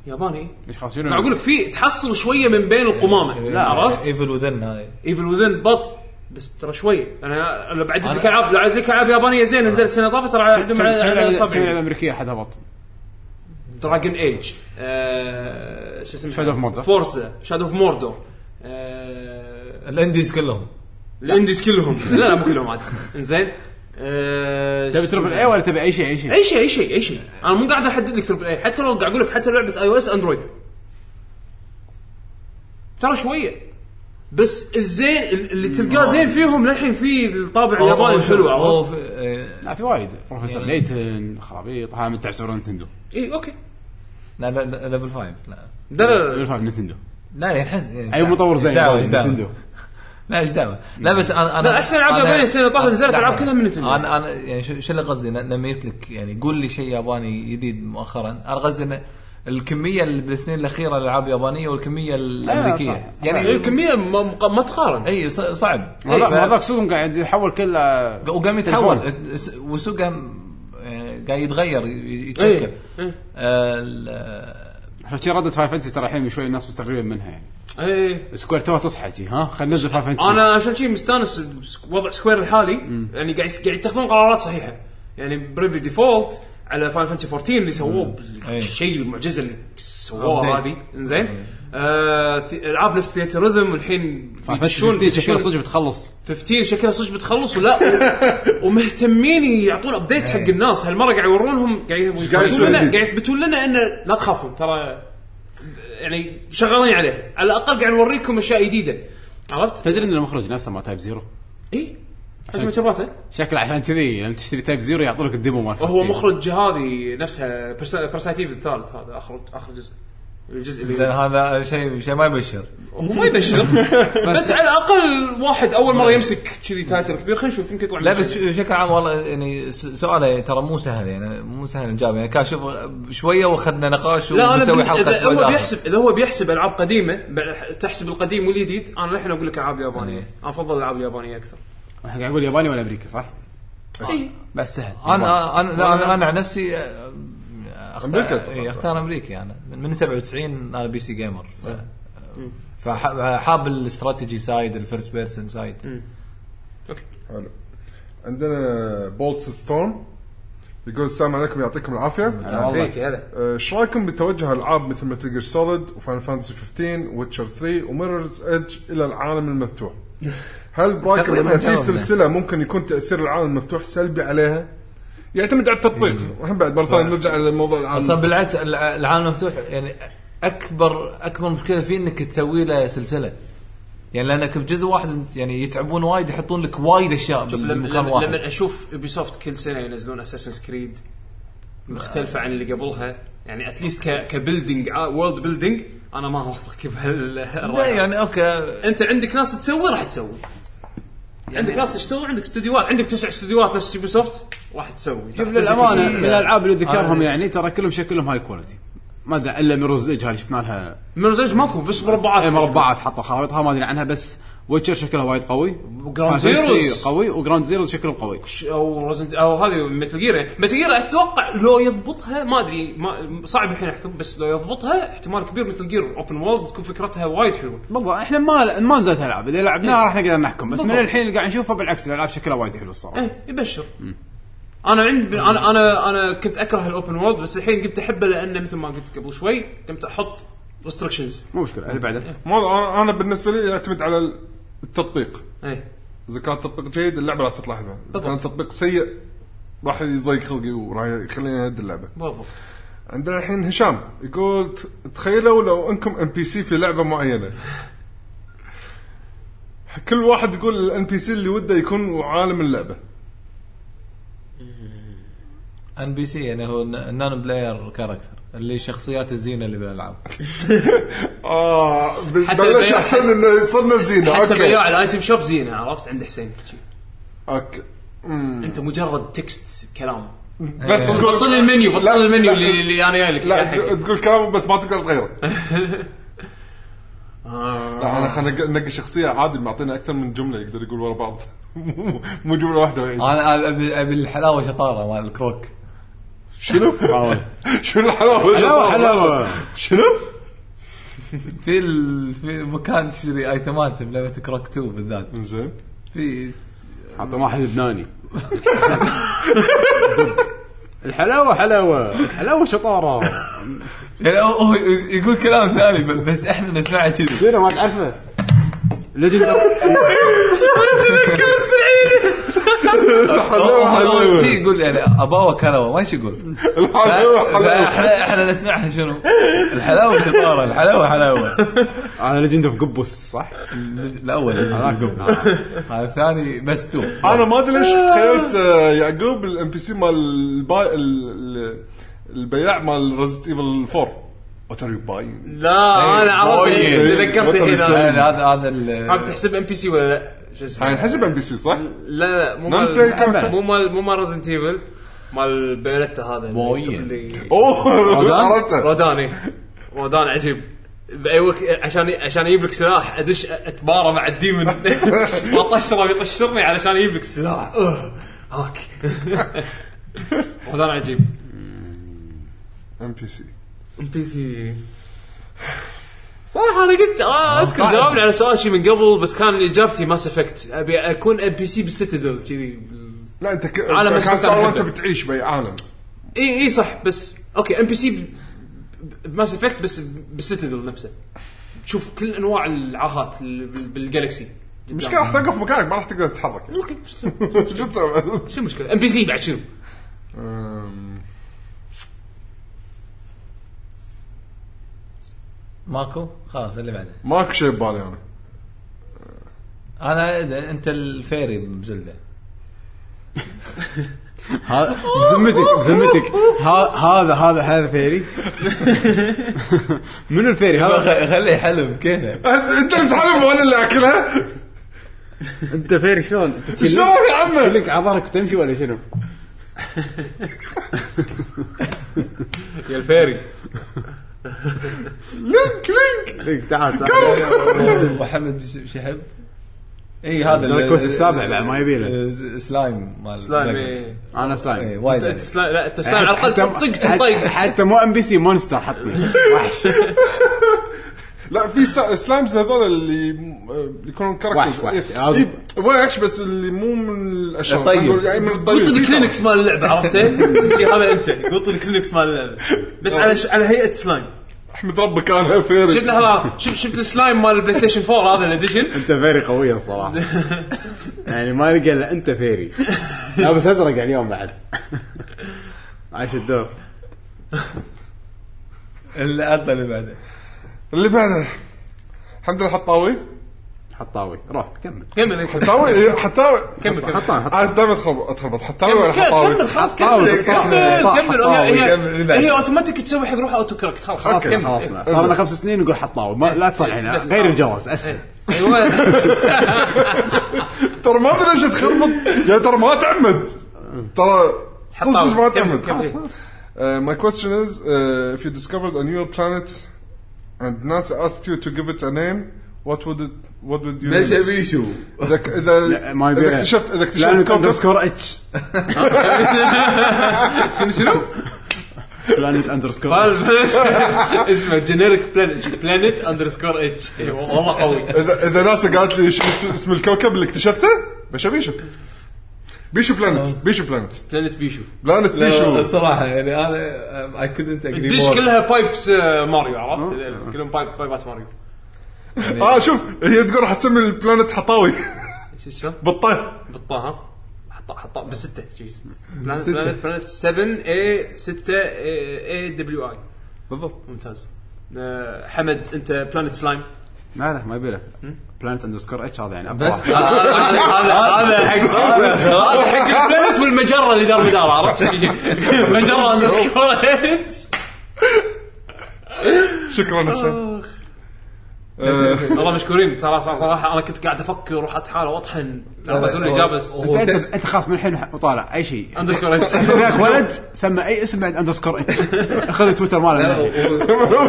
Speaker 3: ياباني
Speaker 1: ليش خلاص شنو؟
Speaker 3: انا اقول لك في تحصل شويه من بين القمامه لا عرفت؟
Speaker 4: ايفل وذن هاي
Speaker 3: ايفل وذن بط بس ترى شويه انا انا بعدد لك العاب بعدد لك العاب يابانيه زين نزلت السنه اللي طافت ترى عندهم على على
Speaker 1: لعبه
Speaker 3: اصابعي
Speaker 1: امريكيه حدها بط
Speaker 3: دراجون ايج آه، شو اسمه
Speaker 1: Shadow of Mordor.
Speaker 3: فورزا شادو اوف موردور آه،
Speaker 4: الانديز كلهم
Speaker 3: الانديز كلهم لا لا مو كلهم عاد آه، انزين
Speaker 1: تبي تربل اي ولا تبي اي شيء اي شيء؟
Speaker 3: اي شيء اي شيء اي شيء انا مو قاعد احدد لك تربل اي حتى لو قاعد اقول لك حتى لعبه اي او اس اندرويد ترى شويه بس الزين اللي تلقاه زين فيهم للحين في الطابع الياباني الحلو عرفت؟
Speaker 4: إيه.
Speaker 1: لا في وايد بروفيسور ليتن خرابيط هاي من تعتبر نتندو
Speaker 3: اي اوكي
Speaker 4: لا لا لا، ليفل فايف لا
Speaker 3: لا لا إيه. لا
Speaker 1: بالفعل نتندو
Speaker 4: لا لا ينحس
Speaker 1: اي أيوة، مطور زين
Speaker 4: دعوه
Speaker 1: وايد
Speaker 4: دعوه
Speaker 1: نتندو
Speaker 3: إيه،
Speaker 4: لا ايش دعوه لا بس انا انا
Speaker 3: لا، أحسن ألعاب
Speaker 4: أنا-
Speaker 3: يابانية السنة اللي طافت
Speaker 4: أنا-
Speaker 3: نزلت
Speaker 4: لا،
Speaker 3: ألعاب كلها من نتندو.
Speaker 4: انا انا يعني شو شو اللي قصدي ن- نميت لك يعني قول لي شيء ياباني جديد مؤخرا انا قصدي انه الكميه اللي بالسنين الاخيره الالعاب يابانيه والكميه الامريكيه
Speaker 1: صح. أيوة،
Speaker 4: يعني
Speaker 3: الكميه ما, إيه، ما- ما تقارن
Speaker 4: اي ص- صعب
Speaker 1: هذاك
Speaker 4: إي، ف-
Speaker 1: هذاك سوق قاعد يحول كله
Speaker 4: وقام
Speaker 1: تلفون.
Speaker 4: يتحول س- وسوقه م- آه، قاعد يتغير ي- يتشكل
Speaker 3: اي إي.
Speaker 4: آه، ال- آه،
Speaker 1: عشان كذي ردت فايف فانتسي ترى الحين شوي الناس مستغربين منها يعني
Speaker 3: اي
Speaker 1: سكوير تو تصحى جي ها خلينا ننزل فايف فانتسي
Speaker 3: انا عشان شي مستانس وضع سكوير الحالي يعني قاعد قاعد يتخذون قرارات صحيحه يعني بريفي ديفولت على فاين فانتسي 14 اللي سووه
Speaker 4: أي.
Speaker 3: الشيء المعجزه اللي سووها
Speaker 4: Update.
Speaker 3: هذه انزين آه، ث- العاب نفس ثياتر ريزم والحين
Speaker 1: فاين
Speaker 3: بيدشون-
Speaker 1: فانتسي شكلها
Speaker 3: بيدشون
Speaker 1: صدق بتخلص
Speaker 3: 15 شكلها صدق بتخلص ولا و- ومهتمين يعطون ابديت حق الناس هالمره قاعد يورونهم قاعد
Speaker 2: قاعد
Speaker 3: يثبتون
Speaker 2: يسوي
Speaker 3: لنا
Speaker 2: جديد؟
Speaker 3: قاعد يثبتون لنا ان لا تخافون ترى يعني شغالين عليه على الاقل قاعد نوريكم اشياء جديده عرفت؟
Speaker 1: تدري ان المخرج نفسه ما تايب زيرو
Speaker 3: اي حجم ترباته
Speaker 1: شكله عشان كذي لما تشتري تايب زيرو يعطونك الديمو مال
Speaker 3: هو
Speaker 1: 15.
Speaker 3: مخرج هذه نفسها برساتيف الثالث هذا اخر اخر جزء الجزء
Speaker 4: زين
Speaker 3: اللي
Speaker 4: هذا شيء شيء ما يبشر
Speaker 3: هو ما يبشر بس على الاقل واحد اول مره يمسك كذي تايتل كبير خلينا نشوف يمكن يطلع
Speaker 4: لا
Speaker 3: منه
Speaker 4: بس
Speaker 3: شيء.
Speaker 4: بشكل عام والله يعني س- سؤاله ترى مو سهل يعني مو سهل الجواب يعني كان شوف شويه واخذنا نقاش
Speaker 3: لا انا
Speaker 4: ونسوي
Speaker 3: بال-
Speaker 4: حلقه
Speaker 3: اذا هو
Speaker 4: بداها.
Speaker 3: بيحسب اذا هو بيحسب العاب قديمه بل- تحسب القديم والجديد انا الحين اقول لك العاب يابانيه انا افضل العاب اليابانيه اكثر
Speaker 1: احنا قاعد نقول ياباني ولا امريكي صح؟
Speaker 3: اي
Speaker 1: بس سهل
Speaker 4: انا انا لا انا انا عن نفسي آه،
Speaker 2: أمريكا
Speaker 4: اختار
Speaker 2: طبعاً.
Speaker 4: إي، اختار امريكي انا يعني. من- من 97 انا بي سي جيمر ف...
Speaker 3: إيه. إيه.
Speaker 4: فحاب الاستراتيجي سايد الفيرست بيرسون سايد
Speaker 3: اوكي
Speaker 2: حلو عندنا بولت ستورم يقول السلام عليكم يعطيكم
Speaker 3: نعم.
Speaker 2: العافيه
Speaker 4: آه،
Speaker 1: فيك.
Speaker 5: والله هلا
Speaker 2: ايش رايكم بتوجه العاب مثل ما تلقى سوليد وفاينل فانتسي 15 ويتشر 3 وميررز ايدج الى العالم المفتوح؟ هل برايكم
Speaker 4: تقريباً
Speaker 2: ان في
Speaker 4: جاوبنا.
Speaker 2: سلسله ممكن يكون تاثير العالم المفتوح سلبي عليها؟ يعتمد على التطبيق وهم بعد مره ثانيه نرجع لموضوع العالم
Speaker 4: اصلا بالعكس الع- العالم المفتوح يعني اكبر اكبر مشكله فيه انك تسوي له سلسله يعني لانك بجزء واحد انت يعني يتعبون وايد يحطون لك وايد اشياء
Speaker 3: لما
Speaker 4: بمكان
Speaker 3: لما,
Speaker 4: واحد
Speaker 3: لما اشوف يوبي سوفت كل سنه ينزلون اساسن كريد مختلفه عن اللي قبلها يعني اتليست كبيلدينج وورلد بيلدينج انا ما اوافقك
Speaker 4: لا
Speaker 3: بهالراي
Speaker 4: يعني اوكي
Speaker 3: انت عندك ناس تسوي راح تسوي عندك ناس تشتغل عندك استديوهات عندك تسع استديوهات نفس يوبي سوفت راح تسوي
Speaker 1: شوف للامانه
Speaker 4: شيء-
Speaker 1: الالعاب اللي ذكرهم
Speaker 4: آه.
Speaker 1: يعني ترى كلهم شكلهم هاي كواليتي ما ادري الا ميروز ايج هاي شفنا لها
Speaker 3: مرزج ماكو بس مربعات
Speaker 1: إيه، مربعات حطوا خرائطها ما ادري عنها بس ويتشر شكلها وايد قوي
Speaker 3: وجراوند
Speaker 1: فانتسي
Speaker 3: زيروز.
Speaker 1: قوي وجراوند زيرو شكله قوي
Speaker 3: او رزنت او هذه متل جير متل جير اتوقع لو يضبطها ما ادري ما صعب الحين احكم بس لو يضبطها احتمال كبير متل جير اوبن وورلد تكون فكرتها وايد حلوه
Speaker 1: بالضبط احنا ما ما نزلت العاب اذا لعبناها راح نقدر نحكم بس من
Speaker 3: بالضبط.
Speaker 1: الحين اللي قاعد نشوفه بالعكس الالعاب شكلها وايد حلو الصراحه
Speaker 3: ايه يبشر انا عندي انا انا انا كنت اكره الاوبن وورلد بس الحين قمت احبه لانه مثل ما قلت قبل شوي قمت احط ريستركشنز
Speaker 1: مو مشكله اللي بعده
Speaker 2: مو- أنا- انا بالنسبه لي يعتمد على التطبيق
Speaker 3: ايه
Speaker 2: اذا كان التطبيق جيد اللعبه راح تطلع حلوه اذا
Speaker 3: بالضبط.
Speaker 2: كان التطبيق سيء راح يضيق خلقي وراح يخليني اهد اللعبه
Speaker 3: بالضبط
Speaker 2: عندنا الحين هشام يقول ت- تخيلوا لو انكم ام بي سي في لعبه معينه كل واحد يقول الان بي سي اللي وده يكون عالم اللعبه
Speaker 4: ان بي سي يعني هو النون بلاير كاركتر اللي شخصيات الزينه اللي بالالعاب
Speaker 2: اه ب-
Speaker 3: حتى
Speaker 2: بلش
Speaker 3: البياع-
Speaker 2: احسن انه صرنا زينه
Speaker 3: حتى
Speaker 2: اوكي
Speaker 3: بياع الايتم شوب زينه عرفت عند حسين شي.
Speaker 2: اوكي
Speaker 3: انت مجرد تكست كلام
Speaker 2: بس تقول
Speaker 3: بطل المنيو
Speaker 2: إيه. لا،
Speaker 3: بطل المنيو
Speaker 2: لا.
Speaker 3: اللي, اللي انا جاي لك
Speaker 2: لا
Speaker 3: إياه حقي.
Speaker 2: تق- تقول كلام بس ما تقدر تغيره لا انا خلينا نق- نقي شخصيه عادل معطينا اكثر من جمله يقدر يقول ورا بعض مو- مو جمله واحده ويعيد
Speaker 4: انا ابي ابي الحلاوه شطاره مال الكروك
Speaker 2: شنو؟ شنو الحلاوه؟
Speaker 1: حلاوه حلاوه
Speaker 2: شنو؟
Speaker 4: في ال... في مكان تشتري ايتمات بلعبه كروك 2 بالذات
Speaker 2: زين
Speaker 4: في
Speaker 1: حط واحد لبناني الحلاوه حلاوه الحلاوه شطاره
Speaker 4: يعني هو- هو يقول كلام ثاني ب- بس احنا نسمعه كذي
Speaker 1: شنو ما تعرفه ليجند
Speaker 4: هو-
Speaker 2: الحلاوه
Speaker 4: هو شي
Speaker 2: حلاوه
Speaker 4: يقول يعني اباوه كلاوه ما ايش يقول ف-
Speaker 1: أيوة،
Speaker 2: الحلاوه حلاوه
Speaker 4: فاحنا احنا نسمعها شنو الحلاوه شطاره الحلاوه حلاوه
Speaker 1: انا ليجند اوف قبوس صح؟
Speaker 4: الاول هذا الثاني بس تو
Speaker 2: انا ما ادري ليش تخيلت آه، يعقوب الام بي سي مال البا... ال- ال- البياع مال ريزنت ايفل 4 وات ار يو باين
Speaker 3: لا انا عرفت إيه،
Speaker 2: وايد.
Speaker 3: تذكرت
Speaker 2: بطل
Speaker 3: الحين
Speaker 2: إيه، السنة.
Speaker 3: أنا.
Speaker 4: يعني هذا هذا ال-
Speaker 3: هذا تحسب ام بي سي ولا لا؟ شو اسمه؟
Speaker 2: هاي نحسب ام بي سي صح؟
Speaker 3: لا لا مو
Speaker 2: Non player
Speaker 3: مال
Speaker 2: character.
Speaker 3: مو مال مو مال رزنت ايفل مال بيولتا هذا
Speaker 4: وايد.
Speaker 3: اللي
Speaker 2: اوه
Speaker 4: رودان؟
Speaker 2: عرفته
Speaker 3: رودان إيه. رودان عجيب باي وقت عشان عشان يجيب لك سلاح ادش اتبارى مع الديمن واطشره يطشرني علشان يجيب لك سلاح أوه. هاك رودان عجيب
Speaker 2: ام بي سي
Speaker 3: ام بي سي صراحة انا قلت آه اذكر
Speaker 4: صعب.
Speaker 3: جاوبني على سؤال شي من قبل بس كان اجابتي ماس افكت ابي اكون ام بي سي بالسيتادل كذي بال-
Speaker 2: لا انت ك...
Speaker 3: عالم بس
Speaker 2: كان
Speaker 3: كنت
Speaker 2: صار
Speaker 3: أحبه.
Speaker 2: انت بتعيش باي عالم
Speaker 3: اي اي إيه، صح بس اوكي ام بي سي بماس افكت بس ب- بالسيتادل نفسه تشوف كل انواع العاهات ال- بال- بالجالكسي
Speaker 2: المشكله راح توقف مكانك ما راح تقدر تتحرك
Speaker 3: اوكي شو تسوي؟
Speaker 2: شو تسوي؟
Speaker 3: شو المشكله ام بي سي بعد شنو
Speaker 2: أم،
Speaker 4: ماكو خلاص اللي بعده
Speaker 2: ماكو شيء ببالي انا
Speaker 4: انا إذا انت الفيري بزلده
Speaker 1: ها- بذمتك بذمتك ها- هذا هذا هذا فيري منو الفيري هذا
Speaker 4: خليه يحلم كذا
Speaker 2: انت اللي تحلم وانا اللي اكلها
Speaker 1: انت فيري شلون؟ أنت تشيل-
Speaker 2: شلون يا عمي؟
Speaker 1: تشيلك على ظهرك وتمشي ولا شنو؟
Speaker 3: يا الفيري
Speaker 2: لينك لينك
Speaker 1: إيه، تعال تعال
Speaker 4: وحمد ش- شحب اي
Speaker 5: إيه،
Speaker 4: هذا ال-
Speaker 1: الكوست السابع بعد ما يبي له.
Speaker 4: ز- سلايم مال
Speaker 3: سلايم
Speaker 4: دراجون.
Speaker 3: إيه.
Speaker 1: انا
Speaker 4: إيه،
Speaker 1: سلايم
Speaker 4: وايد
Speaker 3: أنت
Speaker 4: عليه.
Speaker 3: سلايم- لا انت سلايم على الاقل
Speaker 1: حتى-
Speaker 3: تنطق تنطق
Speaker 1: حتى مو ام بي سي مونستر حطني وحش
Speaker 2: لا في سا- سلايمز هذول اللي م- آه، يكونون إيه. كاركترز
Speaker 1: وحش- وحش. لازم.
Speaker 2: وحش بس اللي مو من الاشرار
Speaker 4: الطيب.
Speaker 2: خلينا نقول يعني من الطيب
Speaker 3: قلت الكلينكس مال اللعبه عرفت؟ شي هذا انت قلت الكلينكس مال اللعبه بس على ش... على هيئه سلايم
Speaker 2: احمد ربك انا فيري
Speaker 3: شفت لحظه شفت شفت السلايم مال البلاي ستيشن 4 هذا الاديشن
Speaker 1: انت فيري قويه الصراحه يعني ما لقى الا انت فيري لابس ازرق يعني اليوم بعد عاش الدور
Speaker 5: العطله اللي بعده
Speaker 2: اللي بعده الحمد لله حطاوي
Speaker 1: حطاوي روح كمل طيب،
Speaker 3: كمل كمل
Speaker 2: حطاوي إيه، حطاوي
Speaker 3: كمل كمل
Speaker 1: حطاوي حطاوي
Speaker 2: انا دائما أتخرب- اتخربط حطاوي ولا حطاوي
Speaker 3: كمل خلاص
Speaker 1: حطاوي،
Speaker 3: كمل كمل
Speaker 1: حطاوي،
Speaker 3: كمل
Speaker 1: حطاوي،
Speaker 3: هي
Speaker 5: كمل.
Speaker 3: هي- هي اوتوماتيك تسوي حق روحها اوتو كركت خلاص
Speaker 1: خلاص
Speaker 3: خلاص
Speaker 1: كده، خلاص
Speaker 3: كمل
Speaker 1: لا. صار لنا خمس سنين نقول حطاوي ما لا تصلحنا
Speaker 3: إيه، بس.
Speaker 1: غير الجواز اسهل
Speaker 3: ايوه
Speaker 2: ترى ما ادري ليش تخربط يا ترى ما تعمد ترى صدق
Speaker 3: حطاوي.
Speaker 2: ما
Speaker 3: كمل،
Speaker 2: تعمد
Speaker 3: كمل.
Speaker 2: Uh, my question is uh, if you discovered a new planet and NASA asked you to give it a name what would it what would you
Speaker 5: ليش
Speaker 2: name it?
Speaker 5: ابي شو
Speaker 2: اذا اذا
Speaker 1: لا، ما يبيع.
Speaker 2: اذا اكتشفت اذا
Speaker 1: لأنك
Speaker 2: اكتشفت كوكب
Speaker 1: اندرسكور اتش
Speaker 5: شنو شنو؟
Speaker 1: بلانت اندرسكور
Speaker 3: قال اسمه جينيريك بلانت بلانت اندرسكور اتش إيه، والله قوي
Speaker 2: اذا اذا ناسا قالت لي شو اسم الكوكب اللي اكتشفته بش بيشو بيشو بلانت بيشو بلانت
Speaker 3: بلانت بيشو
Speaker 2: بلانت
Speaker 5: لا،
Speaker 2: بيشو
Speaker 5: الصراحه يعني انا اي كودنت اجري
Speaker 3: الدش كلها بايبس آه، ماريو عرفت يعني كلهم بايب بايبات ماريو
Speaker 2: اه شوف هي تقول راح تسمي البلانت حطاوي
Speaker 3: شو شو
Speaker 2: بطال
Speaker 3: بالطه حطها حطها بستة جي ستة بلانت بلانت بلانت 7 اي 6 اي دبليو اي
Speaker 2: بالضبط
Speaker 3: ممتاز آه، حمد انت بلانت سلايم
Speaker 1: لا لا ما يبي له بلانت اندرسكور اتش هذا يعني
Speaker 4: بس.
Speaker 1: بس
Speaker 3: هذا هذا حق هذا حق البلانت والمجره اللي دار بدار عرفت شي- شي. مجره اندرسكور اتش
Speaker 2: شكرا حسن آه،
Speaker 3: والله مشكورين صراحه صراحه, صراحة انا كنت قاعد افكر واروح اتحالى واطحن اعطيتوني الاجابه بس
Speaker 1: انت انت خلاص من الحين وطالع اي شيء
Speaker 3: اندرسكور اتش
Speaker 1: انت ذاك ولد سمى اي اسم بعد اندرسكور اتش خذ تويتر ماله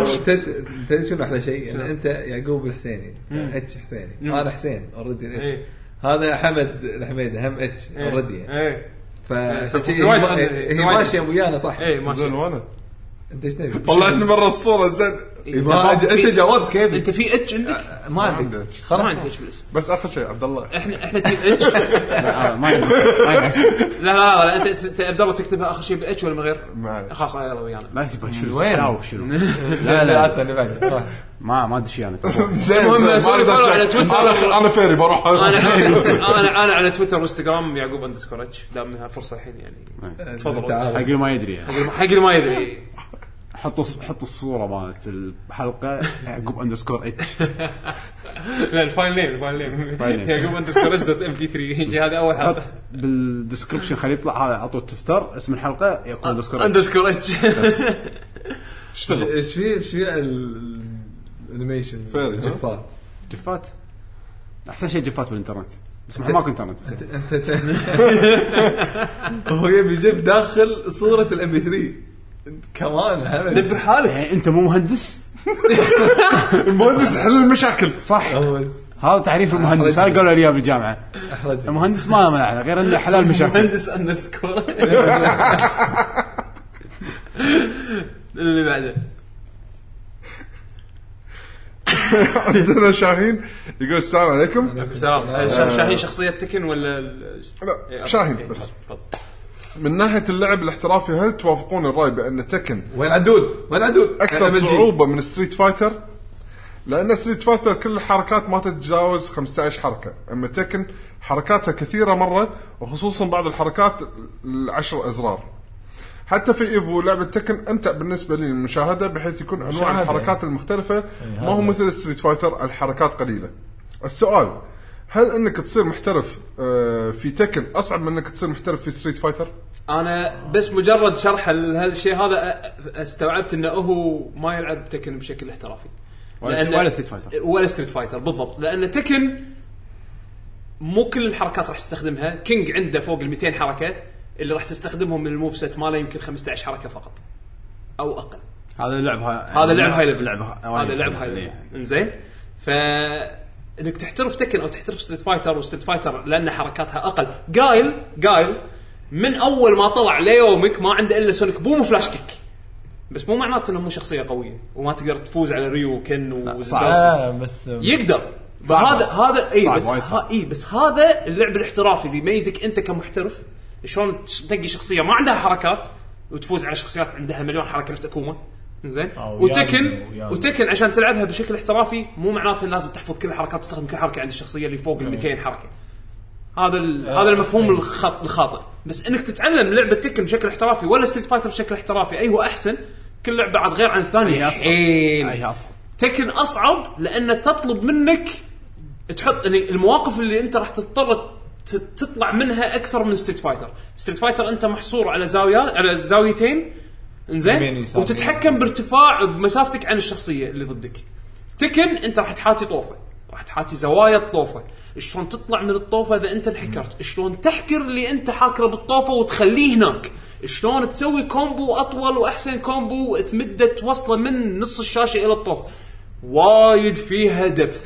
Speaker 5: تدري شنو احلى شيء؟ ان انت يعقوب الحسيني اتش حسيني انا حسين اوريدي اتش
Speaker 3: إيه.
Speaker 5: هذا حمد الحميده هم اتش اوريدي يعني
Speaker 3: ايه
Speaker 5: فعشان كذي
Speaker 3: وايد-
Speaker 5: هي-
Speaker 3: وايد-
Speaker 5: هي ماشيه ويانا صح
Speaker 3: ايه
Speaker 2: زين
Speaker 3: ماشي
Speaker 2: وانا
Speaker 5: انت ايش تبي؟
Speaker 2: طلعتني برا الصوره زين
Speaker 5: ما-
Speaker 3: في-
Speaker 5: انت جاوبت كيف؟
Speaker 3: انت في اتش عندك؟
Speaker 5: ما عندي
Speaker 2: عندي اتش.
Speaker 3: ما
Speaker 5: خلاص
Speaker 3: عندك اتش بالاسم
Speaker 2: بس اخر شيء عبد الله
Speaker 3: احنا احنا تيم اتش لا
Speaker 1: لا، ما ينفع. ما ينفع.
Speaker 3: لا لا انت- انت انت عبد الله تكتبها اخر شيء باتش ولا من غير؟
Speaker 2: معلش.
Speaker 3: خلاص يلا ويانا
Speaker 1: لا تبغى شنو
Speaker 4: وين؟
Speaker 1: لا، شنو
Speaker 5: لا لا عطنا اللي بعده روح.
Speaker 1: ما يعني. ما ادري شيء انا
Speaker 2: زين
Speaker 3: المهم،
Speaker 2: زين،
Speaker 3: سوري،
Speaker 2: ما أقدر
Speaker 3: follow على
Speaker 2: أشارك.
Speaker 3: تويتر.
Speaker 2: انا انا فيري بروح
Speaker 3: انا
Speaker 2: انا
Speaker 3: انا انا على تويتر وانستغرام يعقوب اندرسكور اتش دام انها فرصه الحين يعني تفضل.
Speaker 5: تعال.
Speaker 1: حق اللي ما يدري يعني
Speaker 3: حق اللي ما يدري
Speaker 1: حطوا حطوا الصوره مالت الحلقه يعقوب اندرسكور اتش
Speaker 3: لا الفايل نيم الفايل
Speaker 1: فايل
Speaker 3: نيم
Speaker 1: نيم.
Speaker 3: يعقوب اندرسكور اتش دوت ام بي 3 يجي هذا اول
Speaker 1: حط
Speaker 3: حلقه
Speaker 1: بالدسكربشن خليه يطلع هذا عطوا تفتر اسم الحلقه يعقوب اندرسكور اتش
Speaker 3: اندرسكور اتش
Speaker 2: اشتغل
Speaker 5: ايش في ايش في ال- الانيميشن
Speaker 2: فارج.
Speaker 3: آه.
Speaker 5: جفات
Speaker 1: جفات احسن شيء جفات بالانترنت بس ما ماكو انترنت بس
Speaker 5: انت هو يبي يجيب داخل صوره الام بي 3 كمان حمد
Speaker 3: حالك
Speaker 1: يعني انت مو مهندس
Speaker 2: المهندس حل المشاكل
Speaker 1: صح
Speaker 5: أول
Speaker 1: هذا تعريف المهندس هذا قالوا لي اياه بالجامعه
Speaker 5: احرج
Speaker 1: المهندس ما منعنا غير انه حلال مشاكل
Speaker 3: مهندس اندرسكور اللي بعده
Speaker 2: عندنا شاهين يقول السلام عليكم
Speaker 3: سلام شا- شاهين شخصية تكن ولا ال-
Speaker 2: لا
Speaker 3: إيه،
Speaker 2: شاهين
Speaker 3: إيه،
Speaker 2: بس
Speaker 3: تفضل.
Speaker 2: من ناحيه اللعب الاحترافي هل توافقون الراي بان تكن
Speaker 5: وين عدول؟ وين عدول؟
Speaker 2: اكثر
Speaker 5: MLG.
Speaker 2: صعوبه من ستريت فايتر لان ستريت فايتر كل الحركات ما تتجاوز 15 حركه اما تكن حركاتها كثيره مره وخصوصا بعض الحركات العشر ازرار حتى في ايفو لعبه تكن امتع بالنسبه لي للمشاهده بحيث يكون انواع
Speaker 5: مشاهدة.
Speaker 2: الحركات المختلفه ما هو مثل ستريت فايتر الحركات قليله السؤال هل انك تصير محترف آه، في تكن اصعب من انك تصير محترف في ستريت فايتر؟
Speaker 3: انا بس مجرد شرح ال- هالشيء هذا أ- أ- استوعبت انه هو ما يلعب تكن بشكل احترافي
Speaker 1: ولا
Speaker 3: لأن-
Speaker 1: س- ولا ستريت فايتر.
Speaker 3: ولا ستريت فايتر بالضبط لان تكن مو كل الحركات راح تستخدمها كينج عنده فوق ال 200 حركه اللي راح تستخدمهم من الموف سيت ماله يمكن 15 حركه فقط او اقل
Speaker 1: هذا لعب ها-
Speaker 3: هذا لعب هاي ليفل
Speaker 1: لعب ها-
Speaker 3: هذا لعب هاي ليفل انزين ف انك تحترف تكن او تحترف ستريت فايتر وستريت فايتر لان حركاتها اقل قايل قايل من اول ما طلع ليومك ما عنده الا سونيك بوم وفلاش كيك بس مو معناته انه مو شخصيه قويه وما تقدر تفوز على ريو وكن وزندوسو.
Speaker 4: لا بس
Speaker 3: يقدر بس
Speaker 1: صعب.
Speaker 3: هذا هذا اي
Speaker 1: آه، صعب،
Speaker 3: بس
Speaker 1: وايد
Speaker 3: ها
Speaker 1: صعب.
Speaker 3: اي بس هذا اللعب الاحترافي اللي يميزك انت كمحترف شلون تش- تنقي شخصيه ما عندها حركات وتفوز على شخصيات عندها مليون حركه نفس اكوما زين
Speaker 4: آه، ويانا-
Speaker 3: وتكن
Speaker 4: ويانا.
Speaker 3: وتكن عشان تلعبها بشكل احترافي مو معناته إن لازم تحفظ كل الحركات تستخدم كل حركه عند الشخصيه اللي فوق ال 200 حركه هذا ال- هذا المفهوم الخط الخاطئ بس انك تتعلم لعبه تكن بشكل احترافي ولا ستريت فايتر بشكل احترافي اي هو احسن كل لعبه بعد غير عن الثانيه
Speaker 1: هي أصعب.
Speaker 3: حيل.
Speaker 1: هي اصعب
Speaker 3: تكن اصعب لان تطلب منك تحط يعني المواقف اللي انت راح تضطر ت- تطلع منها اكثر من ستريت فايتر ستريت فايتر انت محصور على زاويه على زاويتين
Speaker 4: يمين
Speaker 3: انزين
Speaker 4: يسار.
Speaker 3: وتتحكم بارتفاع بمسافتك عن الشخصيه اللي ضدك تكن انت راح تحاتي طوفه راح تحاتي زوايا الطوفه شلون تطلع من الطوفه اذا انت انحكرت شلون تحكر اللي انت حاكره بالطوفه وتخليه هناك شلون تسوي كومبو اطول واحسن كومبو تمده توصله من نص الشاشه الى الطوفه وايد فيها دبث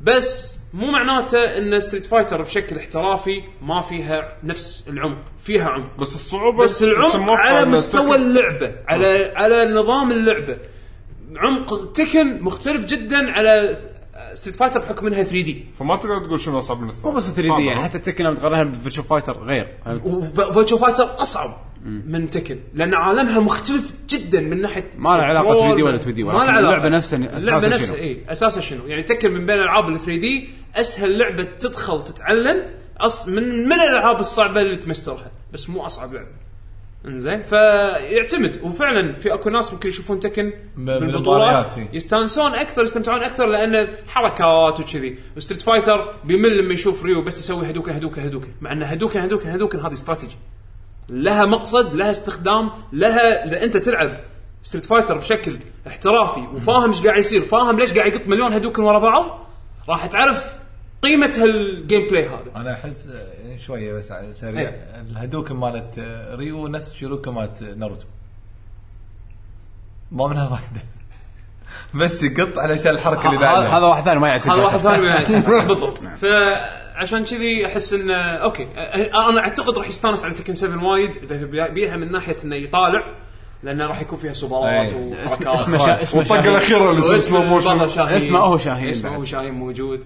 Speaker 3: بس مو معناته ان ستريت فايتر بشكل احترافي ما فيها نفس العمق فيها عمق
Speaker 2: بس الصعوبه
Speaker 3: بس العمق على مستوى اللعبه على
Speaker 1: آه.
Speaker 3: على نظام اللعبه عمق تكن مختلف جدا على ستريت فايتر بحكم انها 3 دي
Speaker 2: فما تقدر تقول شنو اصعب من الثاني
Speaker 1: مو بس 3 دي يعني حتى تكن لما تقارنها بفيرتشو فايتر غير
Speaker 3: وفيرتشو فايتر اصعب من تكن لان عالمها مختلف جدا من ناحيه
Speaker 1: ما له علاقة
Speaker 3: كنترول،
Speaker 1: 3D ولا 2D
Speaker 3: ما
Speaker 1: ولا-
Speaker 3: له علاقه
Speaker 1: اللعبة نفسها يعني أساسها
Speaker 3: اللعبه
Speaker 1: شنو؟
Speaker 3: نفسها اي اساسها شنو يعني تكن من بين الالعاب ال 3 دي اسهل لعبه تدخل تتعلم أص... من من الالعاب الصعبه اللي تمسترها بس مو اصعب لعبه انزين فيعتمد وفعلا في اكو ناس ممكن يشوفون تكن بالبطولات
Speaker 4: بالمباريات، إي.
Speaker 3: يستانسون اكثر يستمتعون اكثر لان حركات وكذي وستريت فايتر بيمل لما يشوف ريو بس يسوي هدوكن هدوكن هدوكن مع ان هدوكن هدوكن هدوكن هذه استراتيجي لها مقصد لها استخدام لها اذا انت تلعب ستريت فايتر بشكل احترافي وفاهم ايش قاعد يصير فاهم ليش قاعد يقط مليون هدوكن ورا بعض راح تعرف قيمه هالجيم بلاي هذا
Speaker 4: انا احس آه، شويه بس على سريع
Speaker 3: إيه.
Speaker 4: الهدوكن مالت آه، ريو نفس الشروكه مالت آه، ناروتو ما منها فائده بس يقط علشان الحركه اللي
Speaker 1: هذا
Speaker 4: بعدها
Speaker 1: هذا واحد ثاني ما يعرف
Speaker 3: هذا واحد ثاني من
Speaker 1: نعم.
Speaker 3: الأشياء. بالضبط فعشان كذي احس انه اوكي أه- انا اعتقد راح يستانس على تكن 7 وايد اذا بي- بيها من ناحيه انه يطالع لانه راح يكون فيها سوبرات
Speaker 4: أي.
Speaker 1: اسم-
Speaker 3: وحركات
Speaker 1: إيه. اسمه شا- اسمه
Speaker 2: الطقه
Speaker 1: شاهين.
Speaker 2: الاخيره اللي يصير سلو موشن
Speaker 3: اسمه
Speaker 1: اسمه هو شاهين
Speaker 3: اسمه
Speaker 1: بعد.
Speaker 3: هو شاهين موجود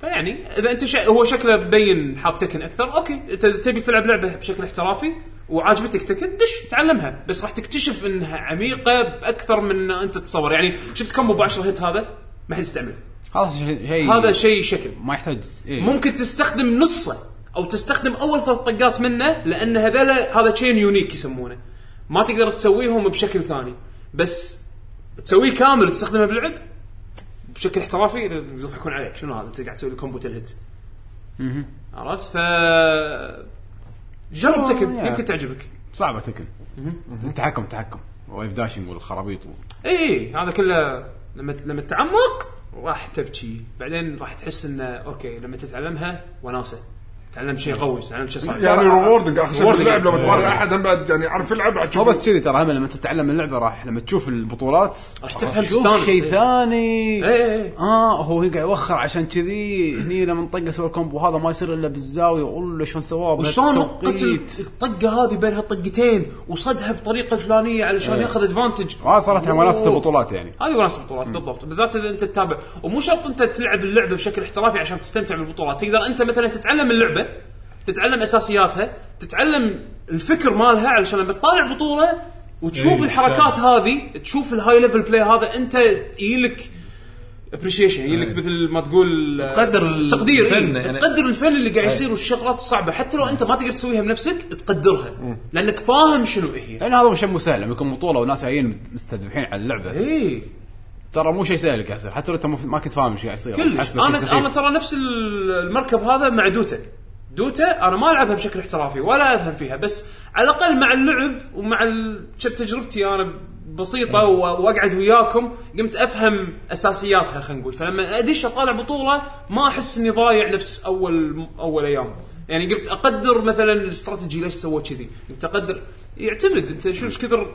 Speaker 3: فيعني اذا انت شا... هو شكله مبين حاب تكن اكثر اوكي انت إذا تبي تلعب لعبه بشكل احترافي وعاجبتك تكن دش تعلمها بس راح تكتشف انها عميقه باكثر من ما انت تتصور يعني شفت كم ابو 10 هيت هذا ما حد يستعمله
Speaker 1: هذا شيء شيء-
Speaker 3: هذا شيء شكل
Speaker 1: ما يحتاج إيه.
Speaker 3: ممكن تستخدم نصه او تستخدم اول ثلاث طقات منه لان هذول هذا تشين يونيك يسمونه ما تقدر تسويهم بشكل ثاني بس تسويه كامل تستخدمه باللعب بشكل احترافي يضحكون عليك شنو هذا انت قاعد تسوي لي كومبو تلهت عرفت ف جرب تكن
Speaker 1: يا.
Speaker 3: يمكن تعجبك
Speaker 1: صعبه تكن التحكم تحكم وايف داشنج والخرابيط و-
Speaker 3: اي اي إيه، هذا كله لما لما تعمق راح تبكي بعدين راح تحس انه اوكي لما تتعلمها وناسه تعلم شيء قوي تعلم شيء صعب
Speaker 2: يعني ريوردنج اخر شيء
Speaker 3: Rewarding.
Speaker 2: باللعب لما تباري احد هم بعد يعني يعرف يلعب بعد
Speaker 1: مو بس
Speaker 2: تشوف
Speaker 1: كذي ترى هم لما تتعلم اللعبه راح لما تشوف البطولات
Speaker 3: راح تفهم
Speaker 1: تشوف
Speaker 3: تستانس.
Speaker 1: شيء
Speaker 3: إيه.
Speaker 1: ثاني
Speaker 3: إيه إيه.
Speaker 1: اه هو قاعد يوخر عشان كذي هني لما طقه سوى الكومبو هذا ما يصير الا بالزاويه والله شلون سواه
Speaker 3: وشلون وقت ال-
Speaker 1: وقت
Speaker 3: الطقه هذه بينها طقتين وصدها بطريقه الفلانيه علشان ياخذ ادفانتج
Speaker 1: هذا إيه. صارت على منصه
Speaker 3: أوه.
Speaker 1: البطولات يعني
Speaker 3: هذه وناس البطولات بالضبط بالذات اذا انت تتابع ومو شرط انت تلعب اللعبه بشكل احترافي عشان تستمتع بالبطولات تقدر انت مثلا تتعلم اللعبه تتعلم اساسياتها تتعلم الفكر مالها علشان لما تطالع بطوله وتشوف
Speaker 4: إيه،
Speaker 3: الحركات هذه تشوف الهاي ليفل بلاي هذا انت يجيلك ابريشيشن يجيلك مثل ما تقول
Speaker 4: إيه.
Speaker 3: آه،
Speaker 4: تقدر ال-
Speaker 3: تقدير الفن
Speaker 4: الفن،
Speaker 3: إيه؟
Speaker 4: يعني-
Speaker 3: تقدر الفن اللي قاعد يصير والشغلات الصعبه حتى لو انت ما تقدر تسويها بنفسك تقدرها لانك فاهم شنو هي
Speaker 1: لان يعني هذا مو شيء مو سهل لما يكون بطوله وناس جايين مستذبحين على اللعبه
Speaker 3: اي
Speaker 1: ترى مو شيء سهل قاعد يصير حتى لو انت مو- ما كنت فاهم ايش قاعد يصير
Speaker 3: كلش
Speaker 1: تحس بس
Speaker 3: انا
Speaker 1: يصير
Speaker 3: انا ترى نفس ال- المركب هذا مع دوتا دوتا انا ما العبها بشكل احترافي ولا افهم فيها بس على الاقل مع اللعب ومع ال- شت- تجربتي انا بسيطه و- واقعد وياكم قمت افهم اساسياتها خلينا نقول فلما ادش اطالع بطوله ما احس اني ضايع نفس اول اول ايام يعني قمت اقدر مثلا الاستراتيجي ليش سوى كذي قمت اقدر يعتمد انت شو ايش كثر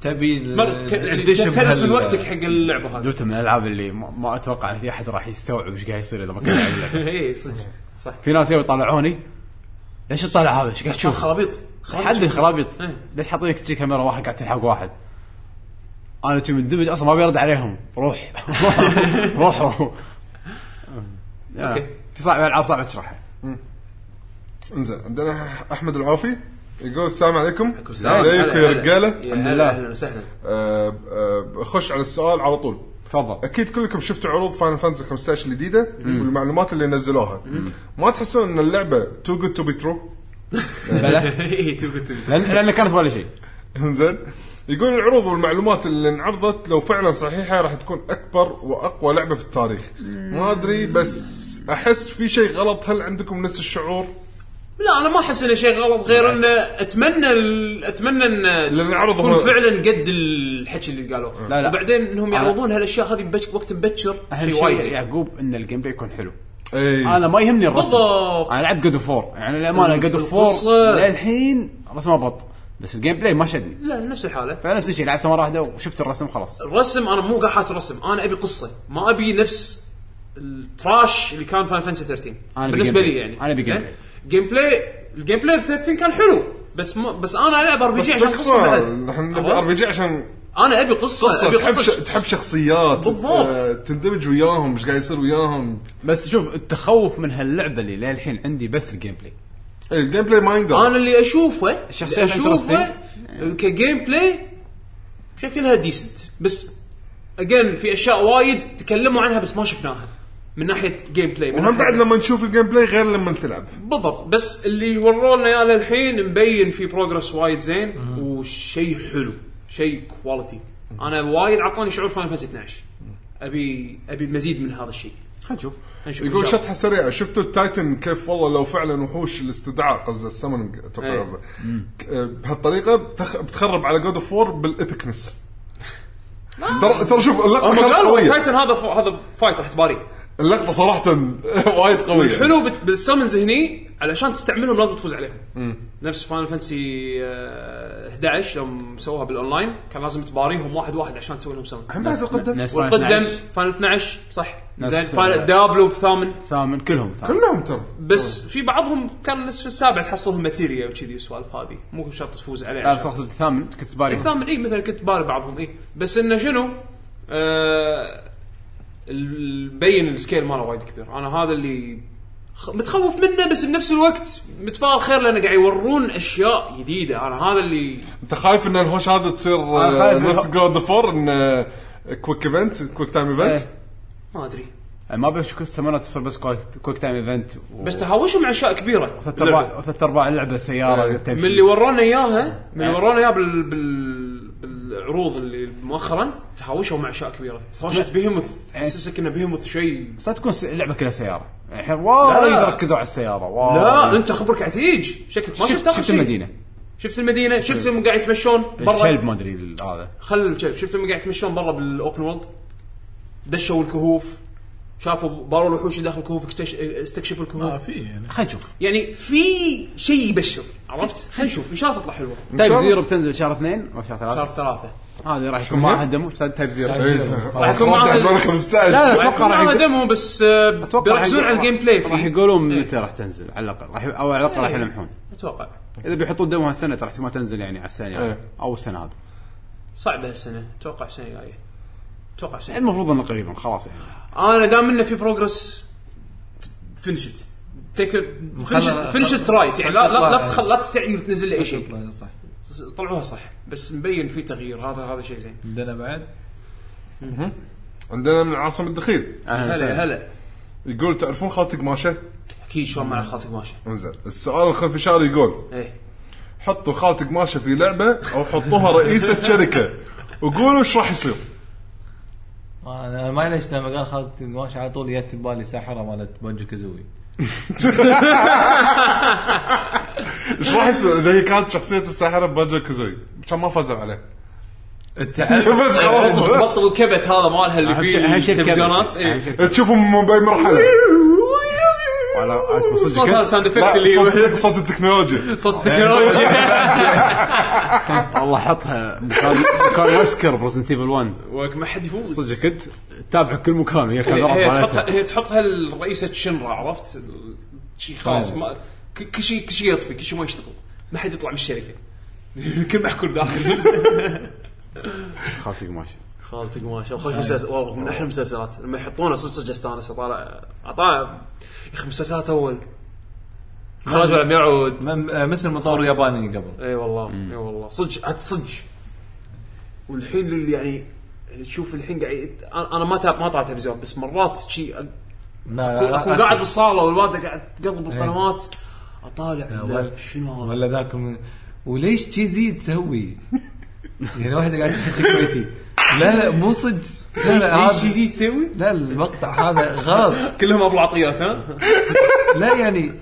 Speaker 4: تبي
Speaker 3: مر- ك- يعني تكنس من وقتك حق اللعبه هذه
Speaker 1: دوتا من الالعاب اللي ما, ما اتوقع ان في احد راح يستوعب ايش قاعد يصير اذا ما كان قاعد يلعب.
Speaker 3: اي إيه، صدق صح
Speaker 1: في ناس يبي يطالعوني ليش تطالع هذا ايش قاعد
Speaker 3: كان
Speaker 1: تشوف؟
Speaker 3: خرابيط
Speaker 1: حد خرابيط
Speaker 3: إيه.
Speaker 1: ليش حاطين لك كذي كاميرا واحد قاعد تلحق واحد انا كنت مندمج اصلا ما بيرد عليهم روح روحوا
Speaker 3: أوكي.
Speaker 1: اوكي في صعب العاب صعبه تشرحها
Speaker 2: انزين عندنا احمد العوفي يقول السلام عليكم
Speaker 3: سلام.
Speaker 2: ازيكم يا
Speaker 3: هلا- هلا.
Speaker 2: رجاله
Speaker 3: يا
Speaker 1: الحمد
Speaker 3: هلا-
Speaker 1: لله.
Speaker 3: اهلا وسهلا
Speaker 2: آه، آه، خش على السؤال على طول
Speaker 1: تفضل
Speaker 2: اكيد كلكم شفتوا عروض فاينل فانتسي 15 الجديده والمعلومات اللي نزلوها ما تحسون ان اللعبه تو جود تو بي ترو
Speaker 1: بلى
Speaker 3: إي، تو كنت-
Speaker 1: لان لان كانت ولا شيء
Speaker 2: انزين يقول العروض والمعلومات اللي انعرضت لو فعلا صحيحه راح تكون اكبر واقوى لعبه في التاريخ ما ادري بس احس في شيء غلط هل عندكم نفس الشعور
Speaker 3: لا انا ما احس انه شيء غلط غير انه اتمنى ال- اتمنى ان
Speaker 2: لأن العرض
Speaker 3: يكون
Speaker 2: هو-
Speaker 3: فعلا قد الحكي اللي قالوه
Speaker 1: لا، لا.
Speaker 3: وبعدين انهم
Speaker 1: أنا-
Speaker 3: يعرضون هالاشياء هذه ببك- وقت مبكر
Speaker 1: اهم
Speaker 3: شيء وايد
Speaker 1: شيء يعني.
Speaker 3: زين.
Speaker 1: يعقوب ان الجيم بلاي يكون حلو
Speaker 2: اي
Speaker 1: انا ما يهمني الرسم
Speaker 3: بالضبط. إيه،
Speaker 1: انا لعبت جود اوف 4 يعني للامانه جود اوف 4
Speaker 3: القصة.
Speaker 1: للحين رسمه بط بس الجيم بلاي ما شدني
Speaker 3: لا نفس الحاله
Speaker 1: فنفس الشيء لعبته مره واحده وشفت الرسم خلاص
Speaker 3: الرسم انا مو قاعد حاط رسم انا ابي قصه ما ابي نفس التراش اللي كان فاين فانسي 13
Speaker 1: أنا أبي
Speaker 3: بالنسبه
Speaker 1: جيم
Speaker 3: لي
Speaker 1: بلاي.
Speaker 3: يعني
Speaker 1: أنا أبي جيم
Speaker 3: زين؟
Speaker 1: بلاي.
Speaker 3: جيم بلاي الجيم بلاي ب 13 كان حلو بس ما بس انا العب ار بي
Speaker 2: بس
Speaker 3: جي عشان قصه بعد
Speaker 2: بالكفر، نحن نبي
Speaker 3: عرفت؟
Speaker 2: ار بي جي عشان
Speaker 3: انا ابي قصه ابي
Speaker 2: تحب ش...
Speaker 3: قصه
Speaker 2: تحب شخصيات
Speaker 3: بالضبط.
Speaker 2: آه، تندمج وياهم ايش قاعد يصير وياهم
Speaker 1: بس شوف التخوف من هاللعبه اللي للحين عندي بس الجيم بلاي
Speaker 2: إيه، الجيم بلاي ما يندر
Speaker 3: انا اللي اشوفه
Speaker 1: الشخصية
Speaker 3: اللي
Speaker 1: interesting.
Speaker 3: اشوفه كجيم بلاي شكلها ديسنت بس اجين في اشياء وايد تكلموا عنها بس ما شفناها من ناحيه جيم بلاي من
Speaker 2: وهم
Speaker 3: ناحية-
Speaker 2: بعد لما نشوف الجيم بلاي غير لما تلعب
Speaker 3: بالضبط بس اللي ورونا اياه للحين مبين في بروجرس وايد زين وشيء حلو شيء كواليتي انا وايد اعطاني شعور فاينل فانتسي 12 ابي ابي المزيد من هذا الشيء
Speaker 1: خلينا نشوف
Speaker 3: هنشوف
Speaker 2: يقول
Speaker 3: إن شاء
Speaker 2: شطحه سريعه شفتوا التايتن كيف والله لو فعلا وحوش الاستدعاء قصده السمننج اتوقع
Speaker 3: إيه.
Speaker 2: قصده ك- آه، بهالطريقه بتخ... بتخرب على جود اوف وور بالابكنس ترى ترى شوف اللقطه
Speaker 3: الله. هم
Speaker 2: كانت
Speaker 3: قالوا
Speaker 2: قويه
Speaker 3: التايتن هذا ف- هذا فايت راح تباري
Speaker 2: اللقطه صراحه وايد قويه
Speaker 3: حلو بت- بالسمنز هني علشان تستعملهم لازم تفوز عليهم نفس فاينل فانتسي 11 يوم سووها بالاونلاين كان لازم تباريهم واحد واحد عشان تسوي لهم سمن
Speaker 2: هم بعد القدم
Speaker 1: ناس
Speaker 3: والقدم
Speaker 1: 12
Speaker 3: فاينل 12 صح
Speaker 1: ناس-
Speaker 3: زين فاينل دابلو بثامن
Speaker 1: ثامن كلهم ثامن
Speaker 2: كلهم ترى
Speaker 3: بس في بعضهم كان النصف السابع تحصلهم ماتيريا وكذي والسوالف هذه مو شرط تفوز عليه
Speaker 1: لا بس
Speaker 3: عشان-
Speaker 1: اقصد الثامن كنت باري
Speaker 3: الثامن اي مثلا إيه كنت باري بعضهم اي بس انه شنو؟ آه البين السكيل ماله وايد كبير انا هذا اللي خ- متخوف منه بس بنفس الوقت متفائل خير لانه قاعد يورون اشياء جديده انا هذا اللي
Speaker 2: انت خايف ان الهوش هذا تصير آه،
Speaker 1: أنا خايف
Speaker 2: نفس
Speaker 1: من-
Speaker 2: جود اوف وور ان كويك ايفنت كويك تايم ايفنت
Speaker 1: إيه.
Speaker 3: ما ادري
Speaker 1: ما بشوف السمانه تصير بس كويك كويك تايم ايفنت و-
Speaker 3: بس تهاوشهم اشياء كبيره
Speaker 1: ثلاث
Speaker 3: اللعبة.
Speaker 1: ارباع ثلاث ارباع اللعبه سياره
Speaker 2: إيه.
Speaker 1: تمشي
Speaker 3: من اللي ورونا اياها من اللي
Speaker 1: يعني-
Speaker 3: ورونا اياها بال... بال... بالعروض اللي مؤخرا تهاوشوا مع اشياء كبيره صاشت بيهمث تحسسك انه بيهمث شيء
Speaker 1: بس لا تكون س- اللعبه كلها سياره الحين وايد
Speaker 3: لا.
Speaker 1: ركزوا على السياره وايد
Speaker 3: لا انت خبرك عتيج شكلك ما شفت اخر
Speaker 1: شفت
Speaker 3: شيء
Speaker 1: المدينه
Speaker 3: شفت المدينه شفت هم قاعد يتمشون برا
Speaker 1: الكلب ما ادري ال- هذا
Speaker 3: خل الكلب شفت هم قاعد يتمشون برا بالاوبن وورلد دشوا الكهوف شافوا باروا الوحوش اللي داخل الكهوف اكتش- استكشفوا
Speaker 6: ما
Speaker 1: آه،
Speaker 3: الكهوف
Speaker 6: في يعني
Speaker 1: خلينا نشوف
Speaker 3: يعني في شيء يبشر عرفت خلينا نشوف ان شاء الله تطلع حلوه
Speaker 1: تايب
Speaker 2: شاء الله.
Speaker 1: زيرو بتنزل شهر اثنين او شهر
Speaker 3: شهر
Speaker 1: ثلاثه
Speaker 3: ثلاثه
Speaker 1: هذه راح يكون معها دمو تايب زيرو
Speaker 2: إيه.
Speaker 3: راح يكون
Speaker 2: رد
Speaker 3: معها-
Speaker 2: حسبنا 15
Speaker 1: لا، لا.
Speaker 3: اتوقع
Speaker 1: أتوقع راح
Speaker 3: راح
Speaker 1: يكون-
Speaker 3: ديمو بس آه،
Speaker 1: اتوقع
Speaker 3: بيركزون
Speaker 1: راح-
Speaker 3: على الجيم بلاي فيه
Speaker 1: راح يقولون
Speaker 3: إيه.
Speaker 1: متى راح تنزل على الاقل راح او على الاقل راح
Speaker 3: إيه.
Speaker 1: يلمحون
Speaker 3: اتوقع
Speaker 1: اذا بيحطون دمو هالسنه ترى احتمال تنزل يعني على السنه
Speaker 2: إيه.
Speaker 1: الجاية او السنه هذه
Speaker 3: صعبه هالسنه اتوقع السنه الجايه اتوقع السنه
Speaker 1: المفروض انه قريبا خلاص يعني
Speaker 3: انا دام انه في بروجرس فنشت تيك
Speaker 4: مخلى-
Speaker 3: فنشت رايت يعني لا لا لا, تخل... لا تستعير تنزل لي اي شيء
Speaker 4: شيء صح
Speaker 3: طلعوها صح بس مبين في تغيير هذا هذا شيء زين
Speaker 6: عندنا بعد
Speaker 2: عندنا من عاصم الدخيل
Speaker 1: أهلاً وسهلاً.
Speaker 3: هلا هلا
Speaker 2: يقول تعرفون خالتي قماشه؟
Speaker 3: اكيد شلون مع خالتك ماشي
Speaker 2: انزين السؤال الخنفشاري يقول
Speaker 1: إيه.
Speaker 3: ايه
Speaker 2: حطوا خالتك ماشي في لعبه او حطوها رئيسه شركه وقولوا ايش راح يصير
Speaker 4: ما انا ما ليش لما قال خالد قماش على طول جت ببالي ساحره مالت بونجو كازوي
Speaker 2: ايش راح يصير اذا هي كانت شخصيه الساحره بباجا كوزوي كان ما فازوا عليه بس خلاص
Speaker 3: تبطل الكبت هذا مالها اللي
Speaker 1: أهم شيء-
Speaker 3: فيه
Speaker 1: أهم شيء
Speaker 3: التلفزيونات
Speaker 1: الكاميرا. أهم
Speaker 3: ايه
Speaker 1: شيء
Speaker 2: تشوفهم باي مرحله
Speaker 1: ولا عاد صدق
Speaker 3: صوت
Speaker 1: كنت-
Speaker 3: هذا ساوند افكت
Speaker 2: لا،
Speaker 3: اللي
Speaker 2: صوت- صوت التكنولوجيا
Speaker 3: صوت التكنولوجيا
Speaker 1: والله حطها مكان مكان يسكر برزنت ايفل 1
Speaker 3: وك ما حد يفوز
Speaker 1: صدق كنت تتابع كل مكان ويا
Speaker 3: هي
Speaker 1: الكاميرا
Speaker 3: هي تحطها
Speaker 1: مالتها
Speaker 3: هي تحطها الرئيسة شنرا عرفت؟ ال- شي خلاص ما ك- كل شيء كل شيء يطفي كل شيء ما يشتغل ما حد يطلع من الشركه كل محكور داخل
Speaker 1: خالتي قماشه
Speaker 3: خالتي قماشه وخش مسلسل والله من احلى المسلسلات لما يحطونه صدق صدق استانس اطالع اطالع يا اخي مسلسلات اول خرج ولم يعود
Speaker 4: مم- آه، مثل المطور الياباني قبل
Speaker 3: اي والله اي والله صدق عاد صدق والحين اللي يعني اللي تشوف الحين قاعد يت- انا أنا ما تاب ما طلع تلفزيون بس مرات شي أ-
Speaker 4: لا
Speaker 3: اكون قاعد بالصاله والوالده قاعد تقلب القنوات اطالع لا،
Speaker 4: ولا-
Speaker 3: شنو هذا
Speaker 4: ولا ذاك من- وليش تشيزي تسوي؟ يعني واحده قاعده تحكي كويتي لا لا مو صدق لا لا هذا
Speaker 3: تسوي؟
Speaker 4: لا المقطع هذا غلط
Speaker 3: كلهم ابو عطيات ها؟
Speaker 4: لا يعني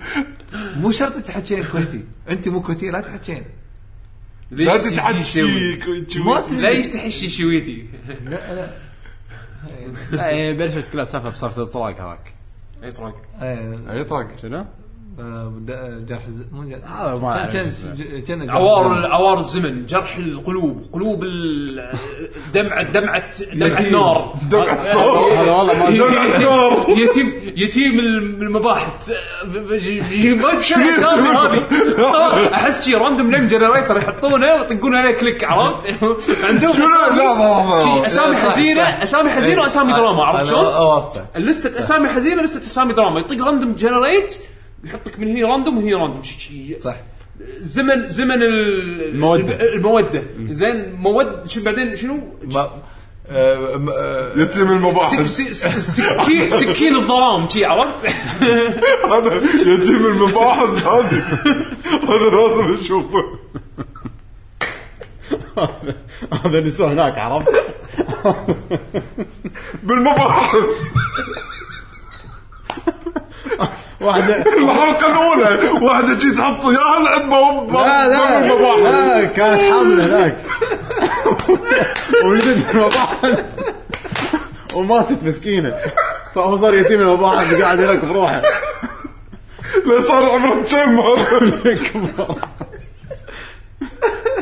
Speaker 4: مو شرط تحكين كويتي انت مو كويتيه لا تحكين
Speaker 2: لا
Speaker 3: ليش
Speaker 2: تتحكي
Speaker 4: ما تدري.
Speaker 3: لا يستحي الشيشويتي
Speaker 4: لا لا
Speaker 1: لا يعني بلشوا يتكلم سالفه بسالفه الطلاق هذاك
Speaker 3: اي طرق
Speaker 4: آه،
Speaker 2: اي طاق
Speaker 1: شنو؟
Speaker 4: آه، بد- جرح الز- مو جرح
Speaker 1: هذا ما أعرف
Speaker 4: كان-
Speaker 1: اسمه.
Speaker 4: كان- كان جرح
Speaker 3: عوار
Speaker 4: الزمن.
Speaker 3: عوار الزمن جرح القلوب قلوب ال- دمعه دمعه دمعه نار دمعه
Speaker 1: هذا والله ما
Speaker 3: يتيم يتيم الم- المباحث يجي- ما تشوف اسامي هذه احس شي راندوم نيم جنريتر يحطونه ويطقون عليه كليك عرفت عندهم
Speaker 2: شنو
Speaker 3: أسامي-
Speaker 2: لحظه لحظه
Speaker 3: شي اسامي
Speaker 4: صح،
Speaker 3: حزينه
Speaker 4: صح.
Speaker 3: اسامي حزينه واسامي
Speaker 4: أنا-
Speaker 3: دراما عرفت
Speaker 4: أنا
Speaker 3: شلون؟
Speaker 4: اوافقه
Speaker 3: لستة اسامي حزينه لستة اسامي دراما يطق راندوم جنريت يحطك من هنا راندوم وهنا راندوم شي- شي
Speaker 4: صح
Speaker 3: زمن زمن ال-
Speaker 1: المودة.
Speaker 3: الب- الموده زين مود شو بعدين شنو؟
Speaker 4: ما آه، ما- آه،
Speaker 2: يتيم
Speaker 3: سك-
Speaker 2: المباحث
Speaker 3: س- س- سكين سكين الظلام شي عرفت؟
Speaker 2: انا يتيم المباحث هذه هذا لازم اشوفه
Speaker 1: هذا نسوه هناك عرفت؟
Speaker 2: بالمباحث
Speaker 1: واحد
Speaker 2: الحلقه الاولى واحده جيت تحط يا هل عندهم بالمباحث
Speaker 1: لا كانت حامله آه، هناك ولدت في المباحث وماتت مسكينه فهو صار يتيم المباحث قاعد هناك بروحه
Speaker 2: لا صار عمره كم هذا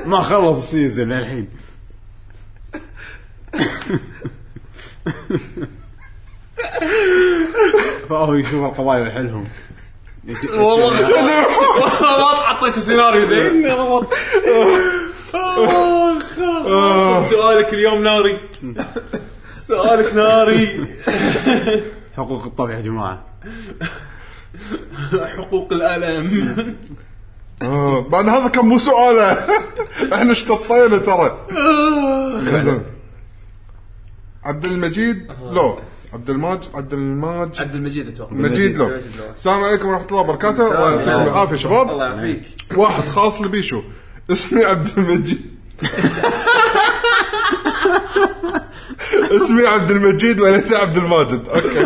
Speaker 1: ما خلص السيزون للحين فهو يشوف القبايل يحلهم
Speaker 3: والله والله ما حطيت سيناريو زين آخ،
Speaker 4: آه.
Speaker 3: آخ، سؤالك اليوم ناري سؤالك ناري
Speaker 1: حقوق الطبع يا جماعه
Speaker 3: حقوق الالم
Speaker 2: آه، بعد هذا كان مو سؤاله احنا اشتطينا ترى
Speaker 3: آه،
Speaker 2: زين. عبد المجيد لو عبد الماج عبد الماج
Speaker 3: عبد المجيد اتوقع
Speaker 2: مجيد لو
Speaker 3: عبد المجيد لو.
Speaker 2: السلام عليكم ورحمه الله وبركاته ويعطيكم العافيه
Speaker 3: الله
Speaker 2: شباب
Speaker 3: يعافيك
Speaker 2: واحد خاص لبيشو اسمي عبد المجيد اسمي عبد المجيد وليس عبد الماجد اوكي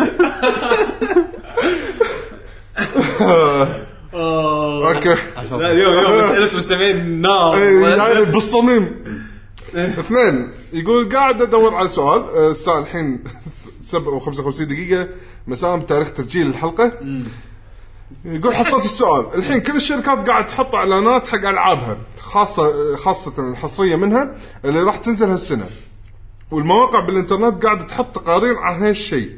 Speaker 3: آه.
Speaker 2: اوكي
Speaker 3: لا اليوم اليوم اسئله مستمعين نار
Speaker 2: إيه، يعني بالصميم اثنين يقول قاعد ادور على سؤال آه، الساعه الحين 7 و55 دقيقه مساء بتاريخ تسجيل الحلقه يقول حصلت السؤال الحين كل الشركات قاعد تحط اعلانات حق العابها خاصه خاصه الحصريه منها اللي راح تنزل هالسنه والمواقع بالانترنت قاعده تحط تقارير عن هالشيء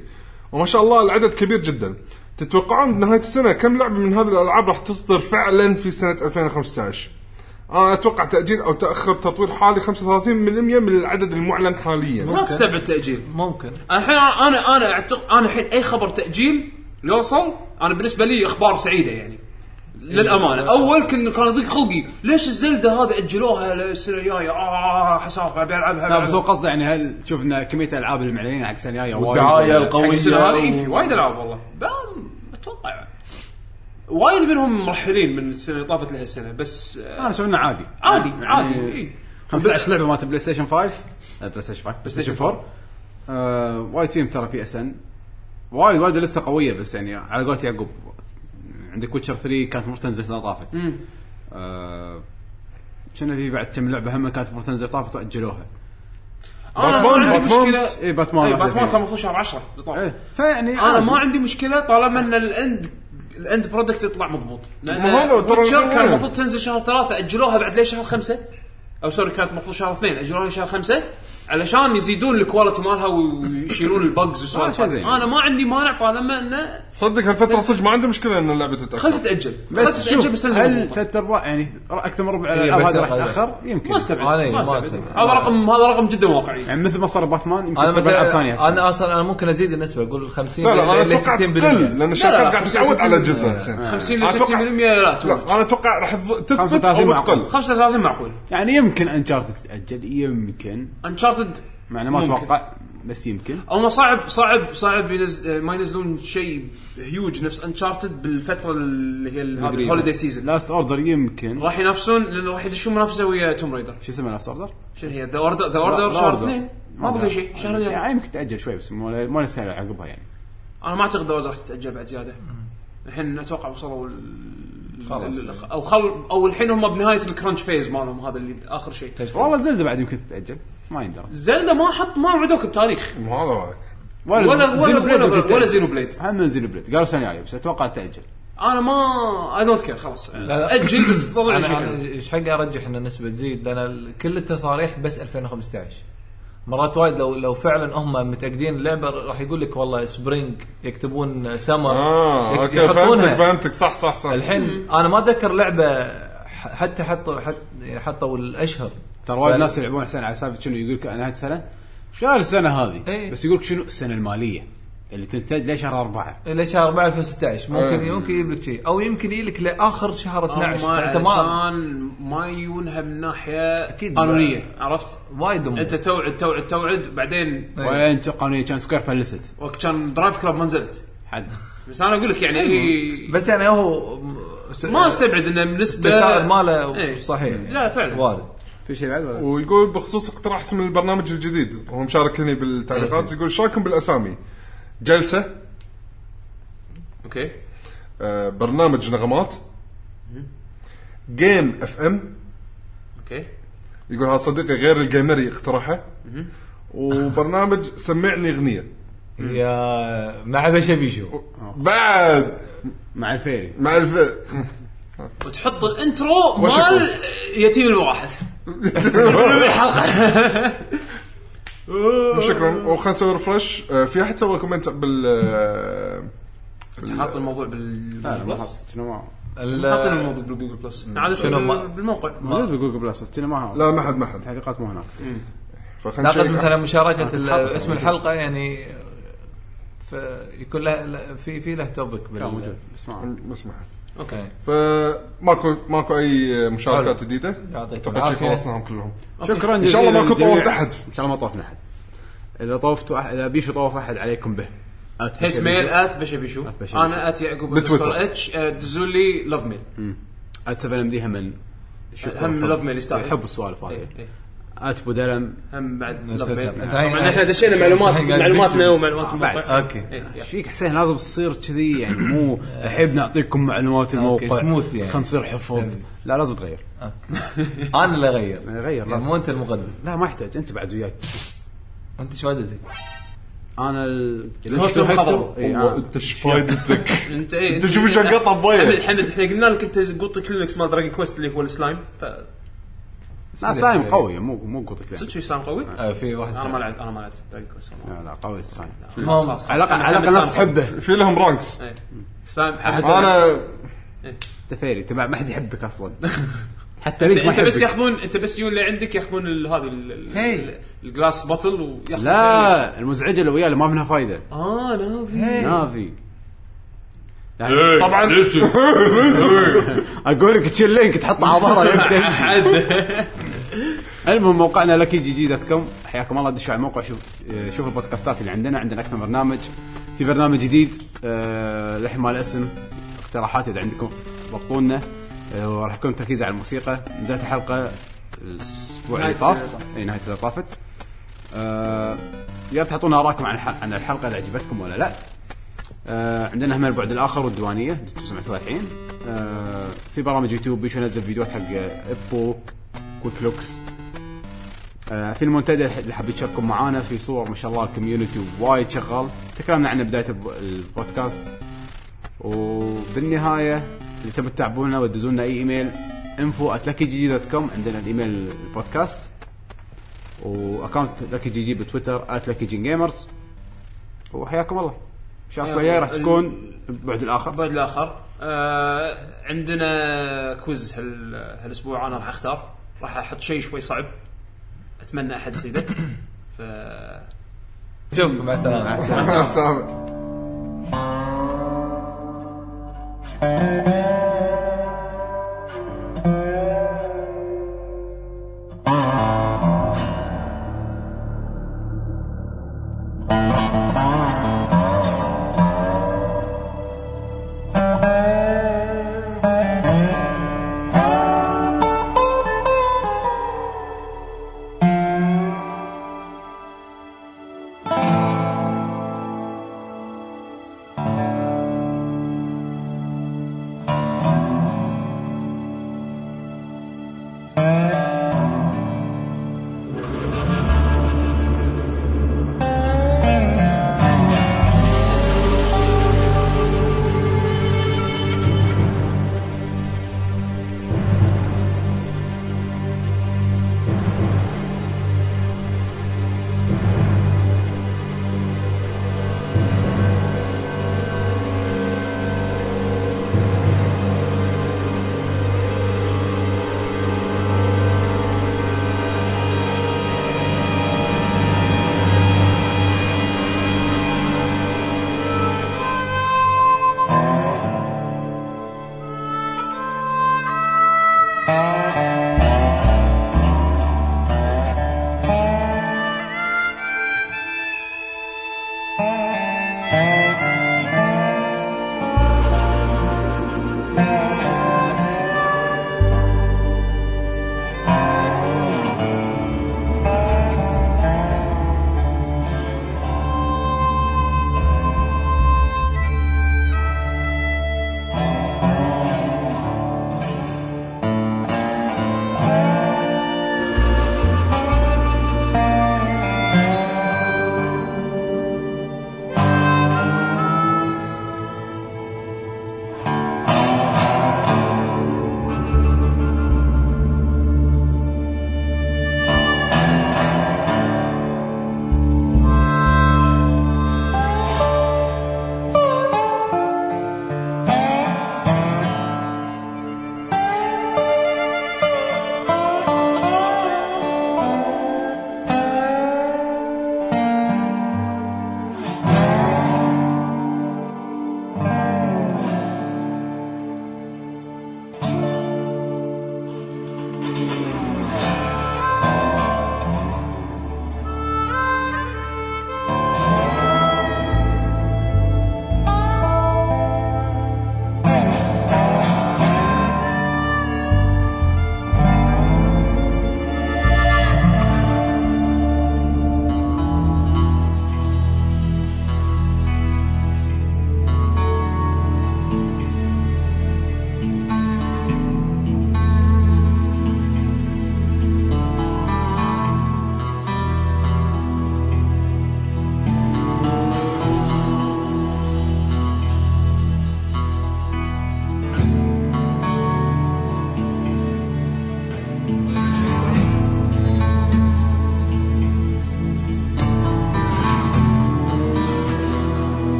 Speaker 2: وما شاء الله العدد كبير جدا تتوقعون بنهايه السنه كم لعبه من هذه الالعاب راح تصدر فعلا في سنه 2015 انا اتوقع تاجيل او تاخر تطوير حالي 35% من العدد المعلن حاليا
Speaker 3: ما تستبعد التاجيل
Speaker 4: ممكن
Speaker 3: أنا الحين انا انا اعتقد انا الحين اي خبر تاجيل يوصل انا بالنسبه لي اخبار سعيده يعني للامانه اول كنا كان يضيق خلقي ليش الزلده هذا اجلوها للسنه الجايه اه حسافه بلعبها
Speaker 1: لا بس هو قصده يعني هل تشوف ان كميه الالعاب اللي معلنين حق السنه الجايه وايد
Speaker 4: والدعاية
Speaker 1: ولا-
Speaker 4: القوية.
Speaker 3: حق السنه
Speaker 4: ويا-
Speaker 3: هذه إي، في وايد العاب والله بام اتوقع وايد منهم مرحلين من السنه اللي طافت لهالسنه بس آه،
Speaker 1: انا اشوف انه عادي
Speaker 3: عادي
Speaker 1: يعني
Speaker 3: عادي إيه. اي
Speaker 1: 15 لعبه مالت بلاي ستيشن 5 آه، بلاي ستيشن 5 بلاي ستيشن 4 آه، وايد فيهم ترى بي اس ان وايد وايد لسه قويه بس يعني على قولة يعقوب عندك ويتشر 3 كانت المفروض تنزل السنه طافت آه، شنو في بعد كم لعبه هم كانت المفروض تنزل طافت إيه، واجلوها
Speaker 3: انا ما
Speaker 2: باتمان-
Speaker 3: عندي
Speaker 2: باتمان.
Speaker 3: مشكله
Speaker 1: اي باتمان
Speaker 3: اي
Speaker 1: واحدة
Speaker 3: باتمان
Speaker 1: فيهم.
Speaker 3: كان المفروض شهر 10 اللي طاف
Speaker 1: إيه، فيعني
Speaker 3: انا
Speaker 1: عادي.
Speaker 3: ما عندي مشكله طالما ان الاند الاند برودكت يطلع مضبوط لان
Speaker 2: ما هو ترى
Speaker 3: ويتشر كان
Speaker 2: وين؟
Speaker 3: المفروض تنزل شهر ثلاثه اجلوها بعد ليه شهر خمسه او سوري كانت المفروض شهر اثنين اجلوها شهر خمسه علشان يزيدون الكواليتي مالها ويشيلون البجز والسوالف
Speaker 1: آه، شيء زين.
Speaker 3: انا ما عندي مانع طالما انه
Speaker 2: تصدق هالفتره صدق ما عنده مشكله ان اللعبه تتاخر
Speaker 3: خلت تتاجل خلت
Speaker 1: بس
Speaker 3: تتاجل بس
Speaker 1: شوف
Speaker 3: تنزل
Speaker 1: هل
Speaker 3: بالضبط.
Speaker 1: ثلاث ارباع يعني اكثر من ربع
Speaker 4: إيه،
Speaker 1: الالعاب
Speaker 4: بس
Speaker 1: هذا راح
Speaker 4: هذا-
Speaker 1: تاخر يمكن
Speaker 3: ما استبعد
Speaker 4: أنا
Speaker 3: ما
Speaker 4: ما
Speaker 3: استبعد
Speaker 4: أستبعد.
Speaker 3: هذا رقم هذا رقم جدا واقعي
Speaker 1: يعني مثل ما صار باتمان يمكن
Speaker 4: انا
Speaker 1: يصير بألعاب ثانية
Speaker 4: مثلا
Speaker 1: هسه.
Speaker 4: انا اصلا انا ممكن ازيد النسبه اقول 50
Speaker 2: لا لا
Speaker 4: ل
Speaker 2: انا اتوقع
Speaker 4: 60%.
Speaker 2: تقل لان الشركات
Speaker 3: لا،
Speaker 2: قاعده تتعود
Speaker 3: 65%
Speaker 2: على جزء حسين
Speaker 3: 50
Speaker 2: أنا
Speaker 3: ل
Speaker 2: أتوقع-
Speaker 3: 60% لا
Speaker 2: لا
Speaker 3: تو
Speaker 2: انا اتوقع راح تظ- تثبت او
Speaker 1: 35
Speaker 2: تقل
Speaker 3: 35 معقول
Speaker 1: يعني يمكن انشارتد تتاجل يمكن
Speaker 3: انشارتد
Speaker 1: مع إنه ما
Speaker 3: ممكن.
Speaker 1: اتوقع بس يمكن
Speaker 3: هم صعب صعب صعب ينز... ما ينزلون شيء هيوج نفس انشارتد بالفتره اللي هي الهوليدي سيزون
Speaker 1: لاست اوردر يمكن
Speaker 3: راح ينافسون لان راح يدشون منافسه ويا توم رايدر
Speaker 1: شو اسمه لاست اوردر؟
Speaker 3: شنو هي ذا اوردر ذا اوردر شهر اثنين ما بقى شيء شهر الجاي
Speaker 1: يعني يمكن تاجل شوي بس مو مو السنه اللي عقبها يعني
Speaker 3: انا ما اعتقد ذا اوردر راح تتاجل بعد زياده الحين اتوقع وصلوا ال-
Speaker 4: خلاص.
Speaker 3: ال- او خل او الحين هم بنهايه الكرنش فيز مالهم هذا اللي اخر شيء
Speaker 1: والله زلده بعد يمكن تتاجل ما يندرى
Speaker 3: زلدا ما حط ما وعدوك بتاريخ
Speaker 2: مو هذا وضعك
Speaker 3: ولا ولا
Speaker 1: زينو بليد
Speaker 3: ولا
Speaker 1: يمكن
Speaker 3: ولا,
Speaker 1: تتأجل.
Speaker 3: ولا زينو بليد
Speaker 1: هم من زينو بليد قالوا السنه الجايه بس اتوقع تاجل
Speaker 3: انا ما اي دونت كير خلاص
Speaker 4: لا.
Speaker 3: اجل بس
Speaker 4: أنا-
Speaker 3: طلع لي
Speaker 4: انا
Speaker 3: شكل
Speaker 4: ايش حقي ارجح ان النسبه تزيد لان ال- كل التصاريح بس 2015 مرات وايد لو لو فعلا هم متاكدين اللعبه راح يقول لك والله سبرينج يكتبون سمر
Speaker 2: اه
Speaker 4: يك-
Speaker 2: اوكي فهمتك
Speaker 4: يحطونها
Speaker 2: فهمتك صح صح صح
Speaker 4: آه، الحين انا ما اتذكر لعبه ح- حتى حطوا حط يعني حطوا الاشهر
Speaker 1: ترى وايد
Speaker 4: فال-
Speaker 1: ناس يلعبون حسين على سالفه شنو يقول لك نهايه السنه خلال السنه هذه
Speaker 4: إيه.
Speaker 1: بس يقول لك شنو السنه الماليه اللي تنتج لشهر اربعه
Speaker 4: الى شهر 4 2016 ممكن
Speaker 1: إيه.
Speaker 2: أي.
Speaker 4: يمكن يجيب لك شيء او يمكن يجيب لك لاخر شهر 12
Speaker 3: هم
Speaker 4: فانت ما
Speaker 3: علشان ما يونها من ناحيه
Speaker 4: أكيد
Speaker 3: قانونيه عرفت؟
Speaker 4: وايد أمور.
Speaker 3: انت توعد توعد توعد بعدين
Speaker 4: إيه.
Speaker 1: وين قانونيه كان سكوير فلست
Speaker 3: وقت كان درايف كلاب ما نزلت
Speaker 1: حد
Speaker 3: بس انا اقول لك يعني إيه
Speaker 4: بس يعني هو س-
Speaker 3: ما استبعد انه بالنسبه
Speaker 4: التساؤل ماله
Speaker 3: إيه.
Speaker 4: صحيح يعني.
Speaker 3: لا فعلا
Speaker 4: وارد
Speaker 1: في شيء بعد ولا؟
Speaker 2: ويقول بخصوص اقتراح اسم البرنامج الجديد وهو مشارك هني بالتعليقات يقول ايش رايكم بالاسامي؟ جلسه
Speaker 3: اوكي
Speaker 2: آه، برنامج نغمات جيم اف ام
Speaker 3: اوكي
Speaker 2: يقول هذا صديقي غير الجيمري اقترحه وبرنامج سمعني اغنيه
Speaker 4: يا مع بشبيشو
Speaker 2: بعد
Speaker 1: مع الفيري
Speaker 2: مع الف
Speaker 3: وتحط الانترو
Speaker 2: وشكرا.
Speaker 3: مال يتيم الواحد
Speaker 2: شكرا وخلنا نسوي ريفرش آه، في احد سوى كومنت بال آه،
Speaker 3: انت حاط الموضوع بالجوجل بلس
Speaker 1: حاط- شنو ما
Speaker 3: حاطين الموضوع بالجوجل بلس عاد
Speaker 4: شنو ما-
Speaker 3: نعم، بالموقع
Speaker 1: موجود بالجوجل بلس بس شنو ما
Speaker 2: لا ما حد ما حد
Speaker 1: التعليقات مو هناك
Speaker 2: فخلنا
Speaker 4: ناقص
Speaker 2: نشيك.
Speaker 4: مثلا مشاركه ال- اسم الحلقه يعني فيكون له له- في في له توبك
Speaker 1: لا موجود بس ما
Speaker 2: ما سمعت
Speaker 4: اوكي
Speaker 2: فماكو ماكو اي مشاركات
Speaker 4: حلو.
Speaker 2: جديده
Speaker 4: يعطيك
Speaker 2: اتوقع شي
Speaker 4: العافية.
Speaker 2: خلصناهم كلهم
Speaker 1: شكرا
Speaker 2: إن شاء الله ما كنت
Speaker 1: جزيلا
Speaker 2: طوفت
Speaker 1: للجميع.
Speaker 2: أحد.
Speaker 1: ان شاء الله ما طوفنا احد اذا طوفتوا أح- اذا بيشو طوف احد عليكم به
Speaker 3: هيت ميل ات بشبيشو
Speaker 1: بشبيشو.
Speaker 3: انا ات يعقوب
Speaker 2: بتويتر.
Speaker 3: بتويتر اتش دزوا لي لاف ميل
Speaker 1: ات 7 ام دي هم شكرا
Speaker 3: هم
Speaker 1: حب-
Speaker 3: love mail يستاهل.
Speaker 1: يحب السوالف
Speaker 3: إيه،
Speaker 1: هذه
Speaker 3: إيه.
Speaker 1: ات بودلم
Speaker 3: هم بعد لاف
Speaker 4: أنت-
Speaker 3: ميل
Speaker 4: أنت-
Speaker 3: طبعا احنا دشينا معلومات
Speaker 4: أنت- قاعد
Speaker 3: معلوماتنا
Speaker 4: دش-
Speaker 3: ومعلومات الموقع
Speaker 4: اوكي
Speaker 3: إيه، يلا.
Speaker 1: ايش فيك حسين لازم تصير كذي يعني مو احب نعطيكم معلومات الموقع
Speaker 4: smooth يعني.
Speaker 1: خلينا نصير حفظ لا لازم تغير
Speaker 4: انا اللي اغير
Speaker 1: غير
Speaker 4: يعني
Speaker 1: لازم
Speaker 4: مو انت المقدم
Speaker 1: لا ما يحتاج انت بعد وياي
Speaker 4: انت شو عدتك؟
Speaker 1: انا ال-
Speaker 3: الهوست
Speaker 1: شو هيكتور؟
Speaker 3: المخضر.
Speaker 1: إيه، أنا.
Speaker 2: انت ايش فايدتك؟
Speaker 3: انت ايه
Speaker 2: أنت شوف إيش قطع بويه.
Speaker 3: حمد حمد احنا قلنا لك انت قط كلينكس مال دراجون كويست اللي هو السلايم ف
Speaker 1: لا سلايم قوي مو مو قوتك لا.
Speaker 3: صدق في سلايم قوي؟
Speaker 4: آه، في واحد
Speaker 3: انا ما لعبت انا ما لعبت دراجون كويست والله.
Speaker 1: لا لا قوي سلايم
Speaker 3: خلاص، خلاص، خلاص.
Speaker 1: على الاقل
Speaker 3: أنا
Speaker 1: على
Speaker 3: حمد
Speaker 1: الاقل ناس
Speaker 3: سلايم قوي.
Speaker 1: تحبه
Speaker 2: في لهم رانكس
Speaker 3: إيه. سلايم حمد
Speaker 2: انا
Speaker 1: انت فيري تبع ما حد يحبك اصلا حتى ليك ما
Speaker 3: انت بس
Speaker 1: يحبك
Speaker 3: ياخذون انت بس يجون اللي عندك ياخذون ال- هذه ال- ال- ال- الجلاس بطل وياخذون
Speaker 1: لا المزعجه اللي وياه اللي ما منها فايده
Speaker 3: اه لا في
Speaker 1: نافي
Speaker 2: طبعا
Speaker 1: اقول لك تشيل لينك تحطه على ظهره يمكن.
Speaker 3: حد
Speaker 1: المهم موقعنا لكي جي جي دوت كوم حياكم الله دشوا على الموقع شوف شوف البودكاستات اللي عندنا عندنا اكثر من برنامج في برنامج جديد آه، لحين ما له اسم اقتراحات اذا عندكم ضبطونا آه، وراح يكون تركيز على الموسيقى نزلت حلقه الاسبوع اللي
Speaker 3: نهاية
Speaker 1: طاف
Speaker 3: السنة.
Speaker 1: اي نهايه السنه طافت آه، يا تعطونا اراءكم عن الح- عن الحلقه اذا عجبتكم ولا لا آه، عندنا هم البعد الاخر والديوانيه انتم سمعتوها الحين آه، في برامج يوتيوب بيشو نزل فيديوهات حق ابو كويك لوكس آه، في المنتدى اللي حاب يشاركون معانا في صور ما شاء الله الكوميونتي وايد شغال تكلمنا عنه بدايه الب- البودكاست وبالنهايه اللي تبوا تتابعونا ودزوا لنا اي ايميل info@luckyGG.com عندنا الايميل البودكاست واكونت لكي جي جي بتويتر @لكي جين جيمرز وحياكم الله ان شاء الله الاسبوع الجاي راح تكون البعد الاخر
Speaker 3: البعد الاخر آه عندنا كويز هال هالاسبوع انا راح اختار راح احط شيء شوي صعب اتمنى احد يصيده ف
Speaker 4: نشوفكم مع السلامه
Speaker 2: السلامة
Speaker 6: Thank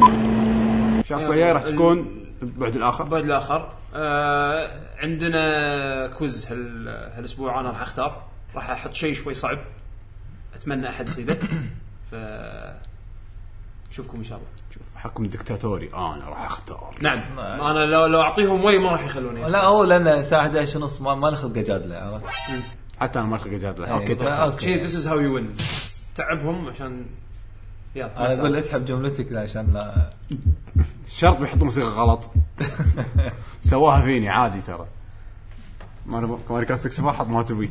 Speaker 1: الشهر الجاي راح
Speaker 3: ال-
Speaker 1: تكون البعد الاخر
Speaker 3: البعد الاخر آه عندنا كويز هال هالاسبوع انا راح اختار راح احط شيء شوي صعب اتمنى احد يصيده ف نشوفكم ان شاء الله
Speaker 1: شوف حكم دكتاتوري انا راح اختار
Speaker 3: نعم انا لو لو اعطيهم وي ما راح يخلوني
Speaker 4: لا هو لان الساعه 11 ونص ما ما نخلق جدله عرفت؟
Speaker 1: حتى انا ما الحق اجادله اوكي
Speaker 4: إيه،
Speaker 1: طيب.
Speaker 4: فا-
Speaker 3: شيء
Speaker 4: اوكي
Speaker 3: ذيس از هاو يو وين تعبهم عشان يلا
Speaker 4: انا اقول اسحب جملتك لا عشان لا
Speaker 1: شرط بيحط موسيقى غلط سواها فيني عادي ترى ماري ماري كارت 64 حط مالت الوي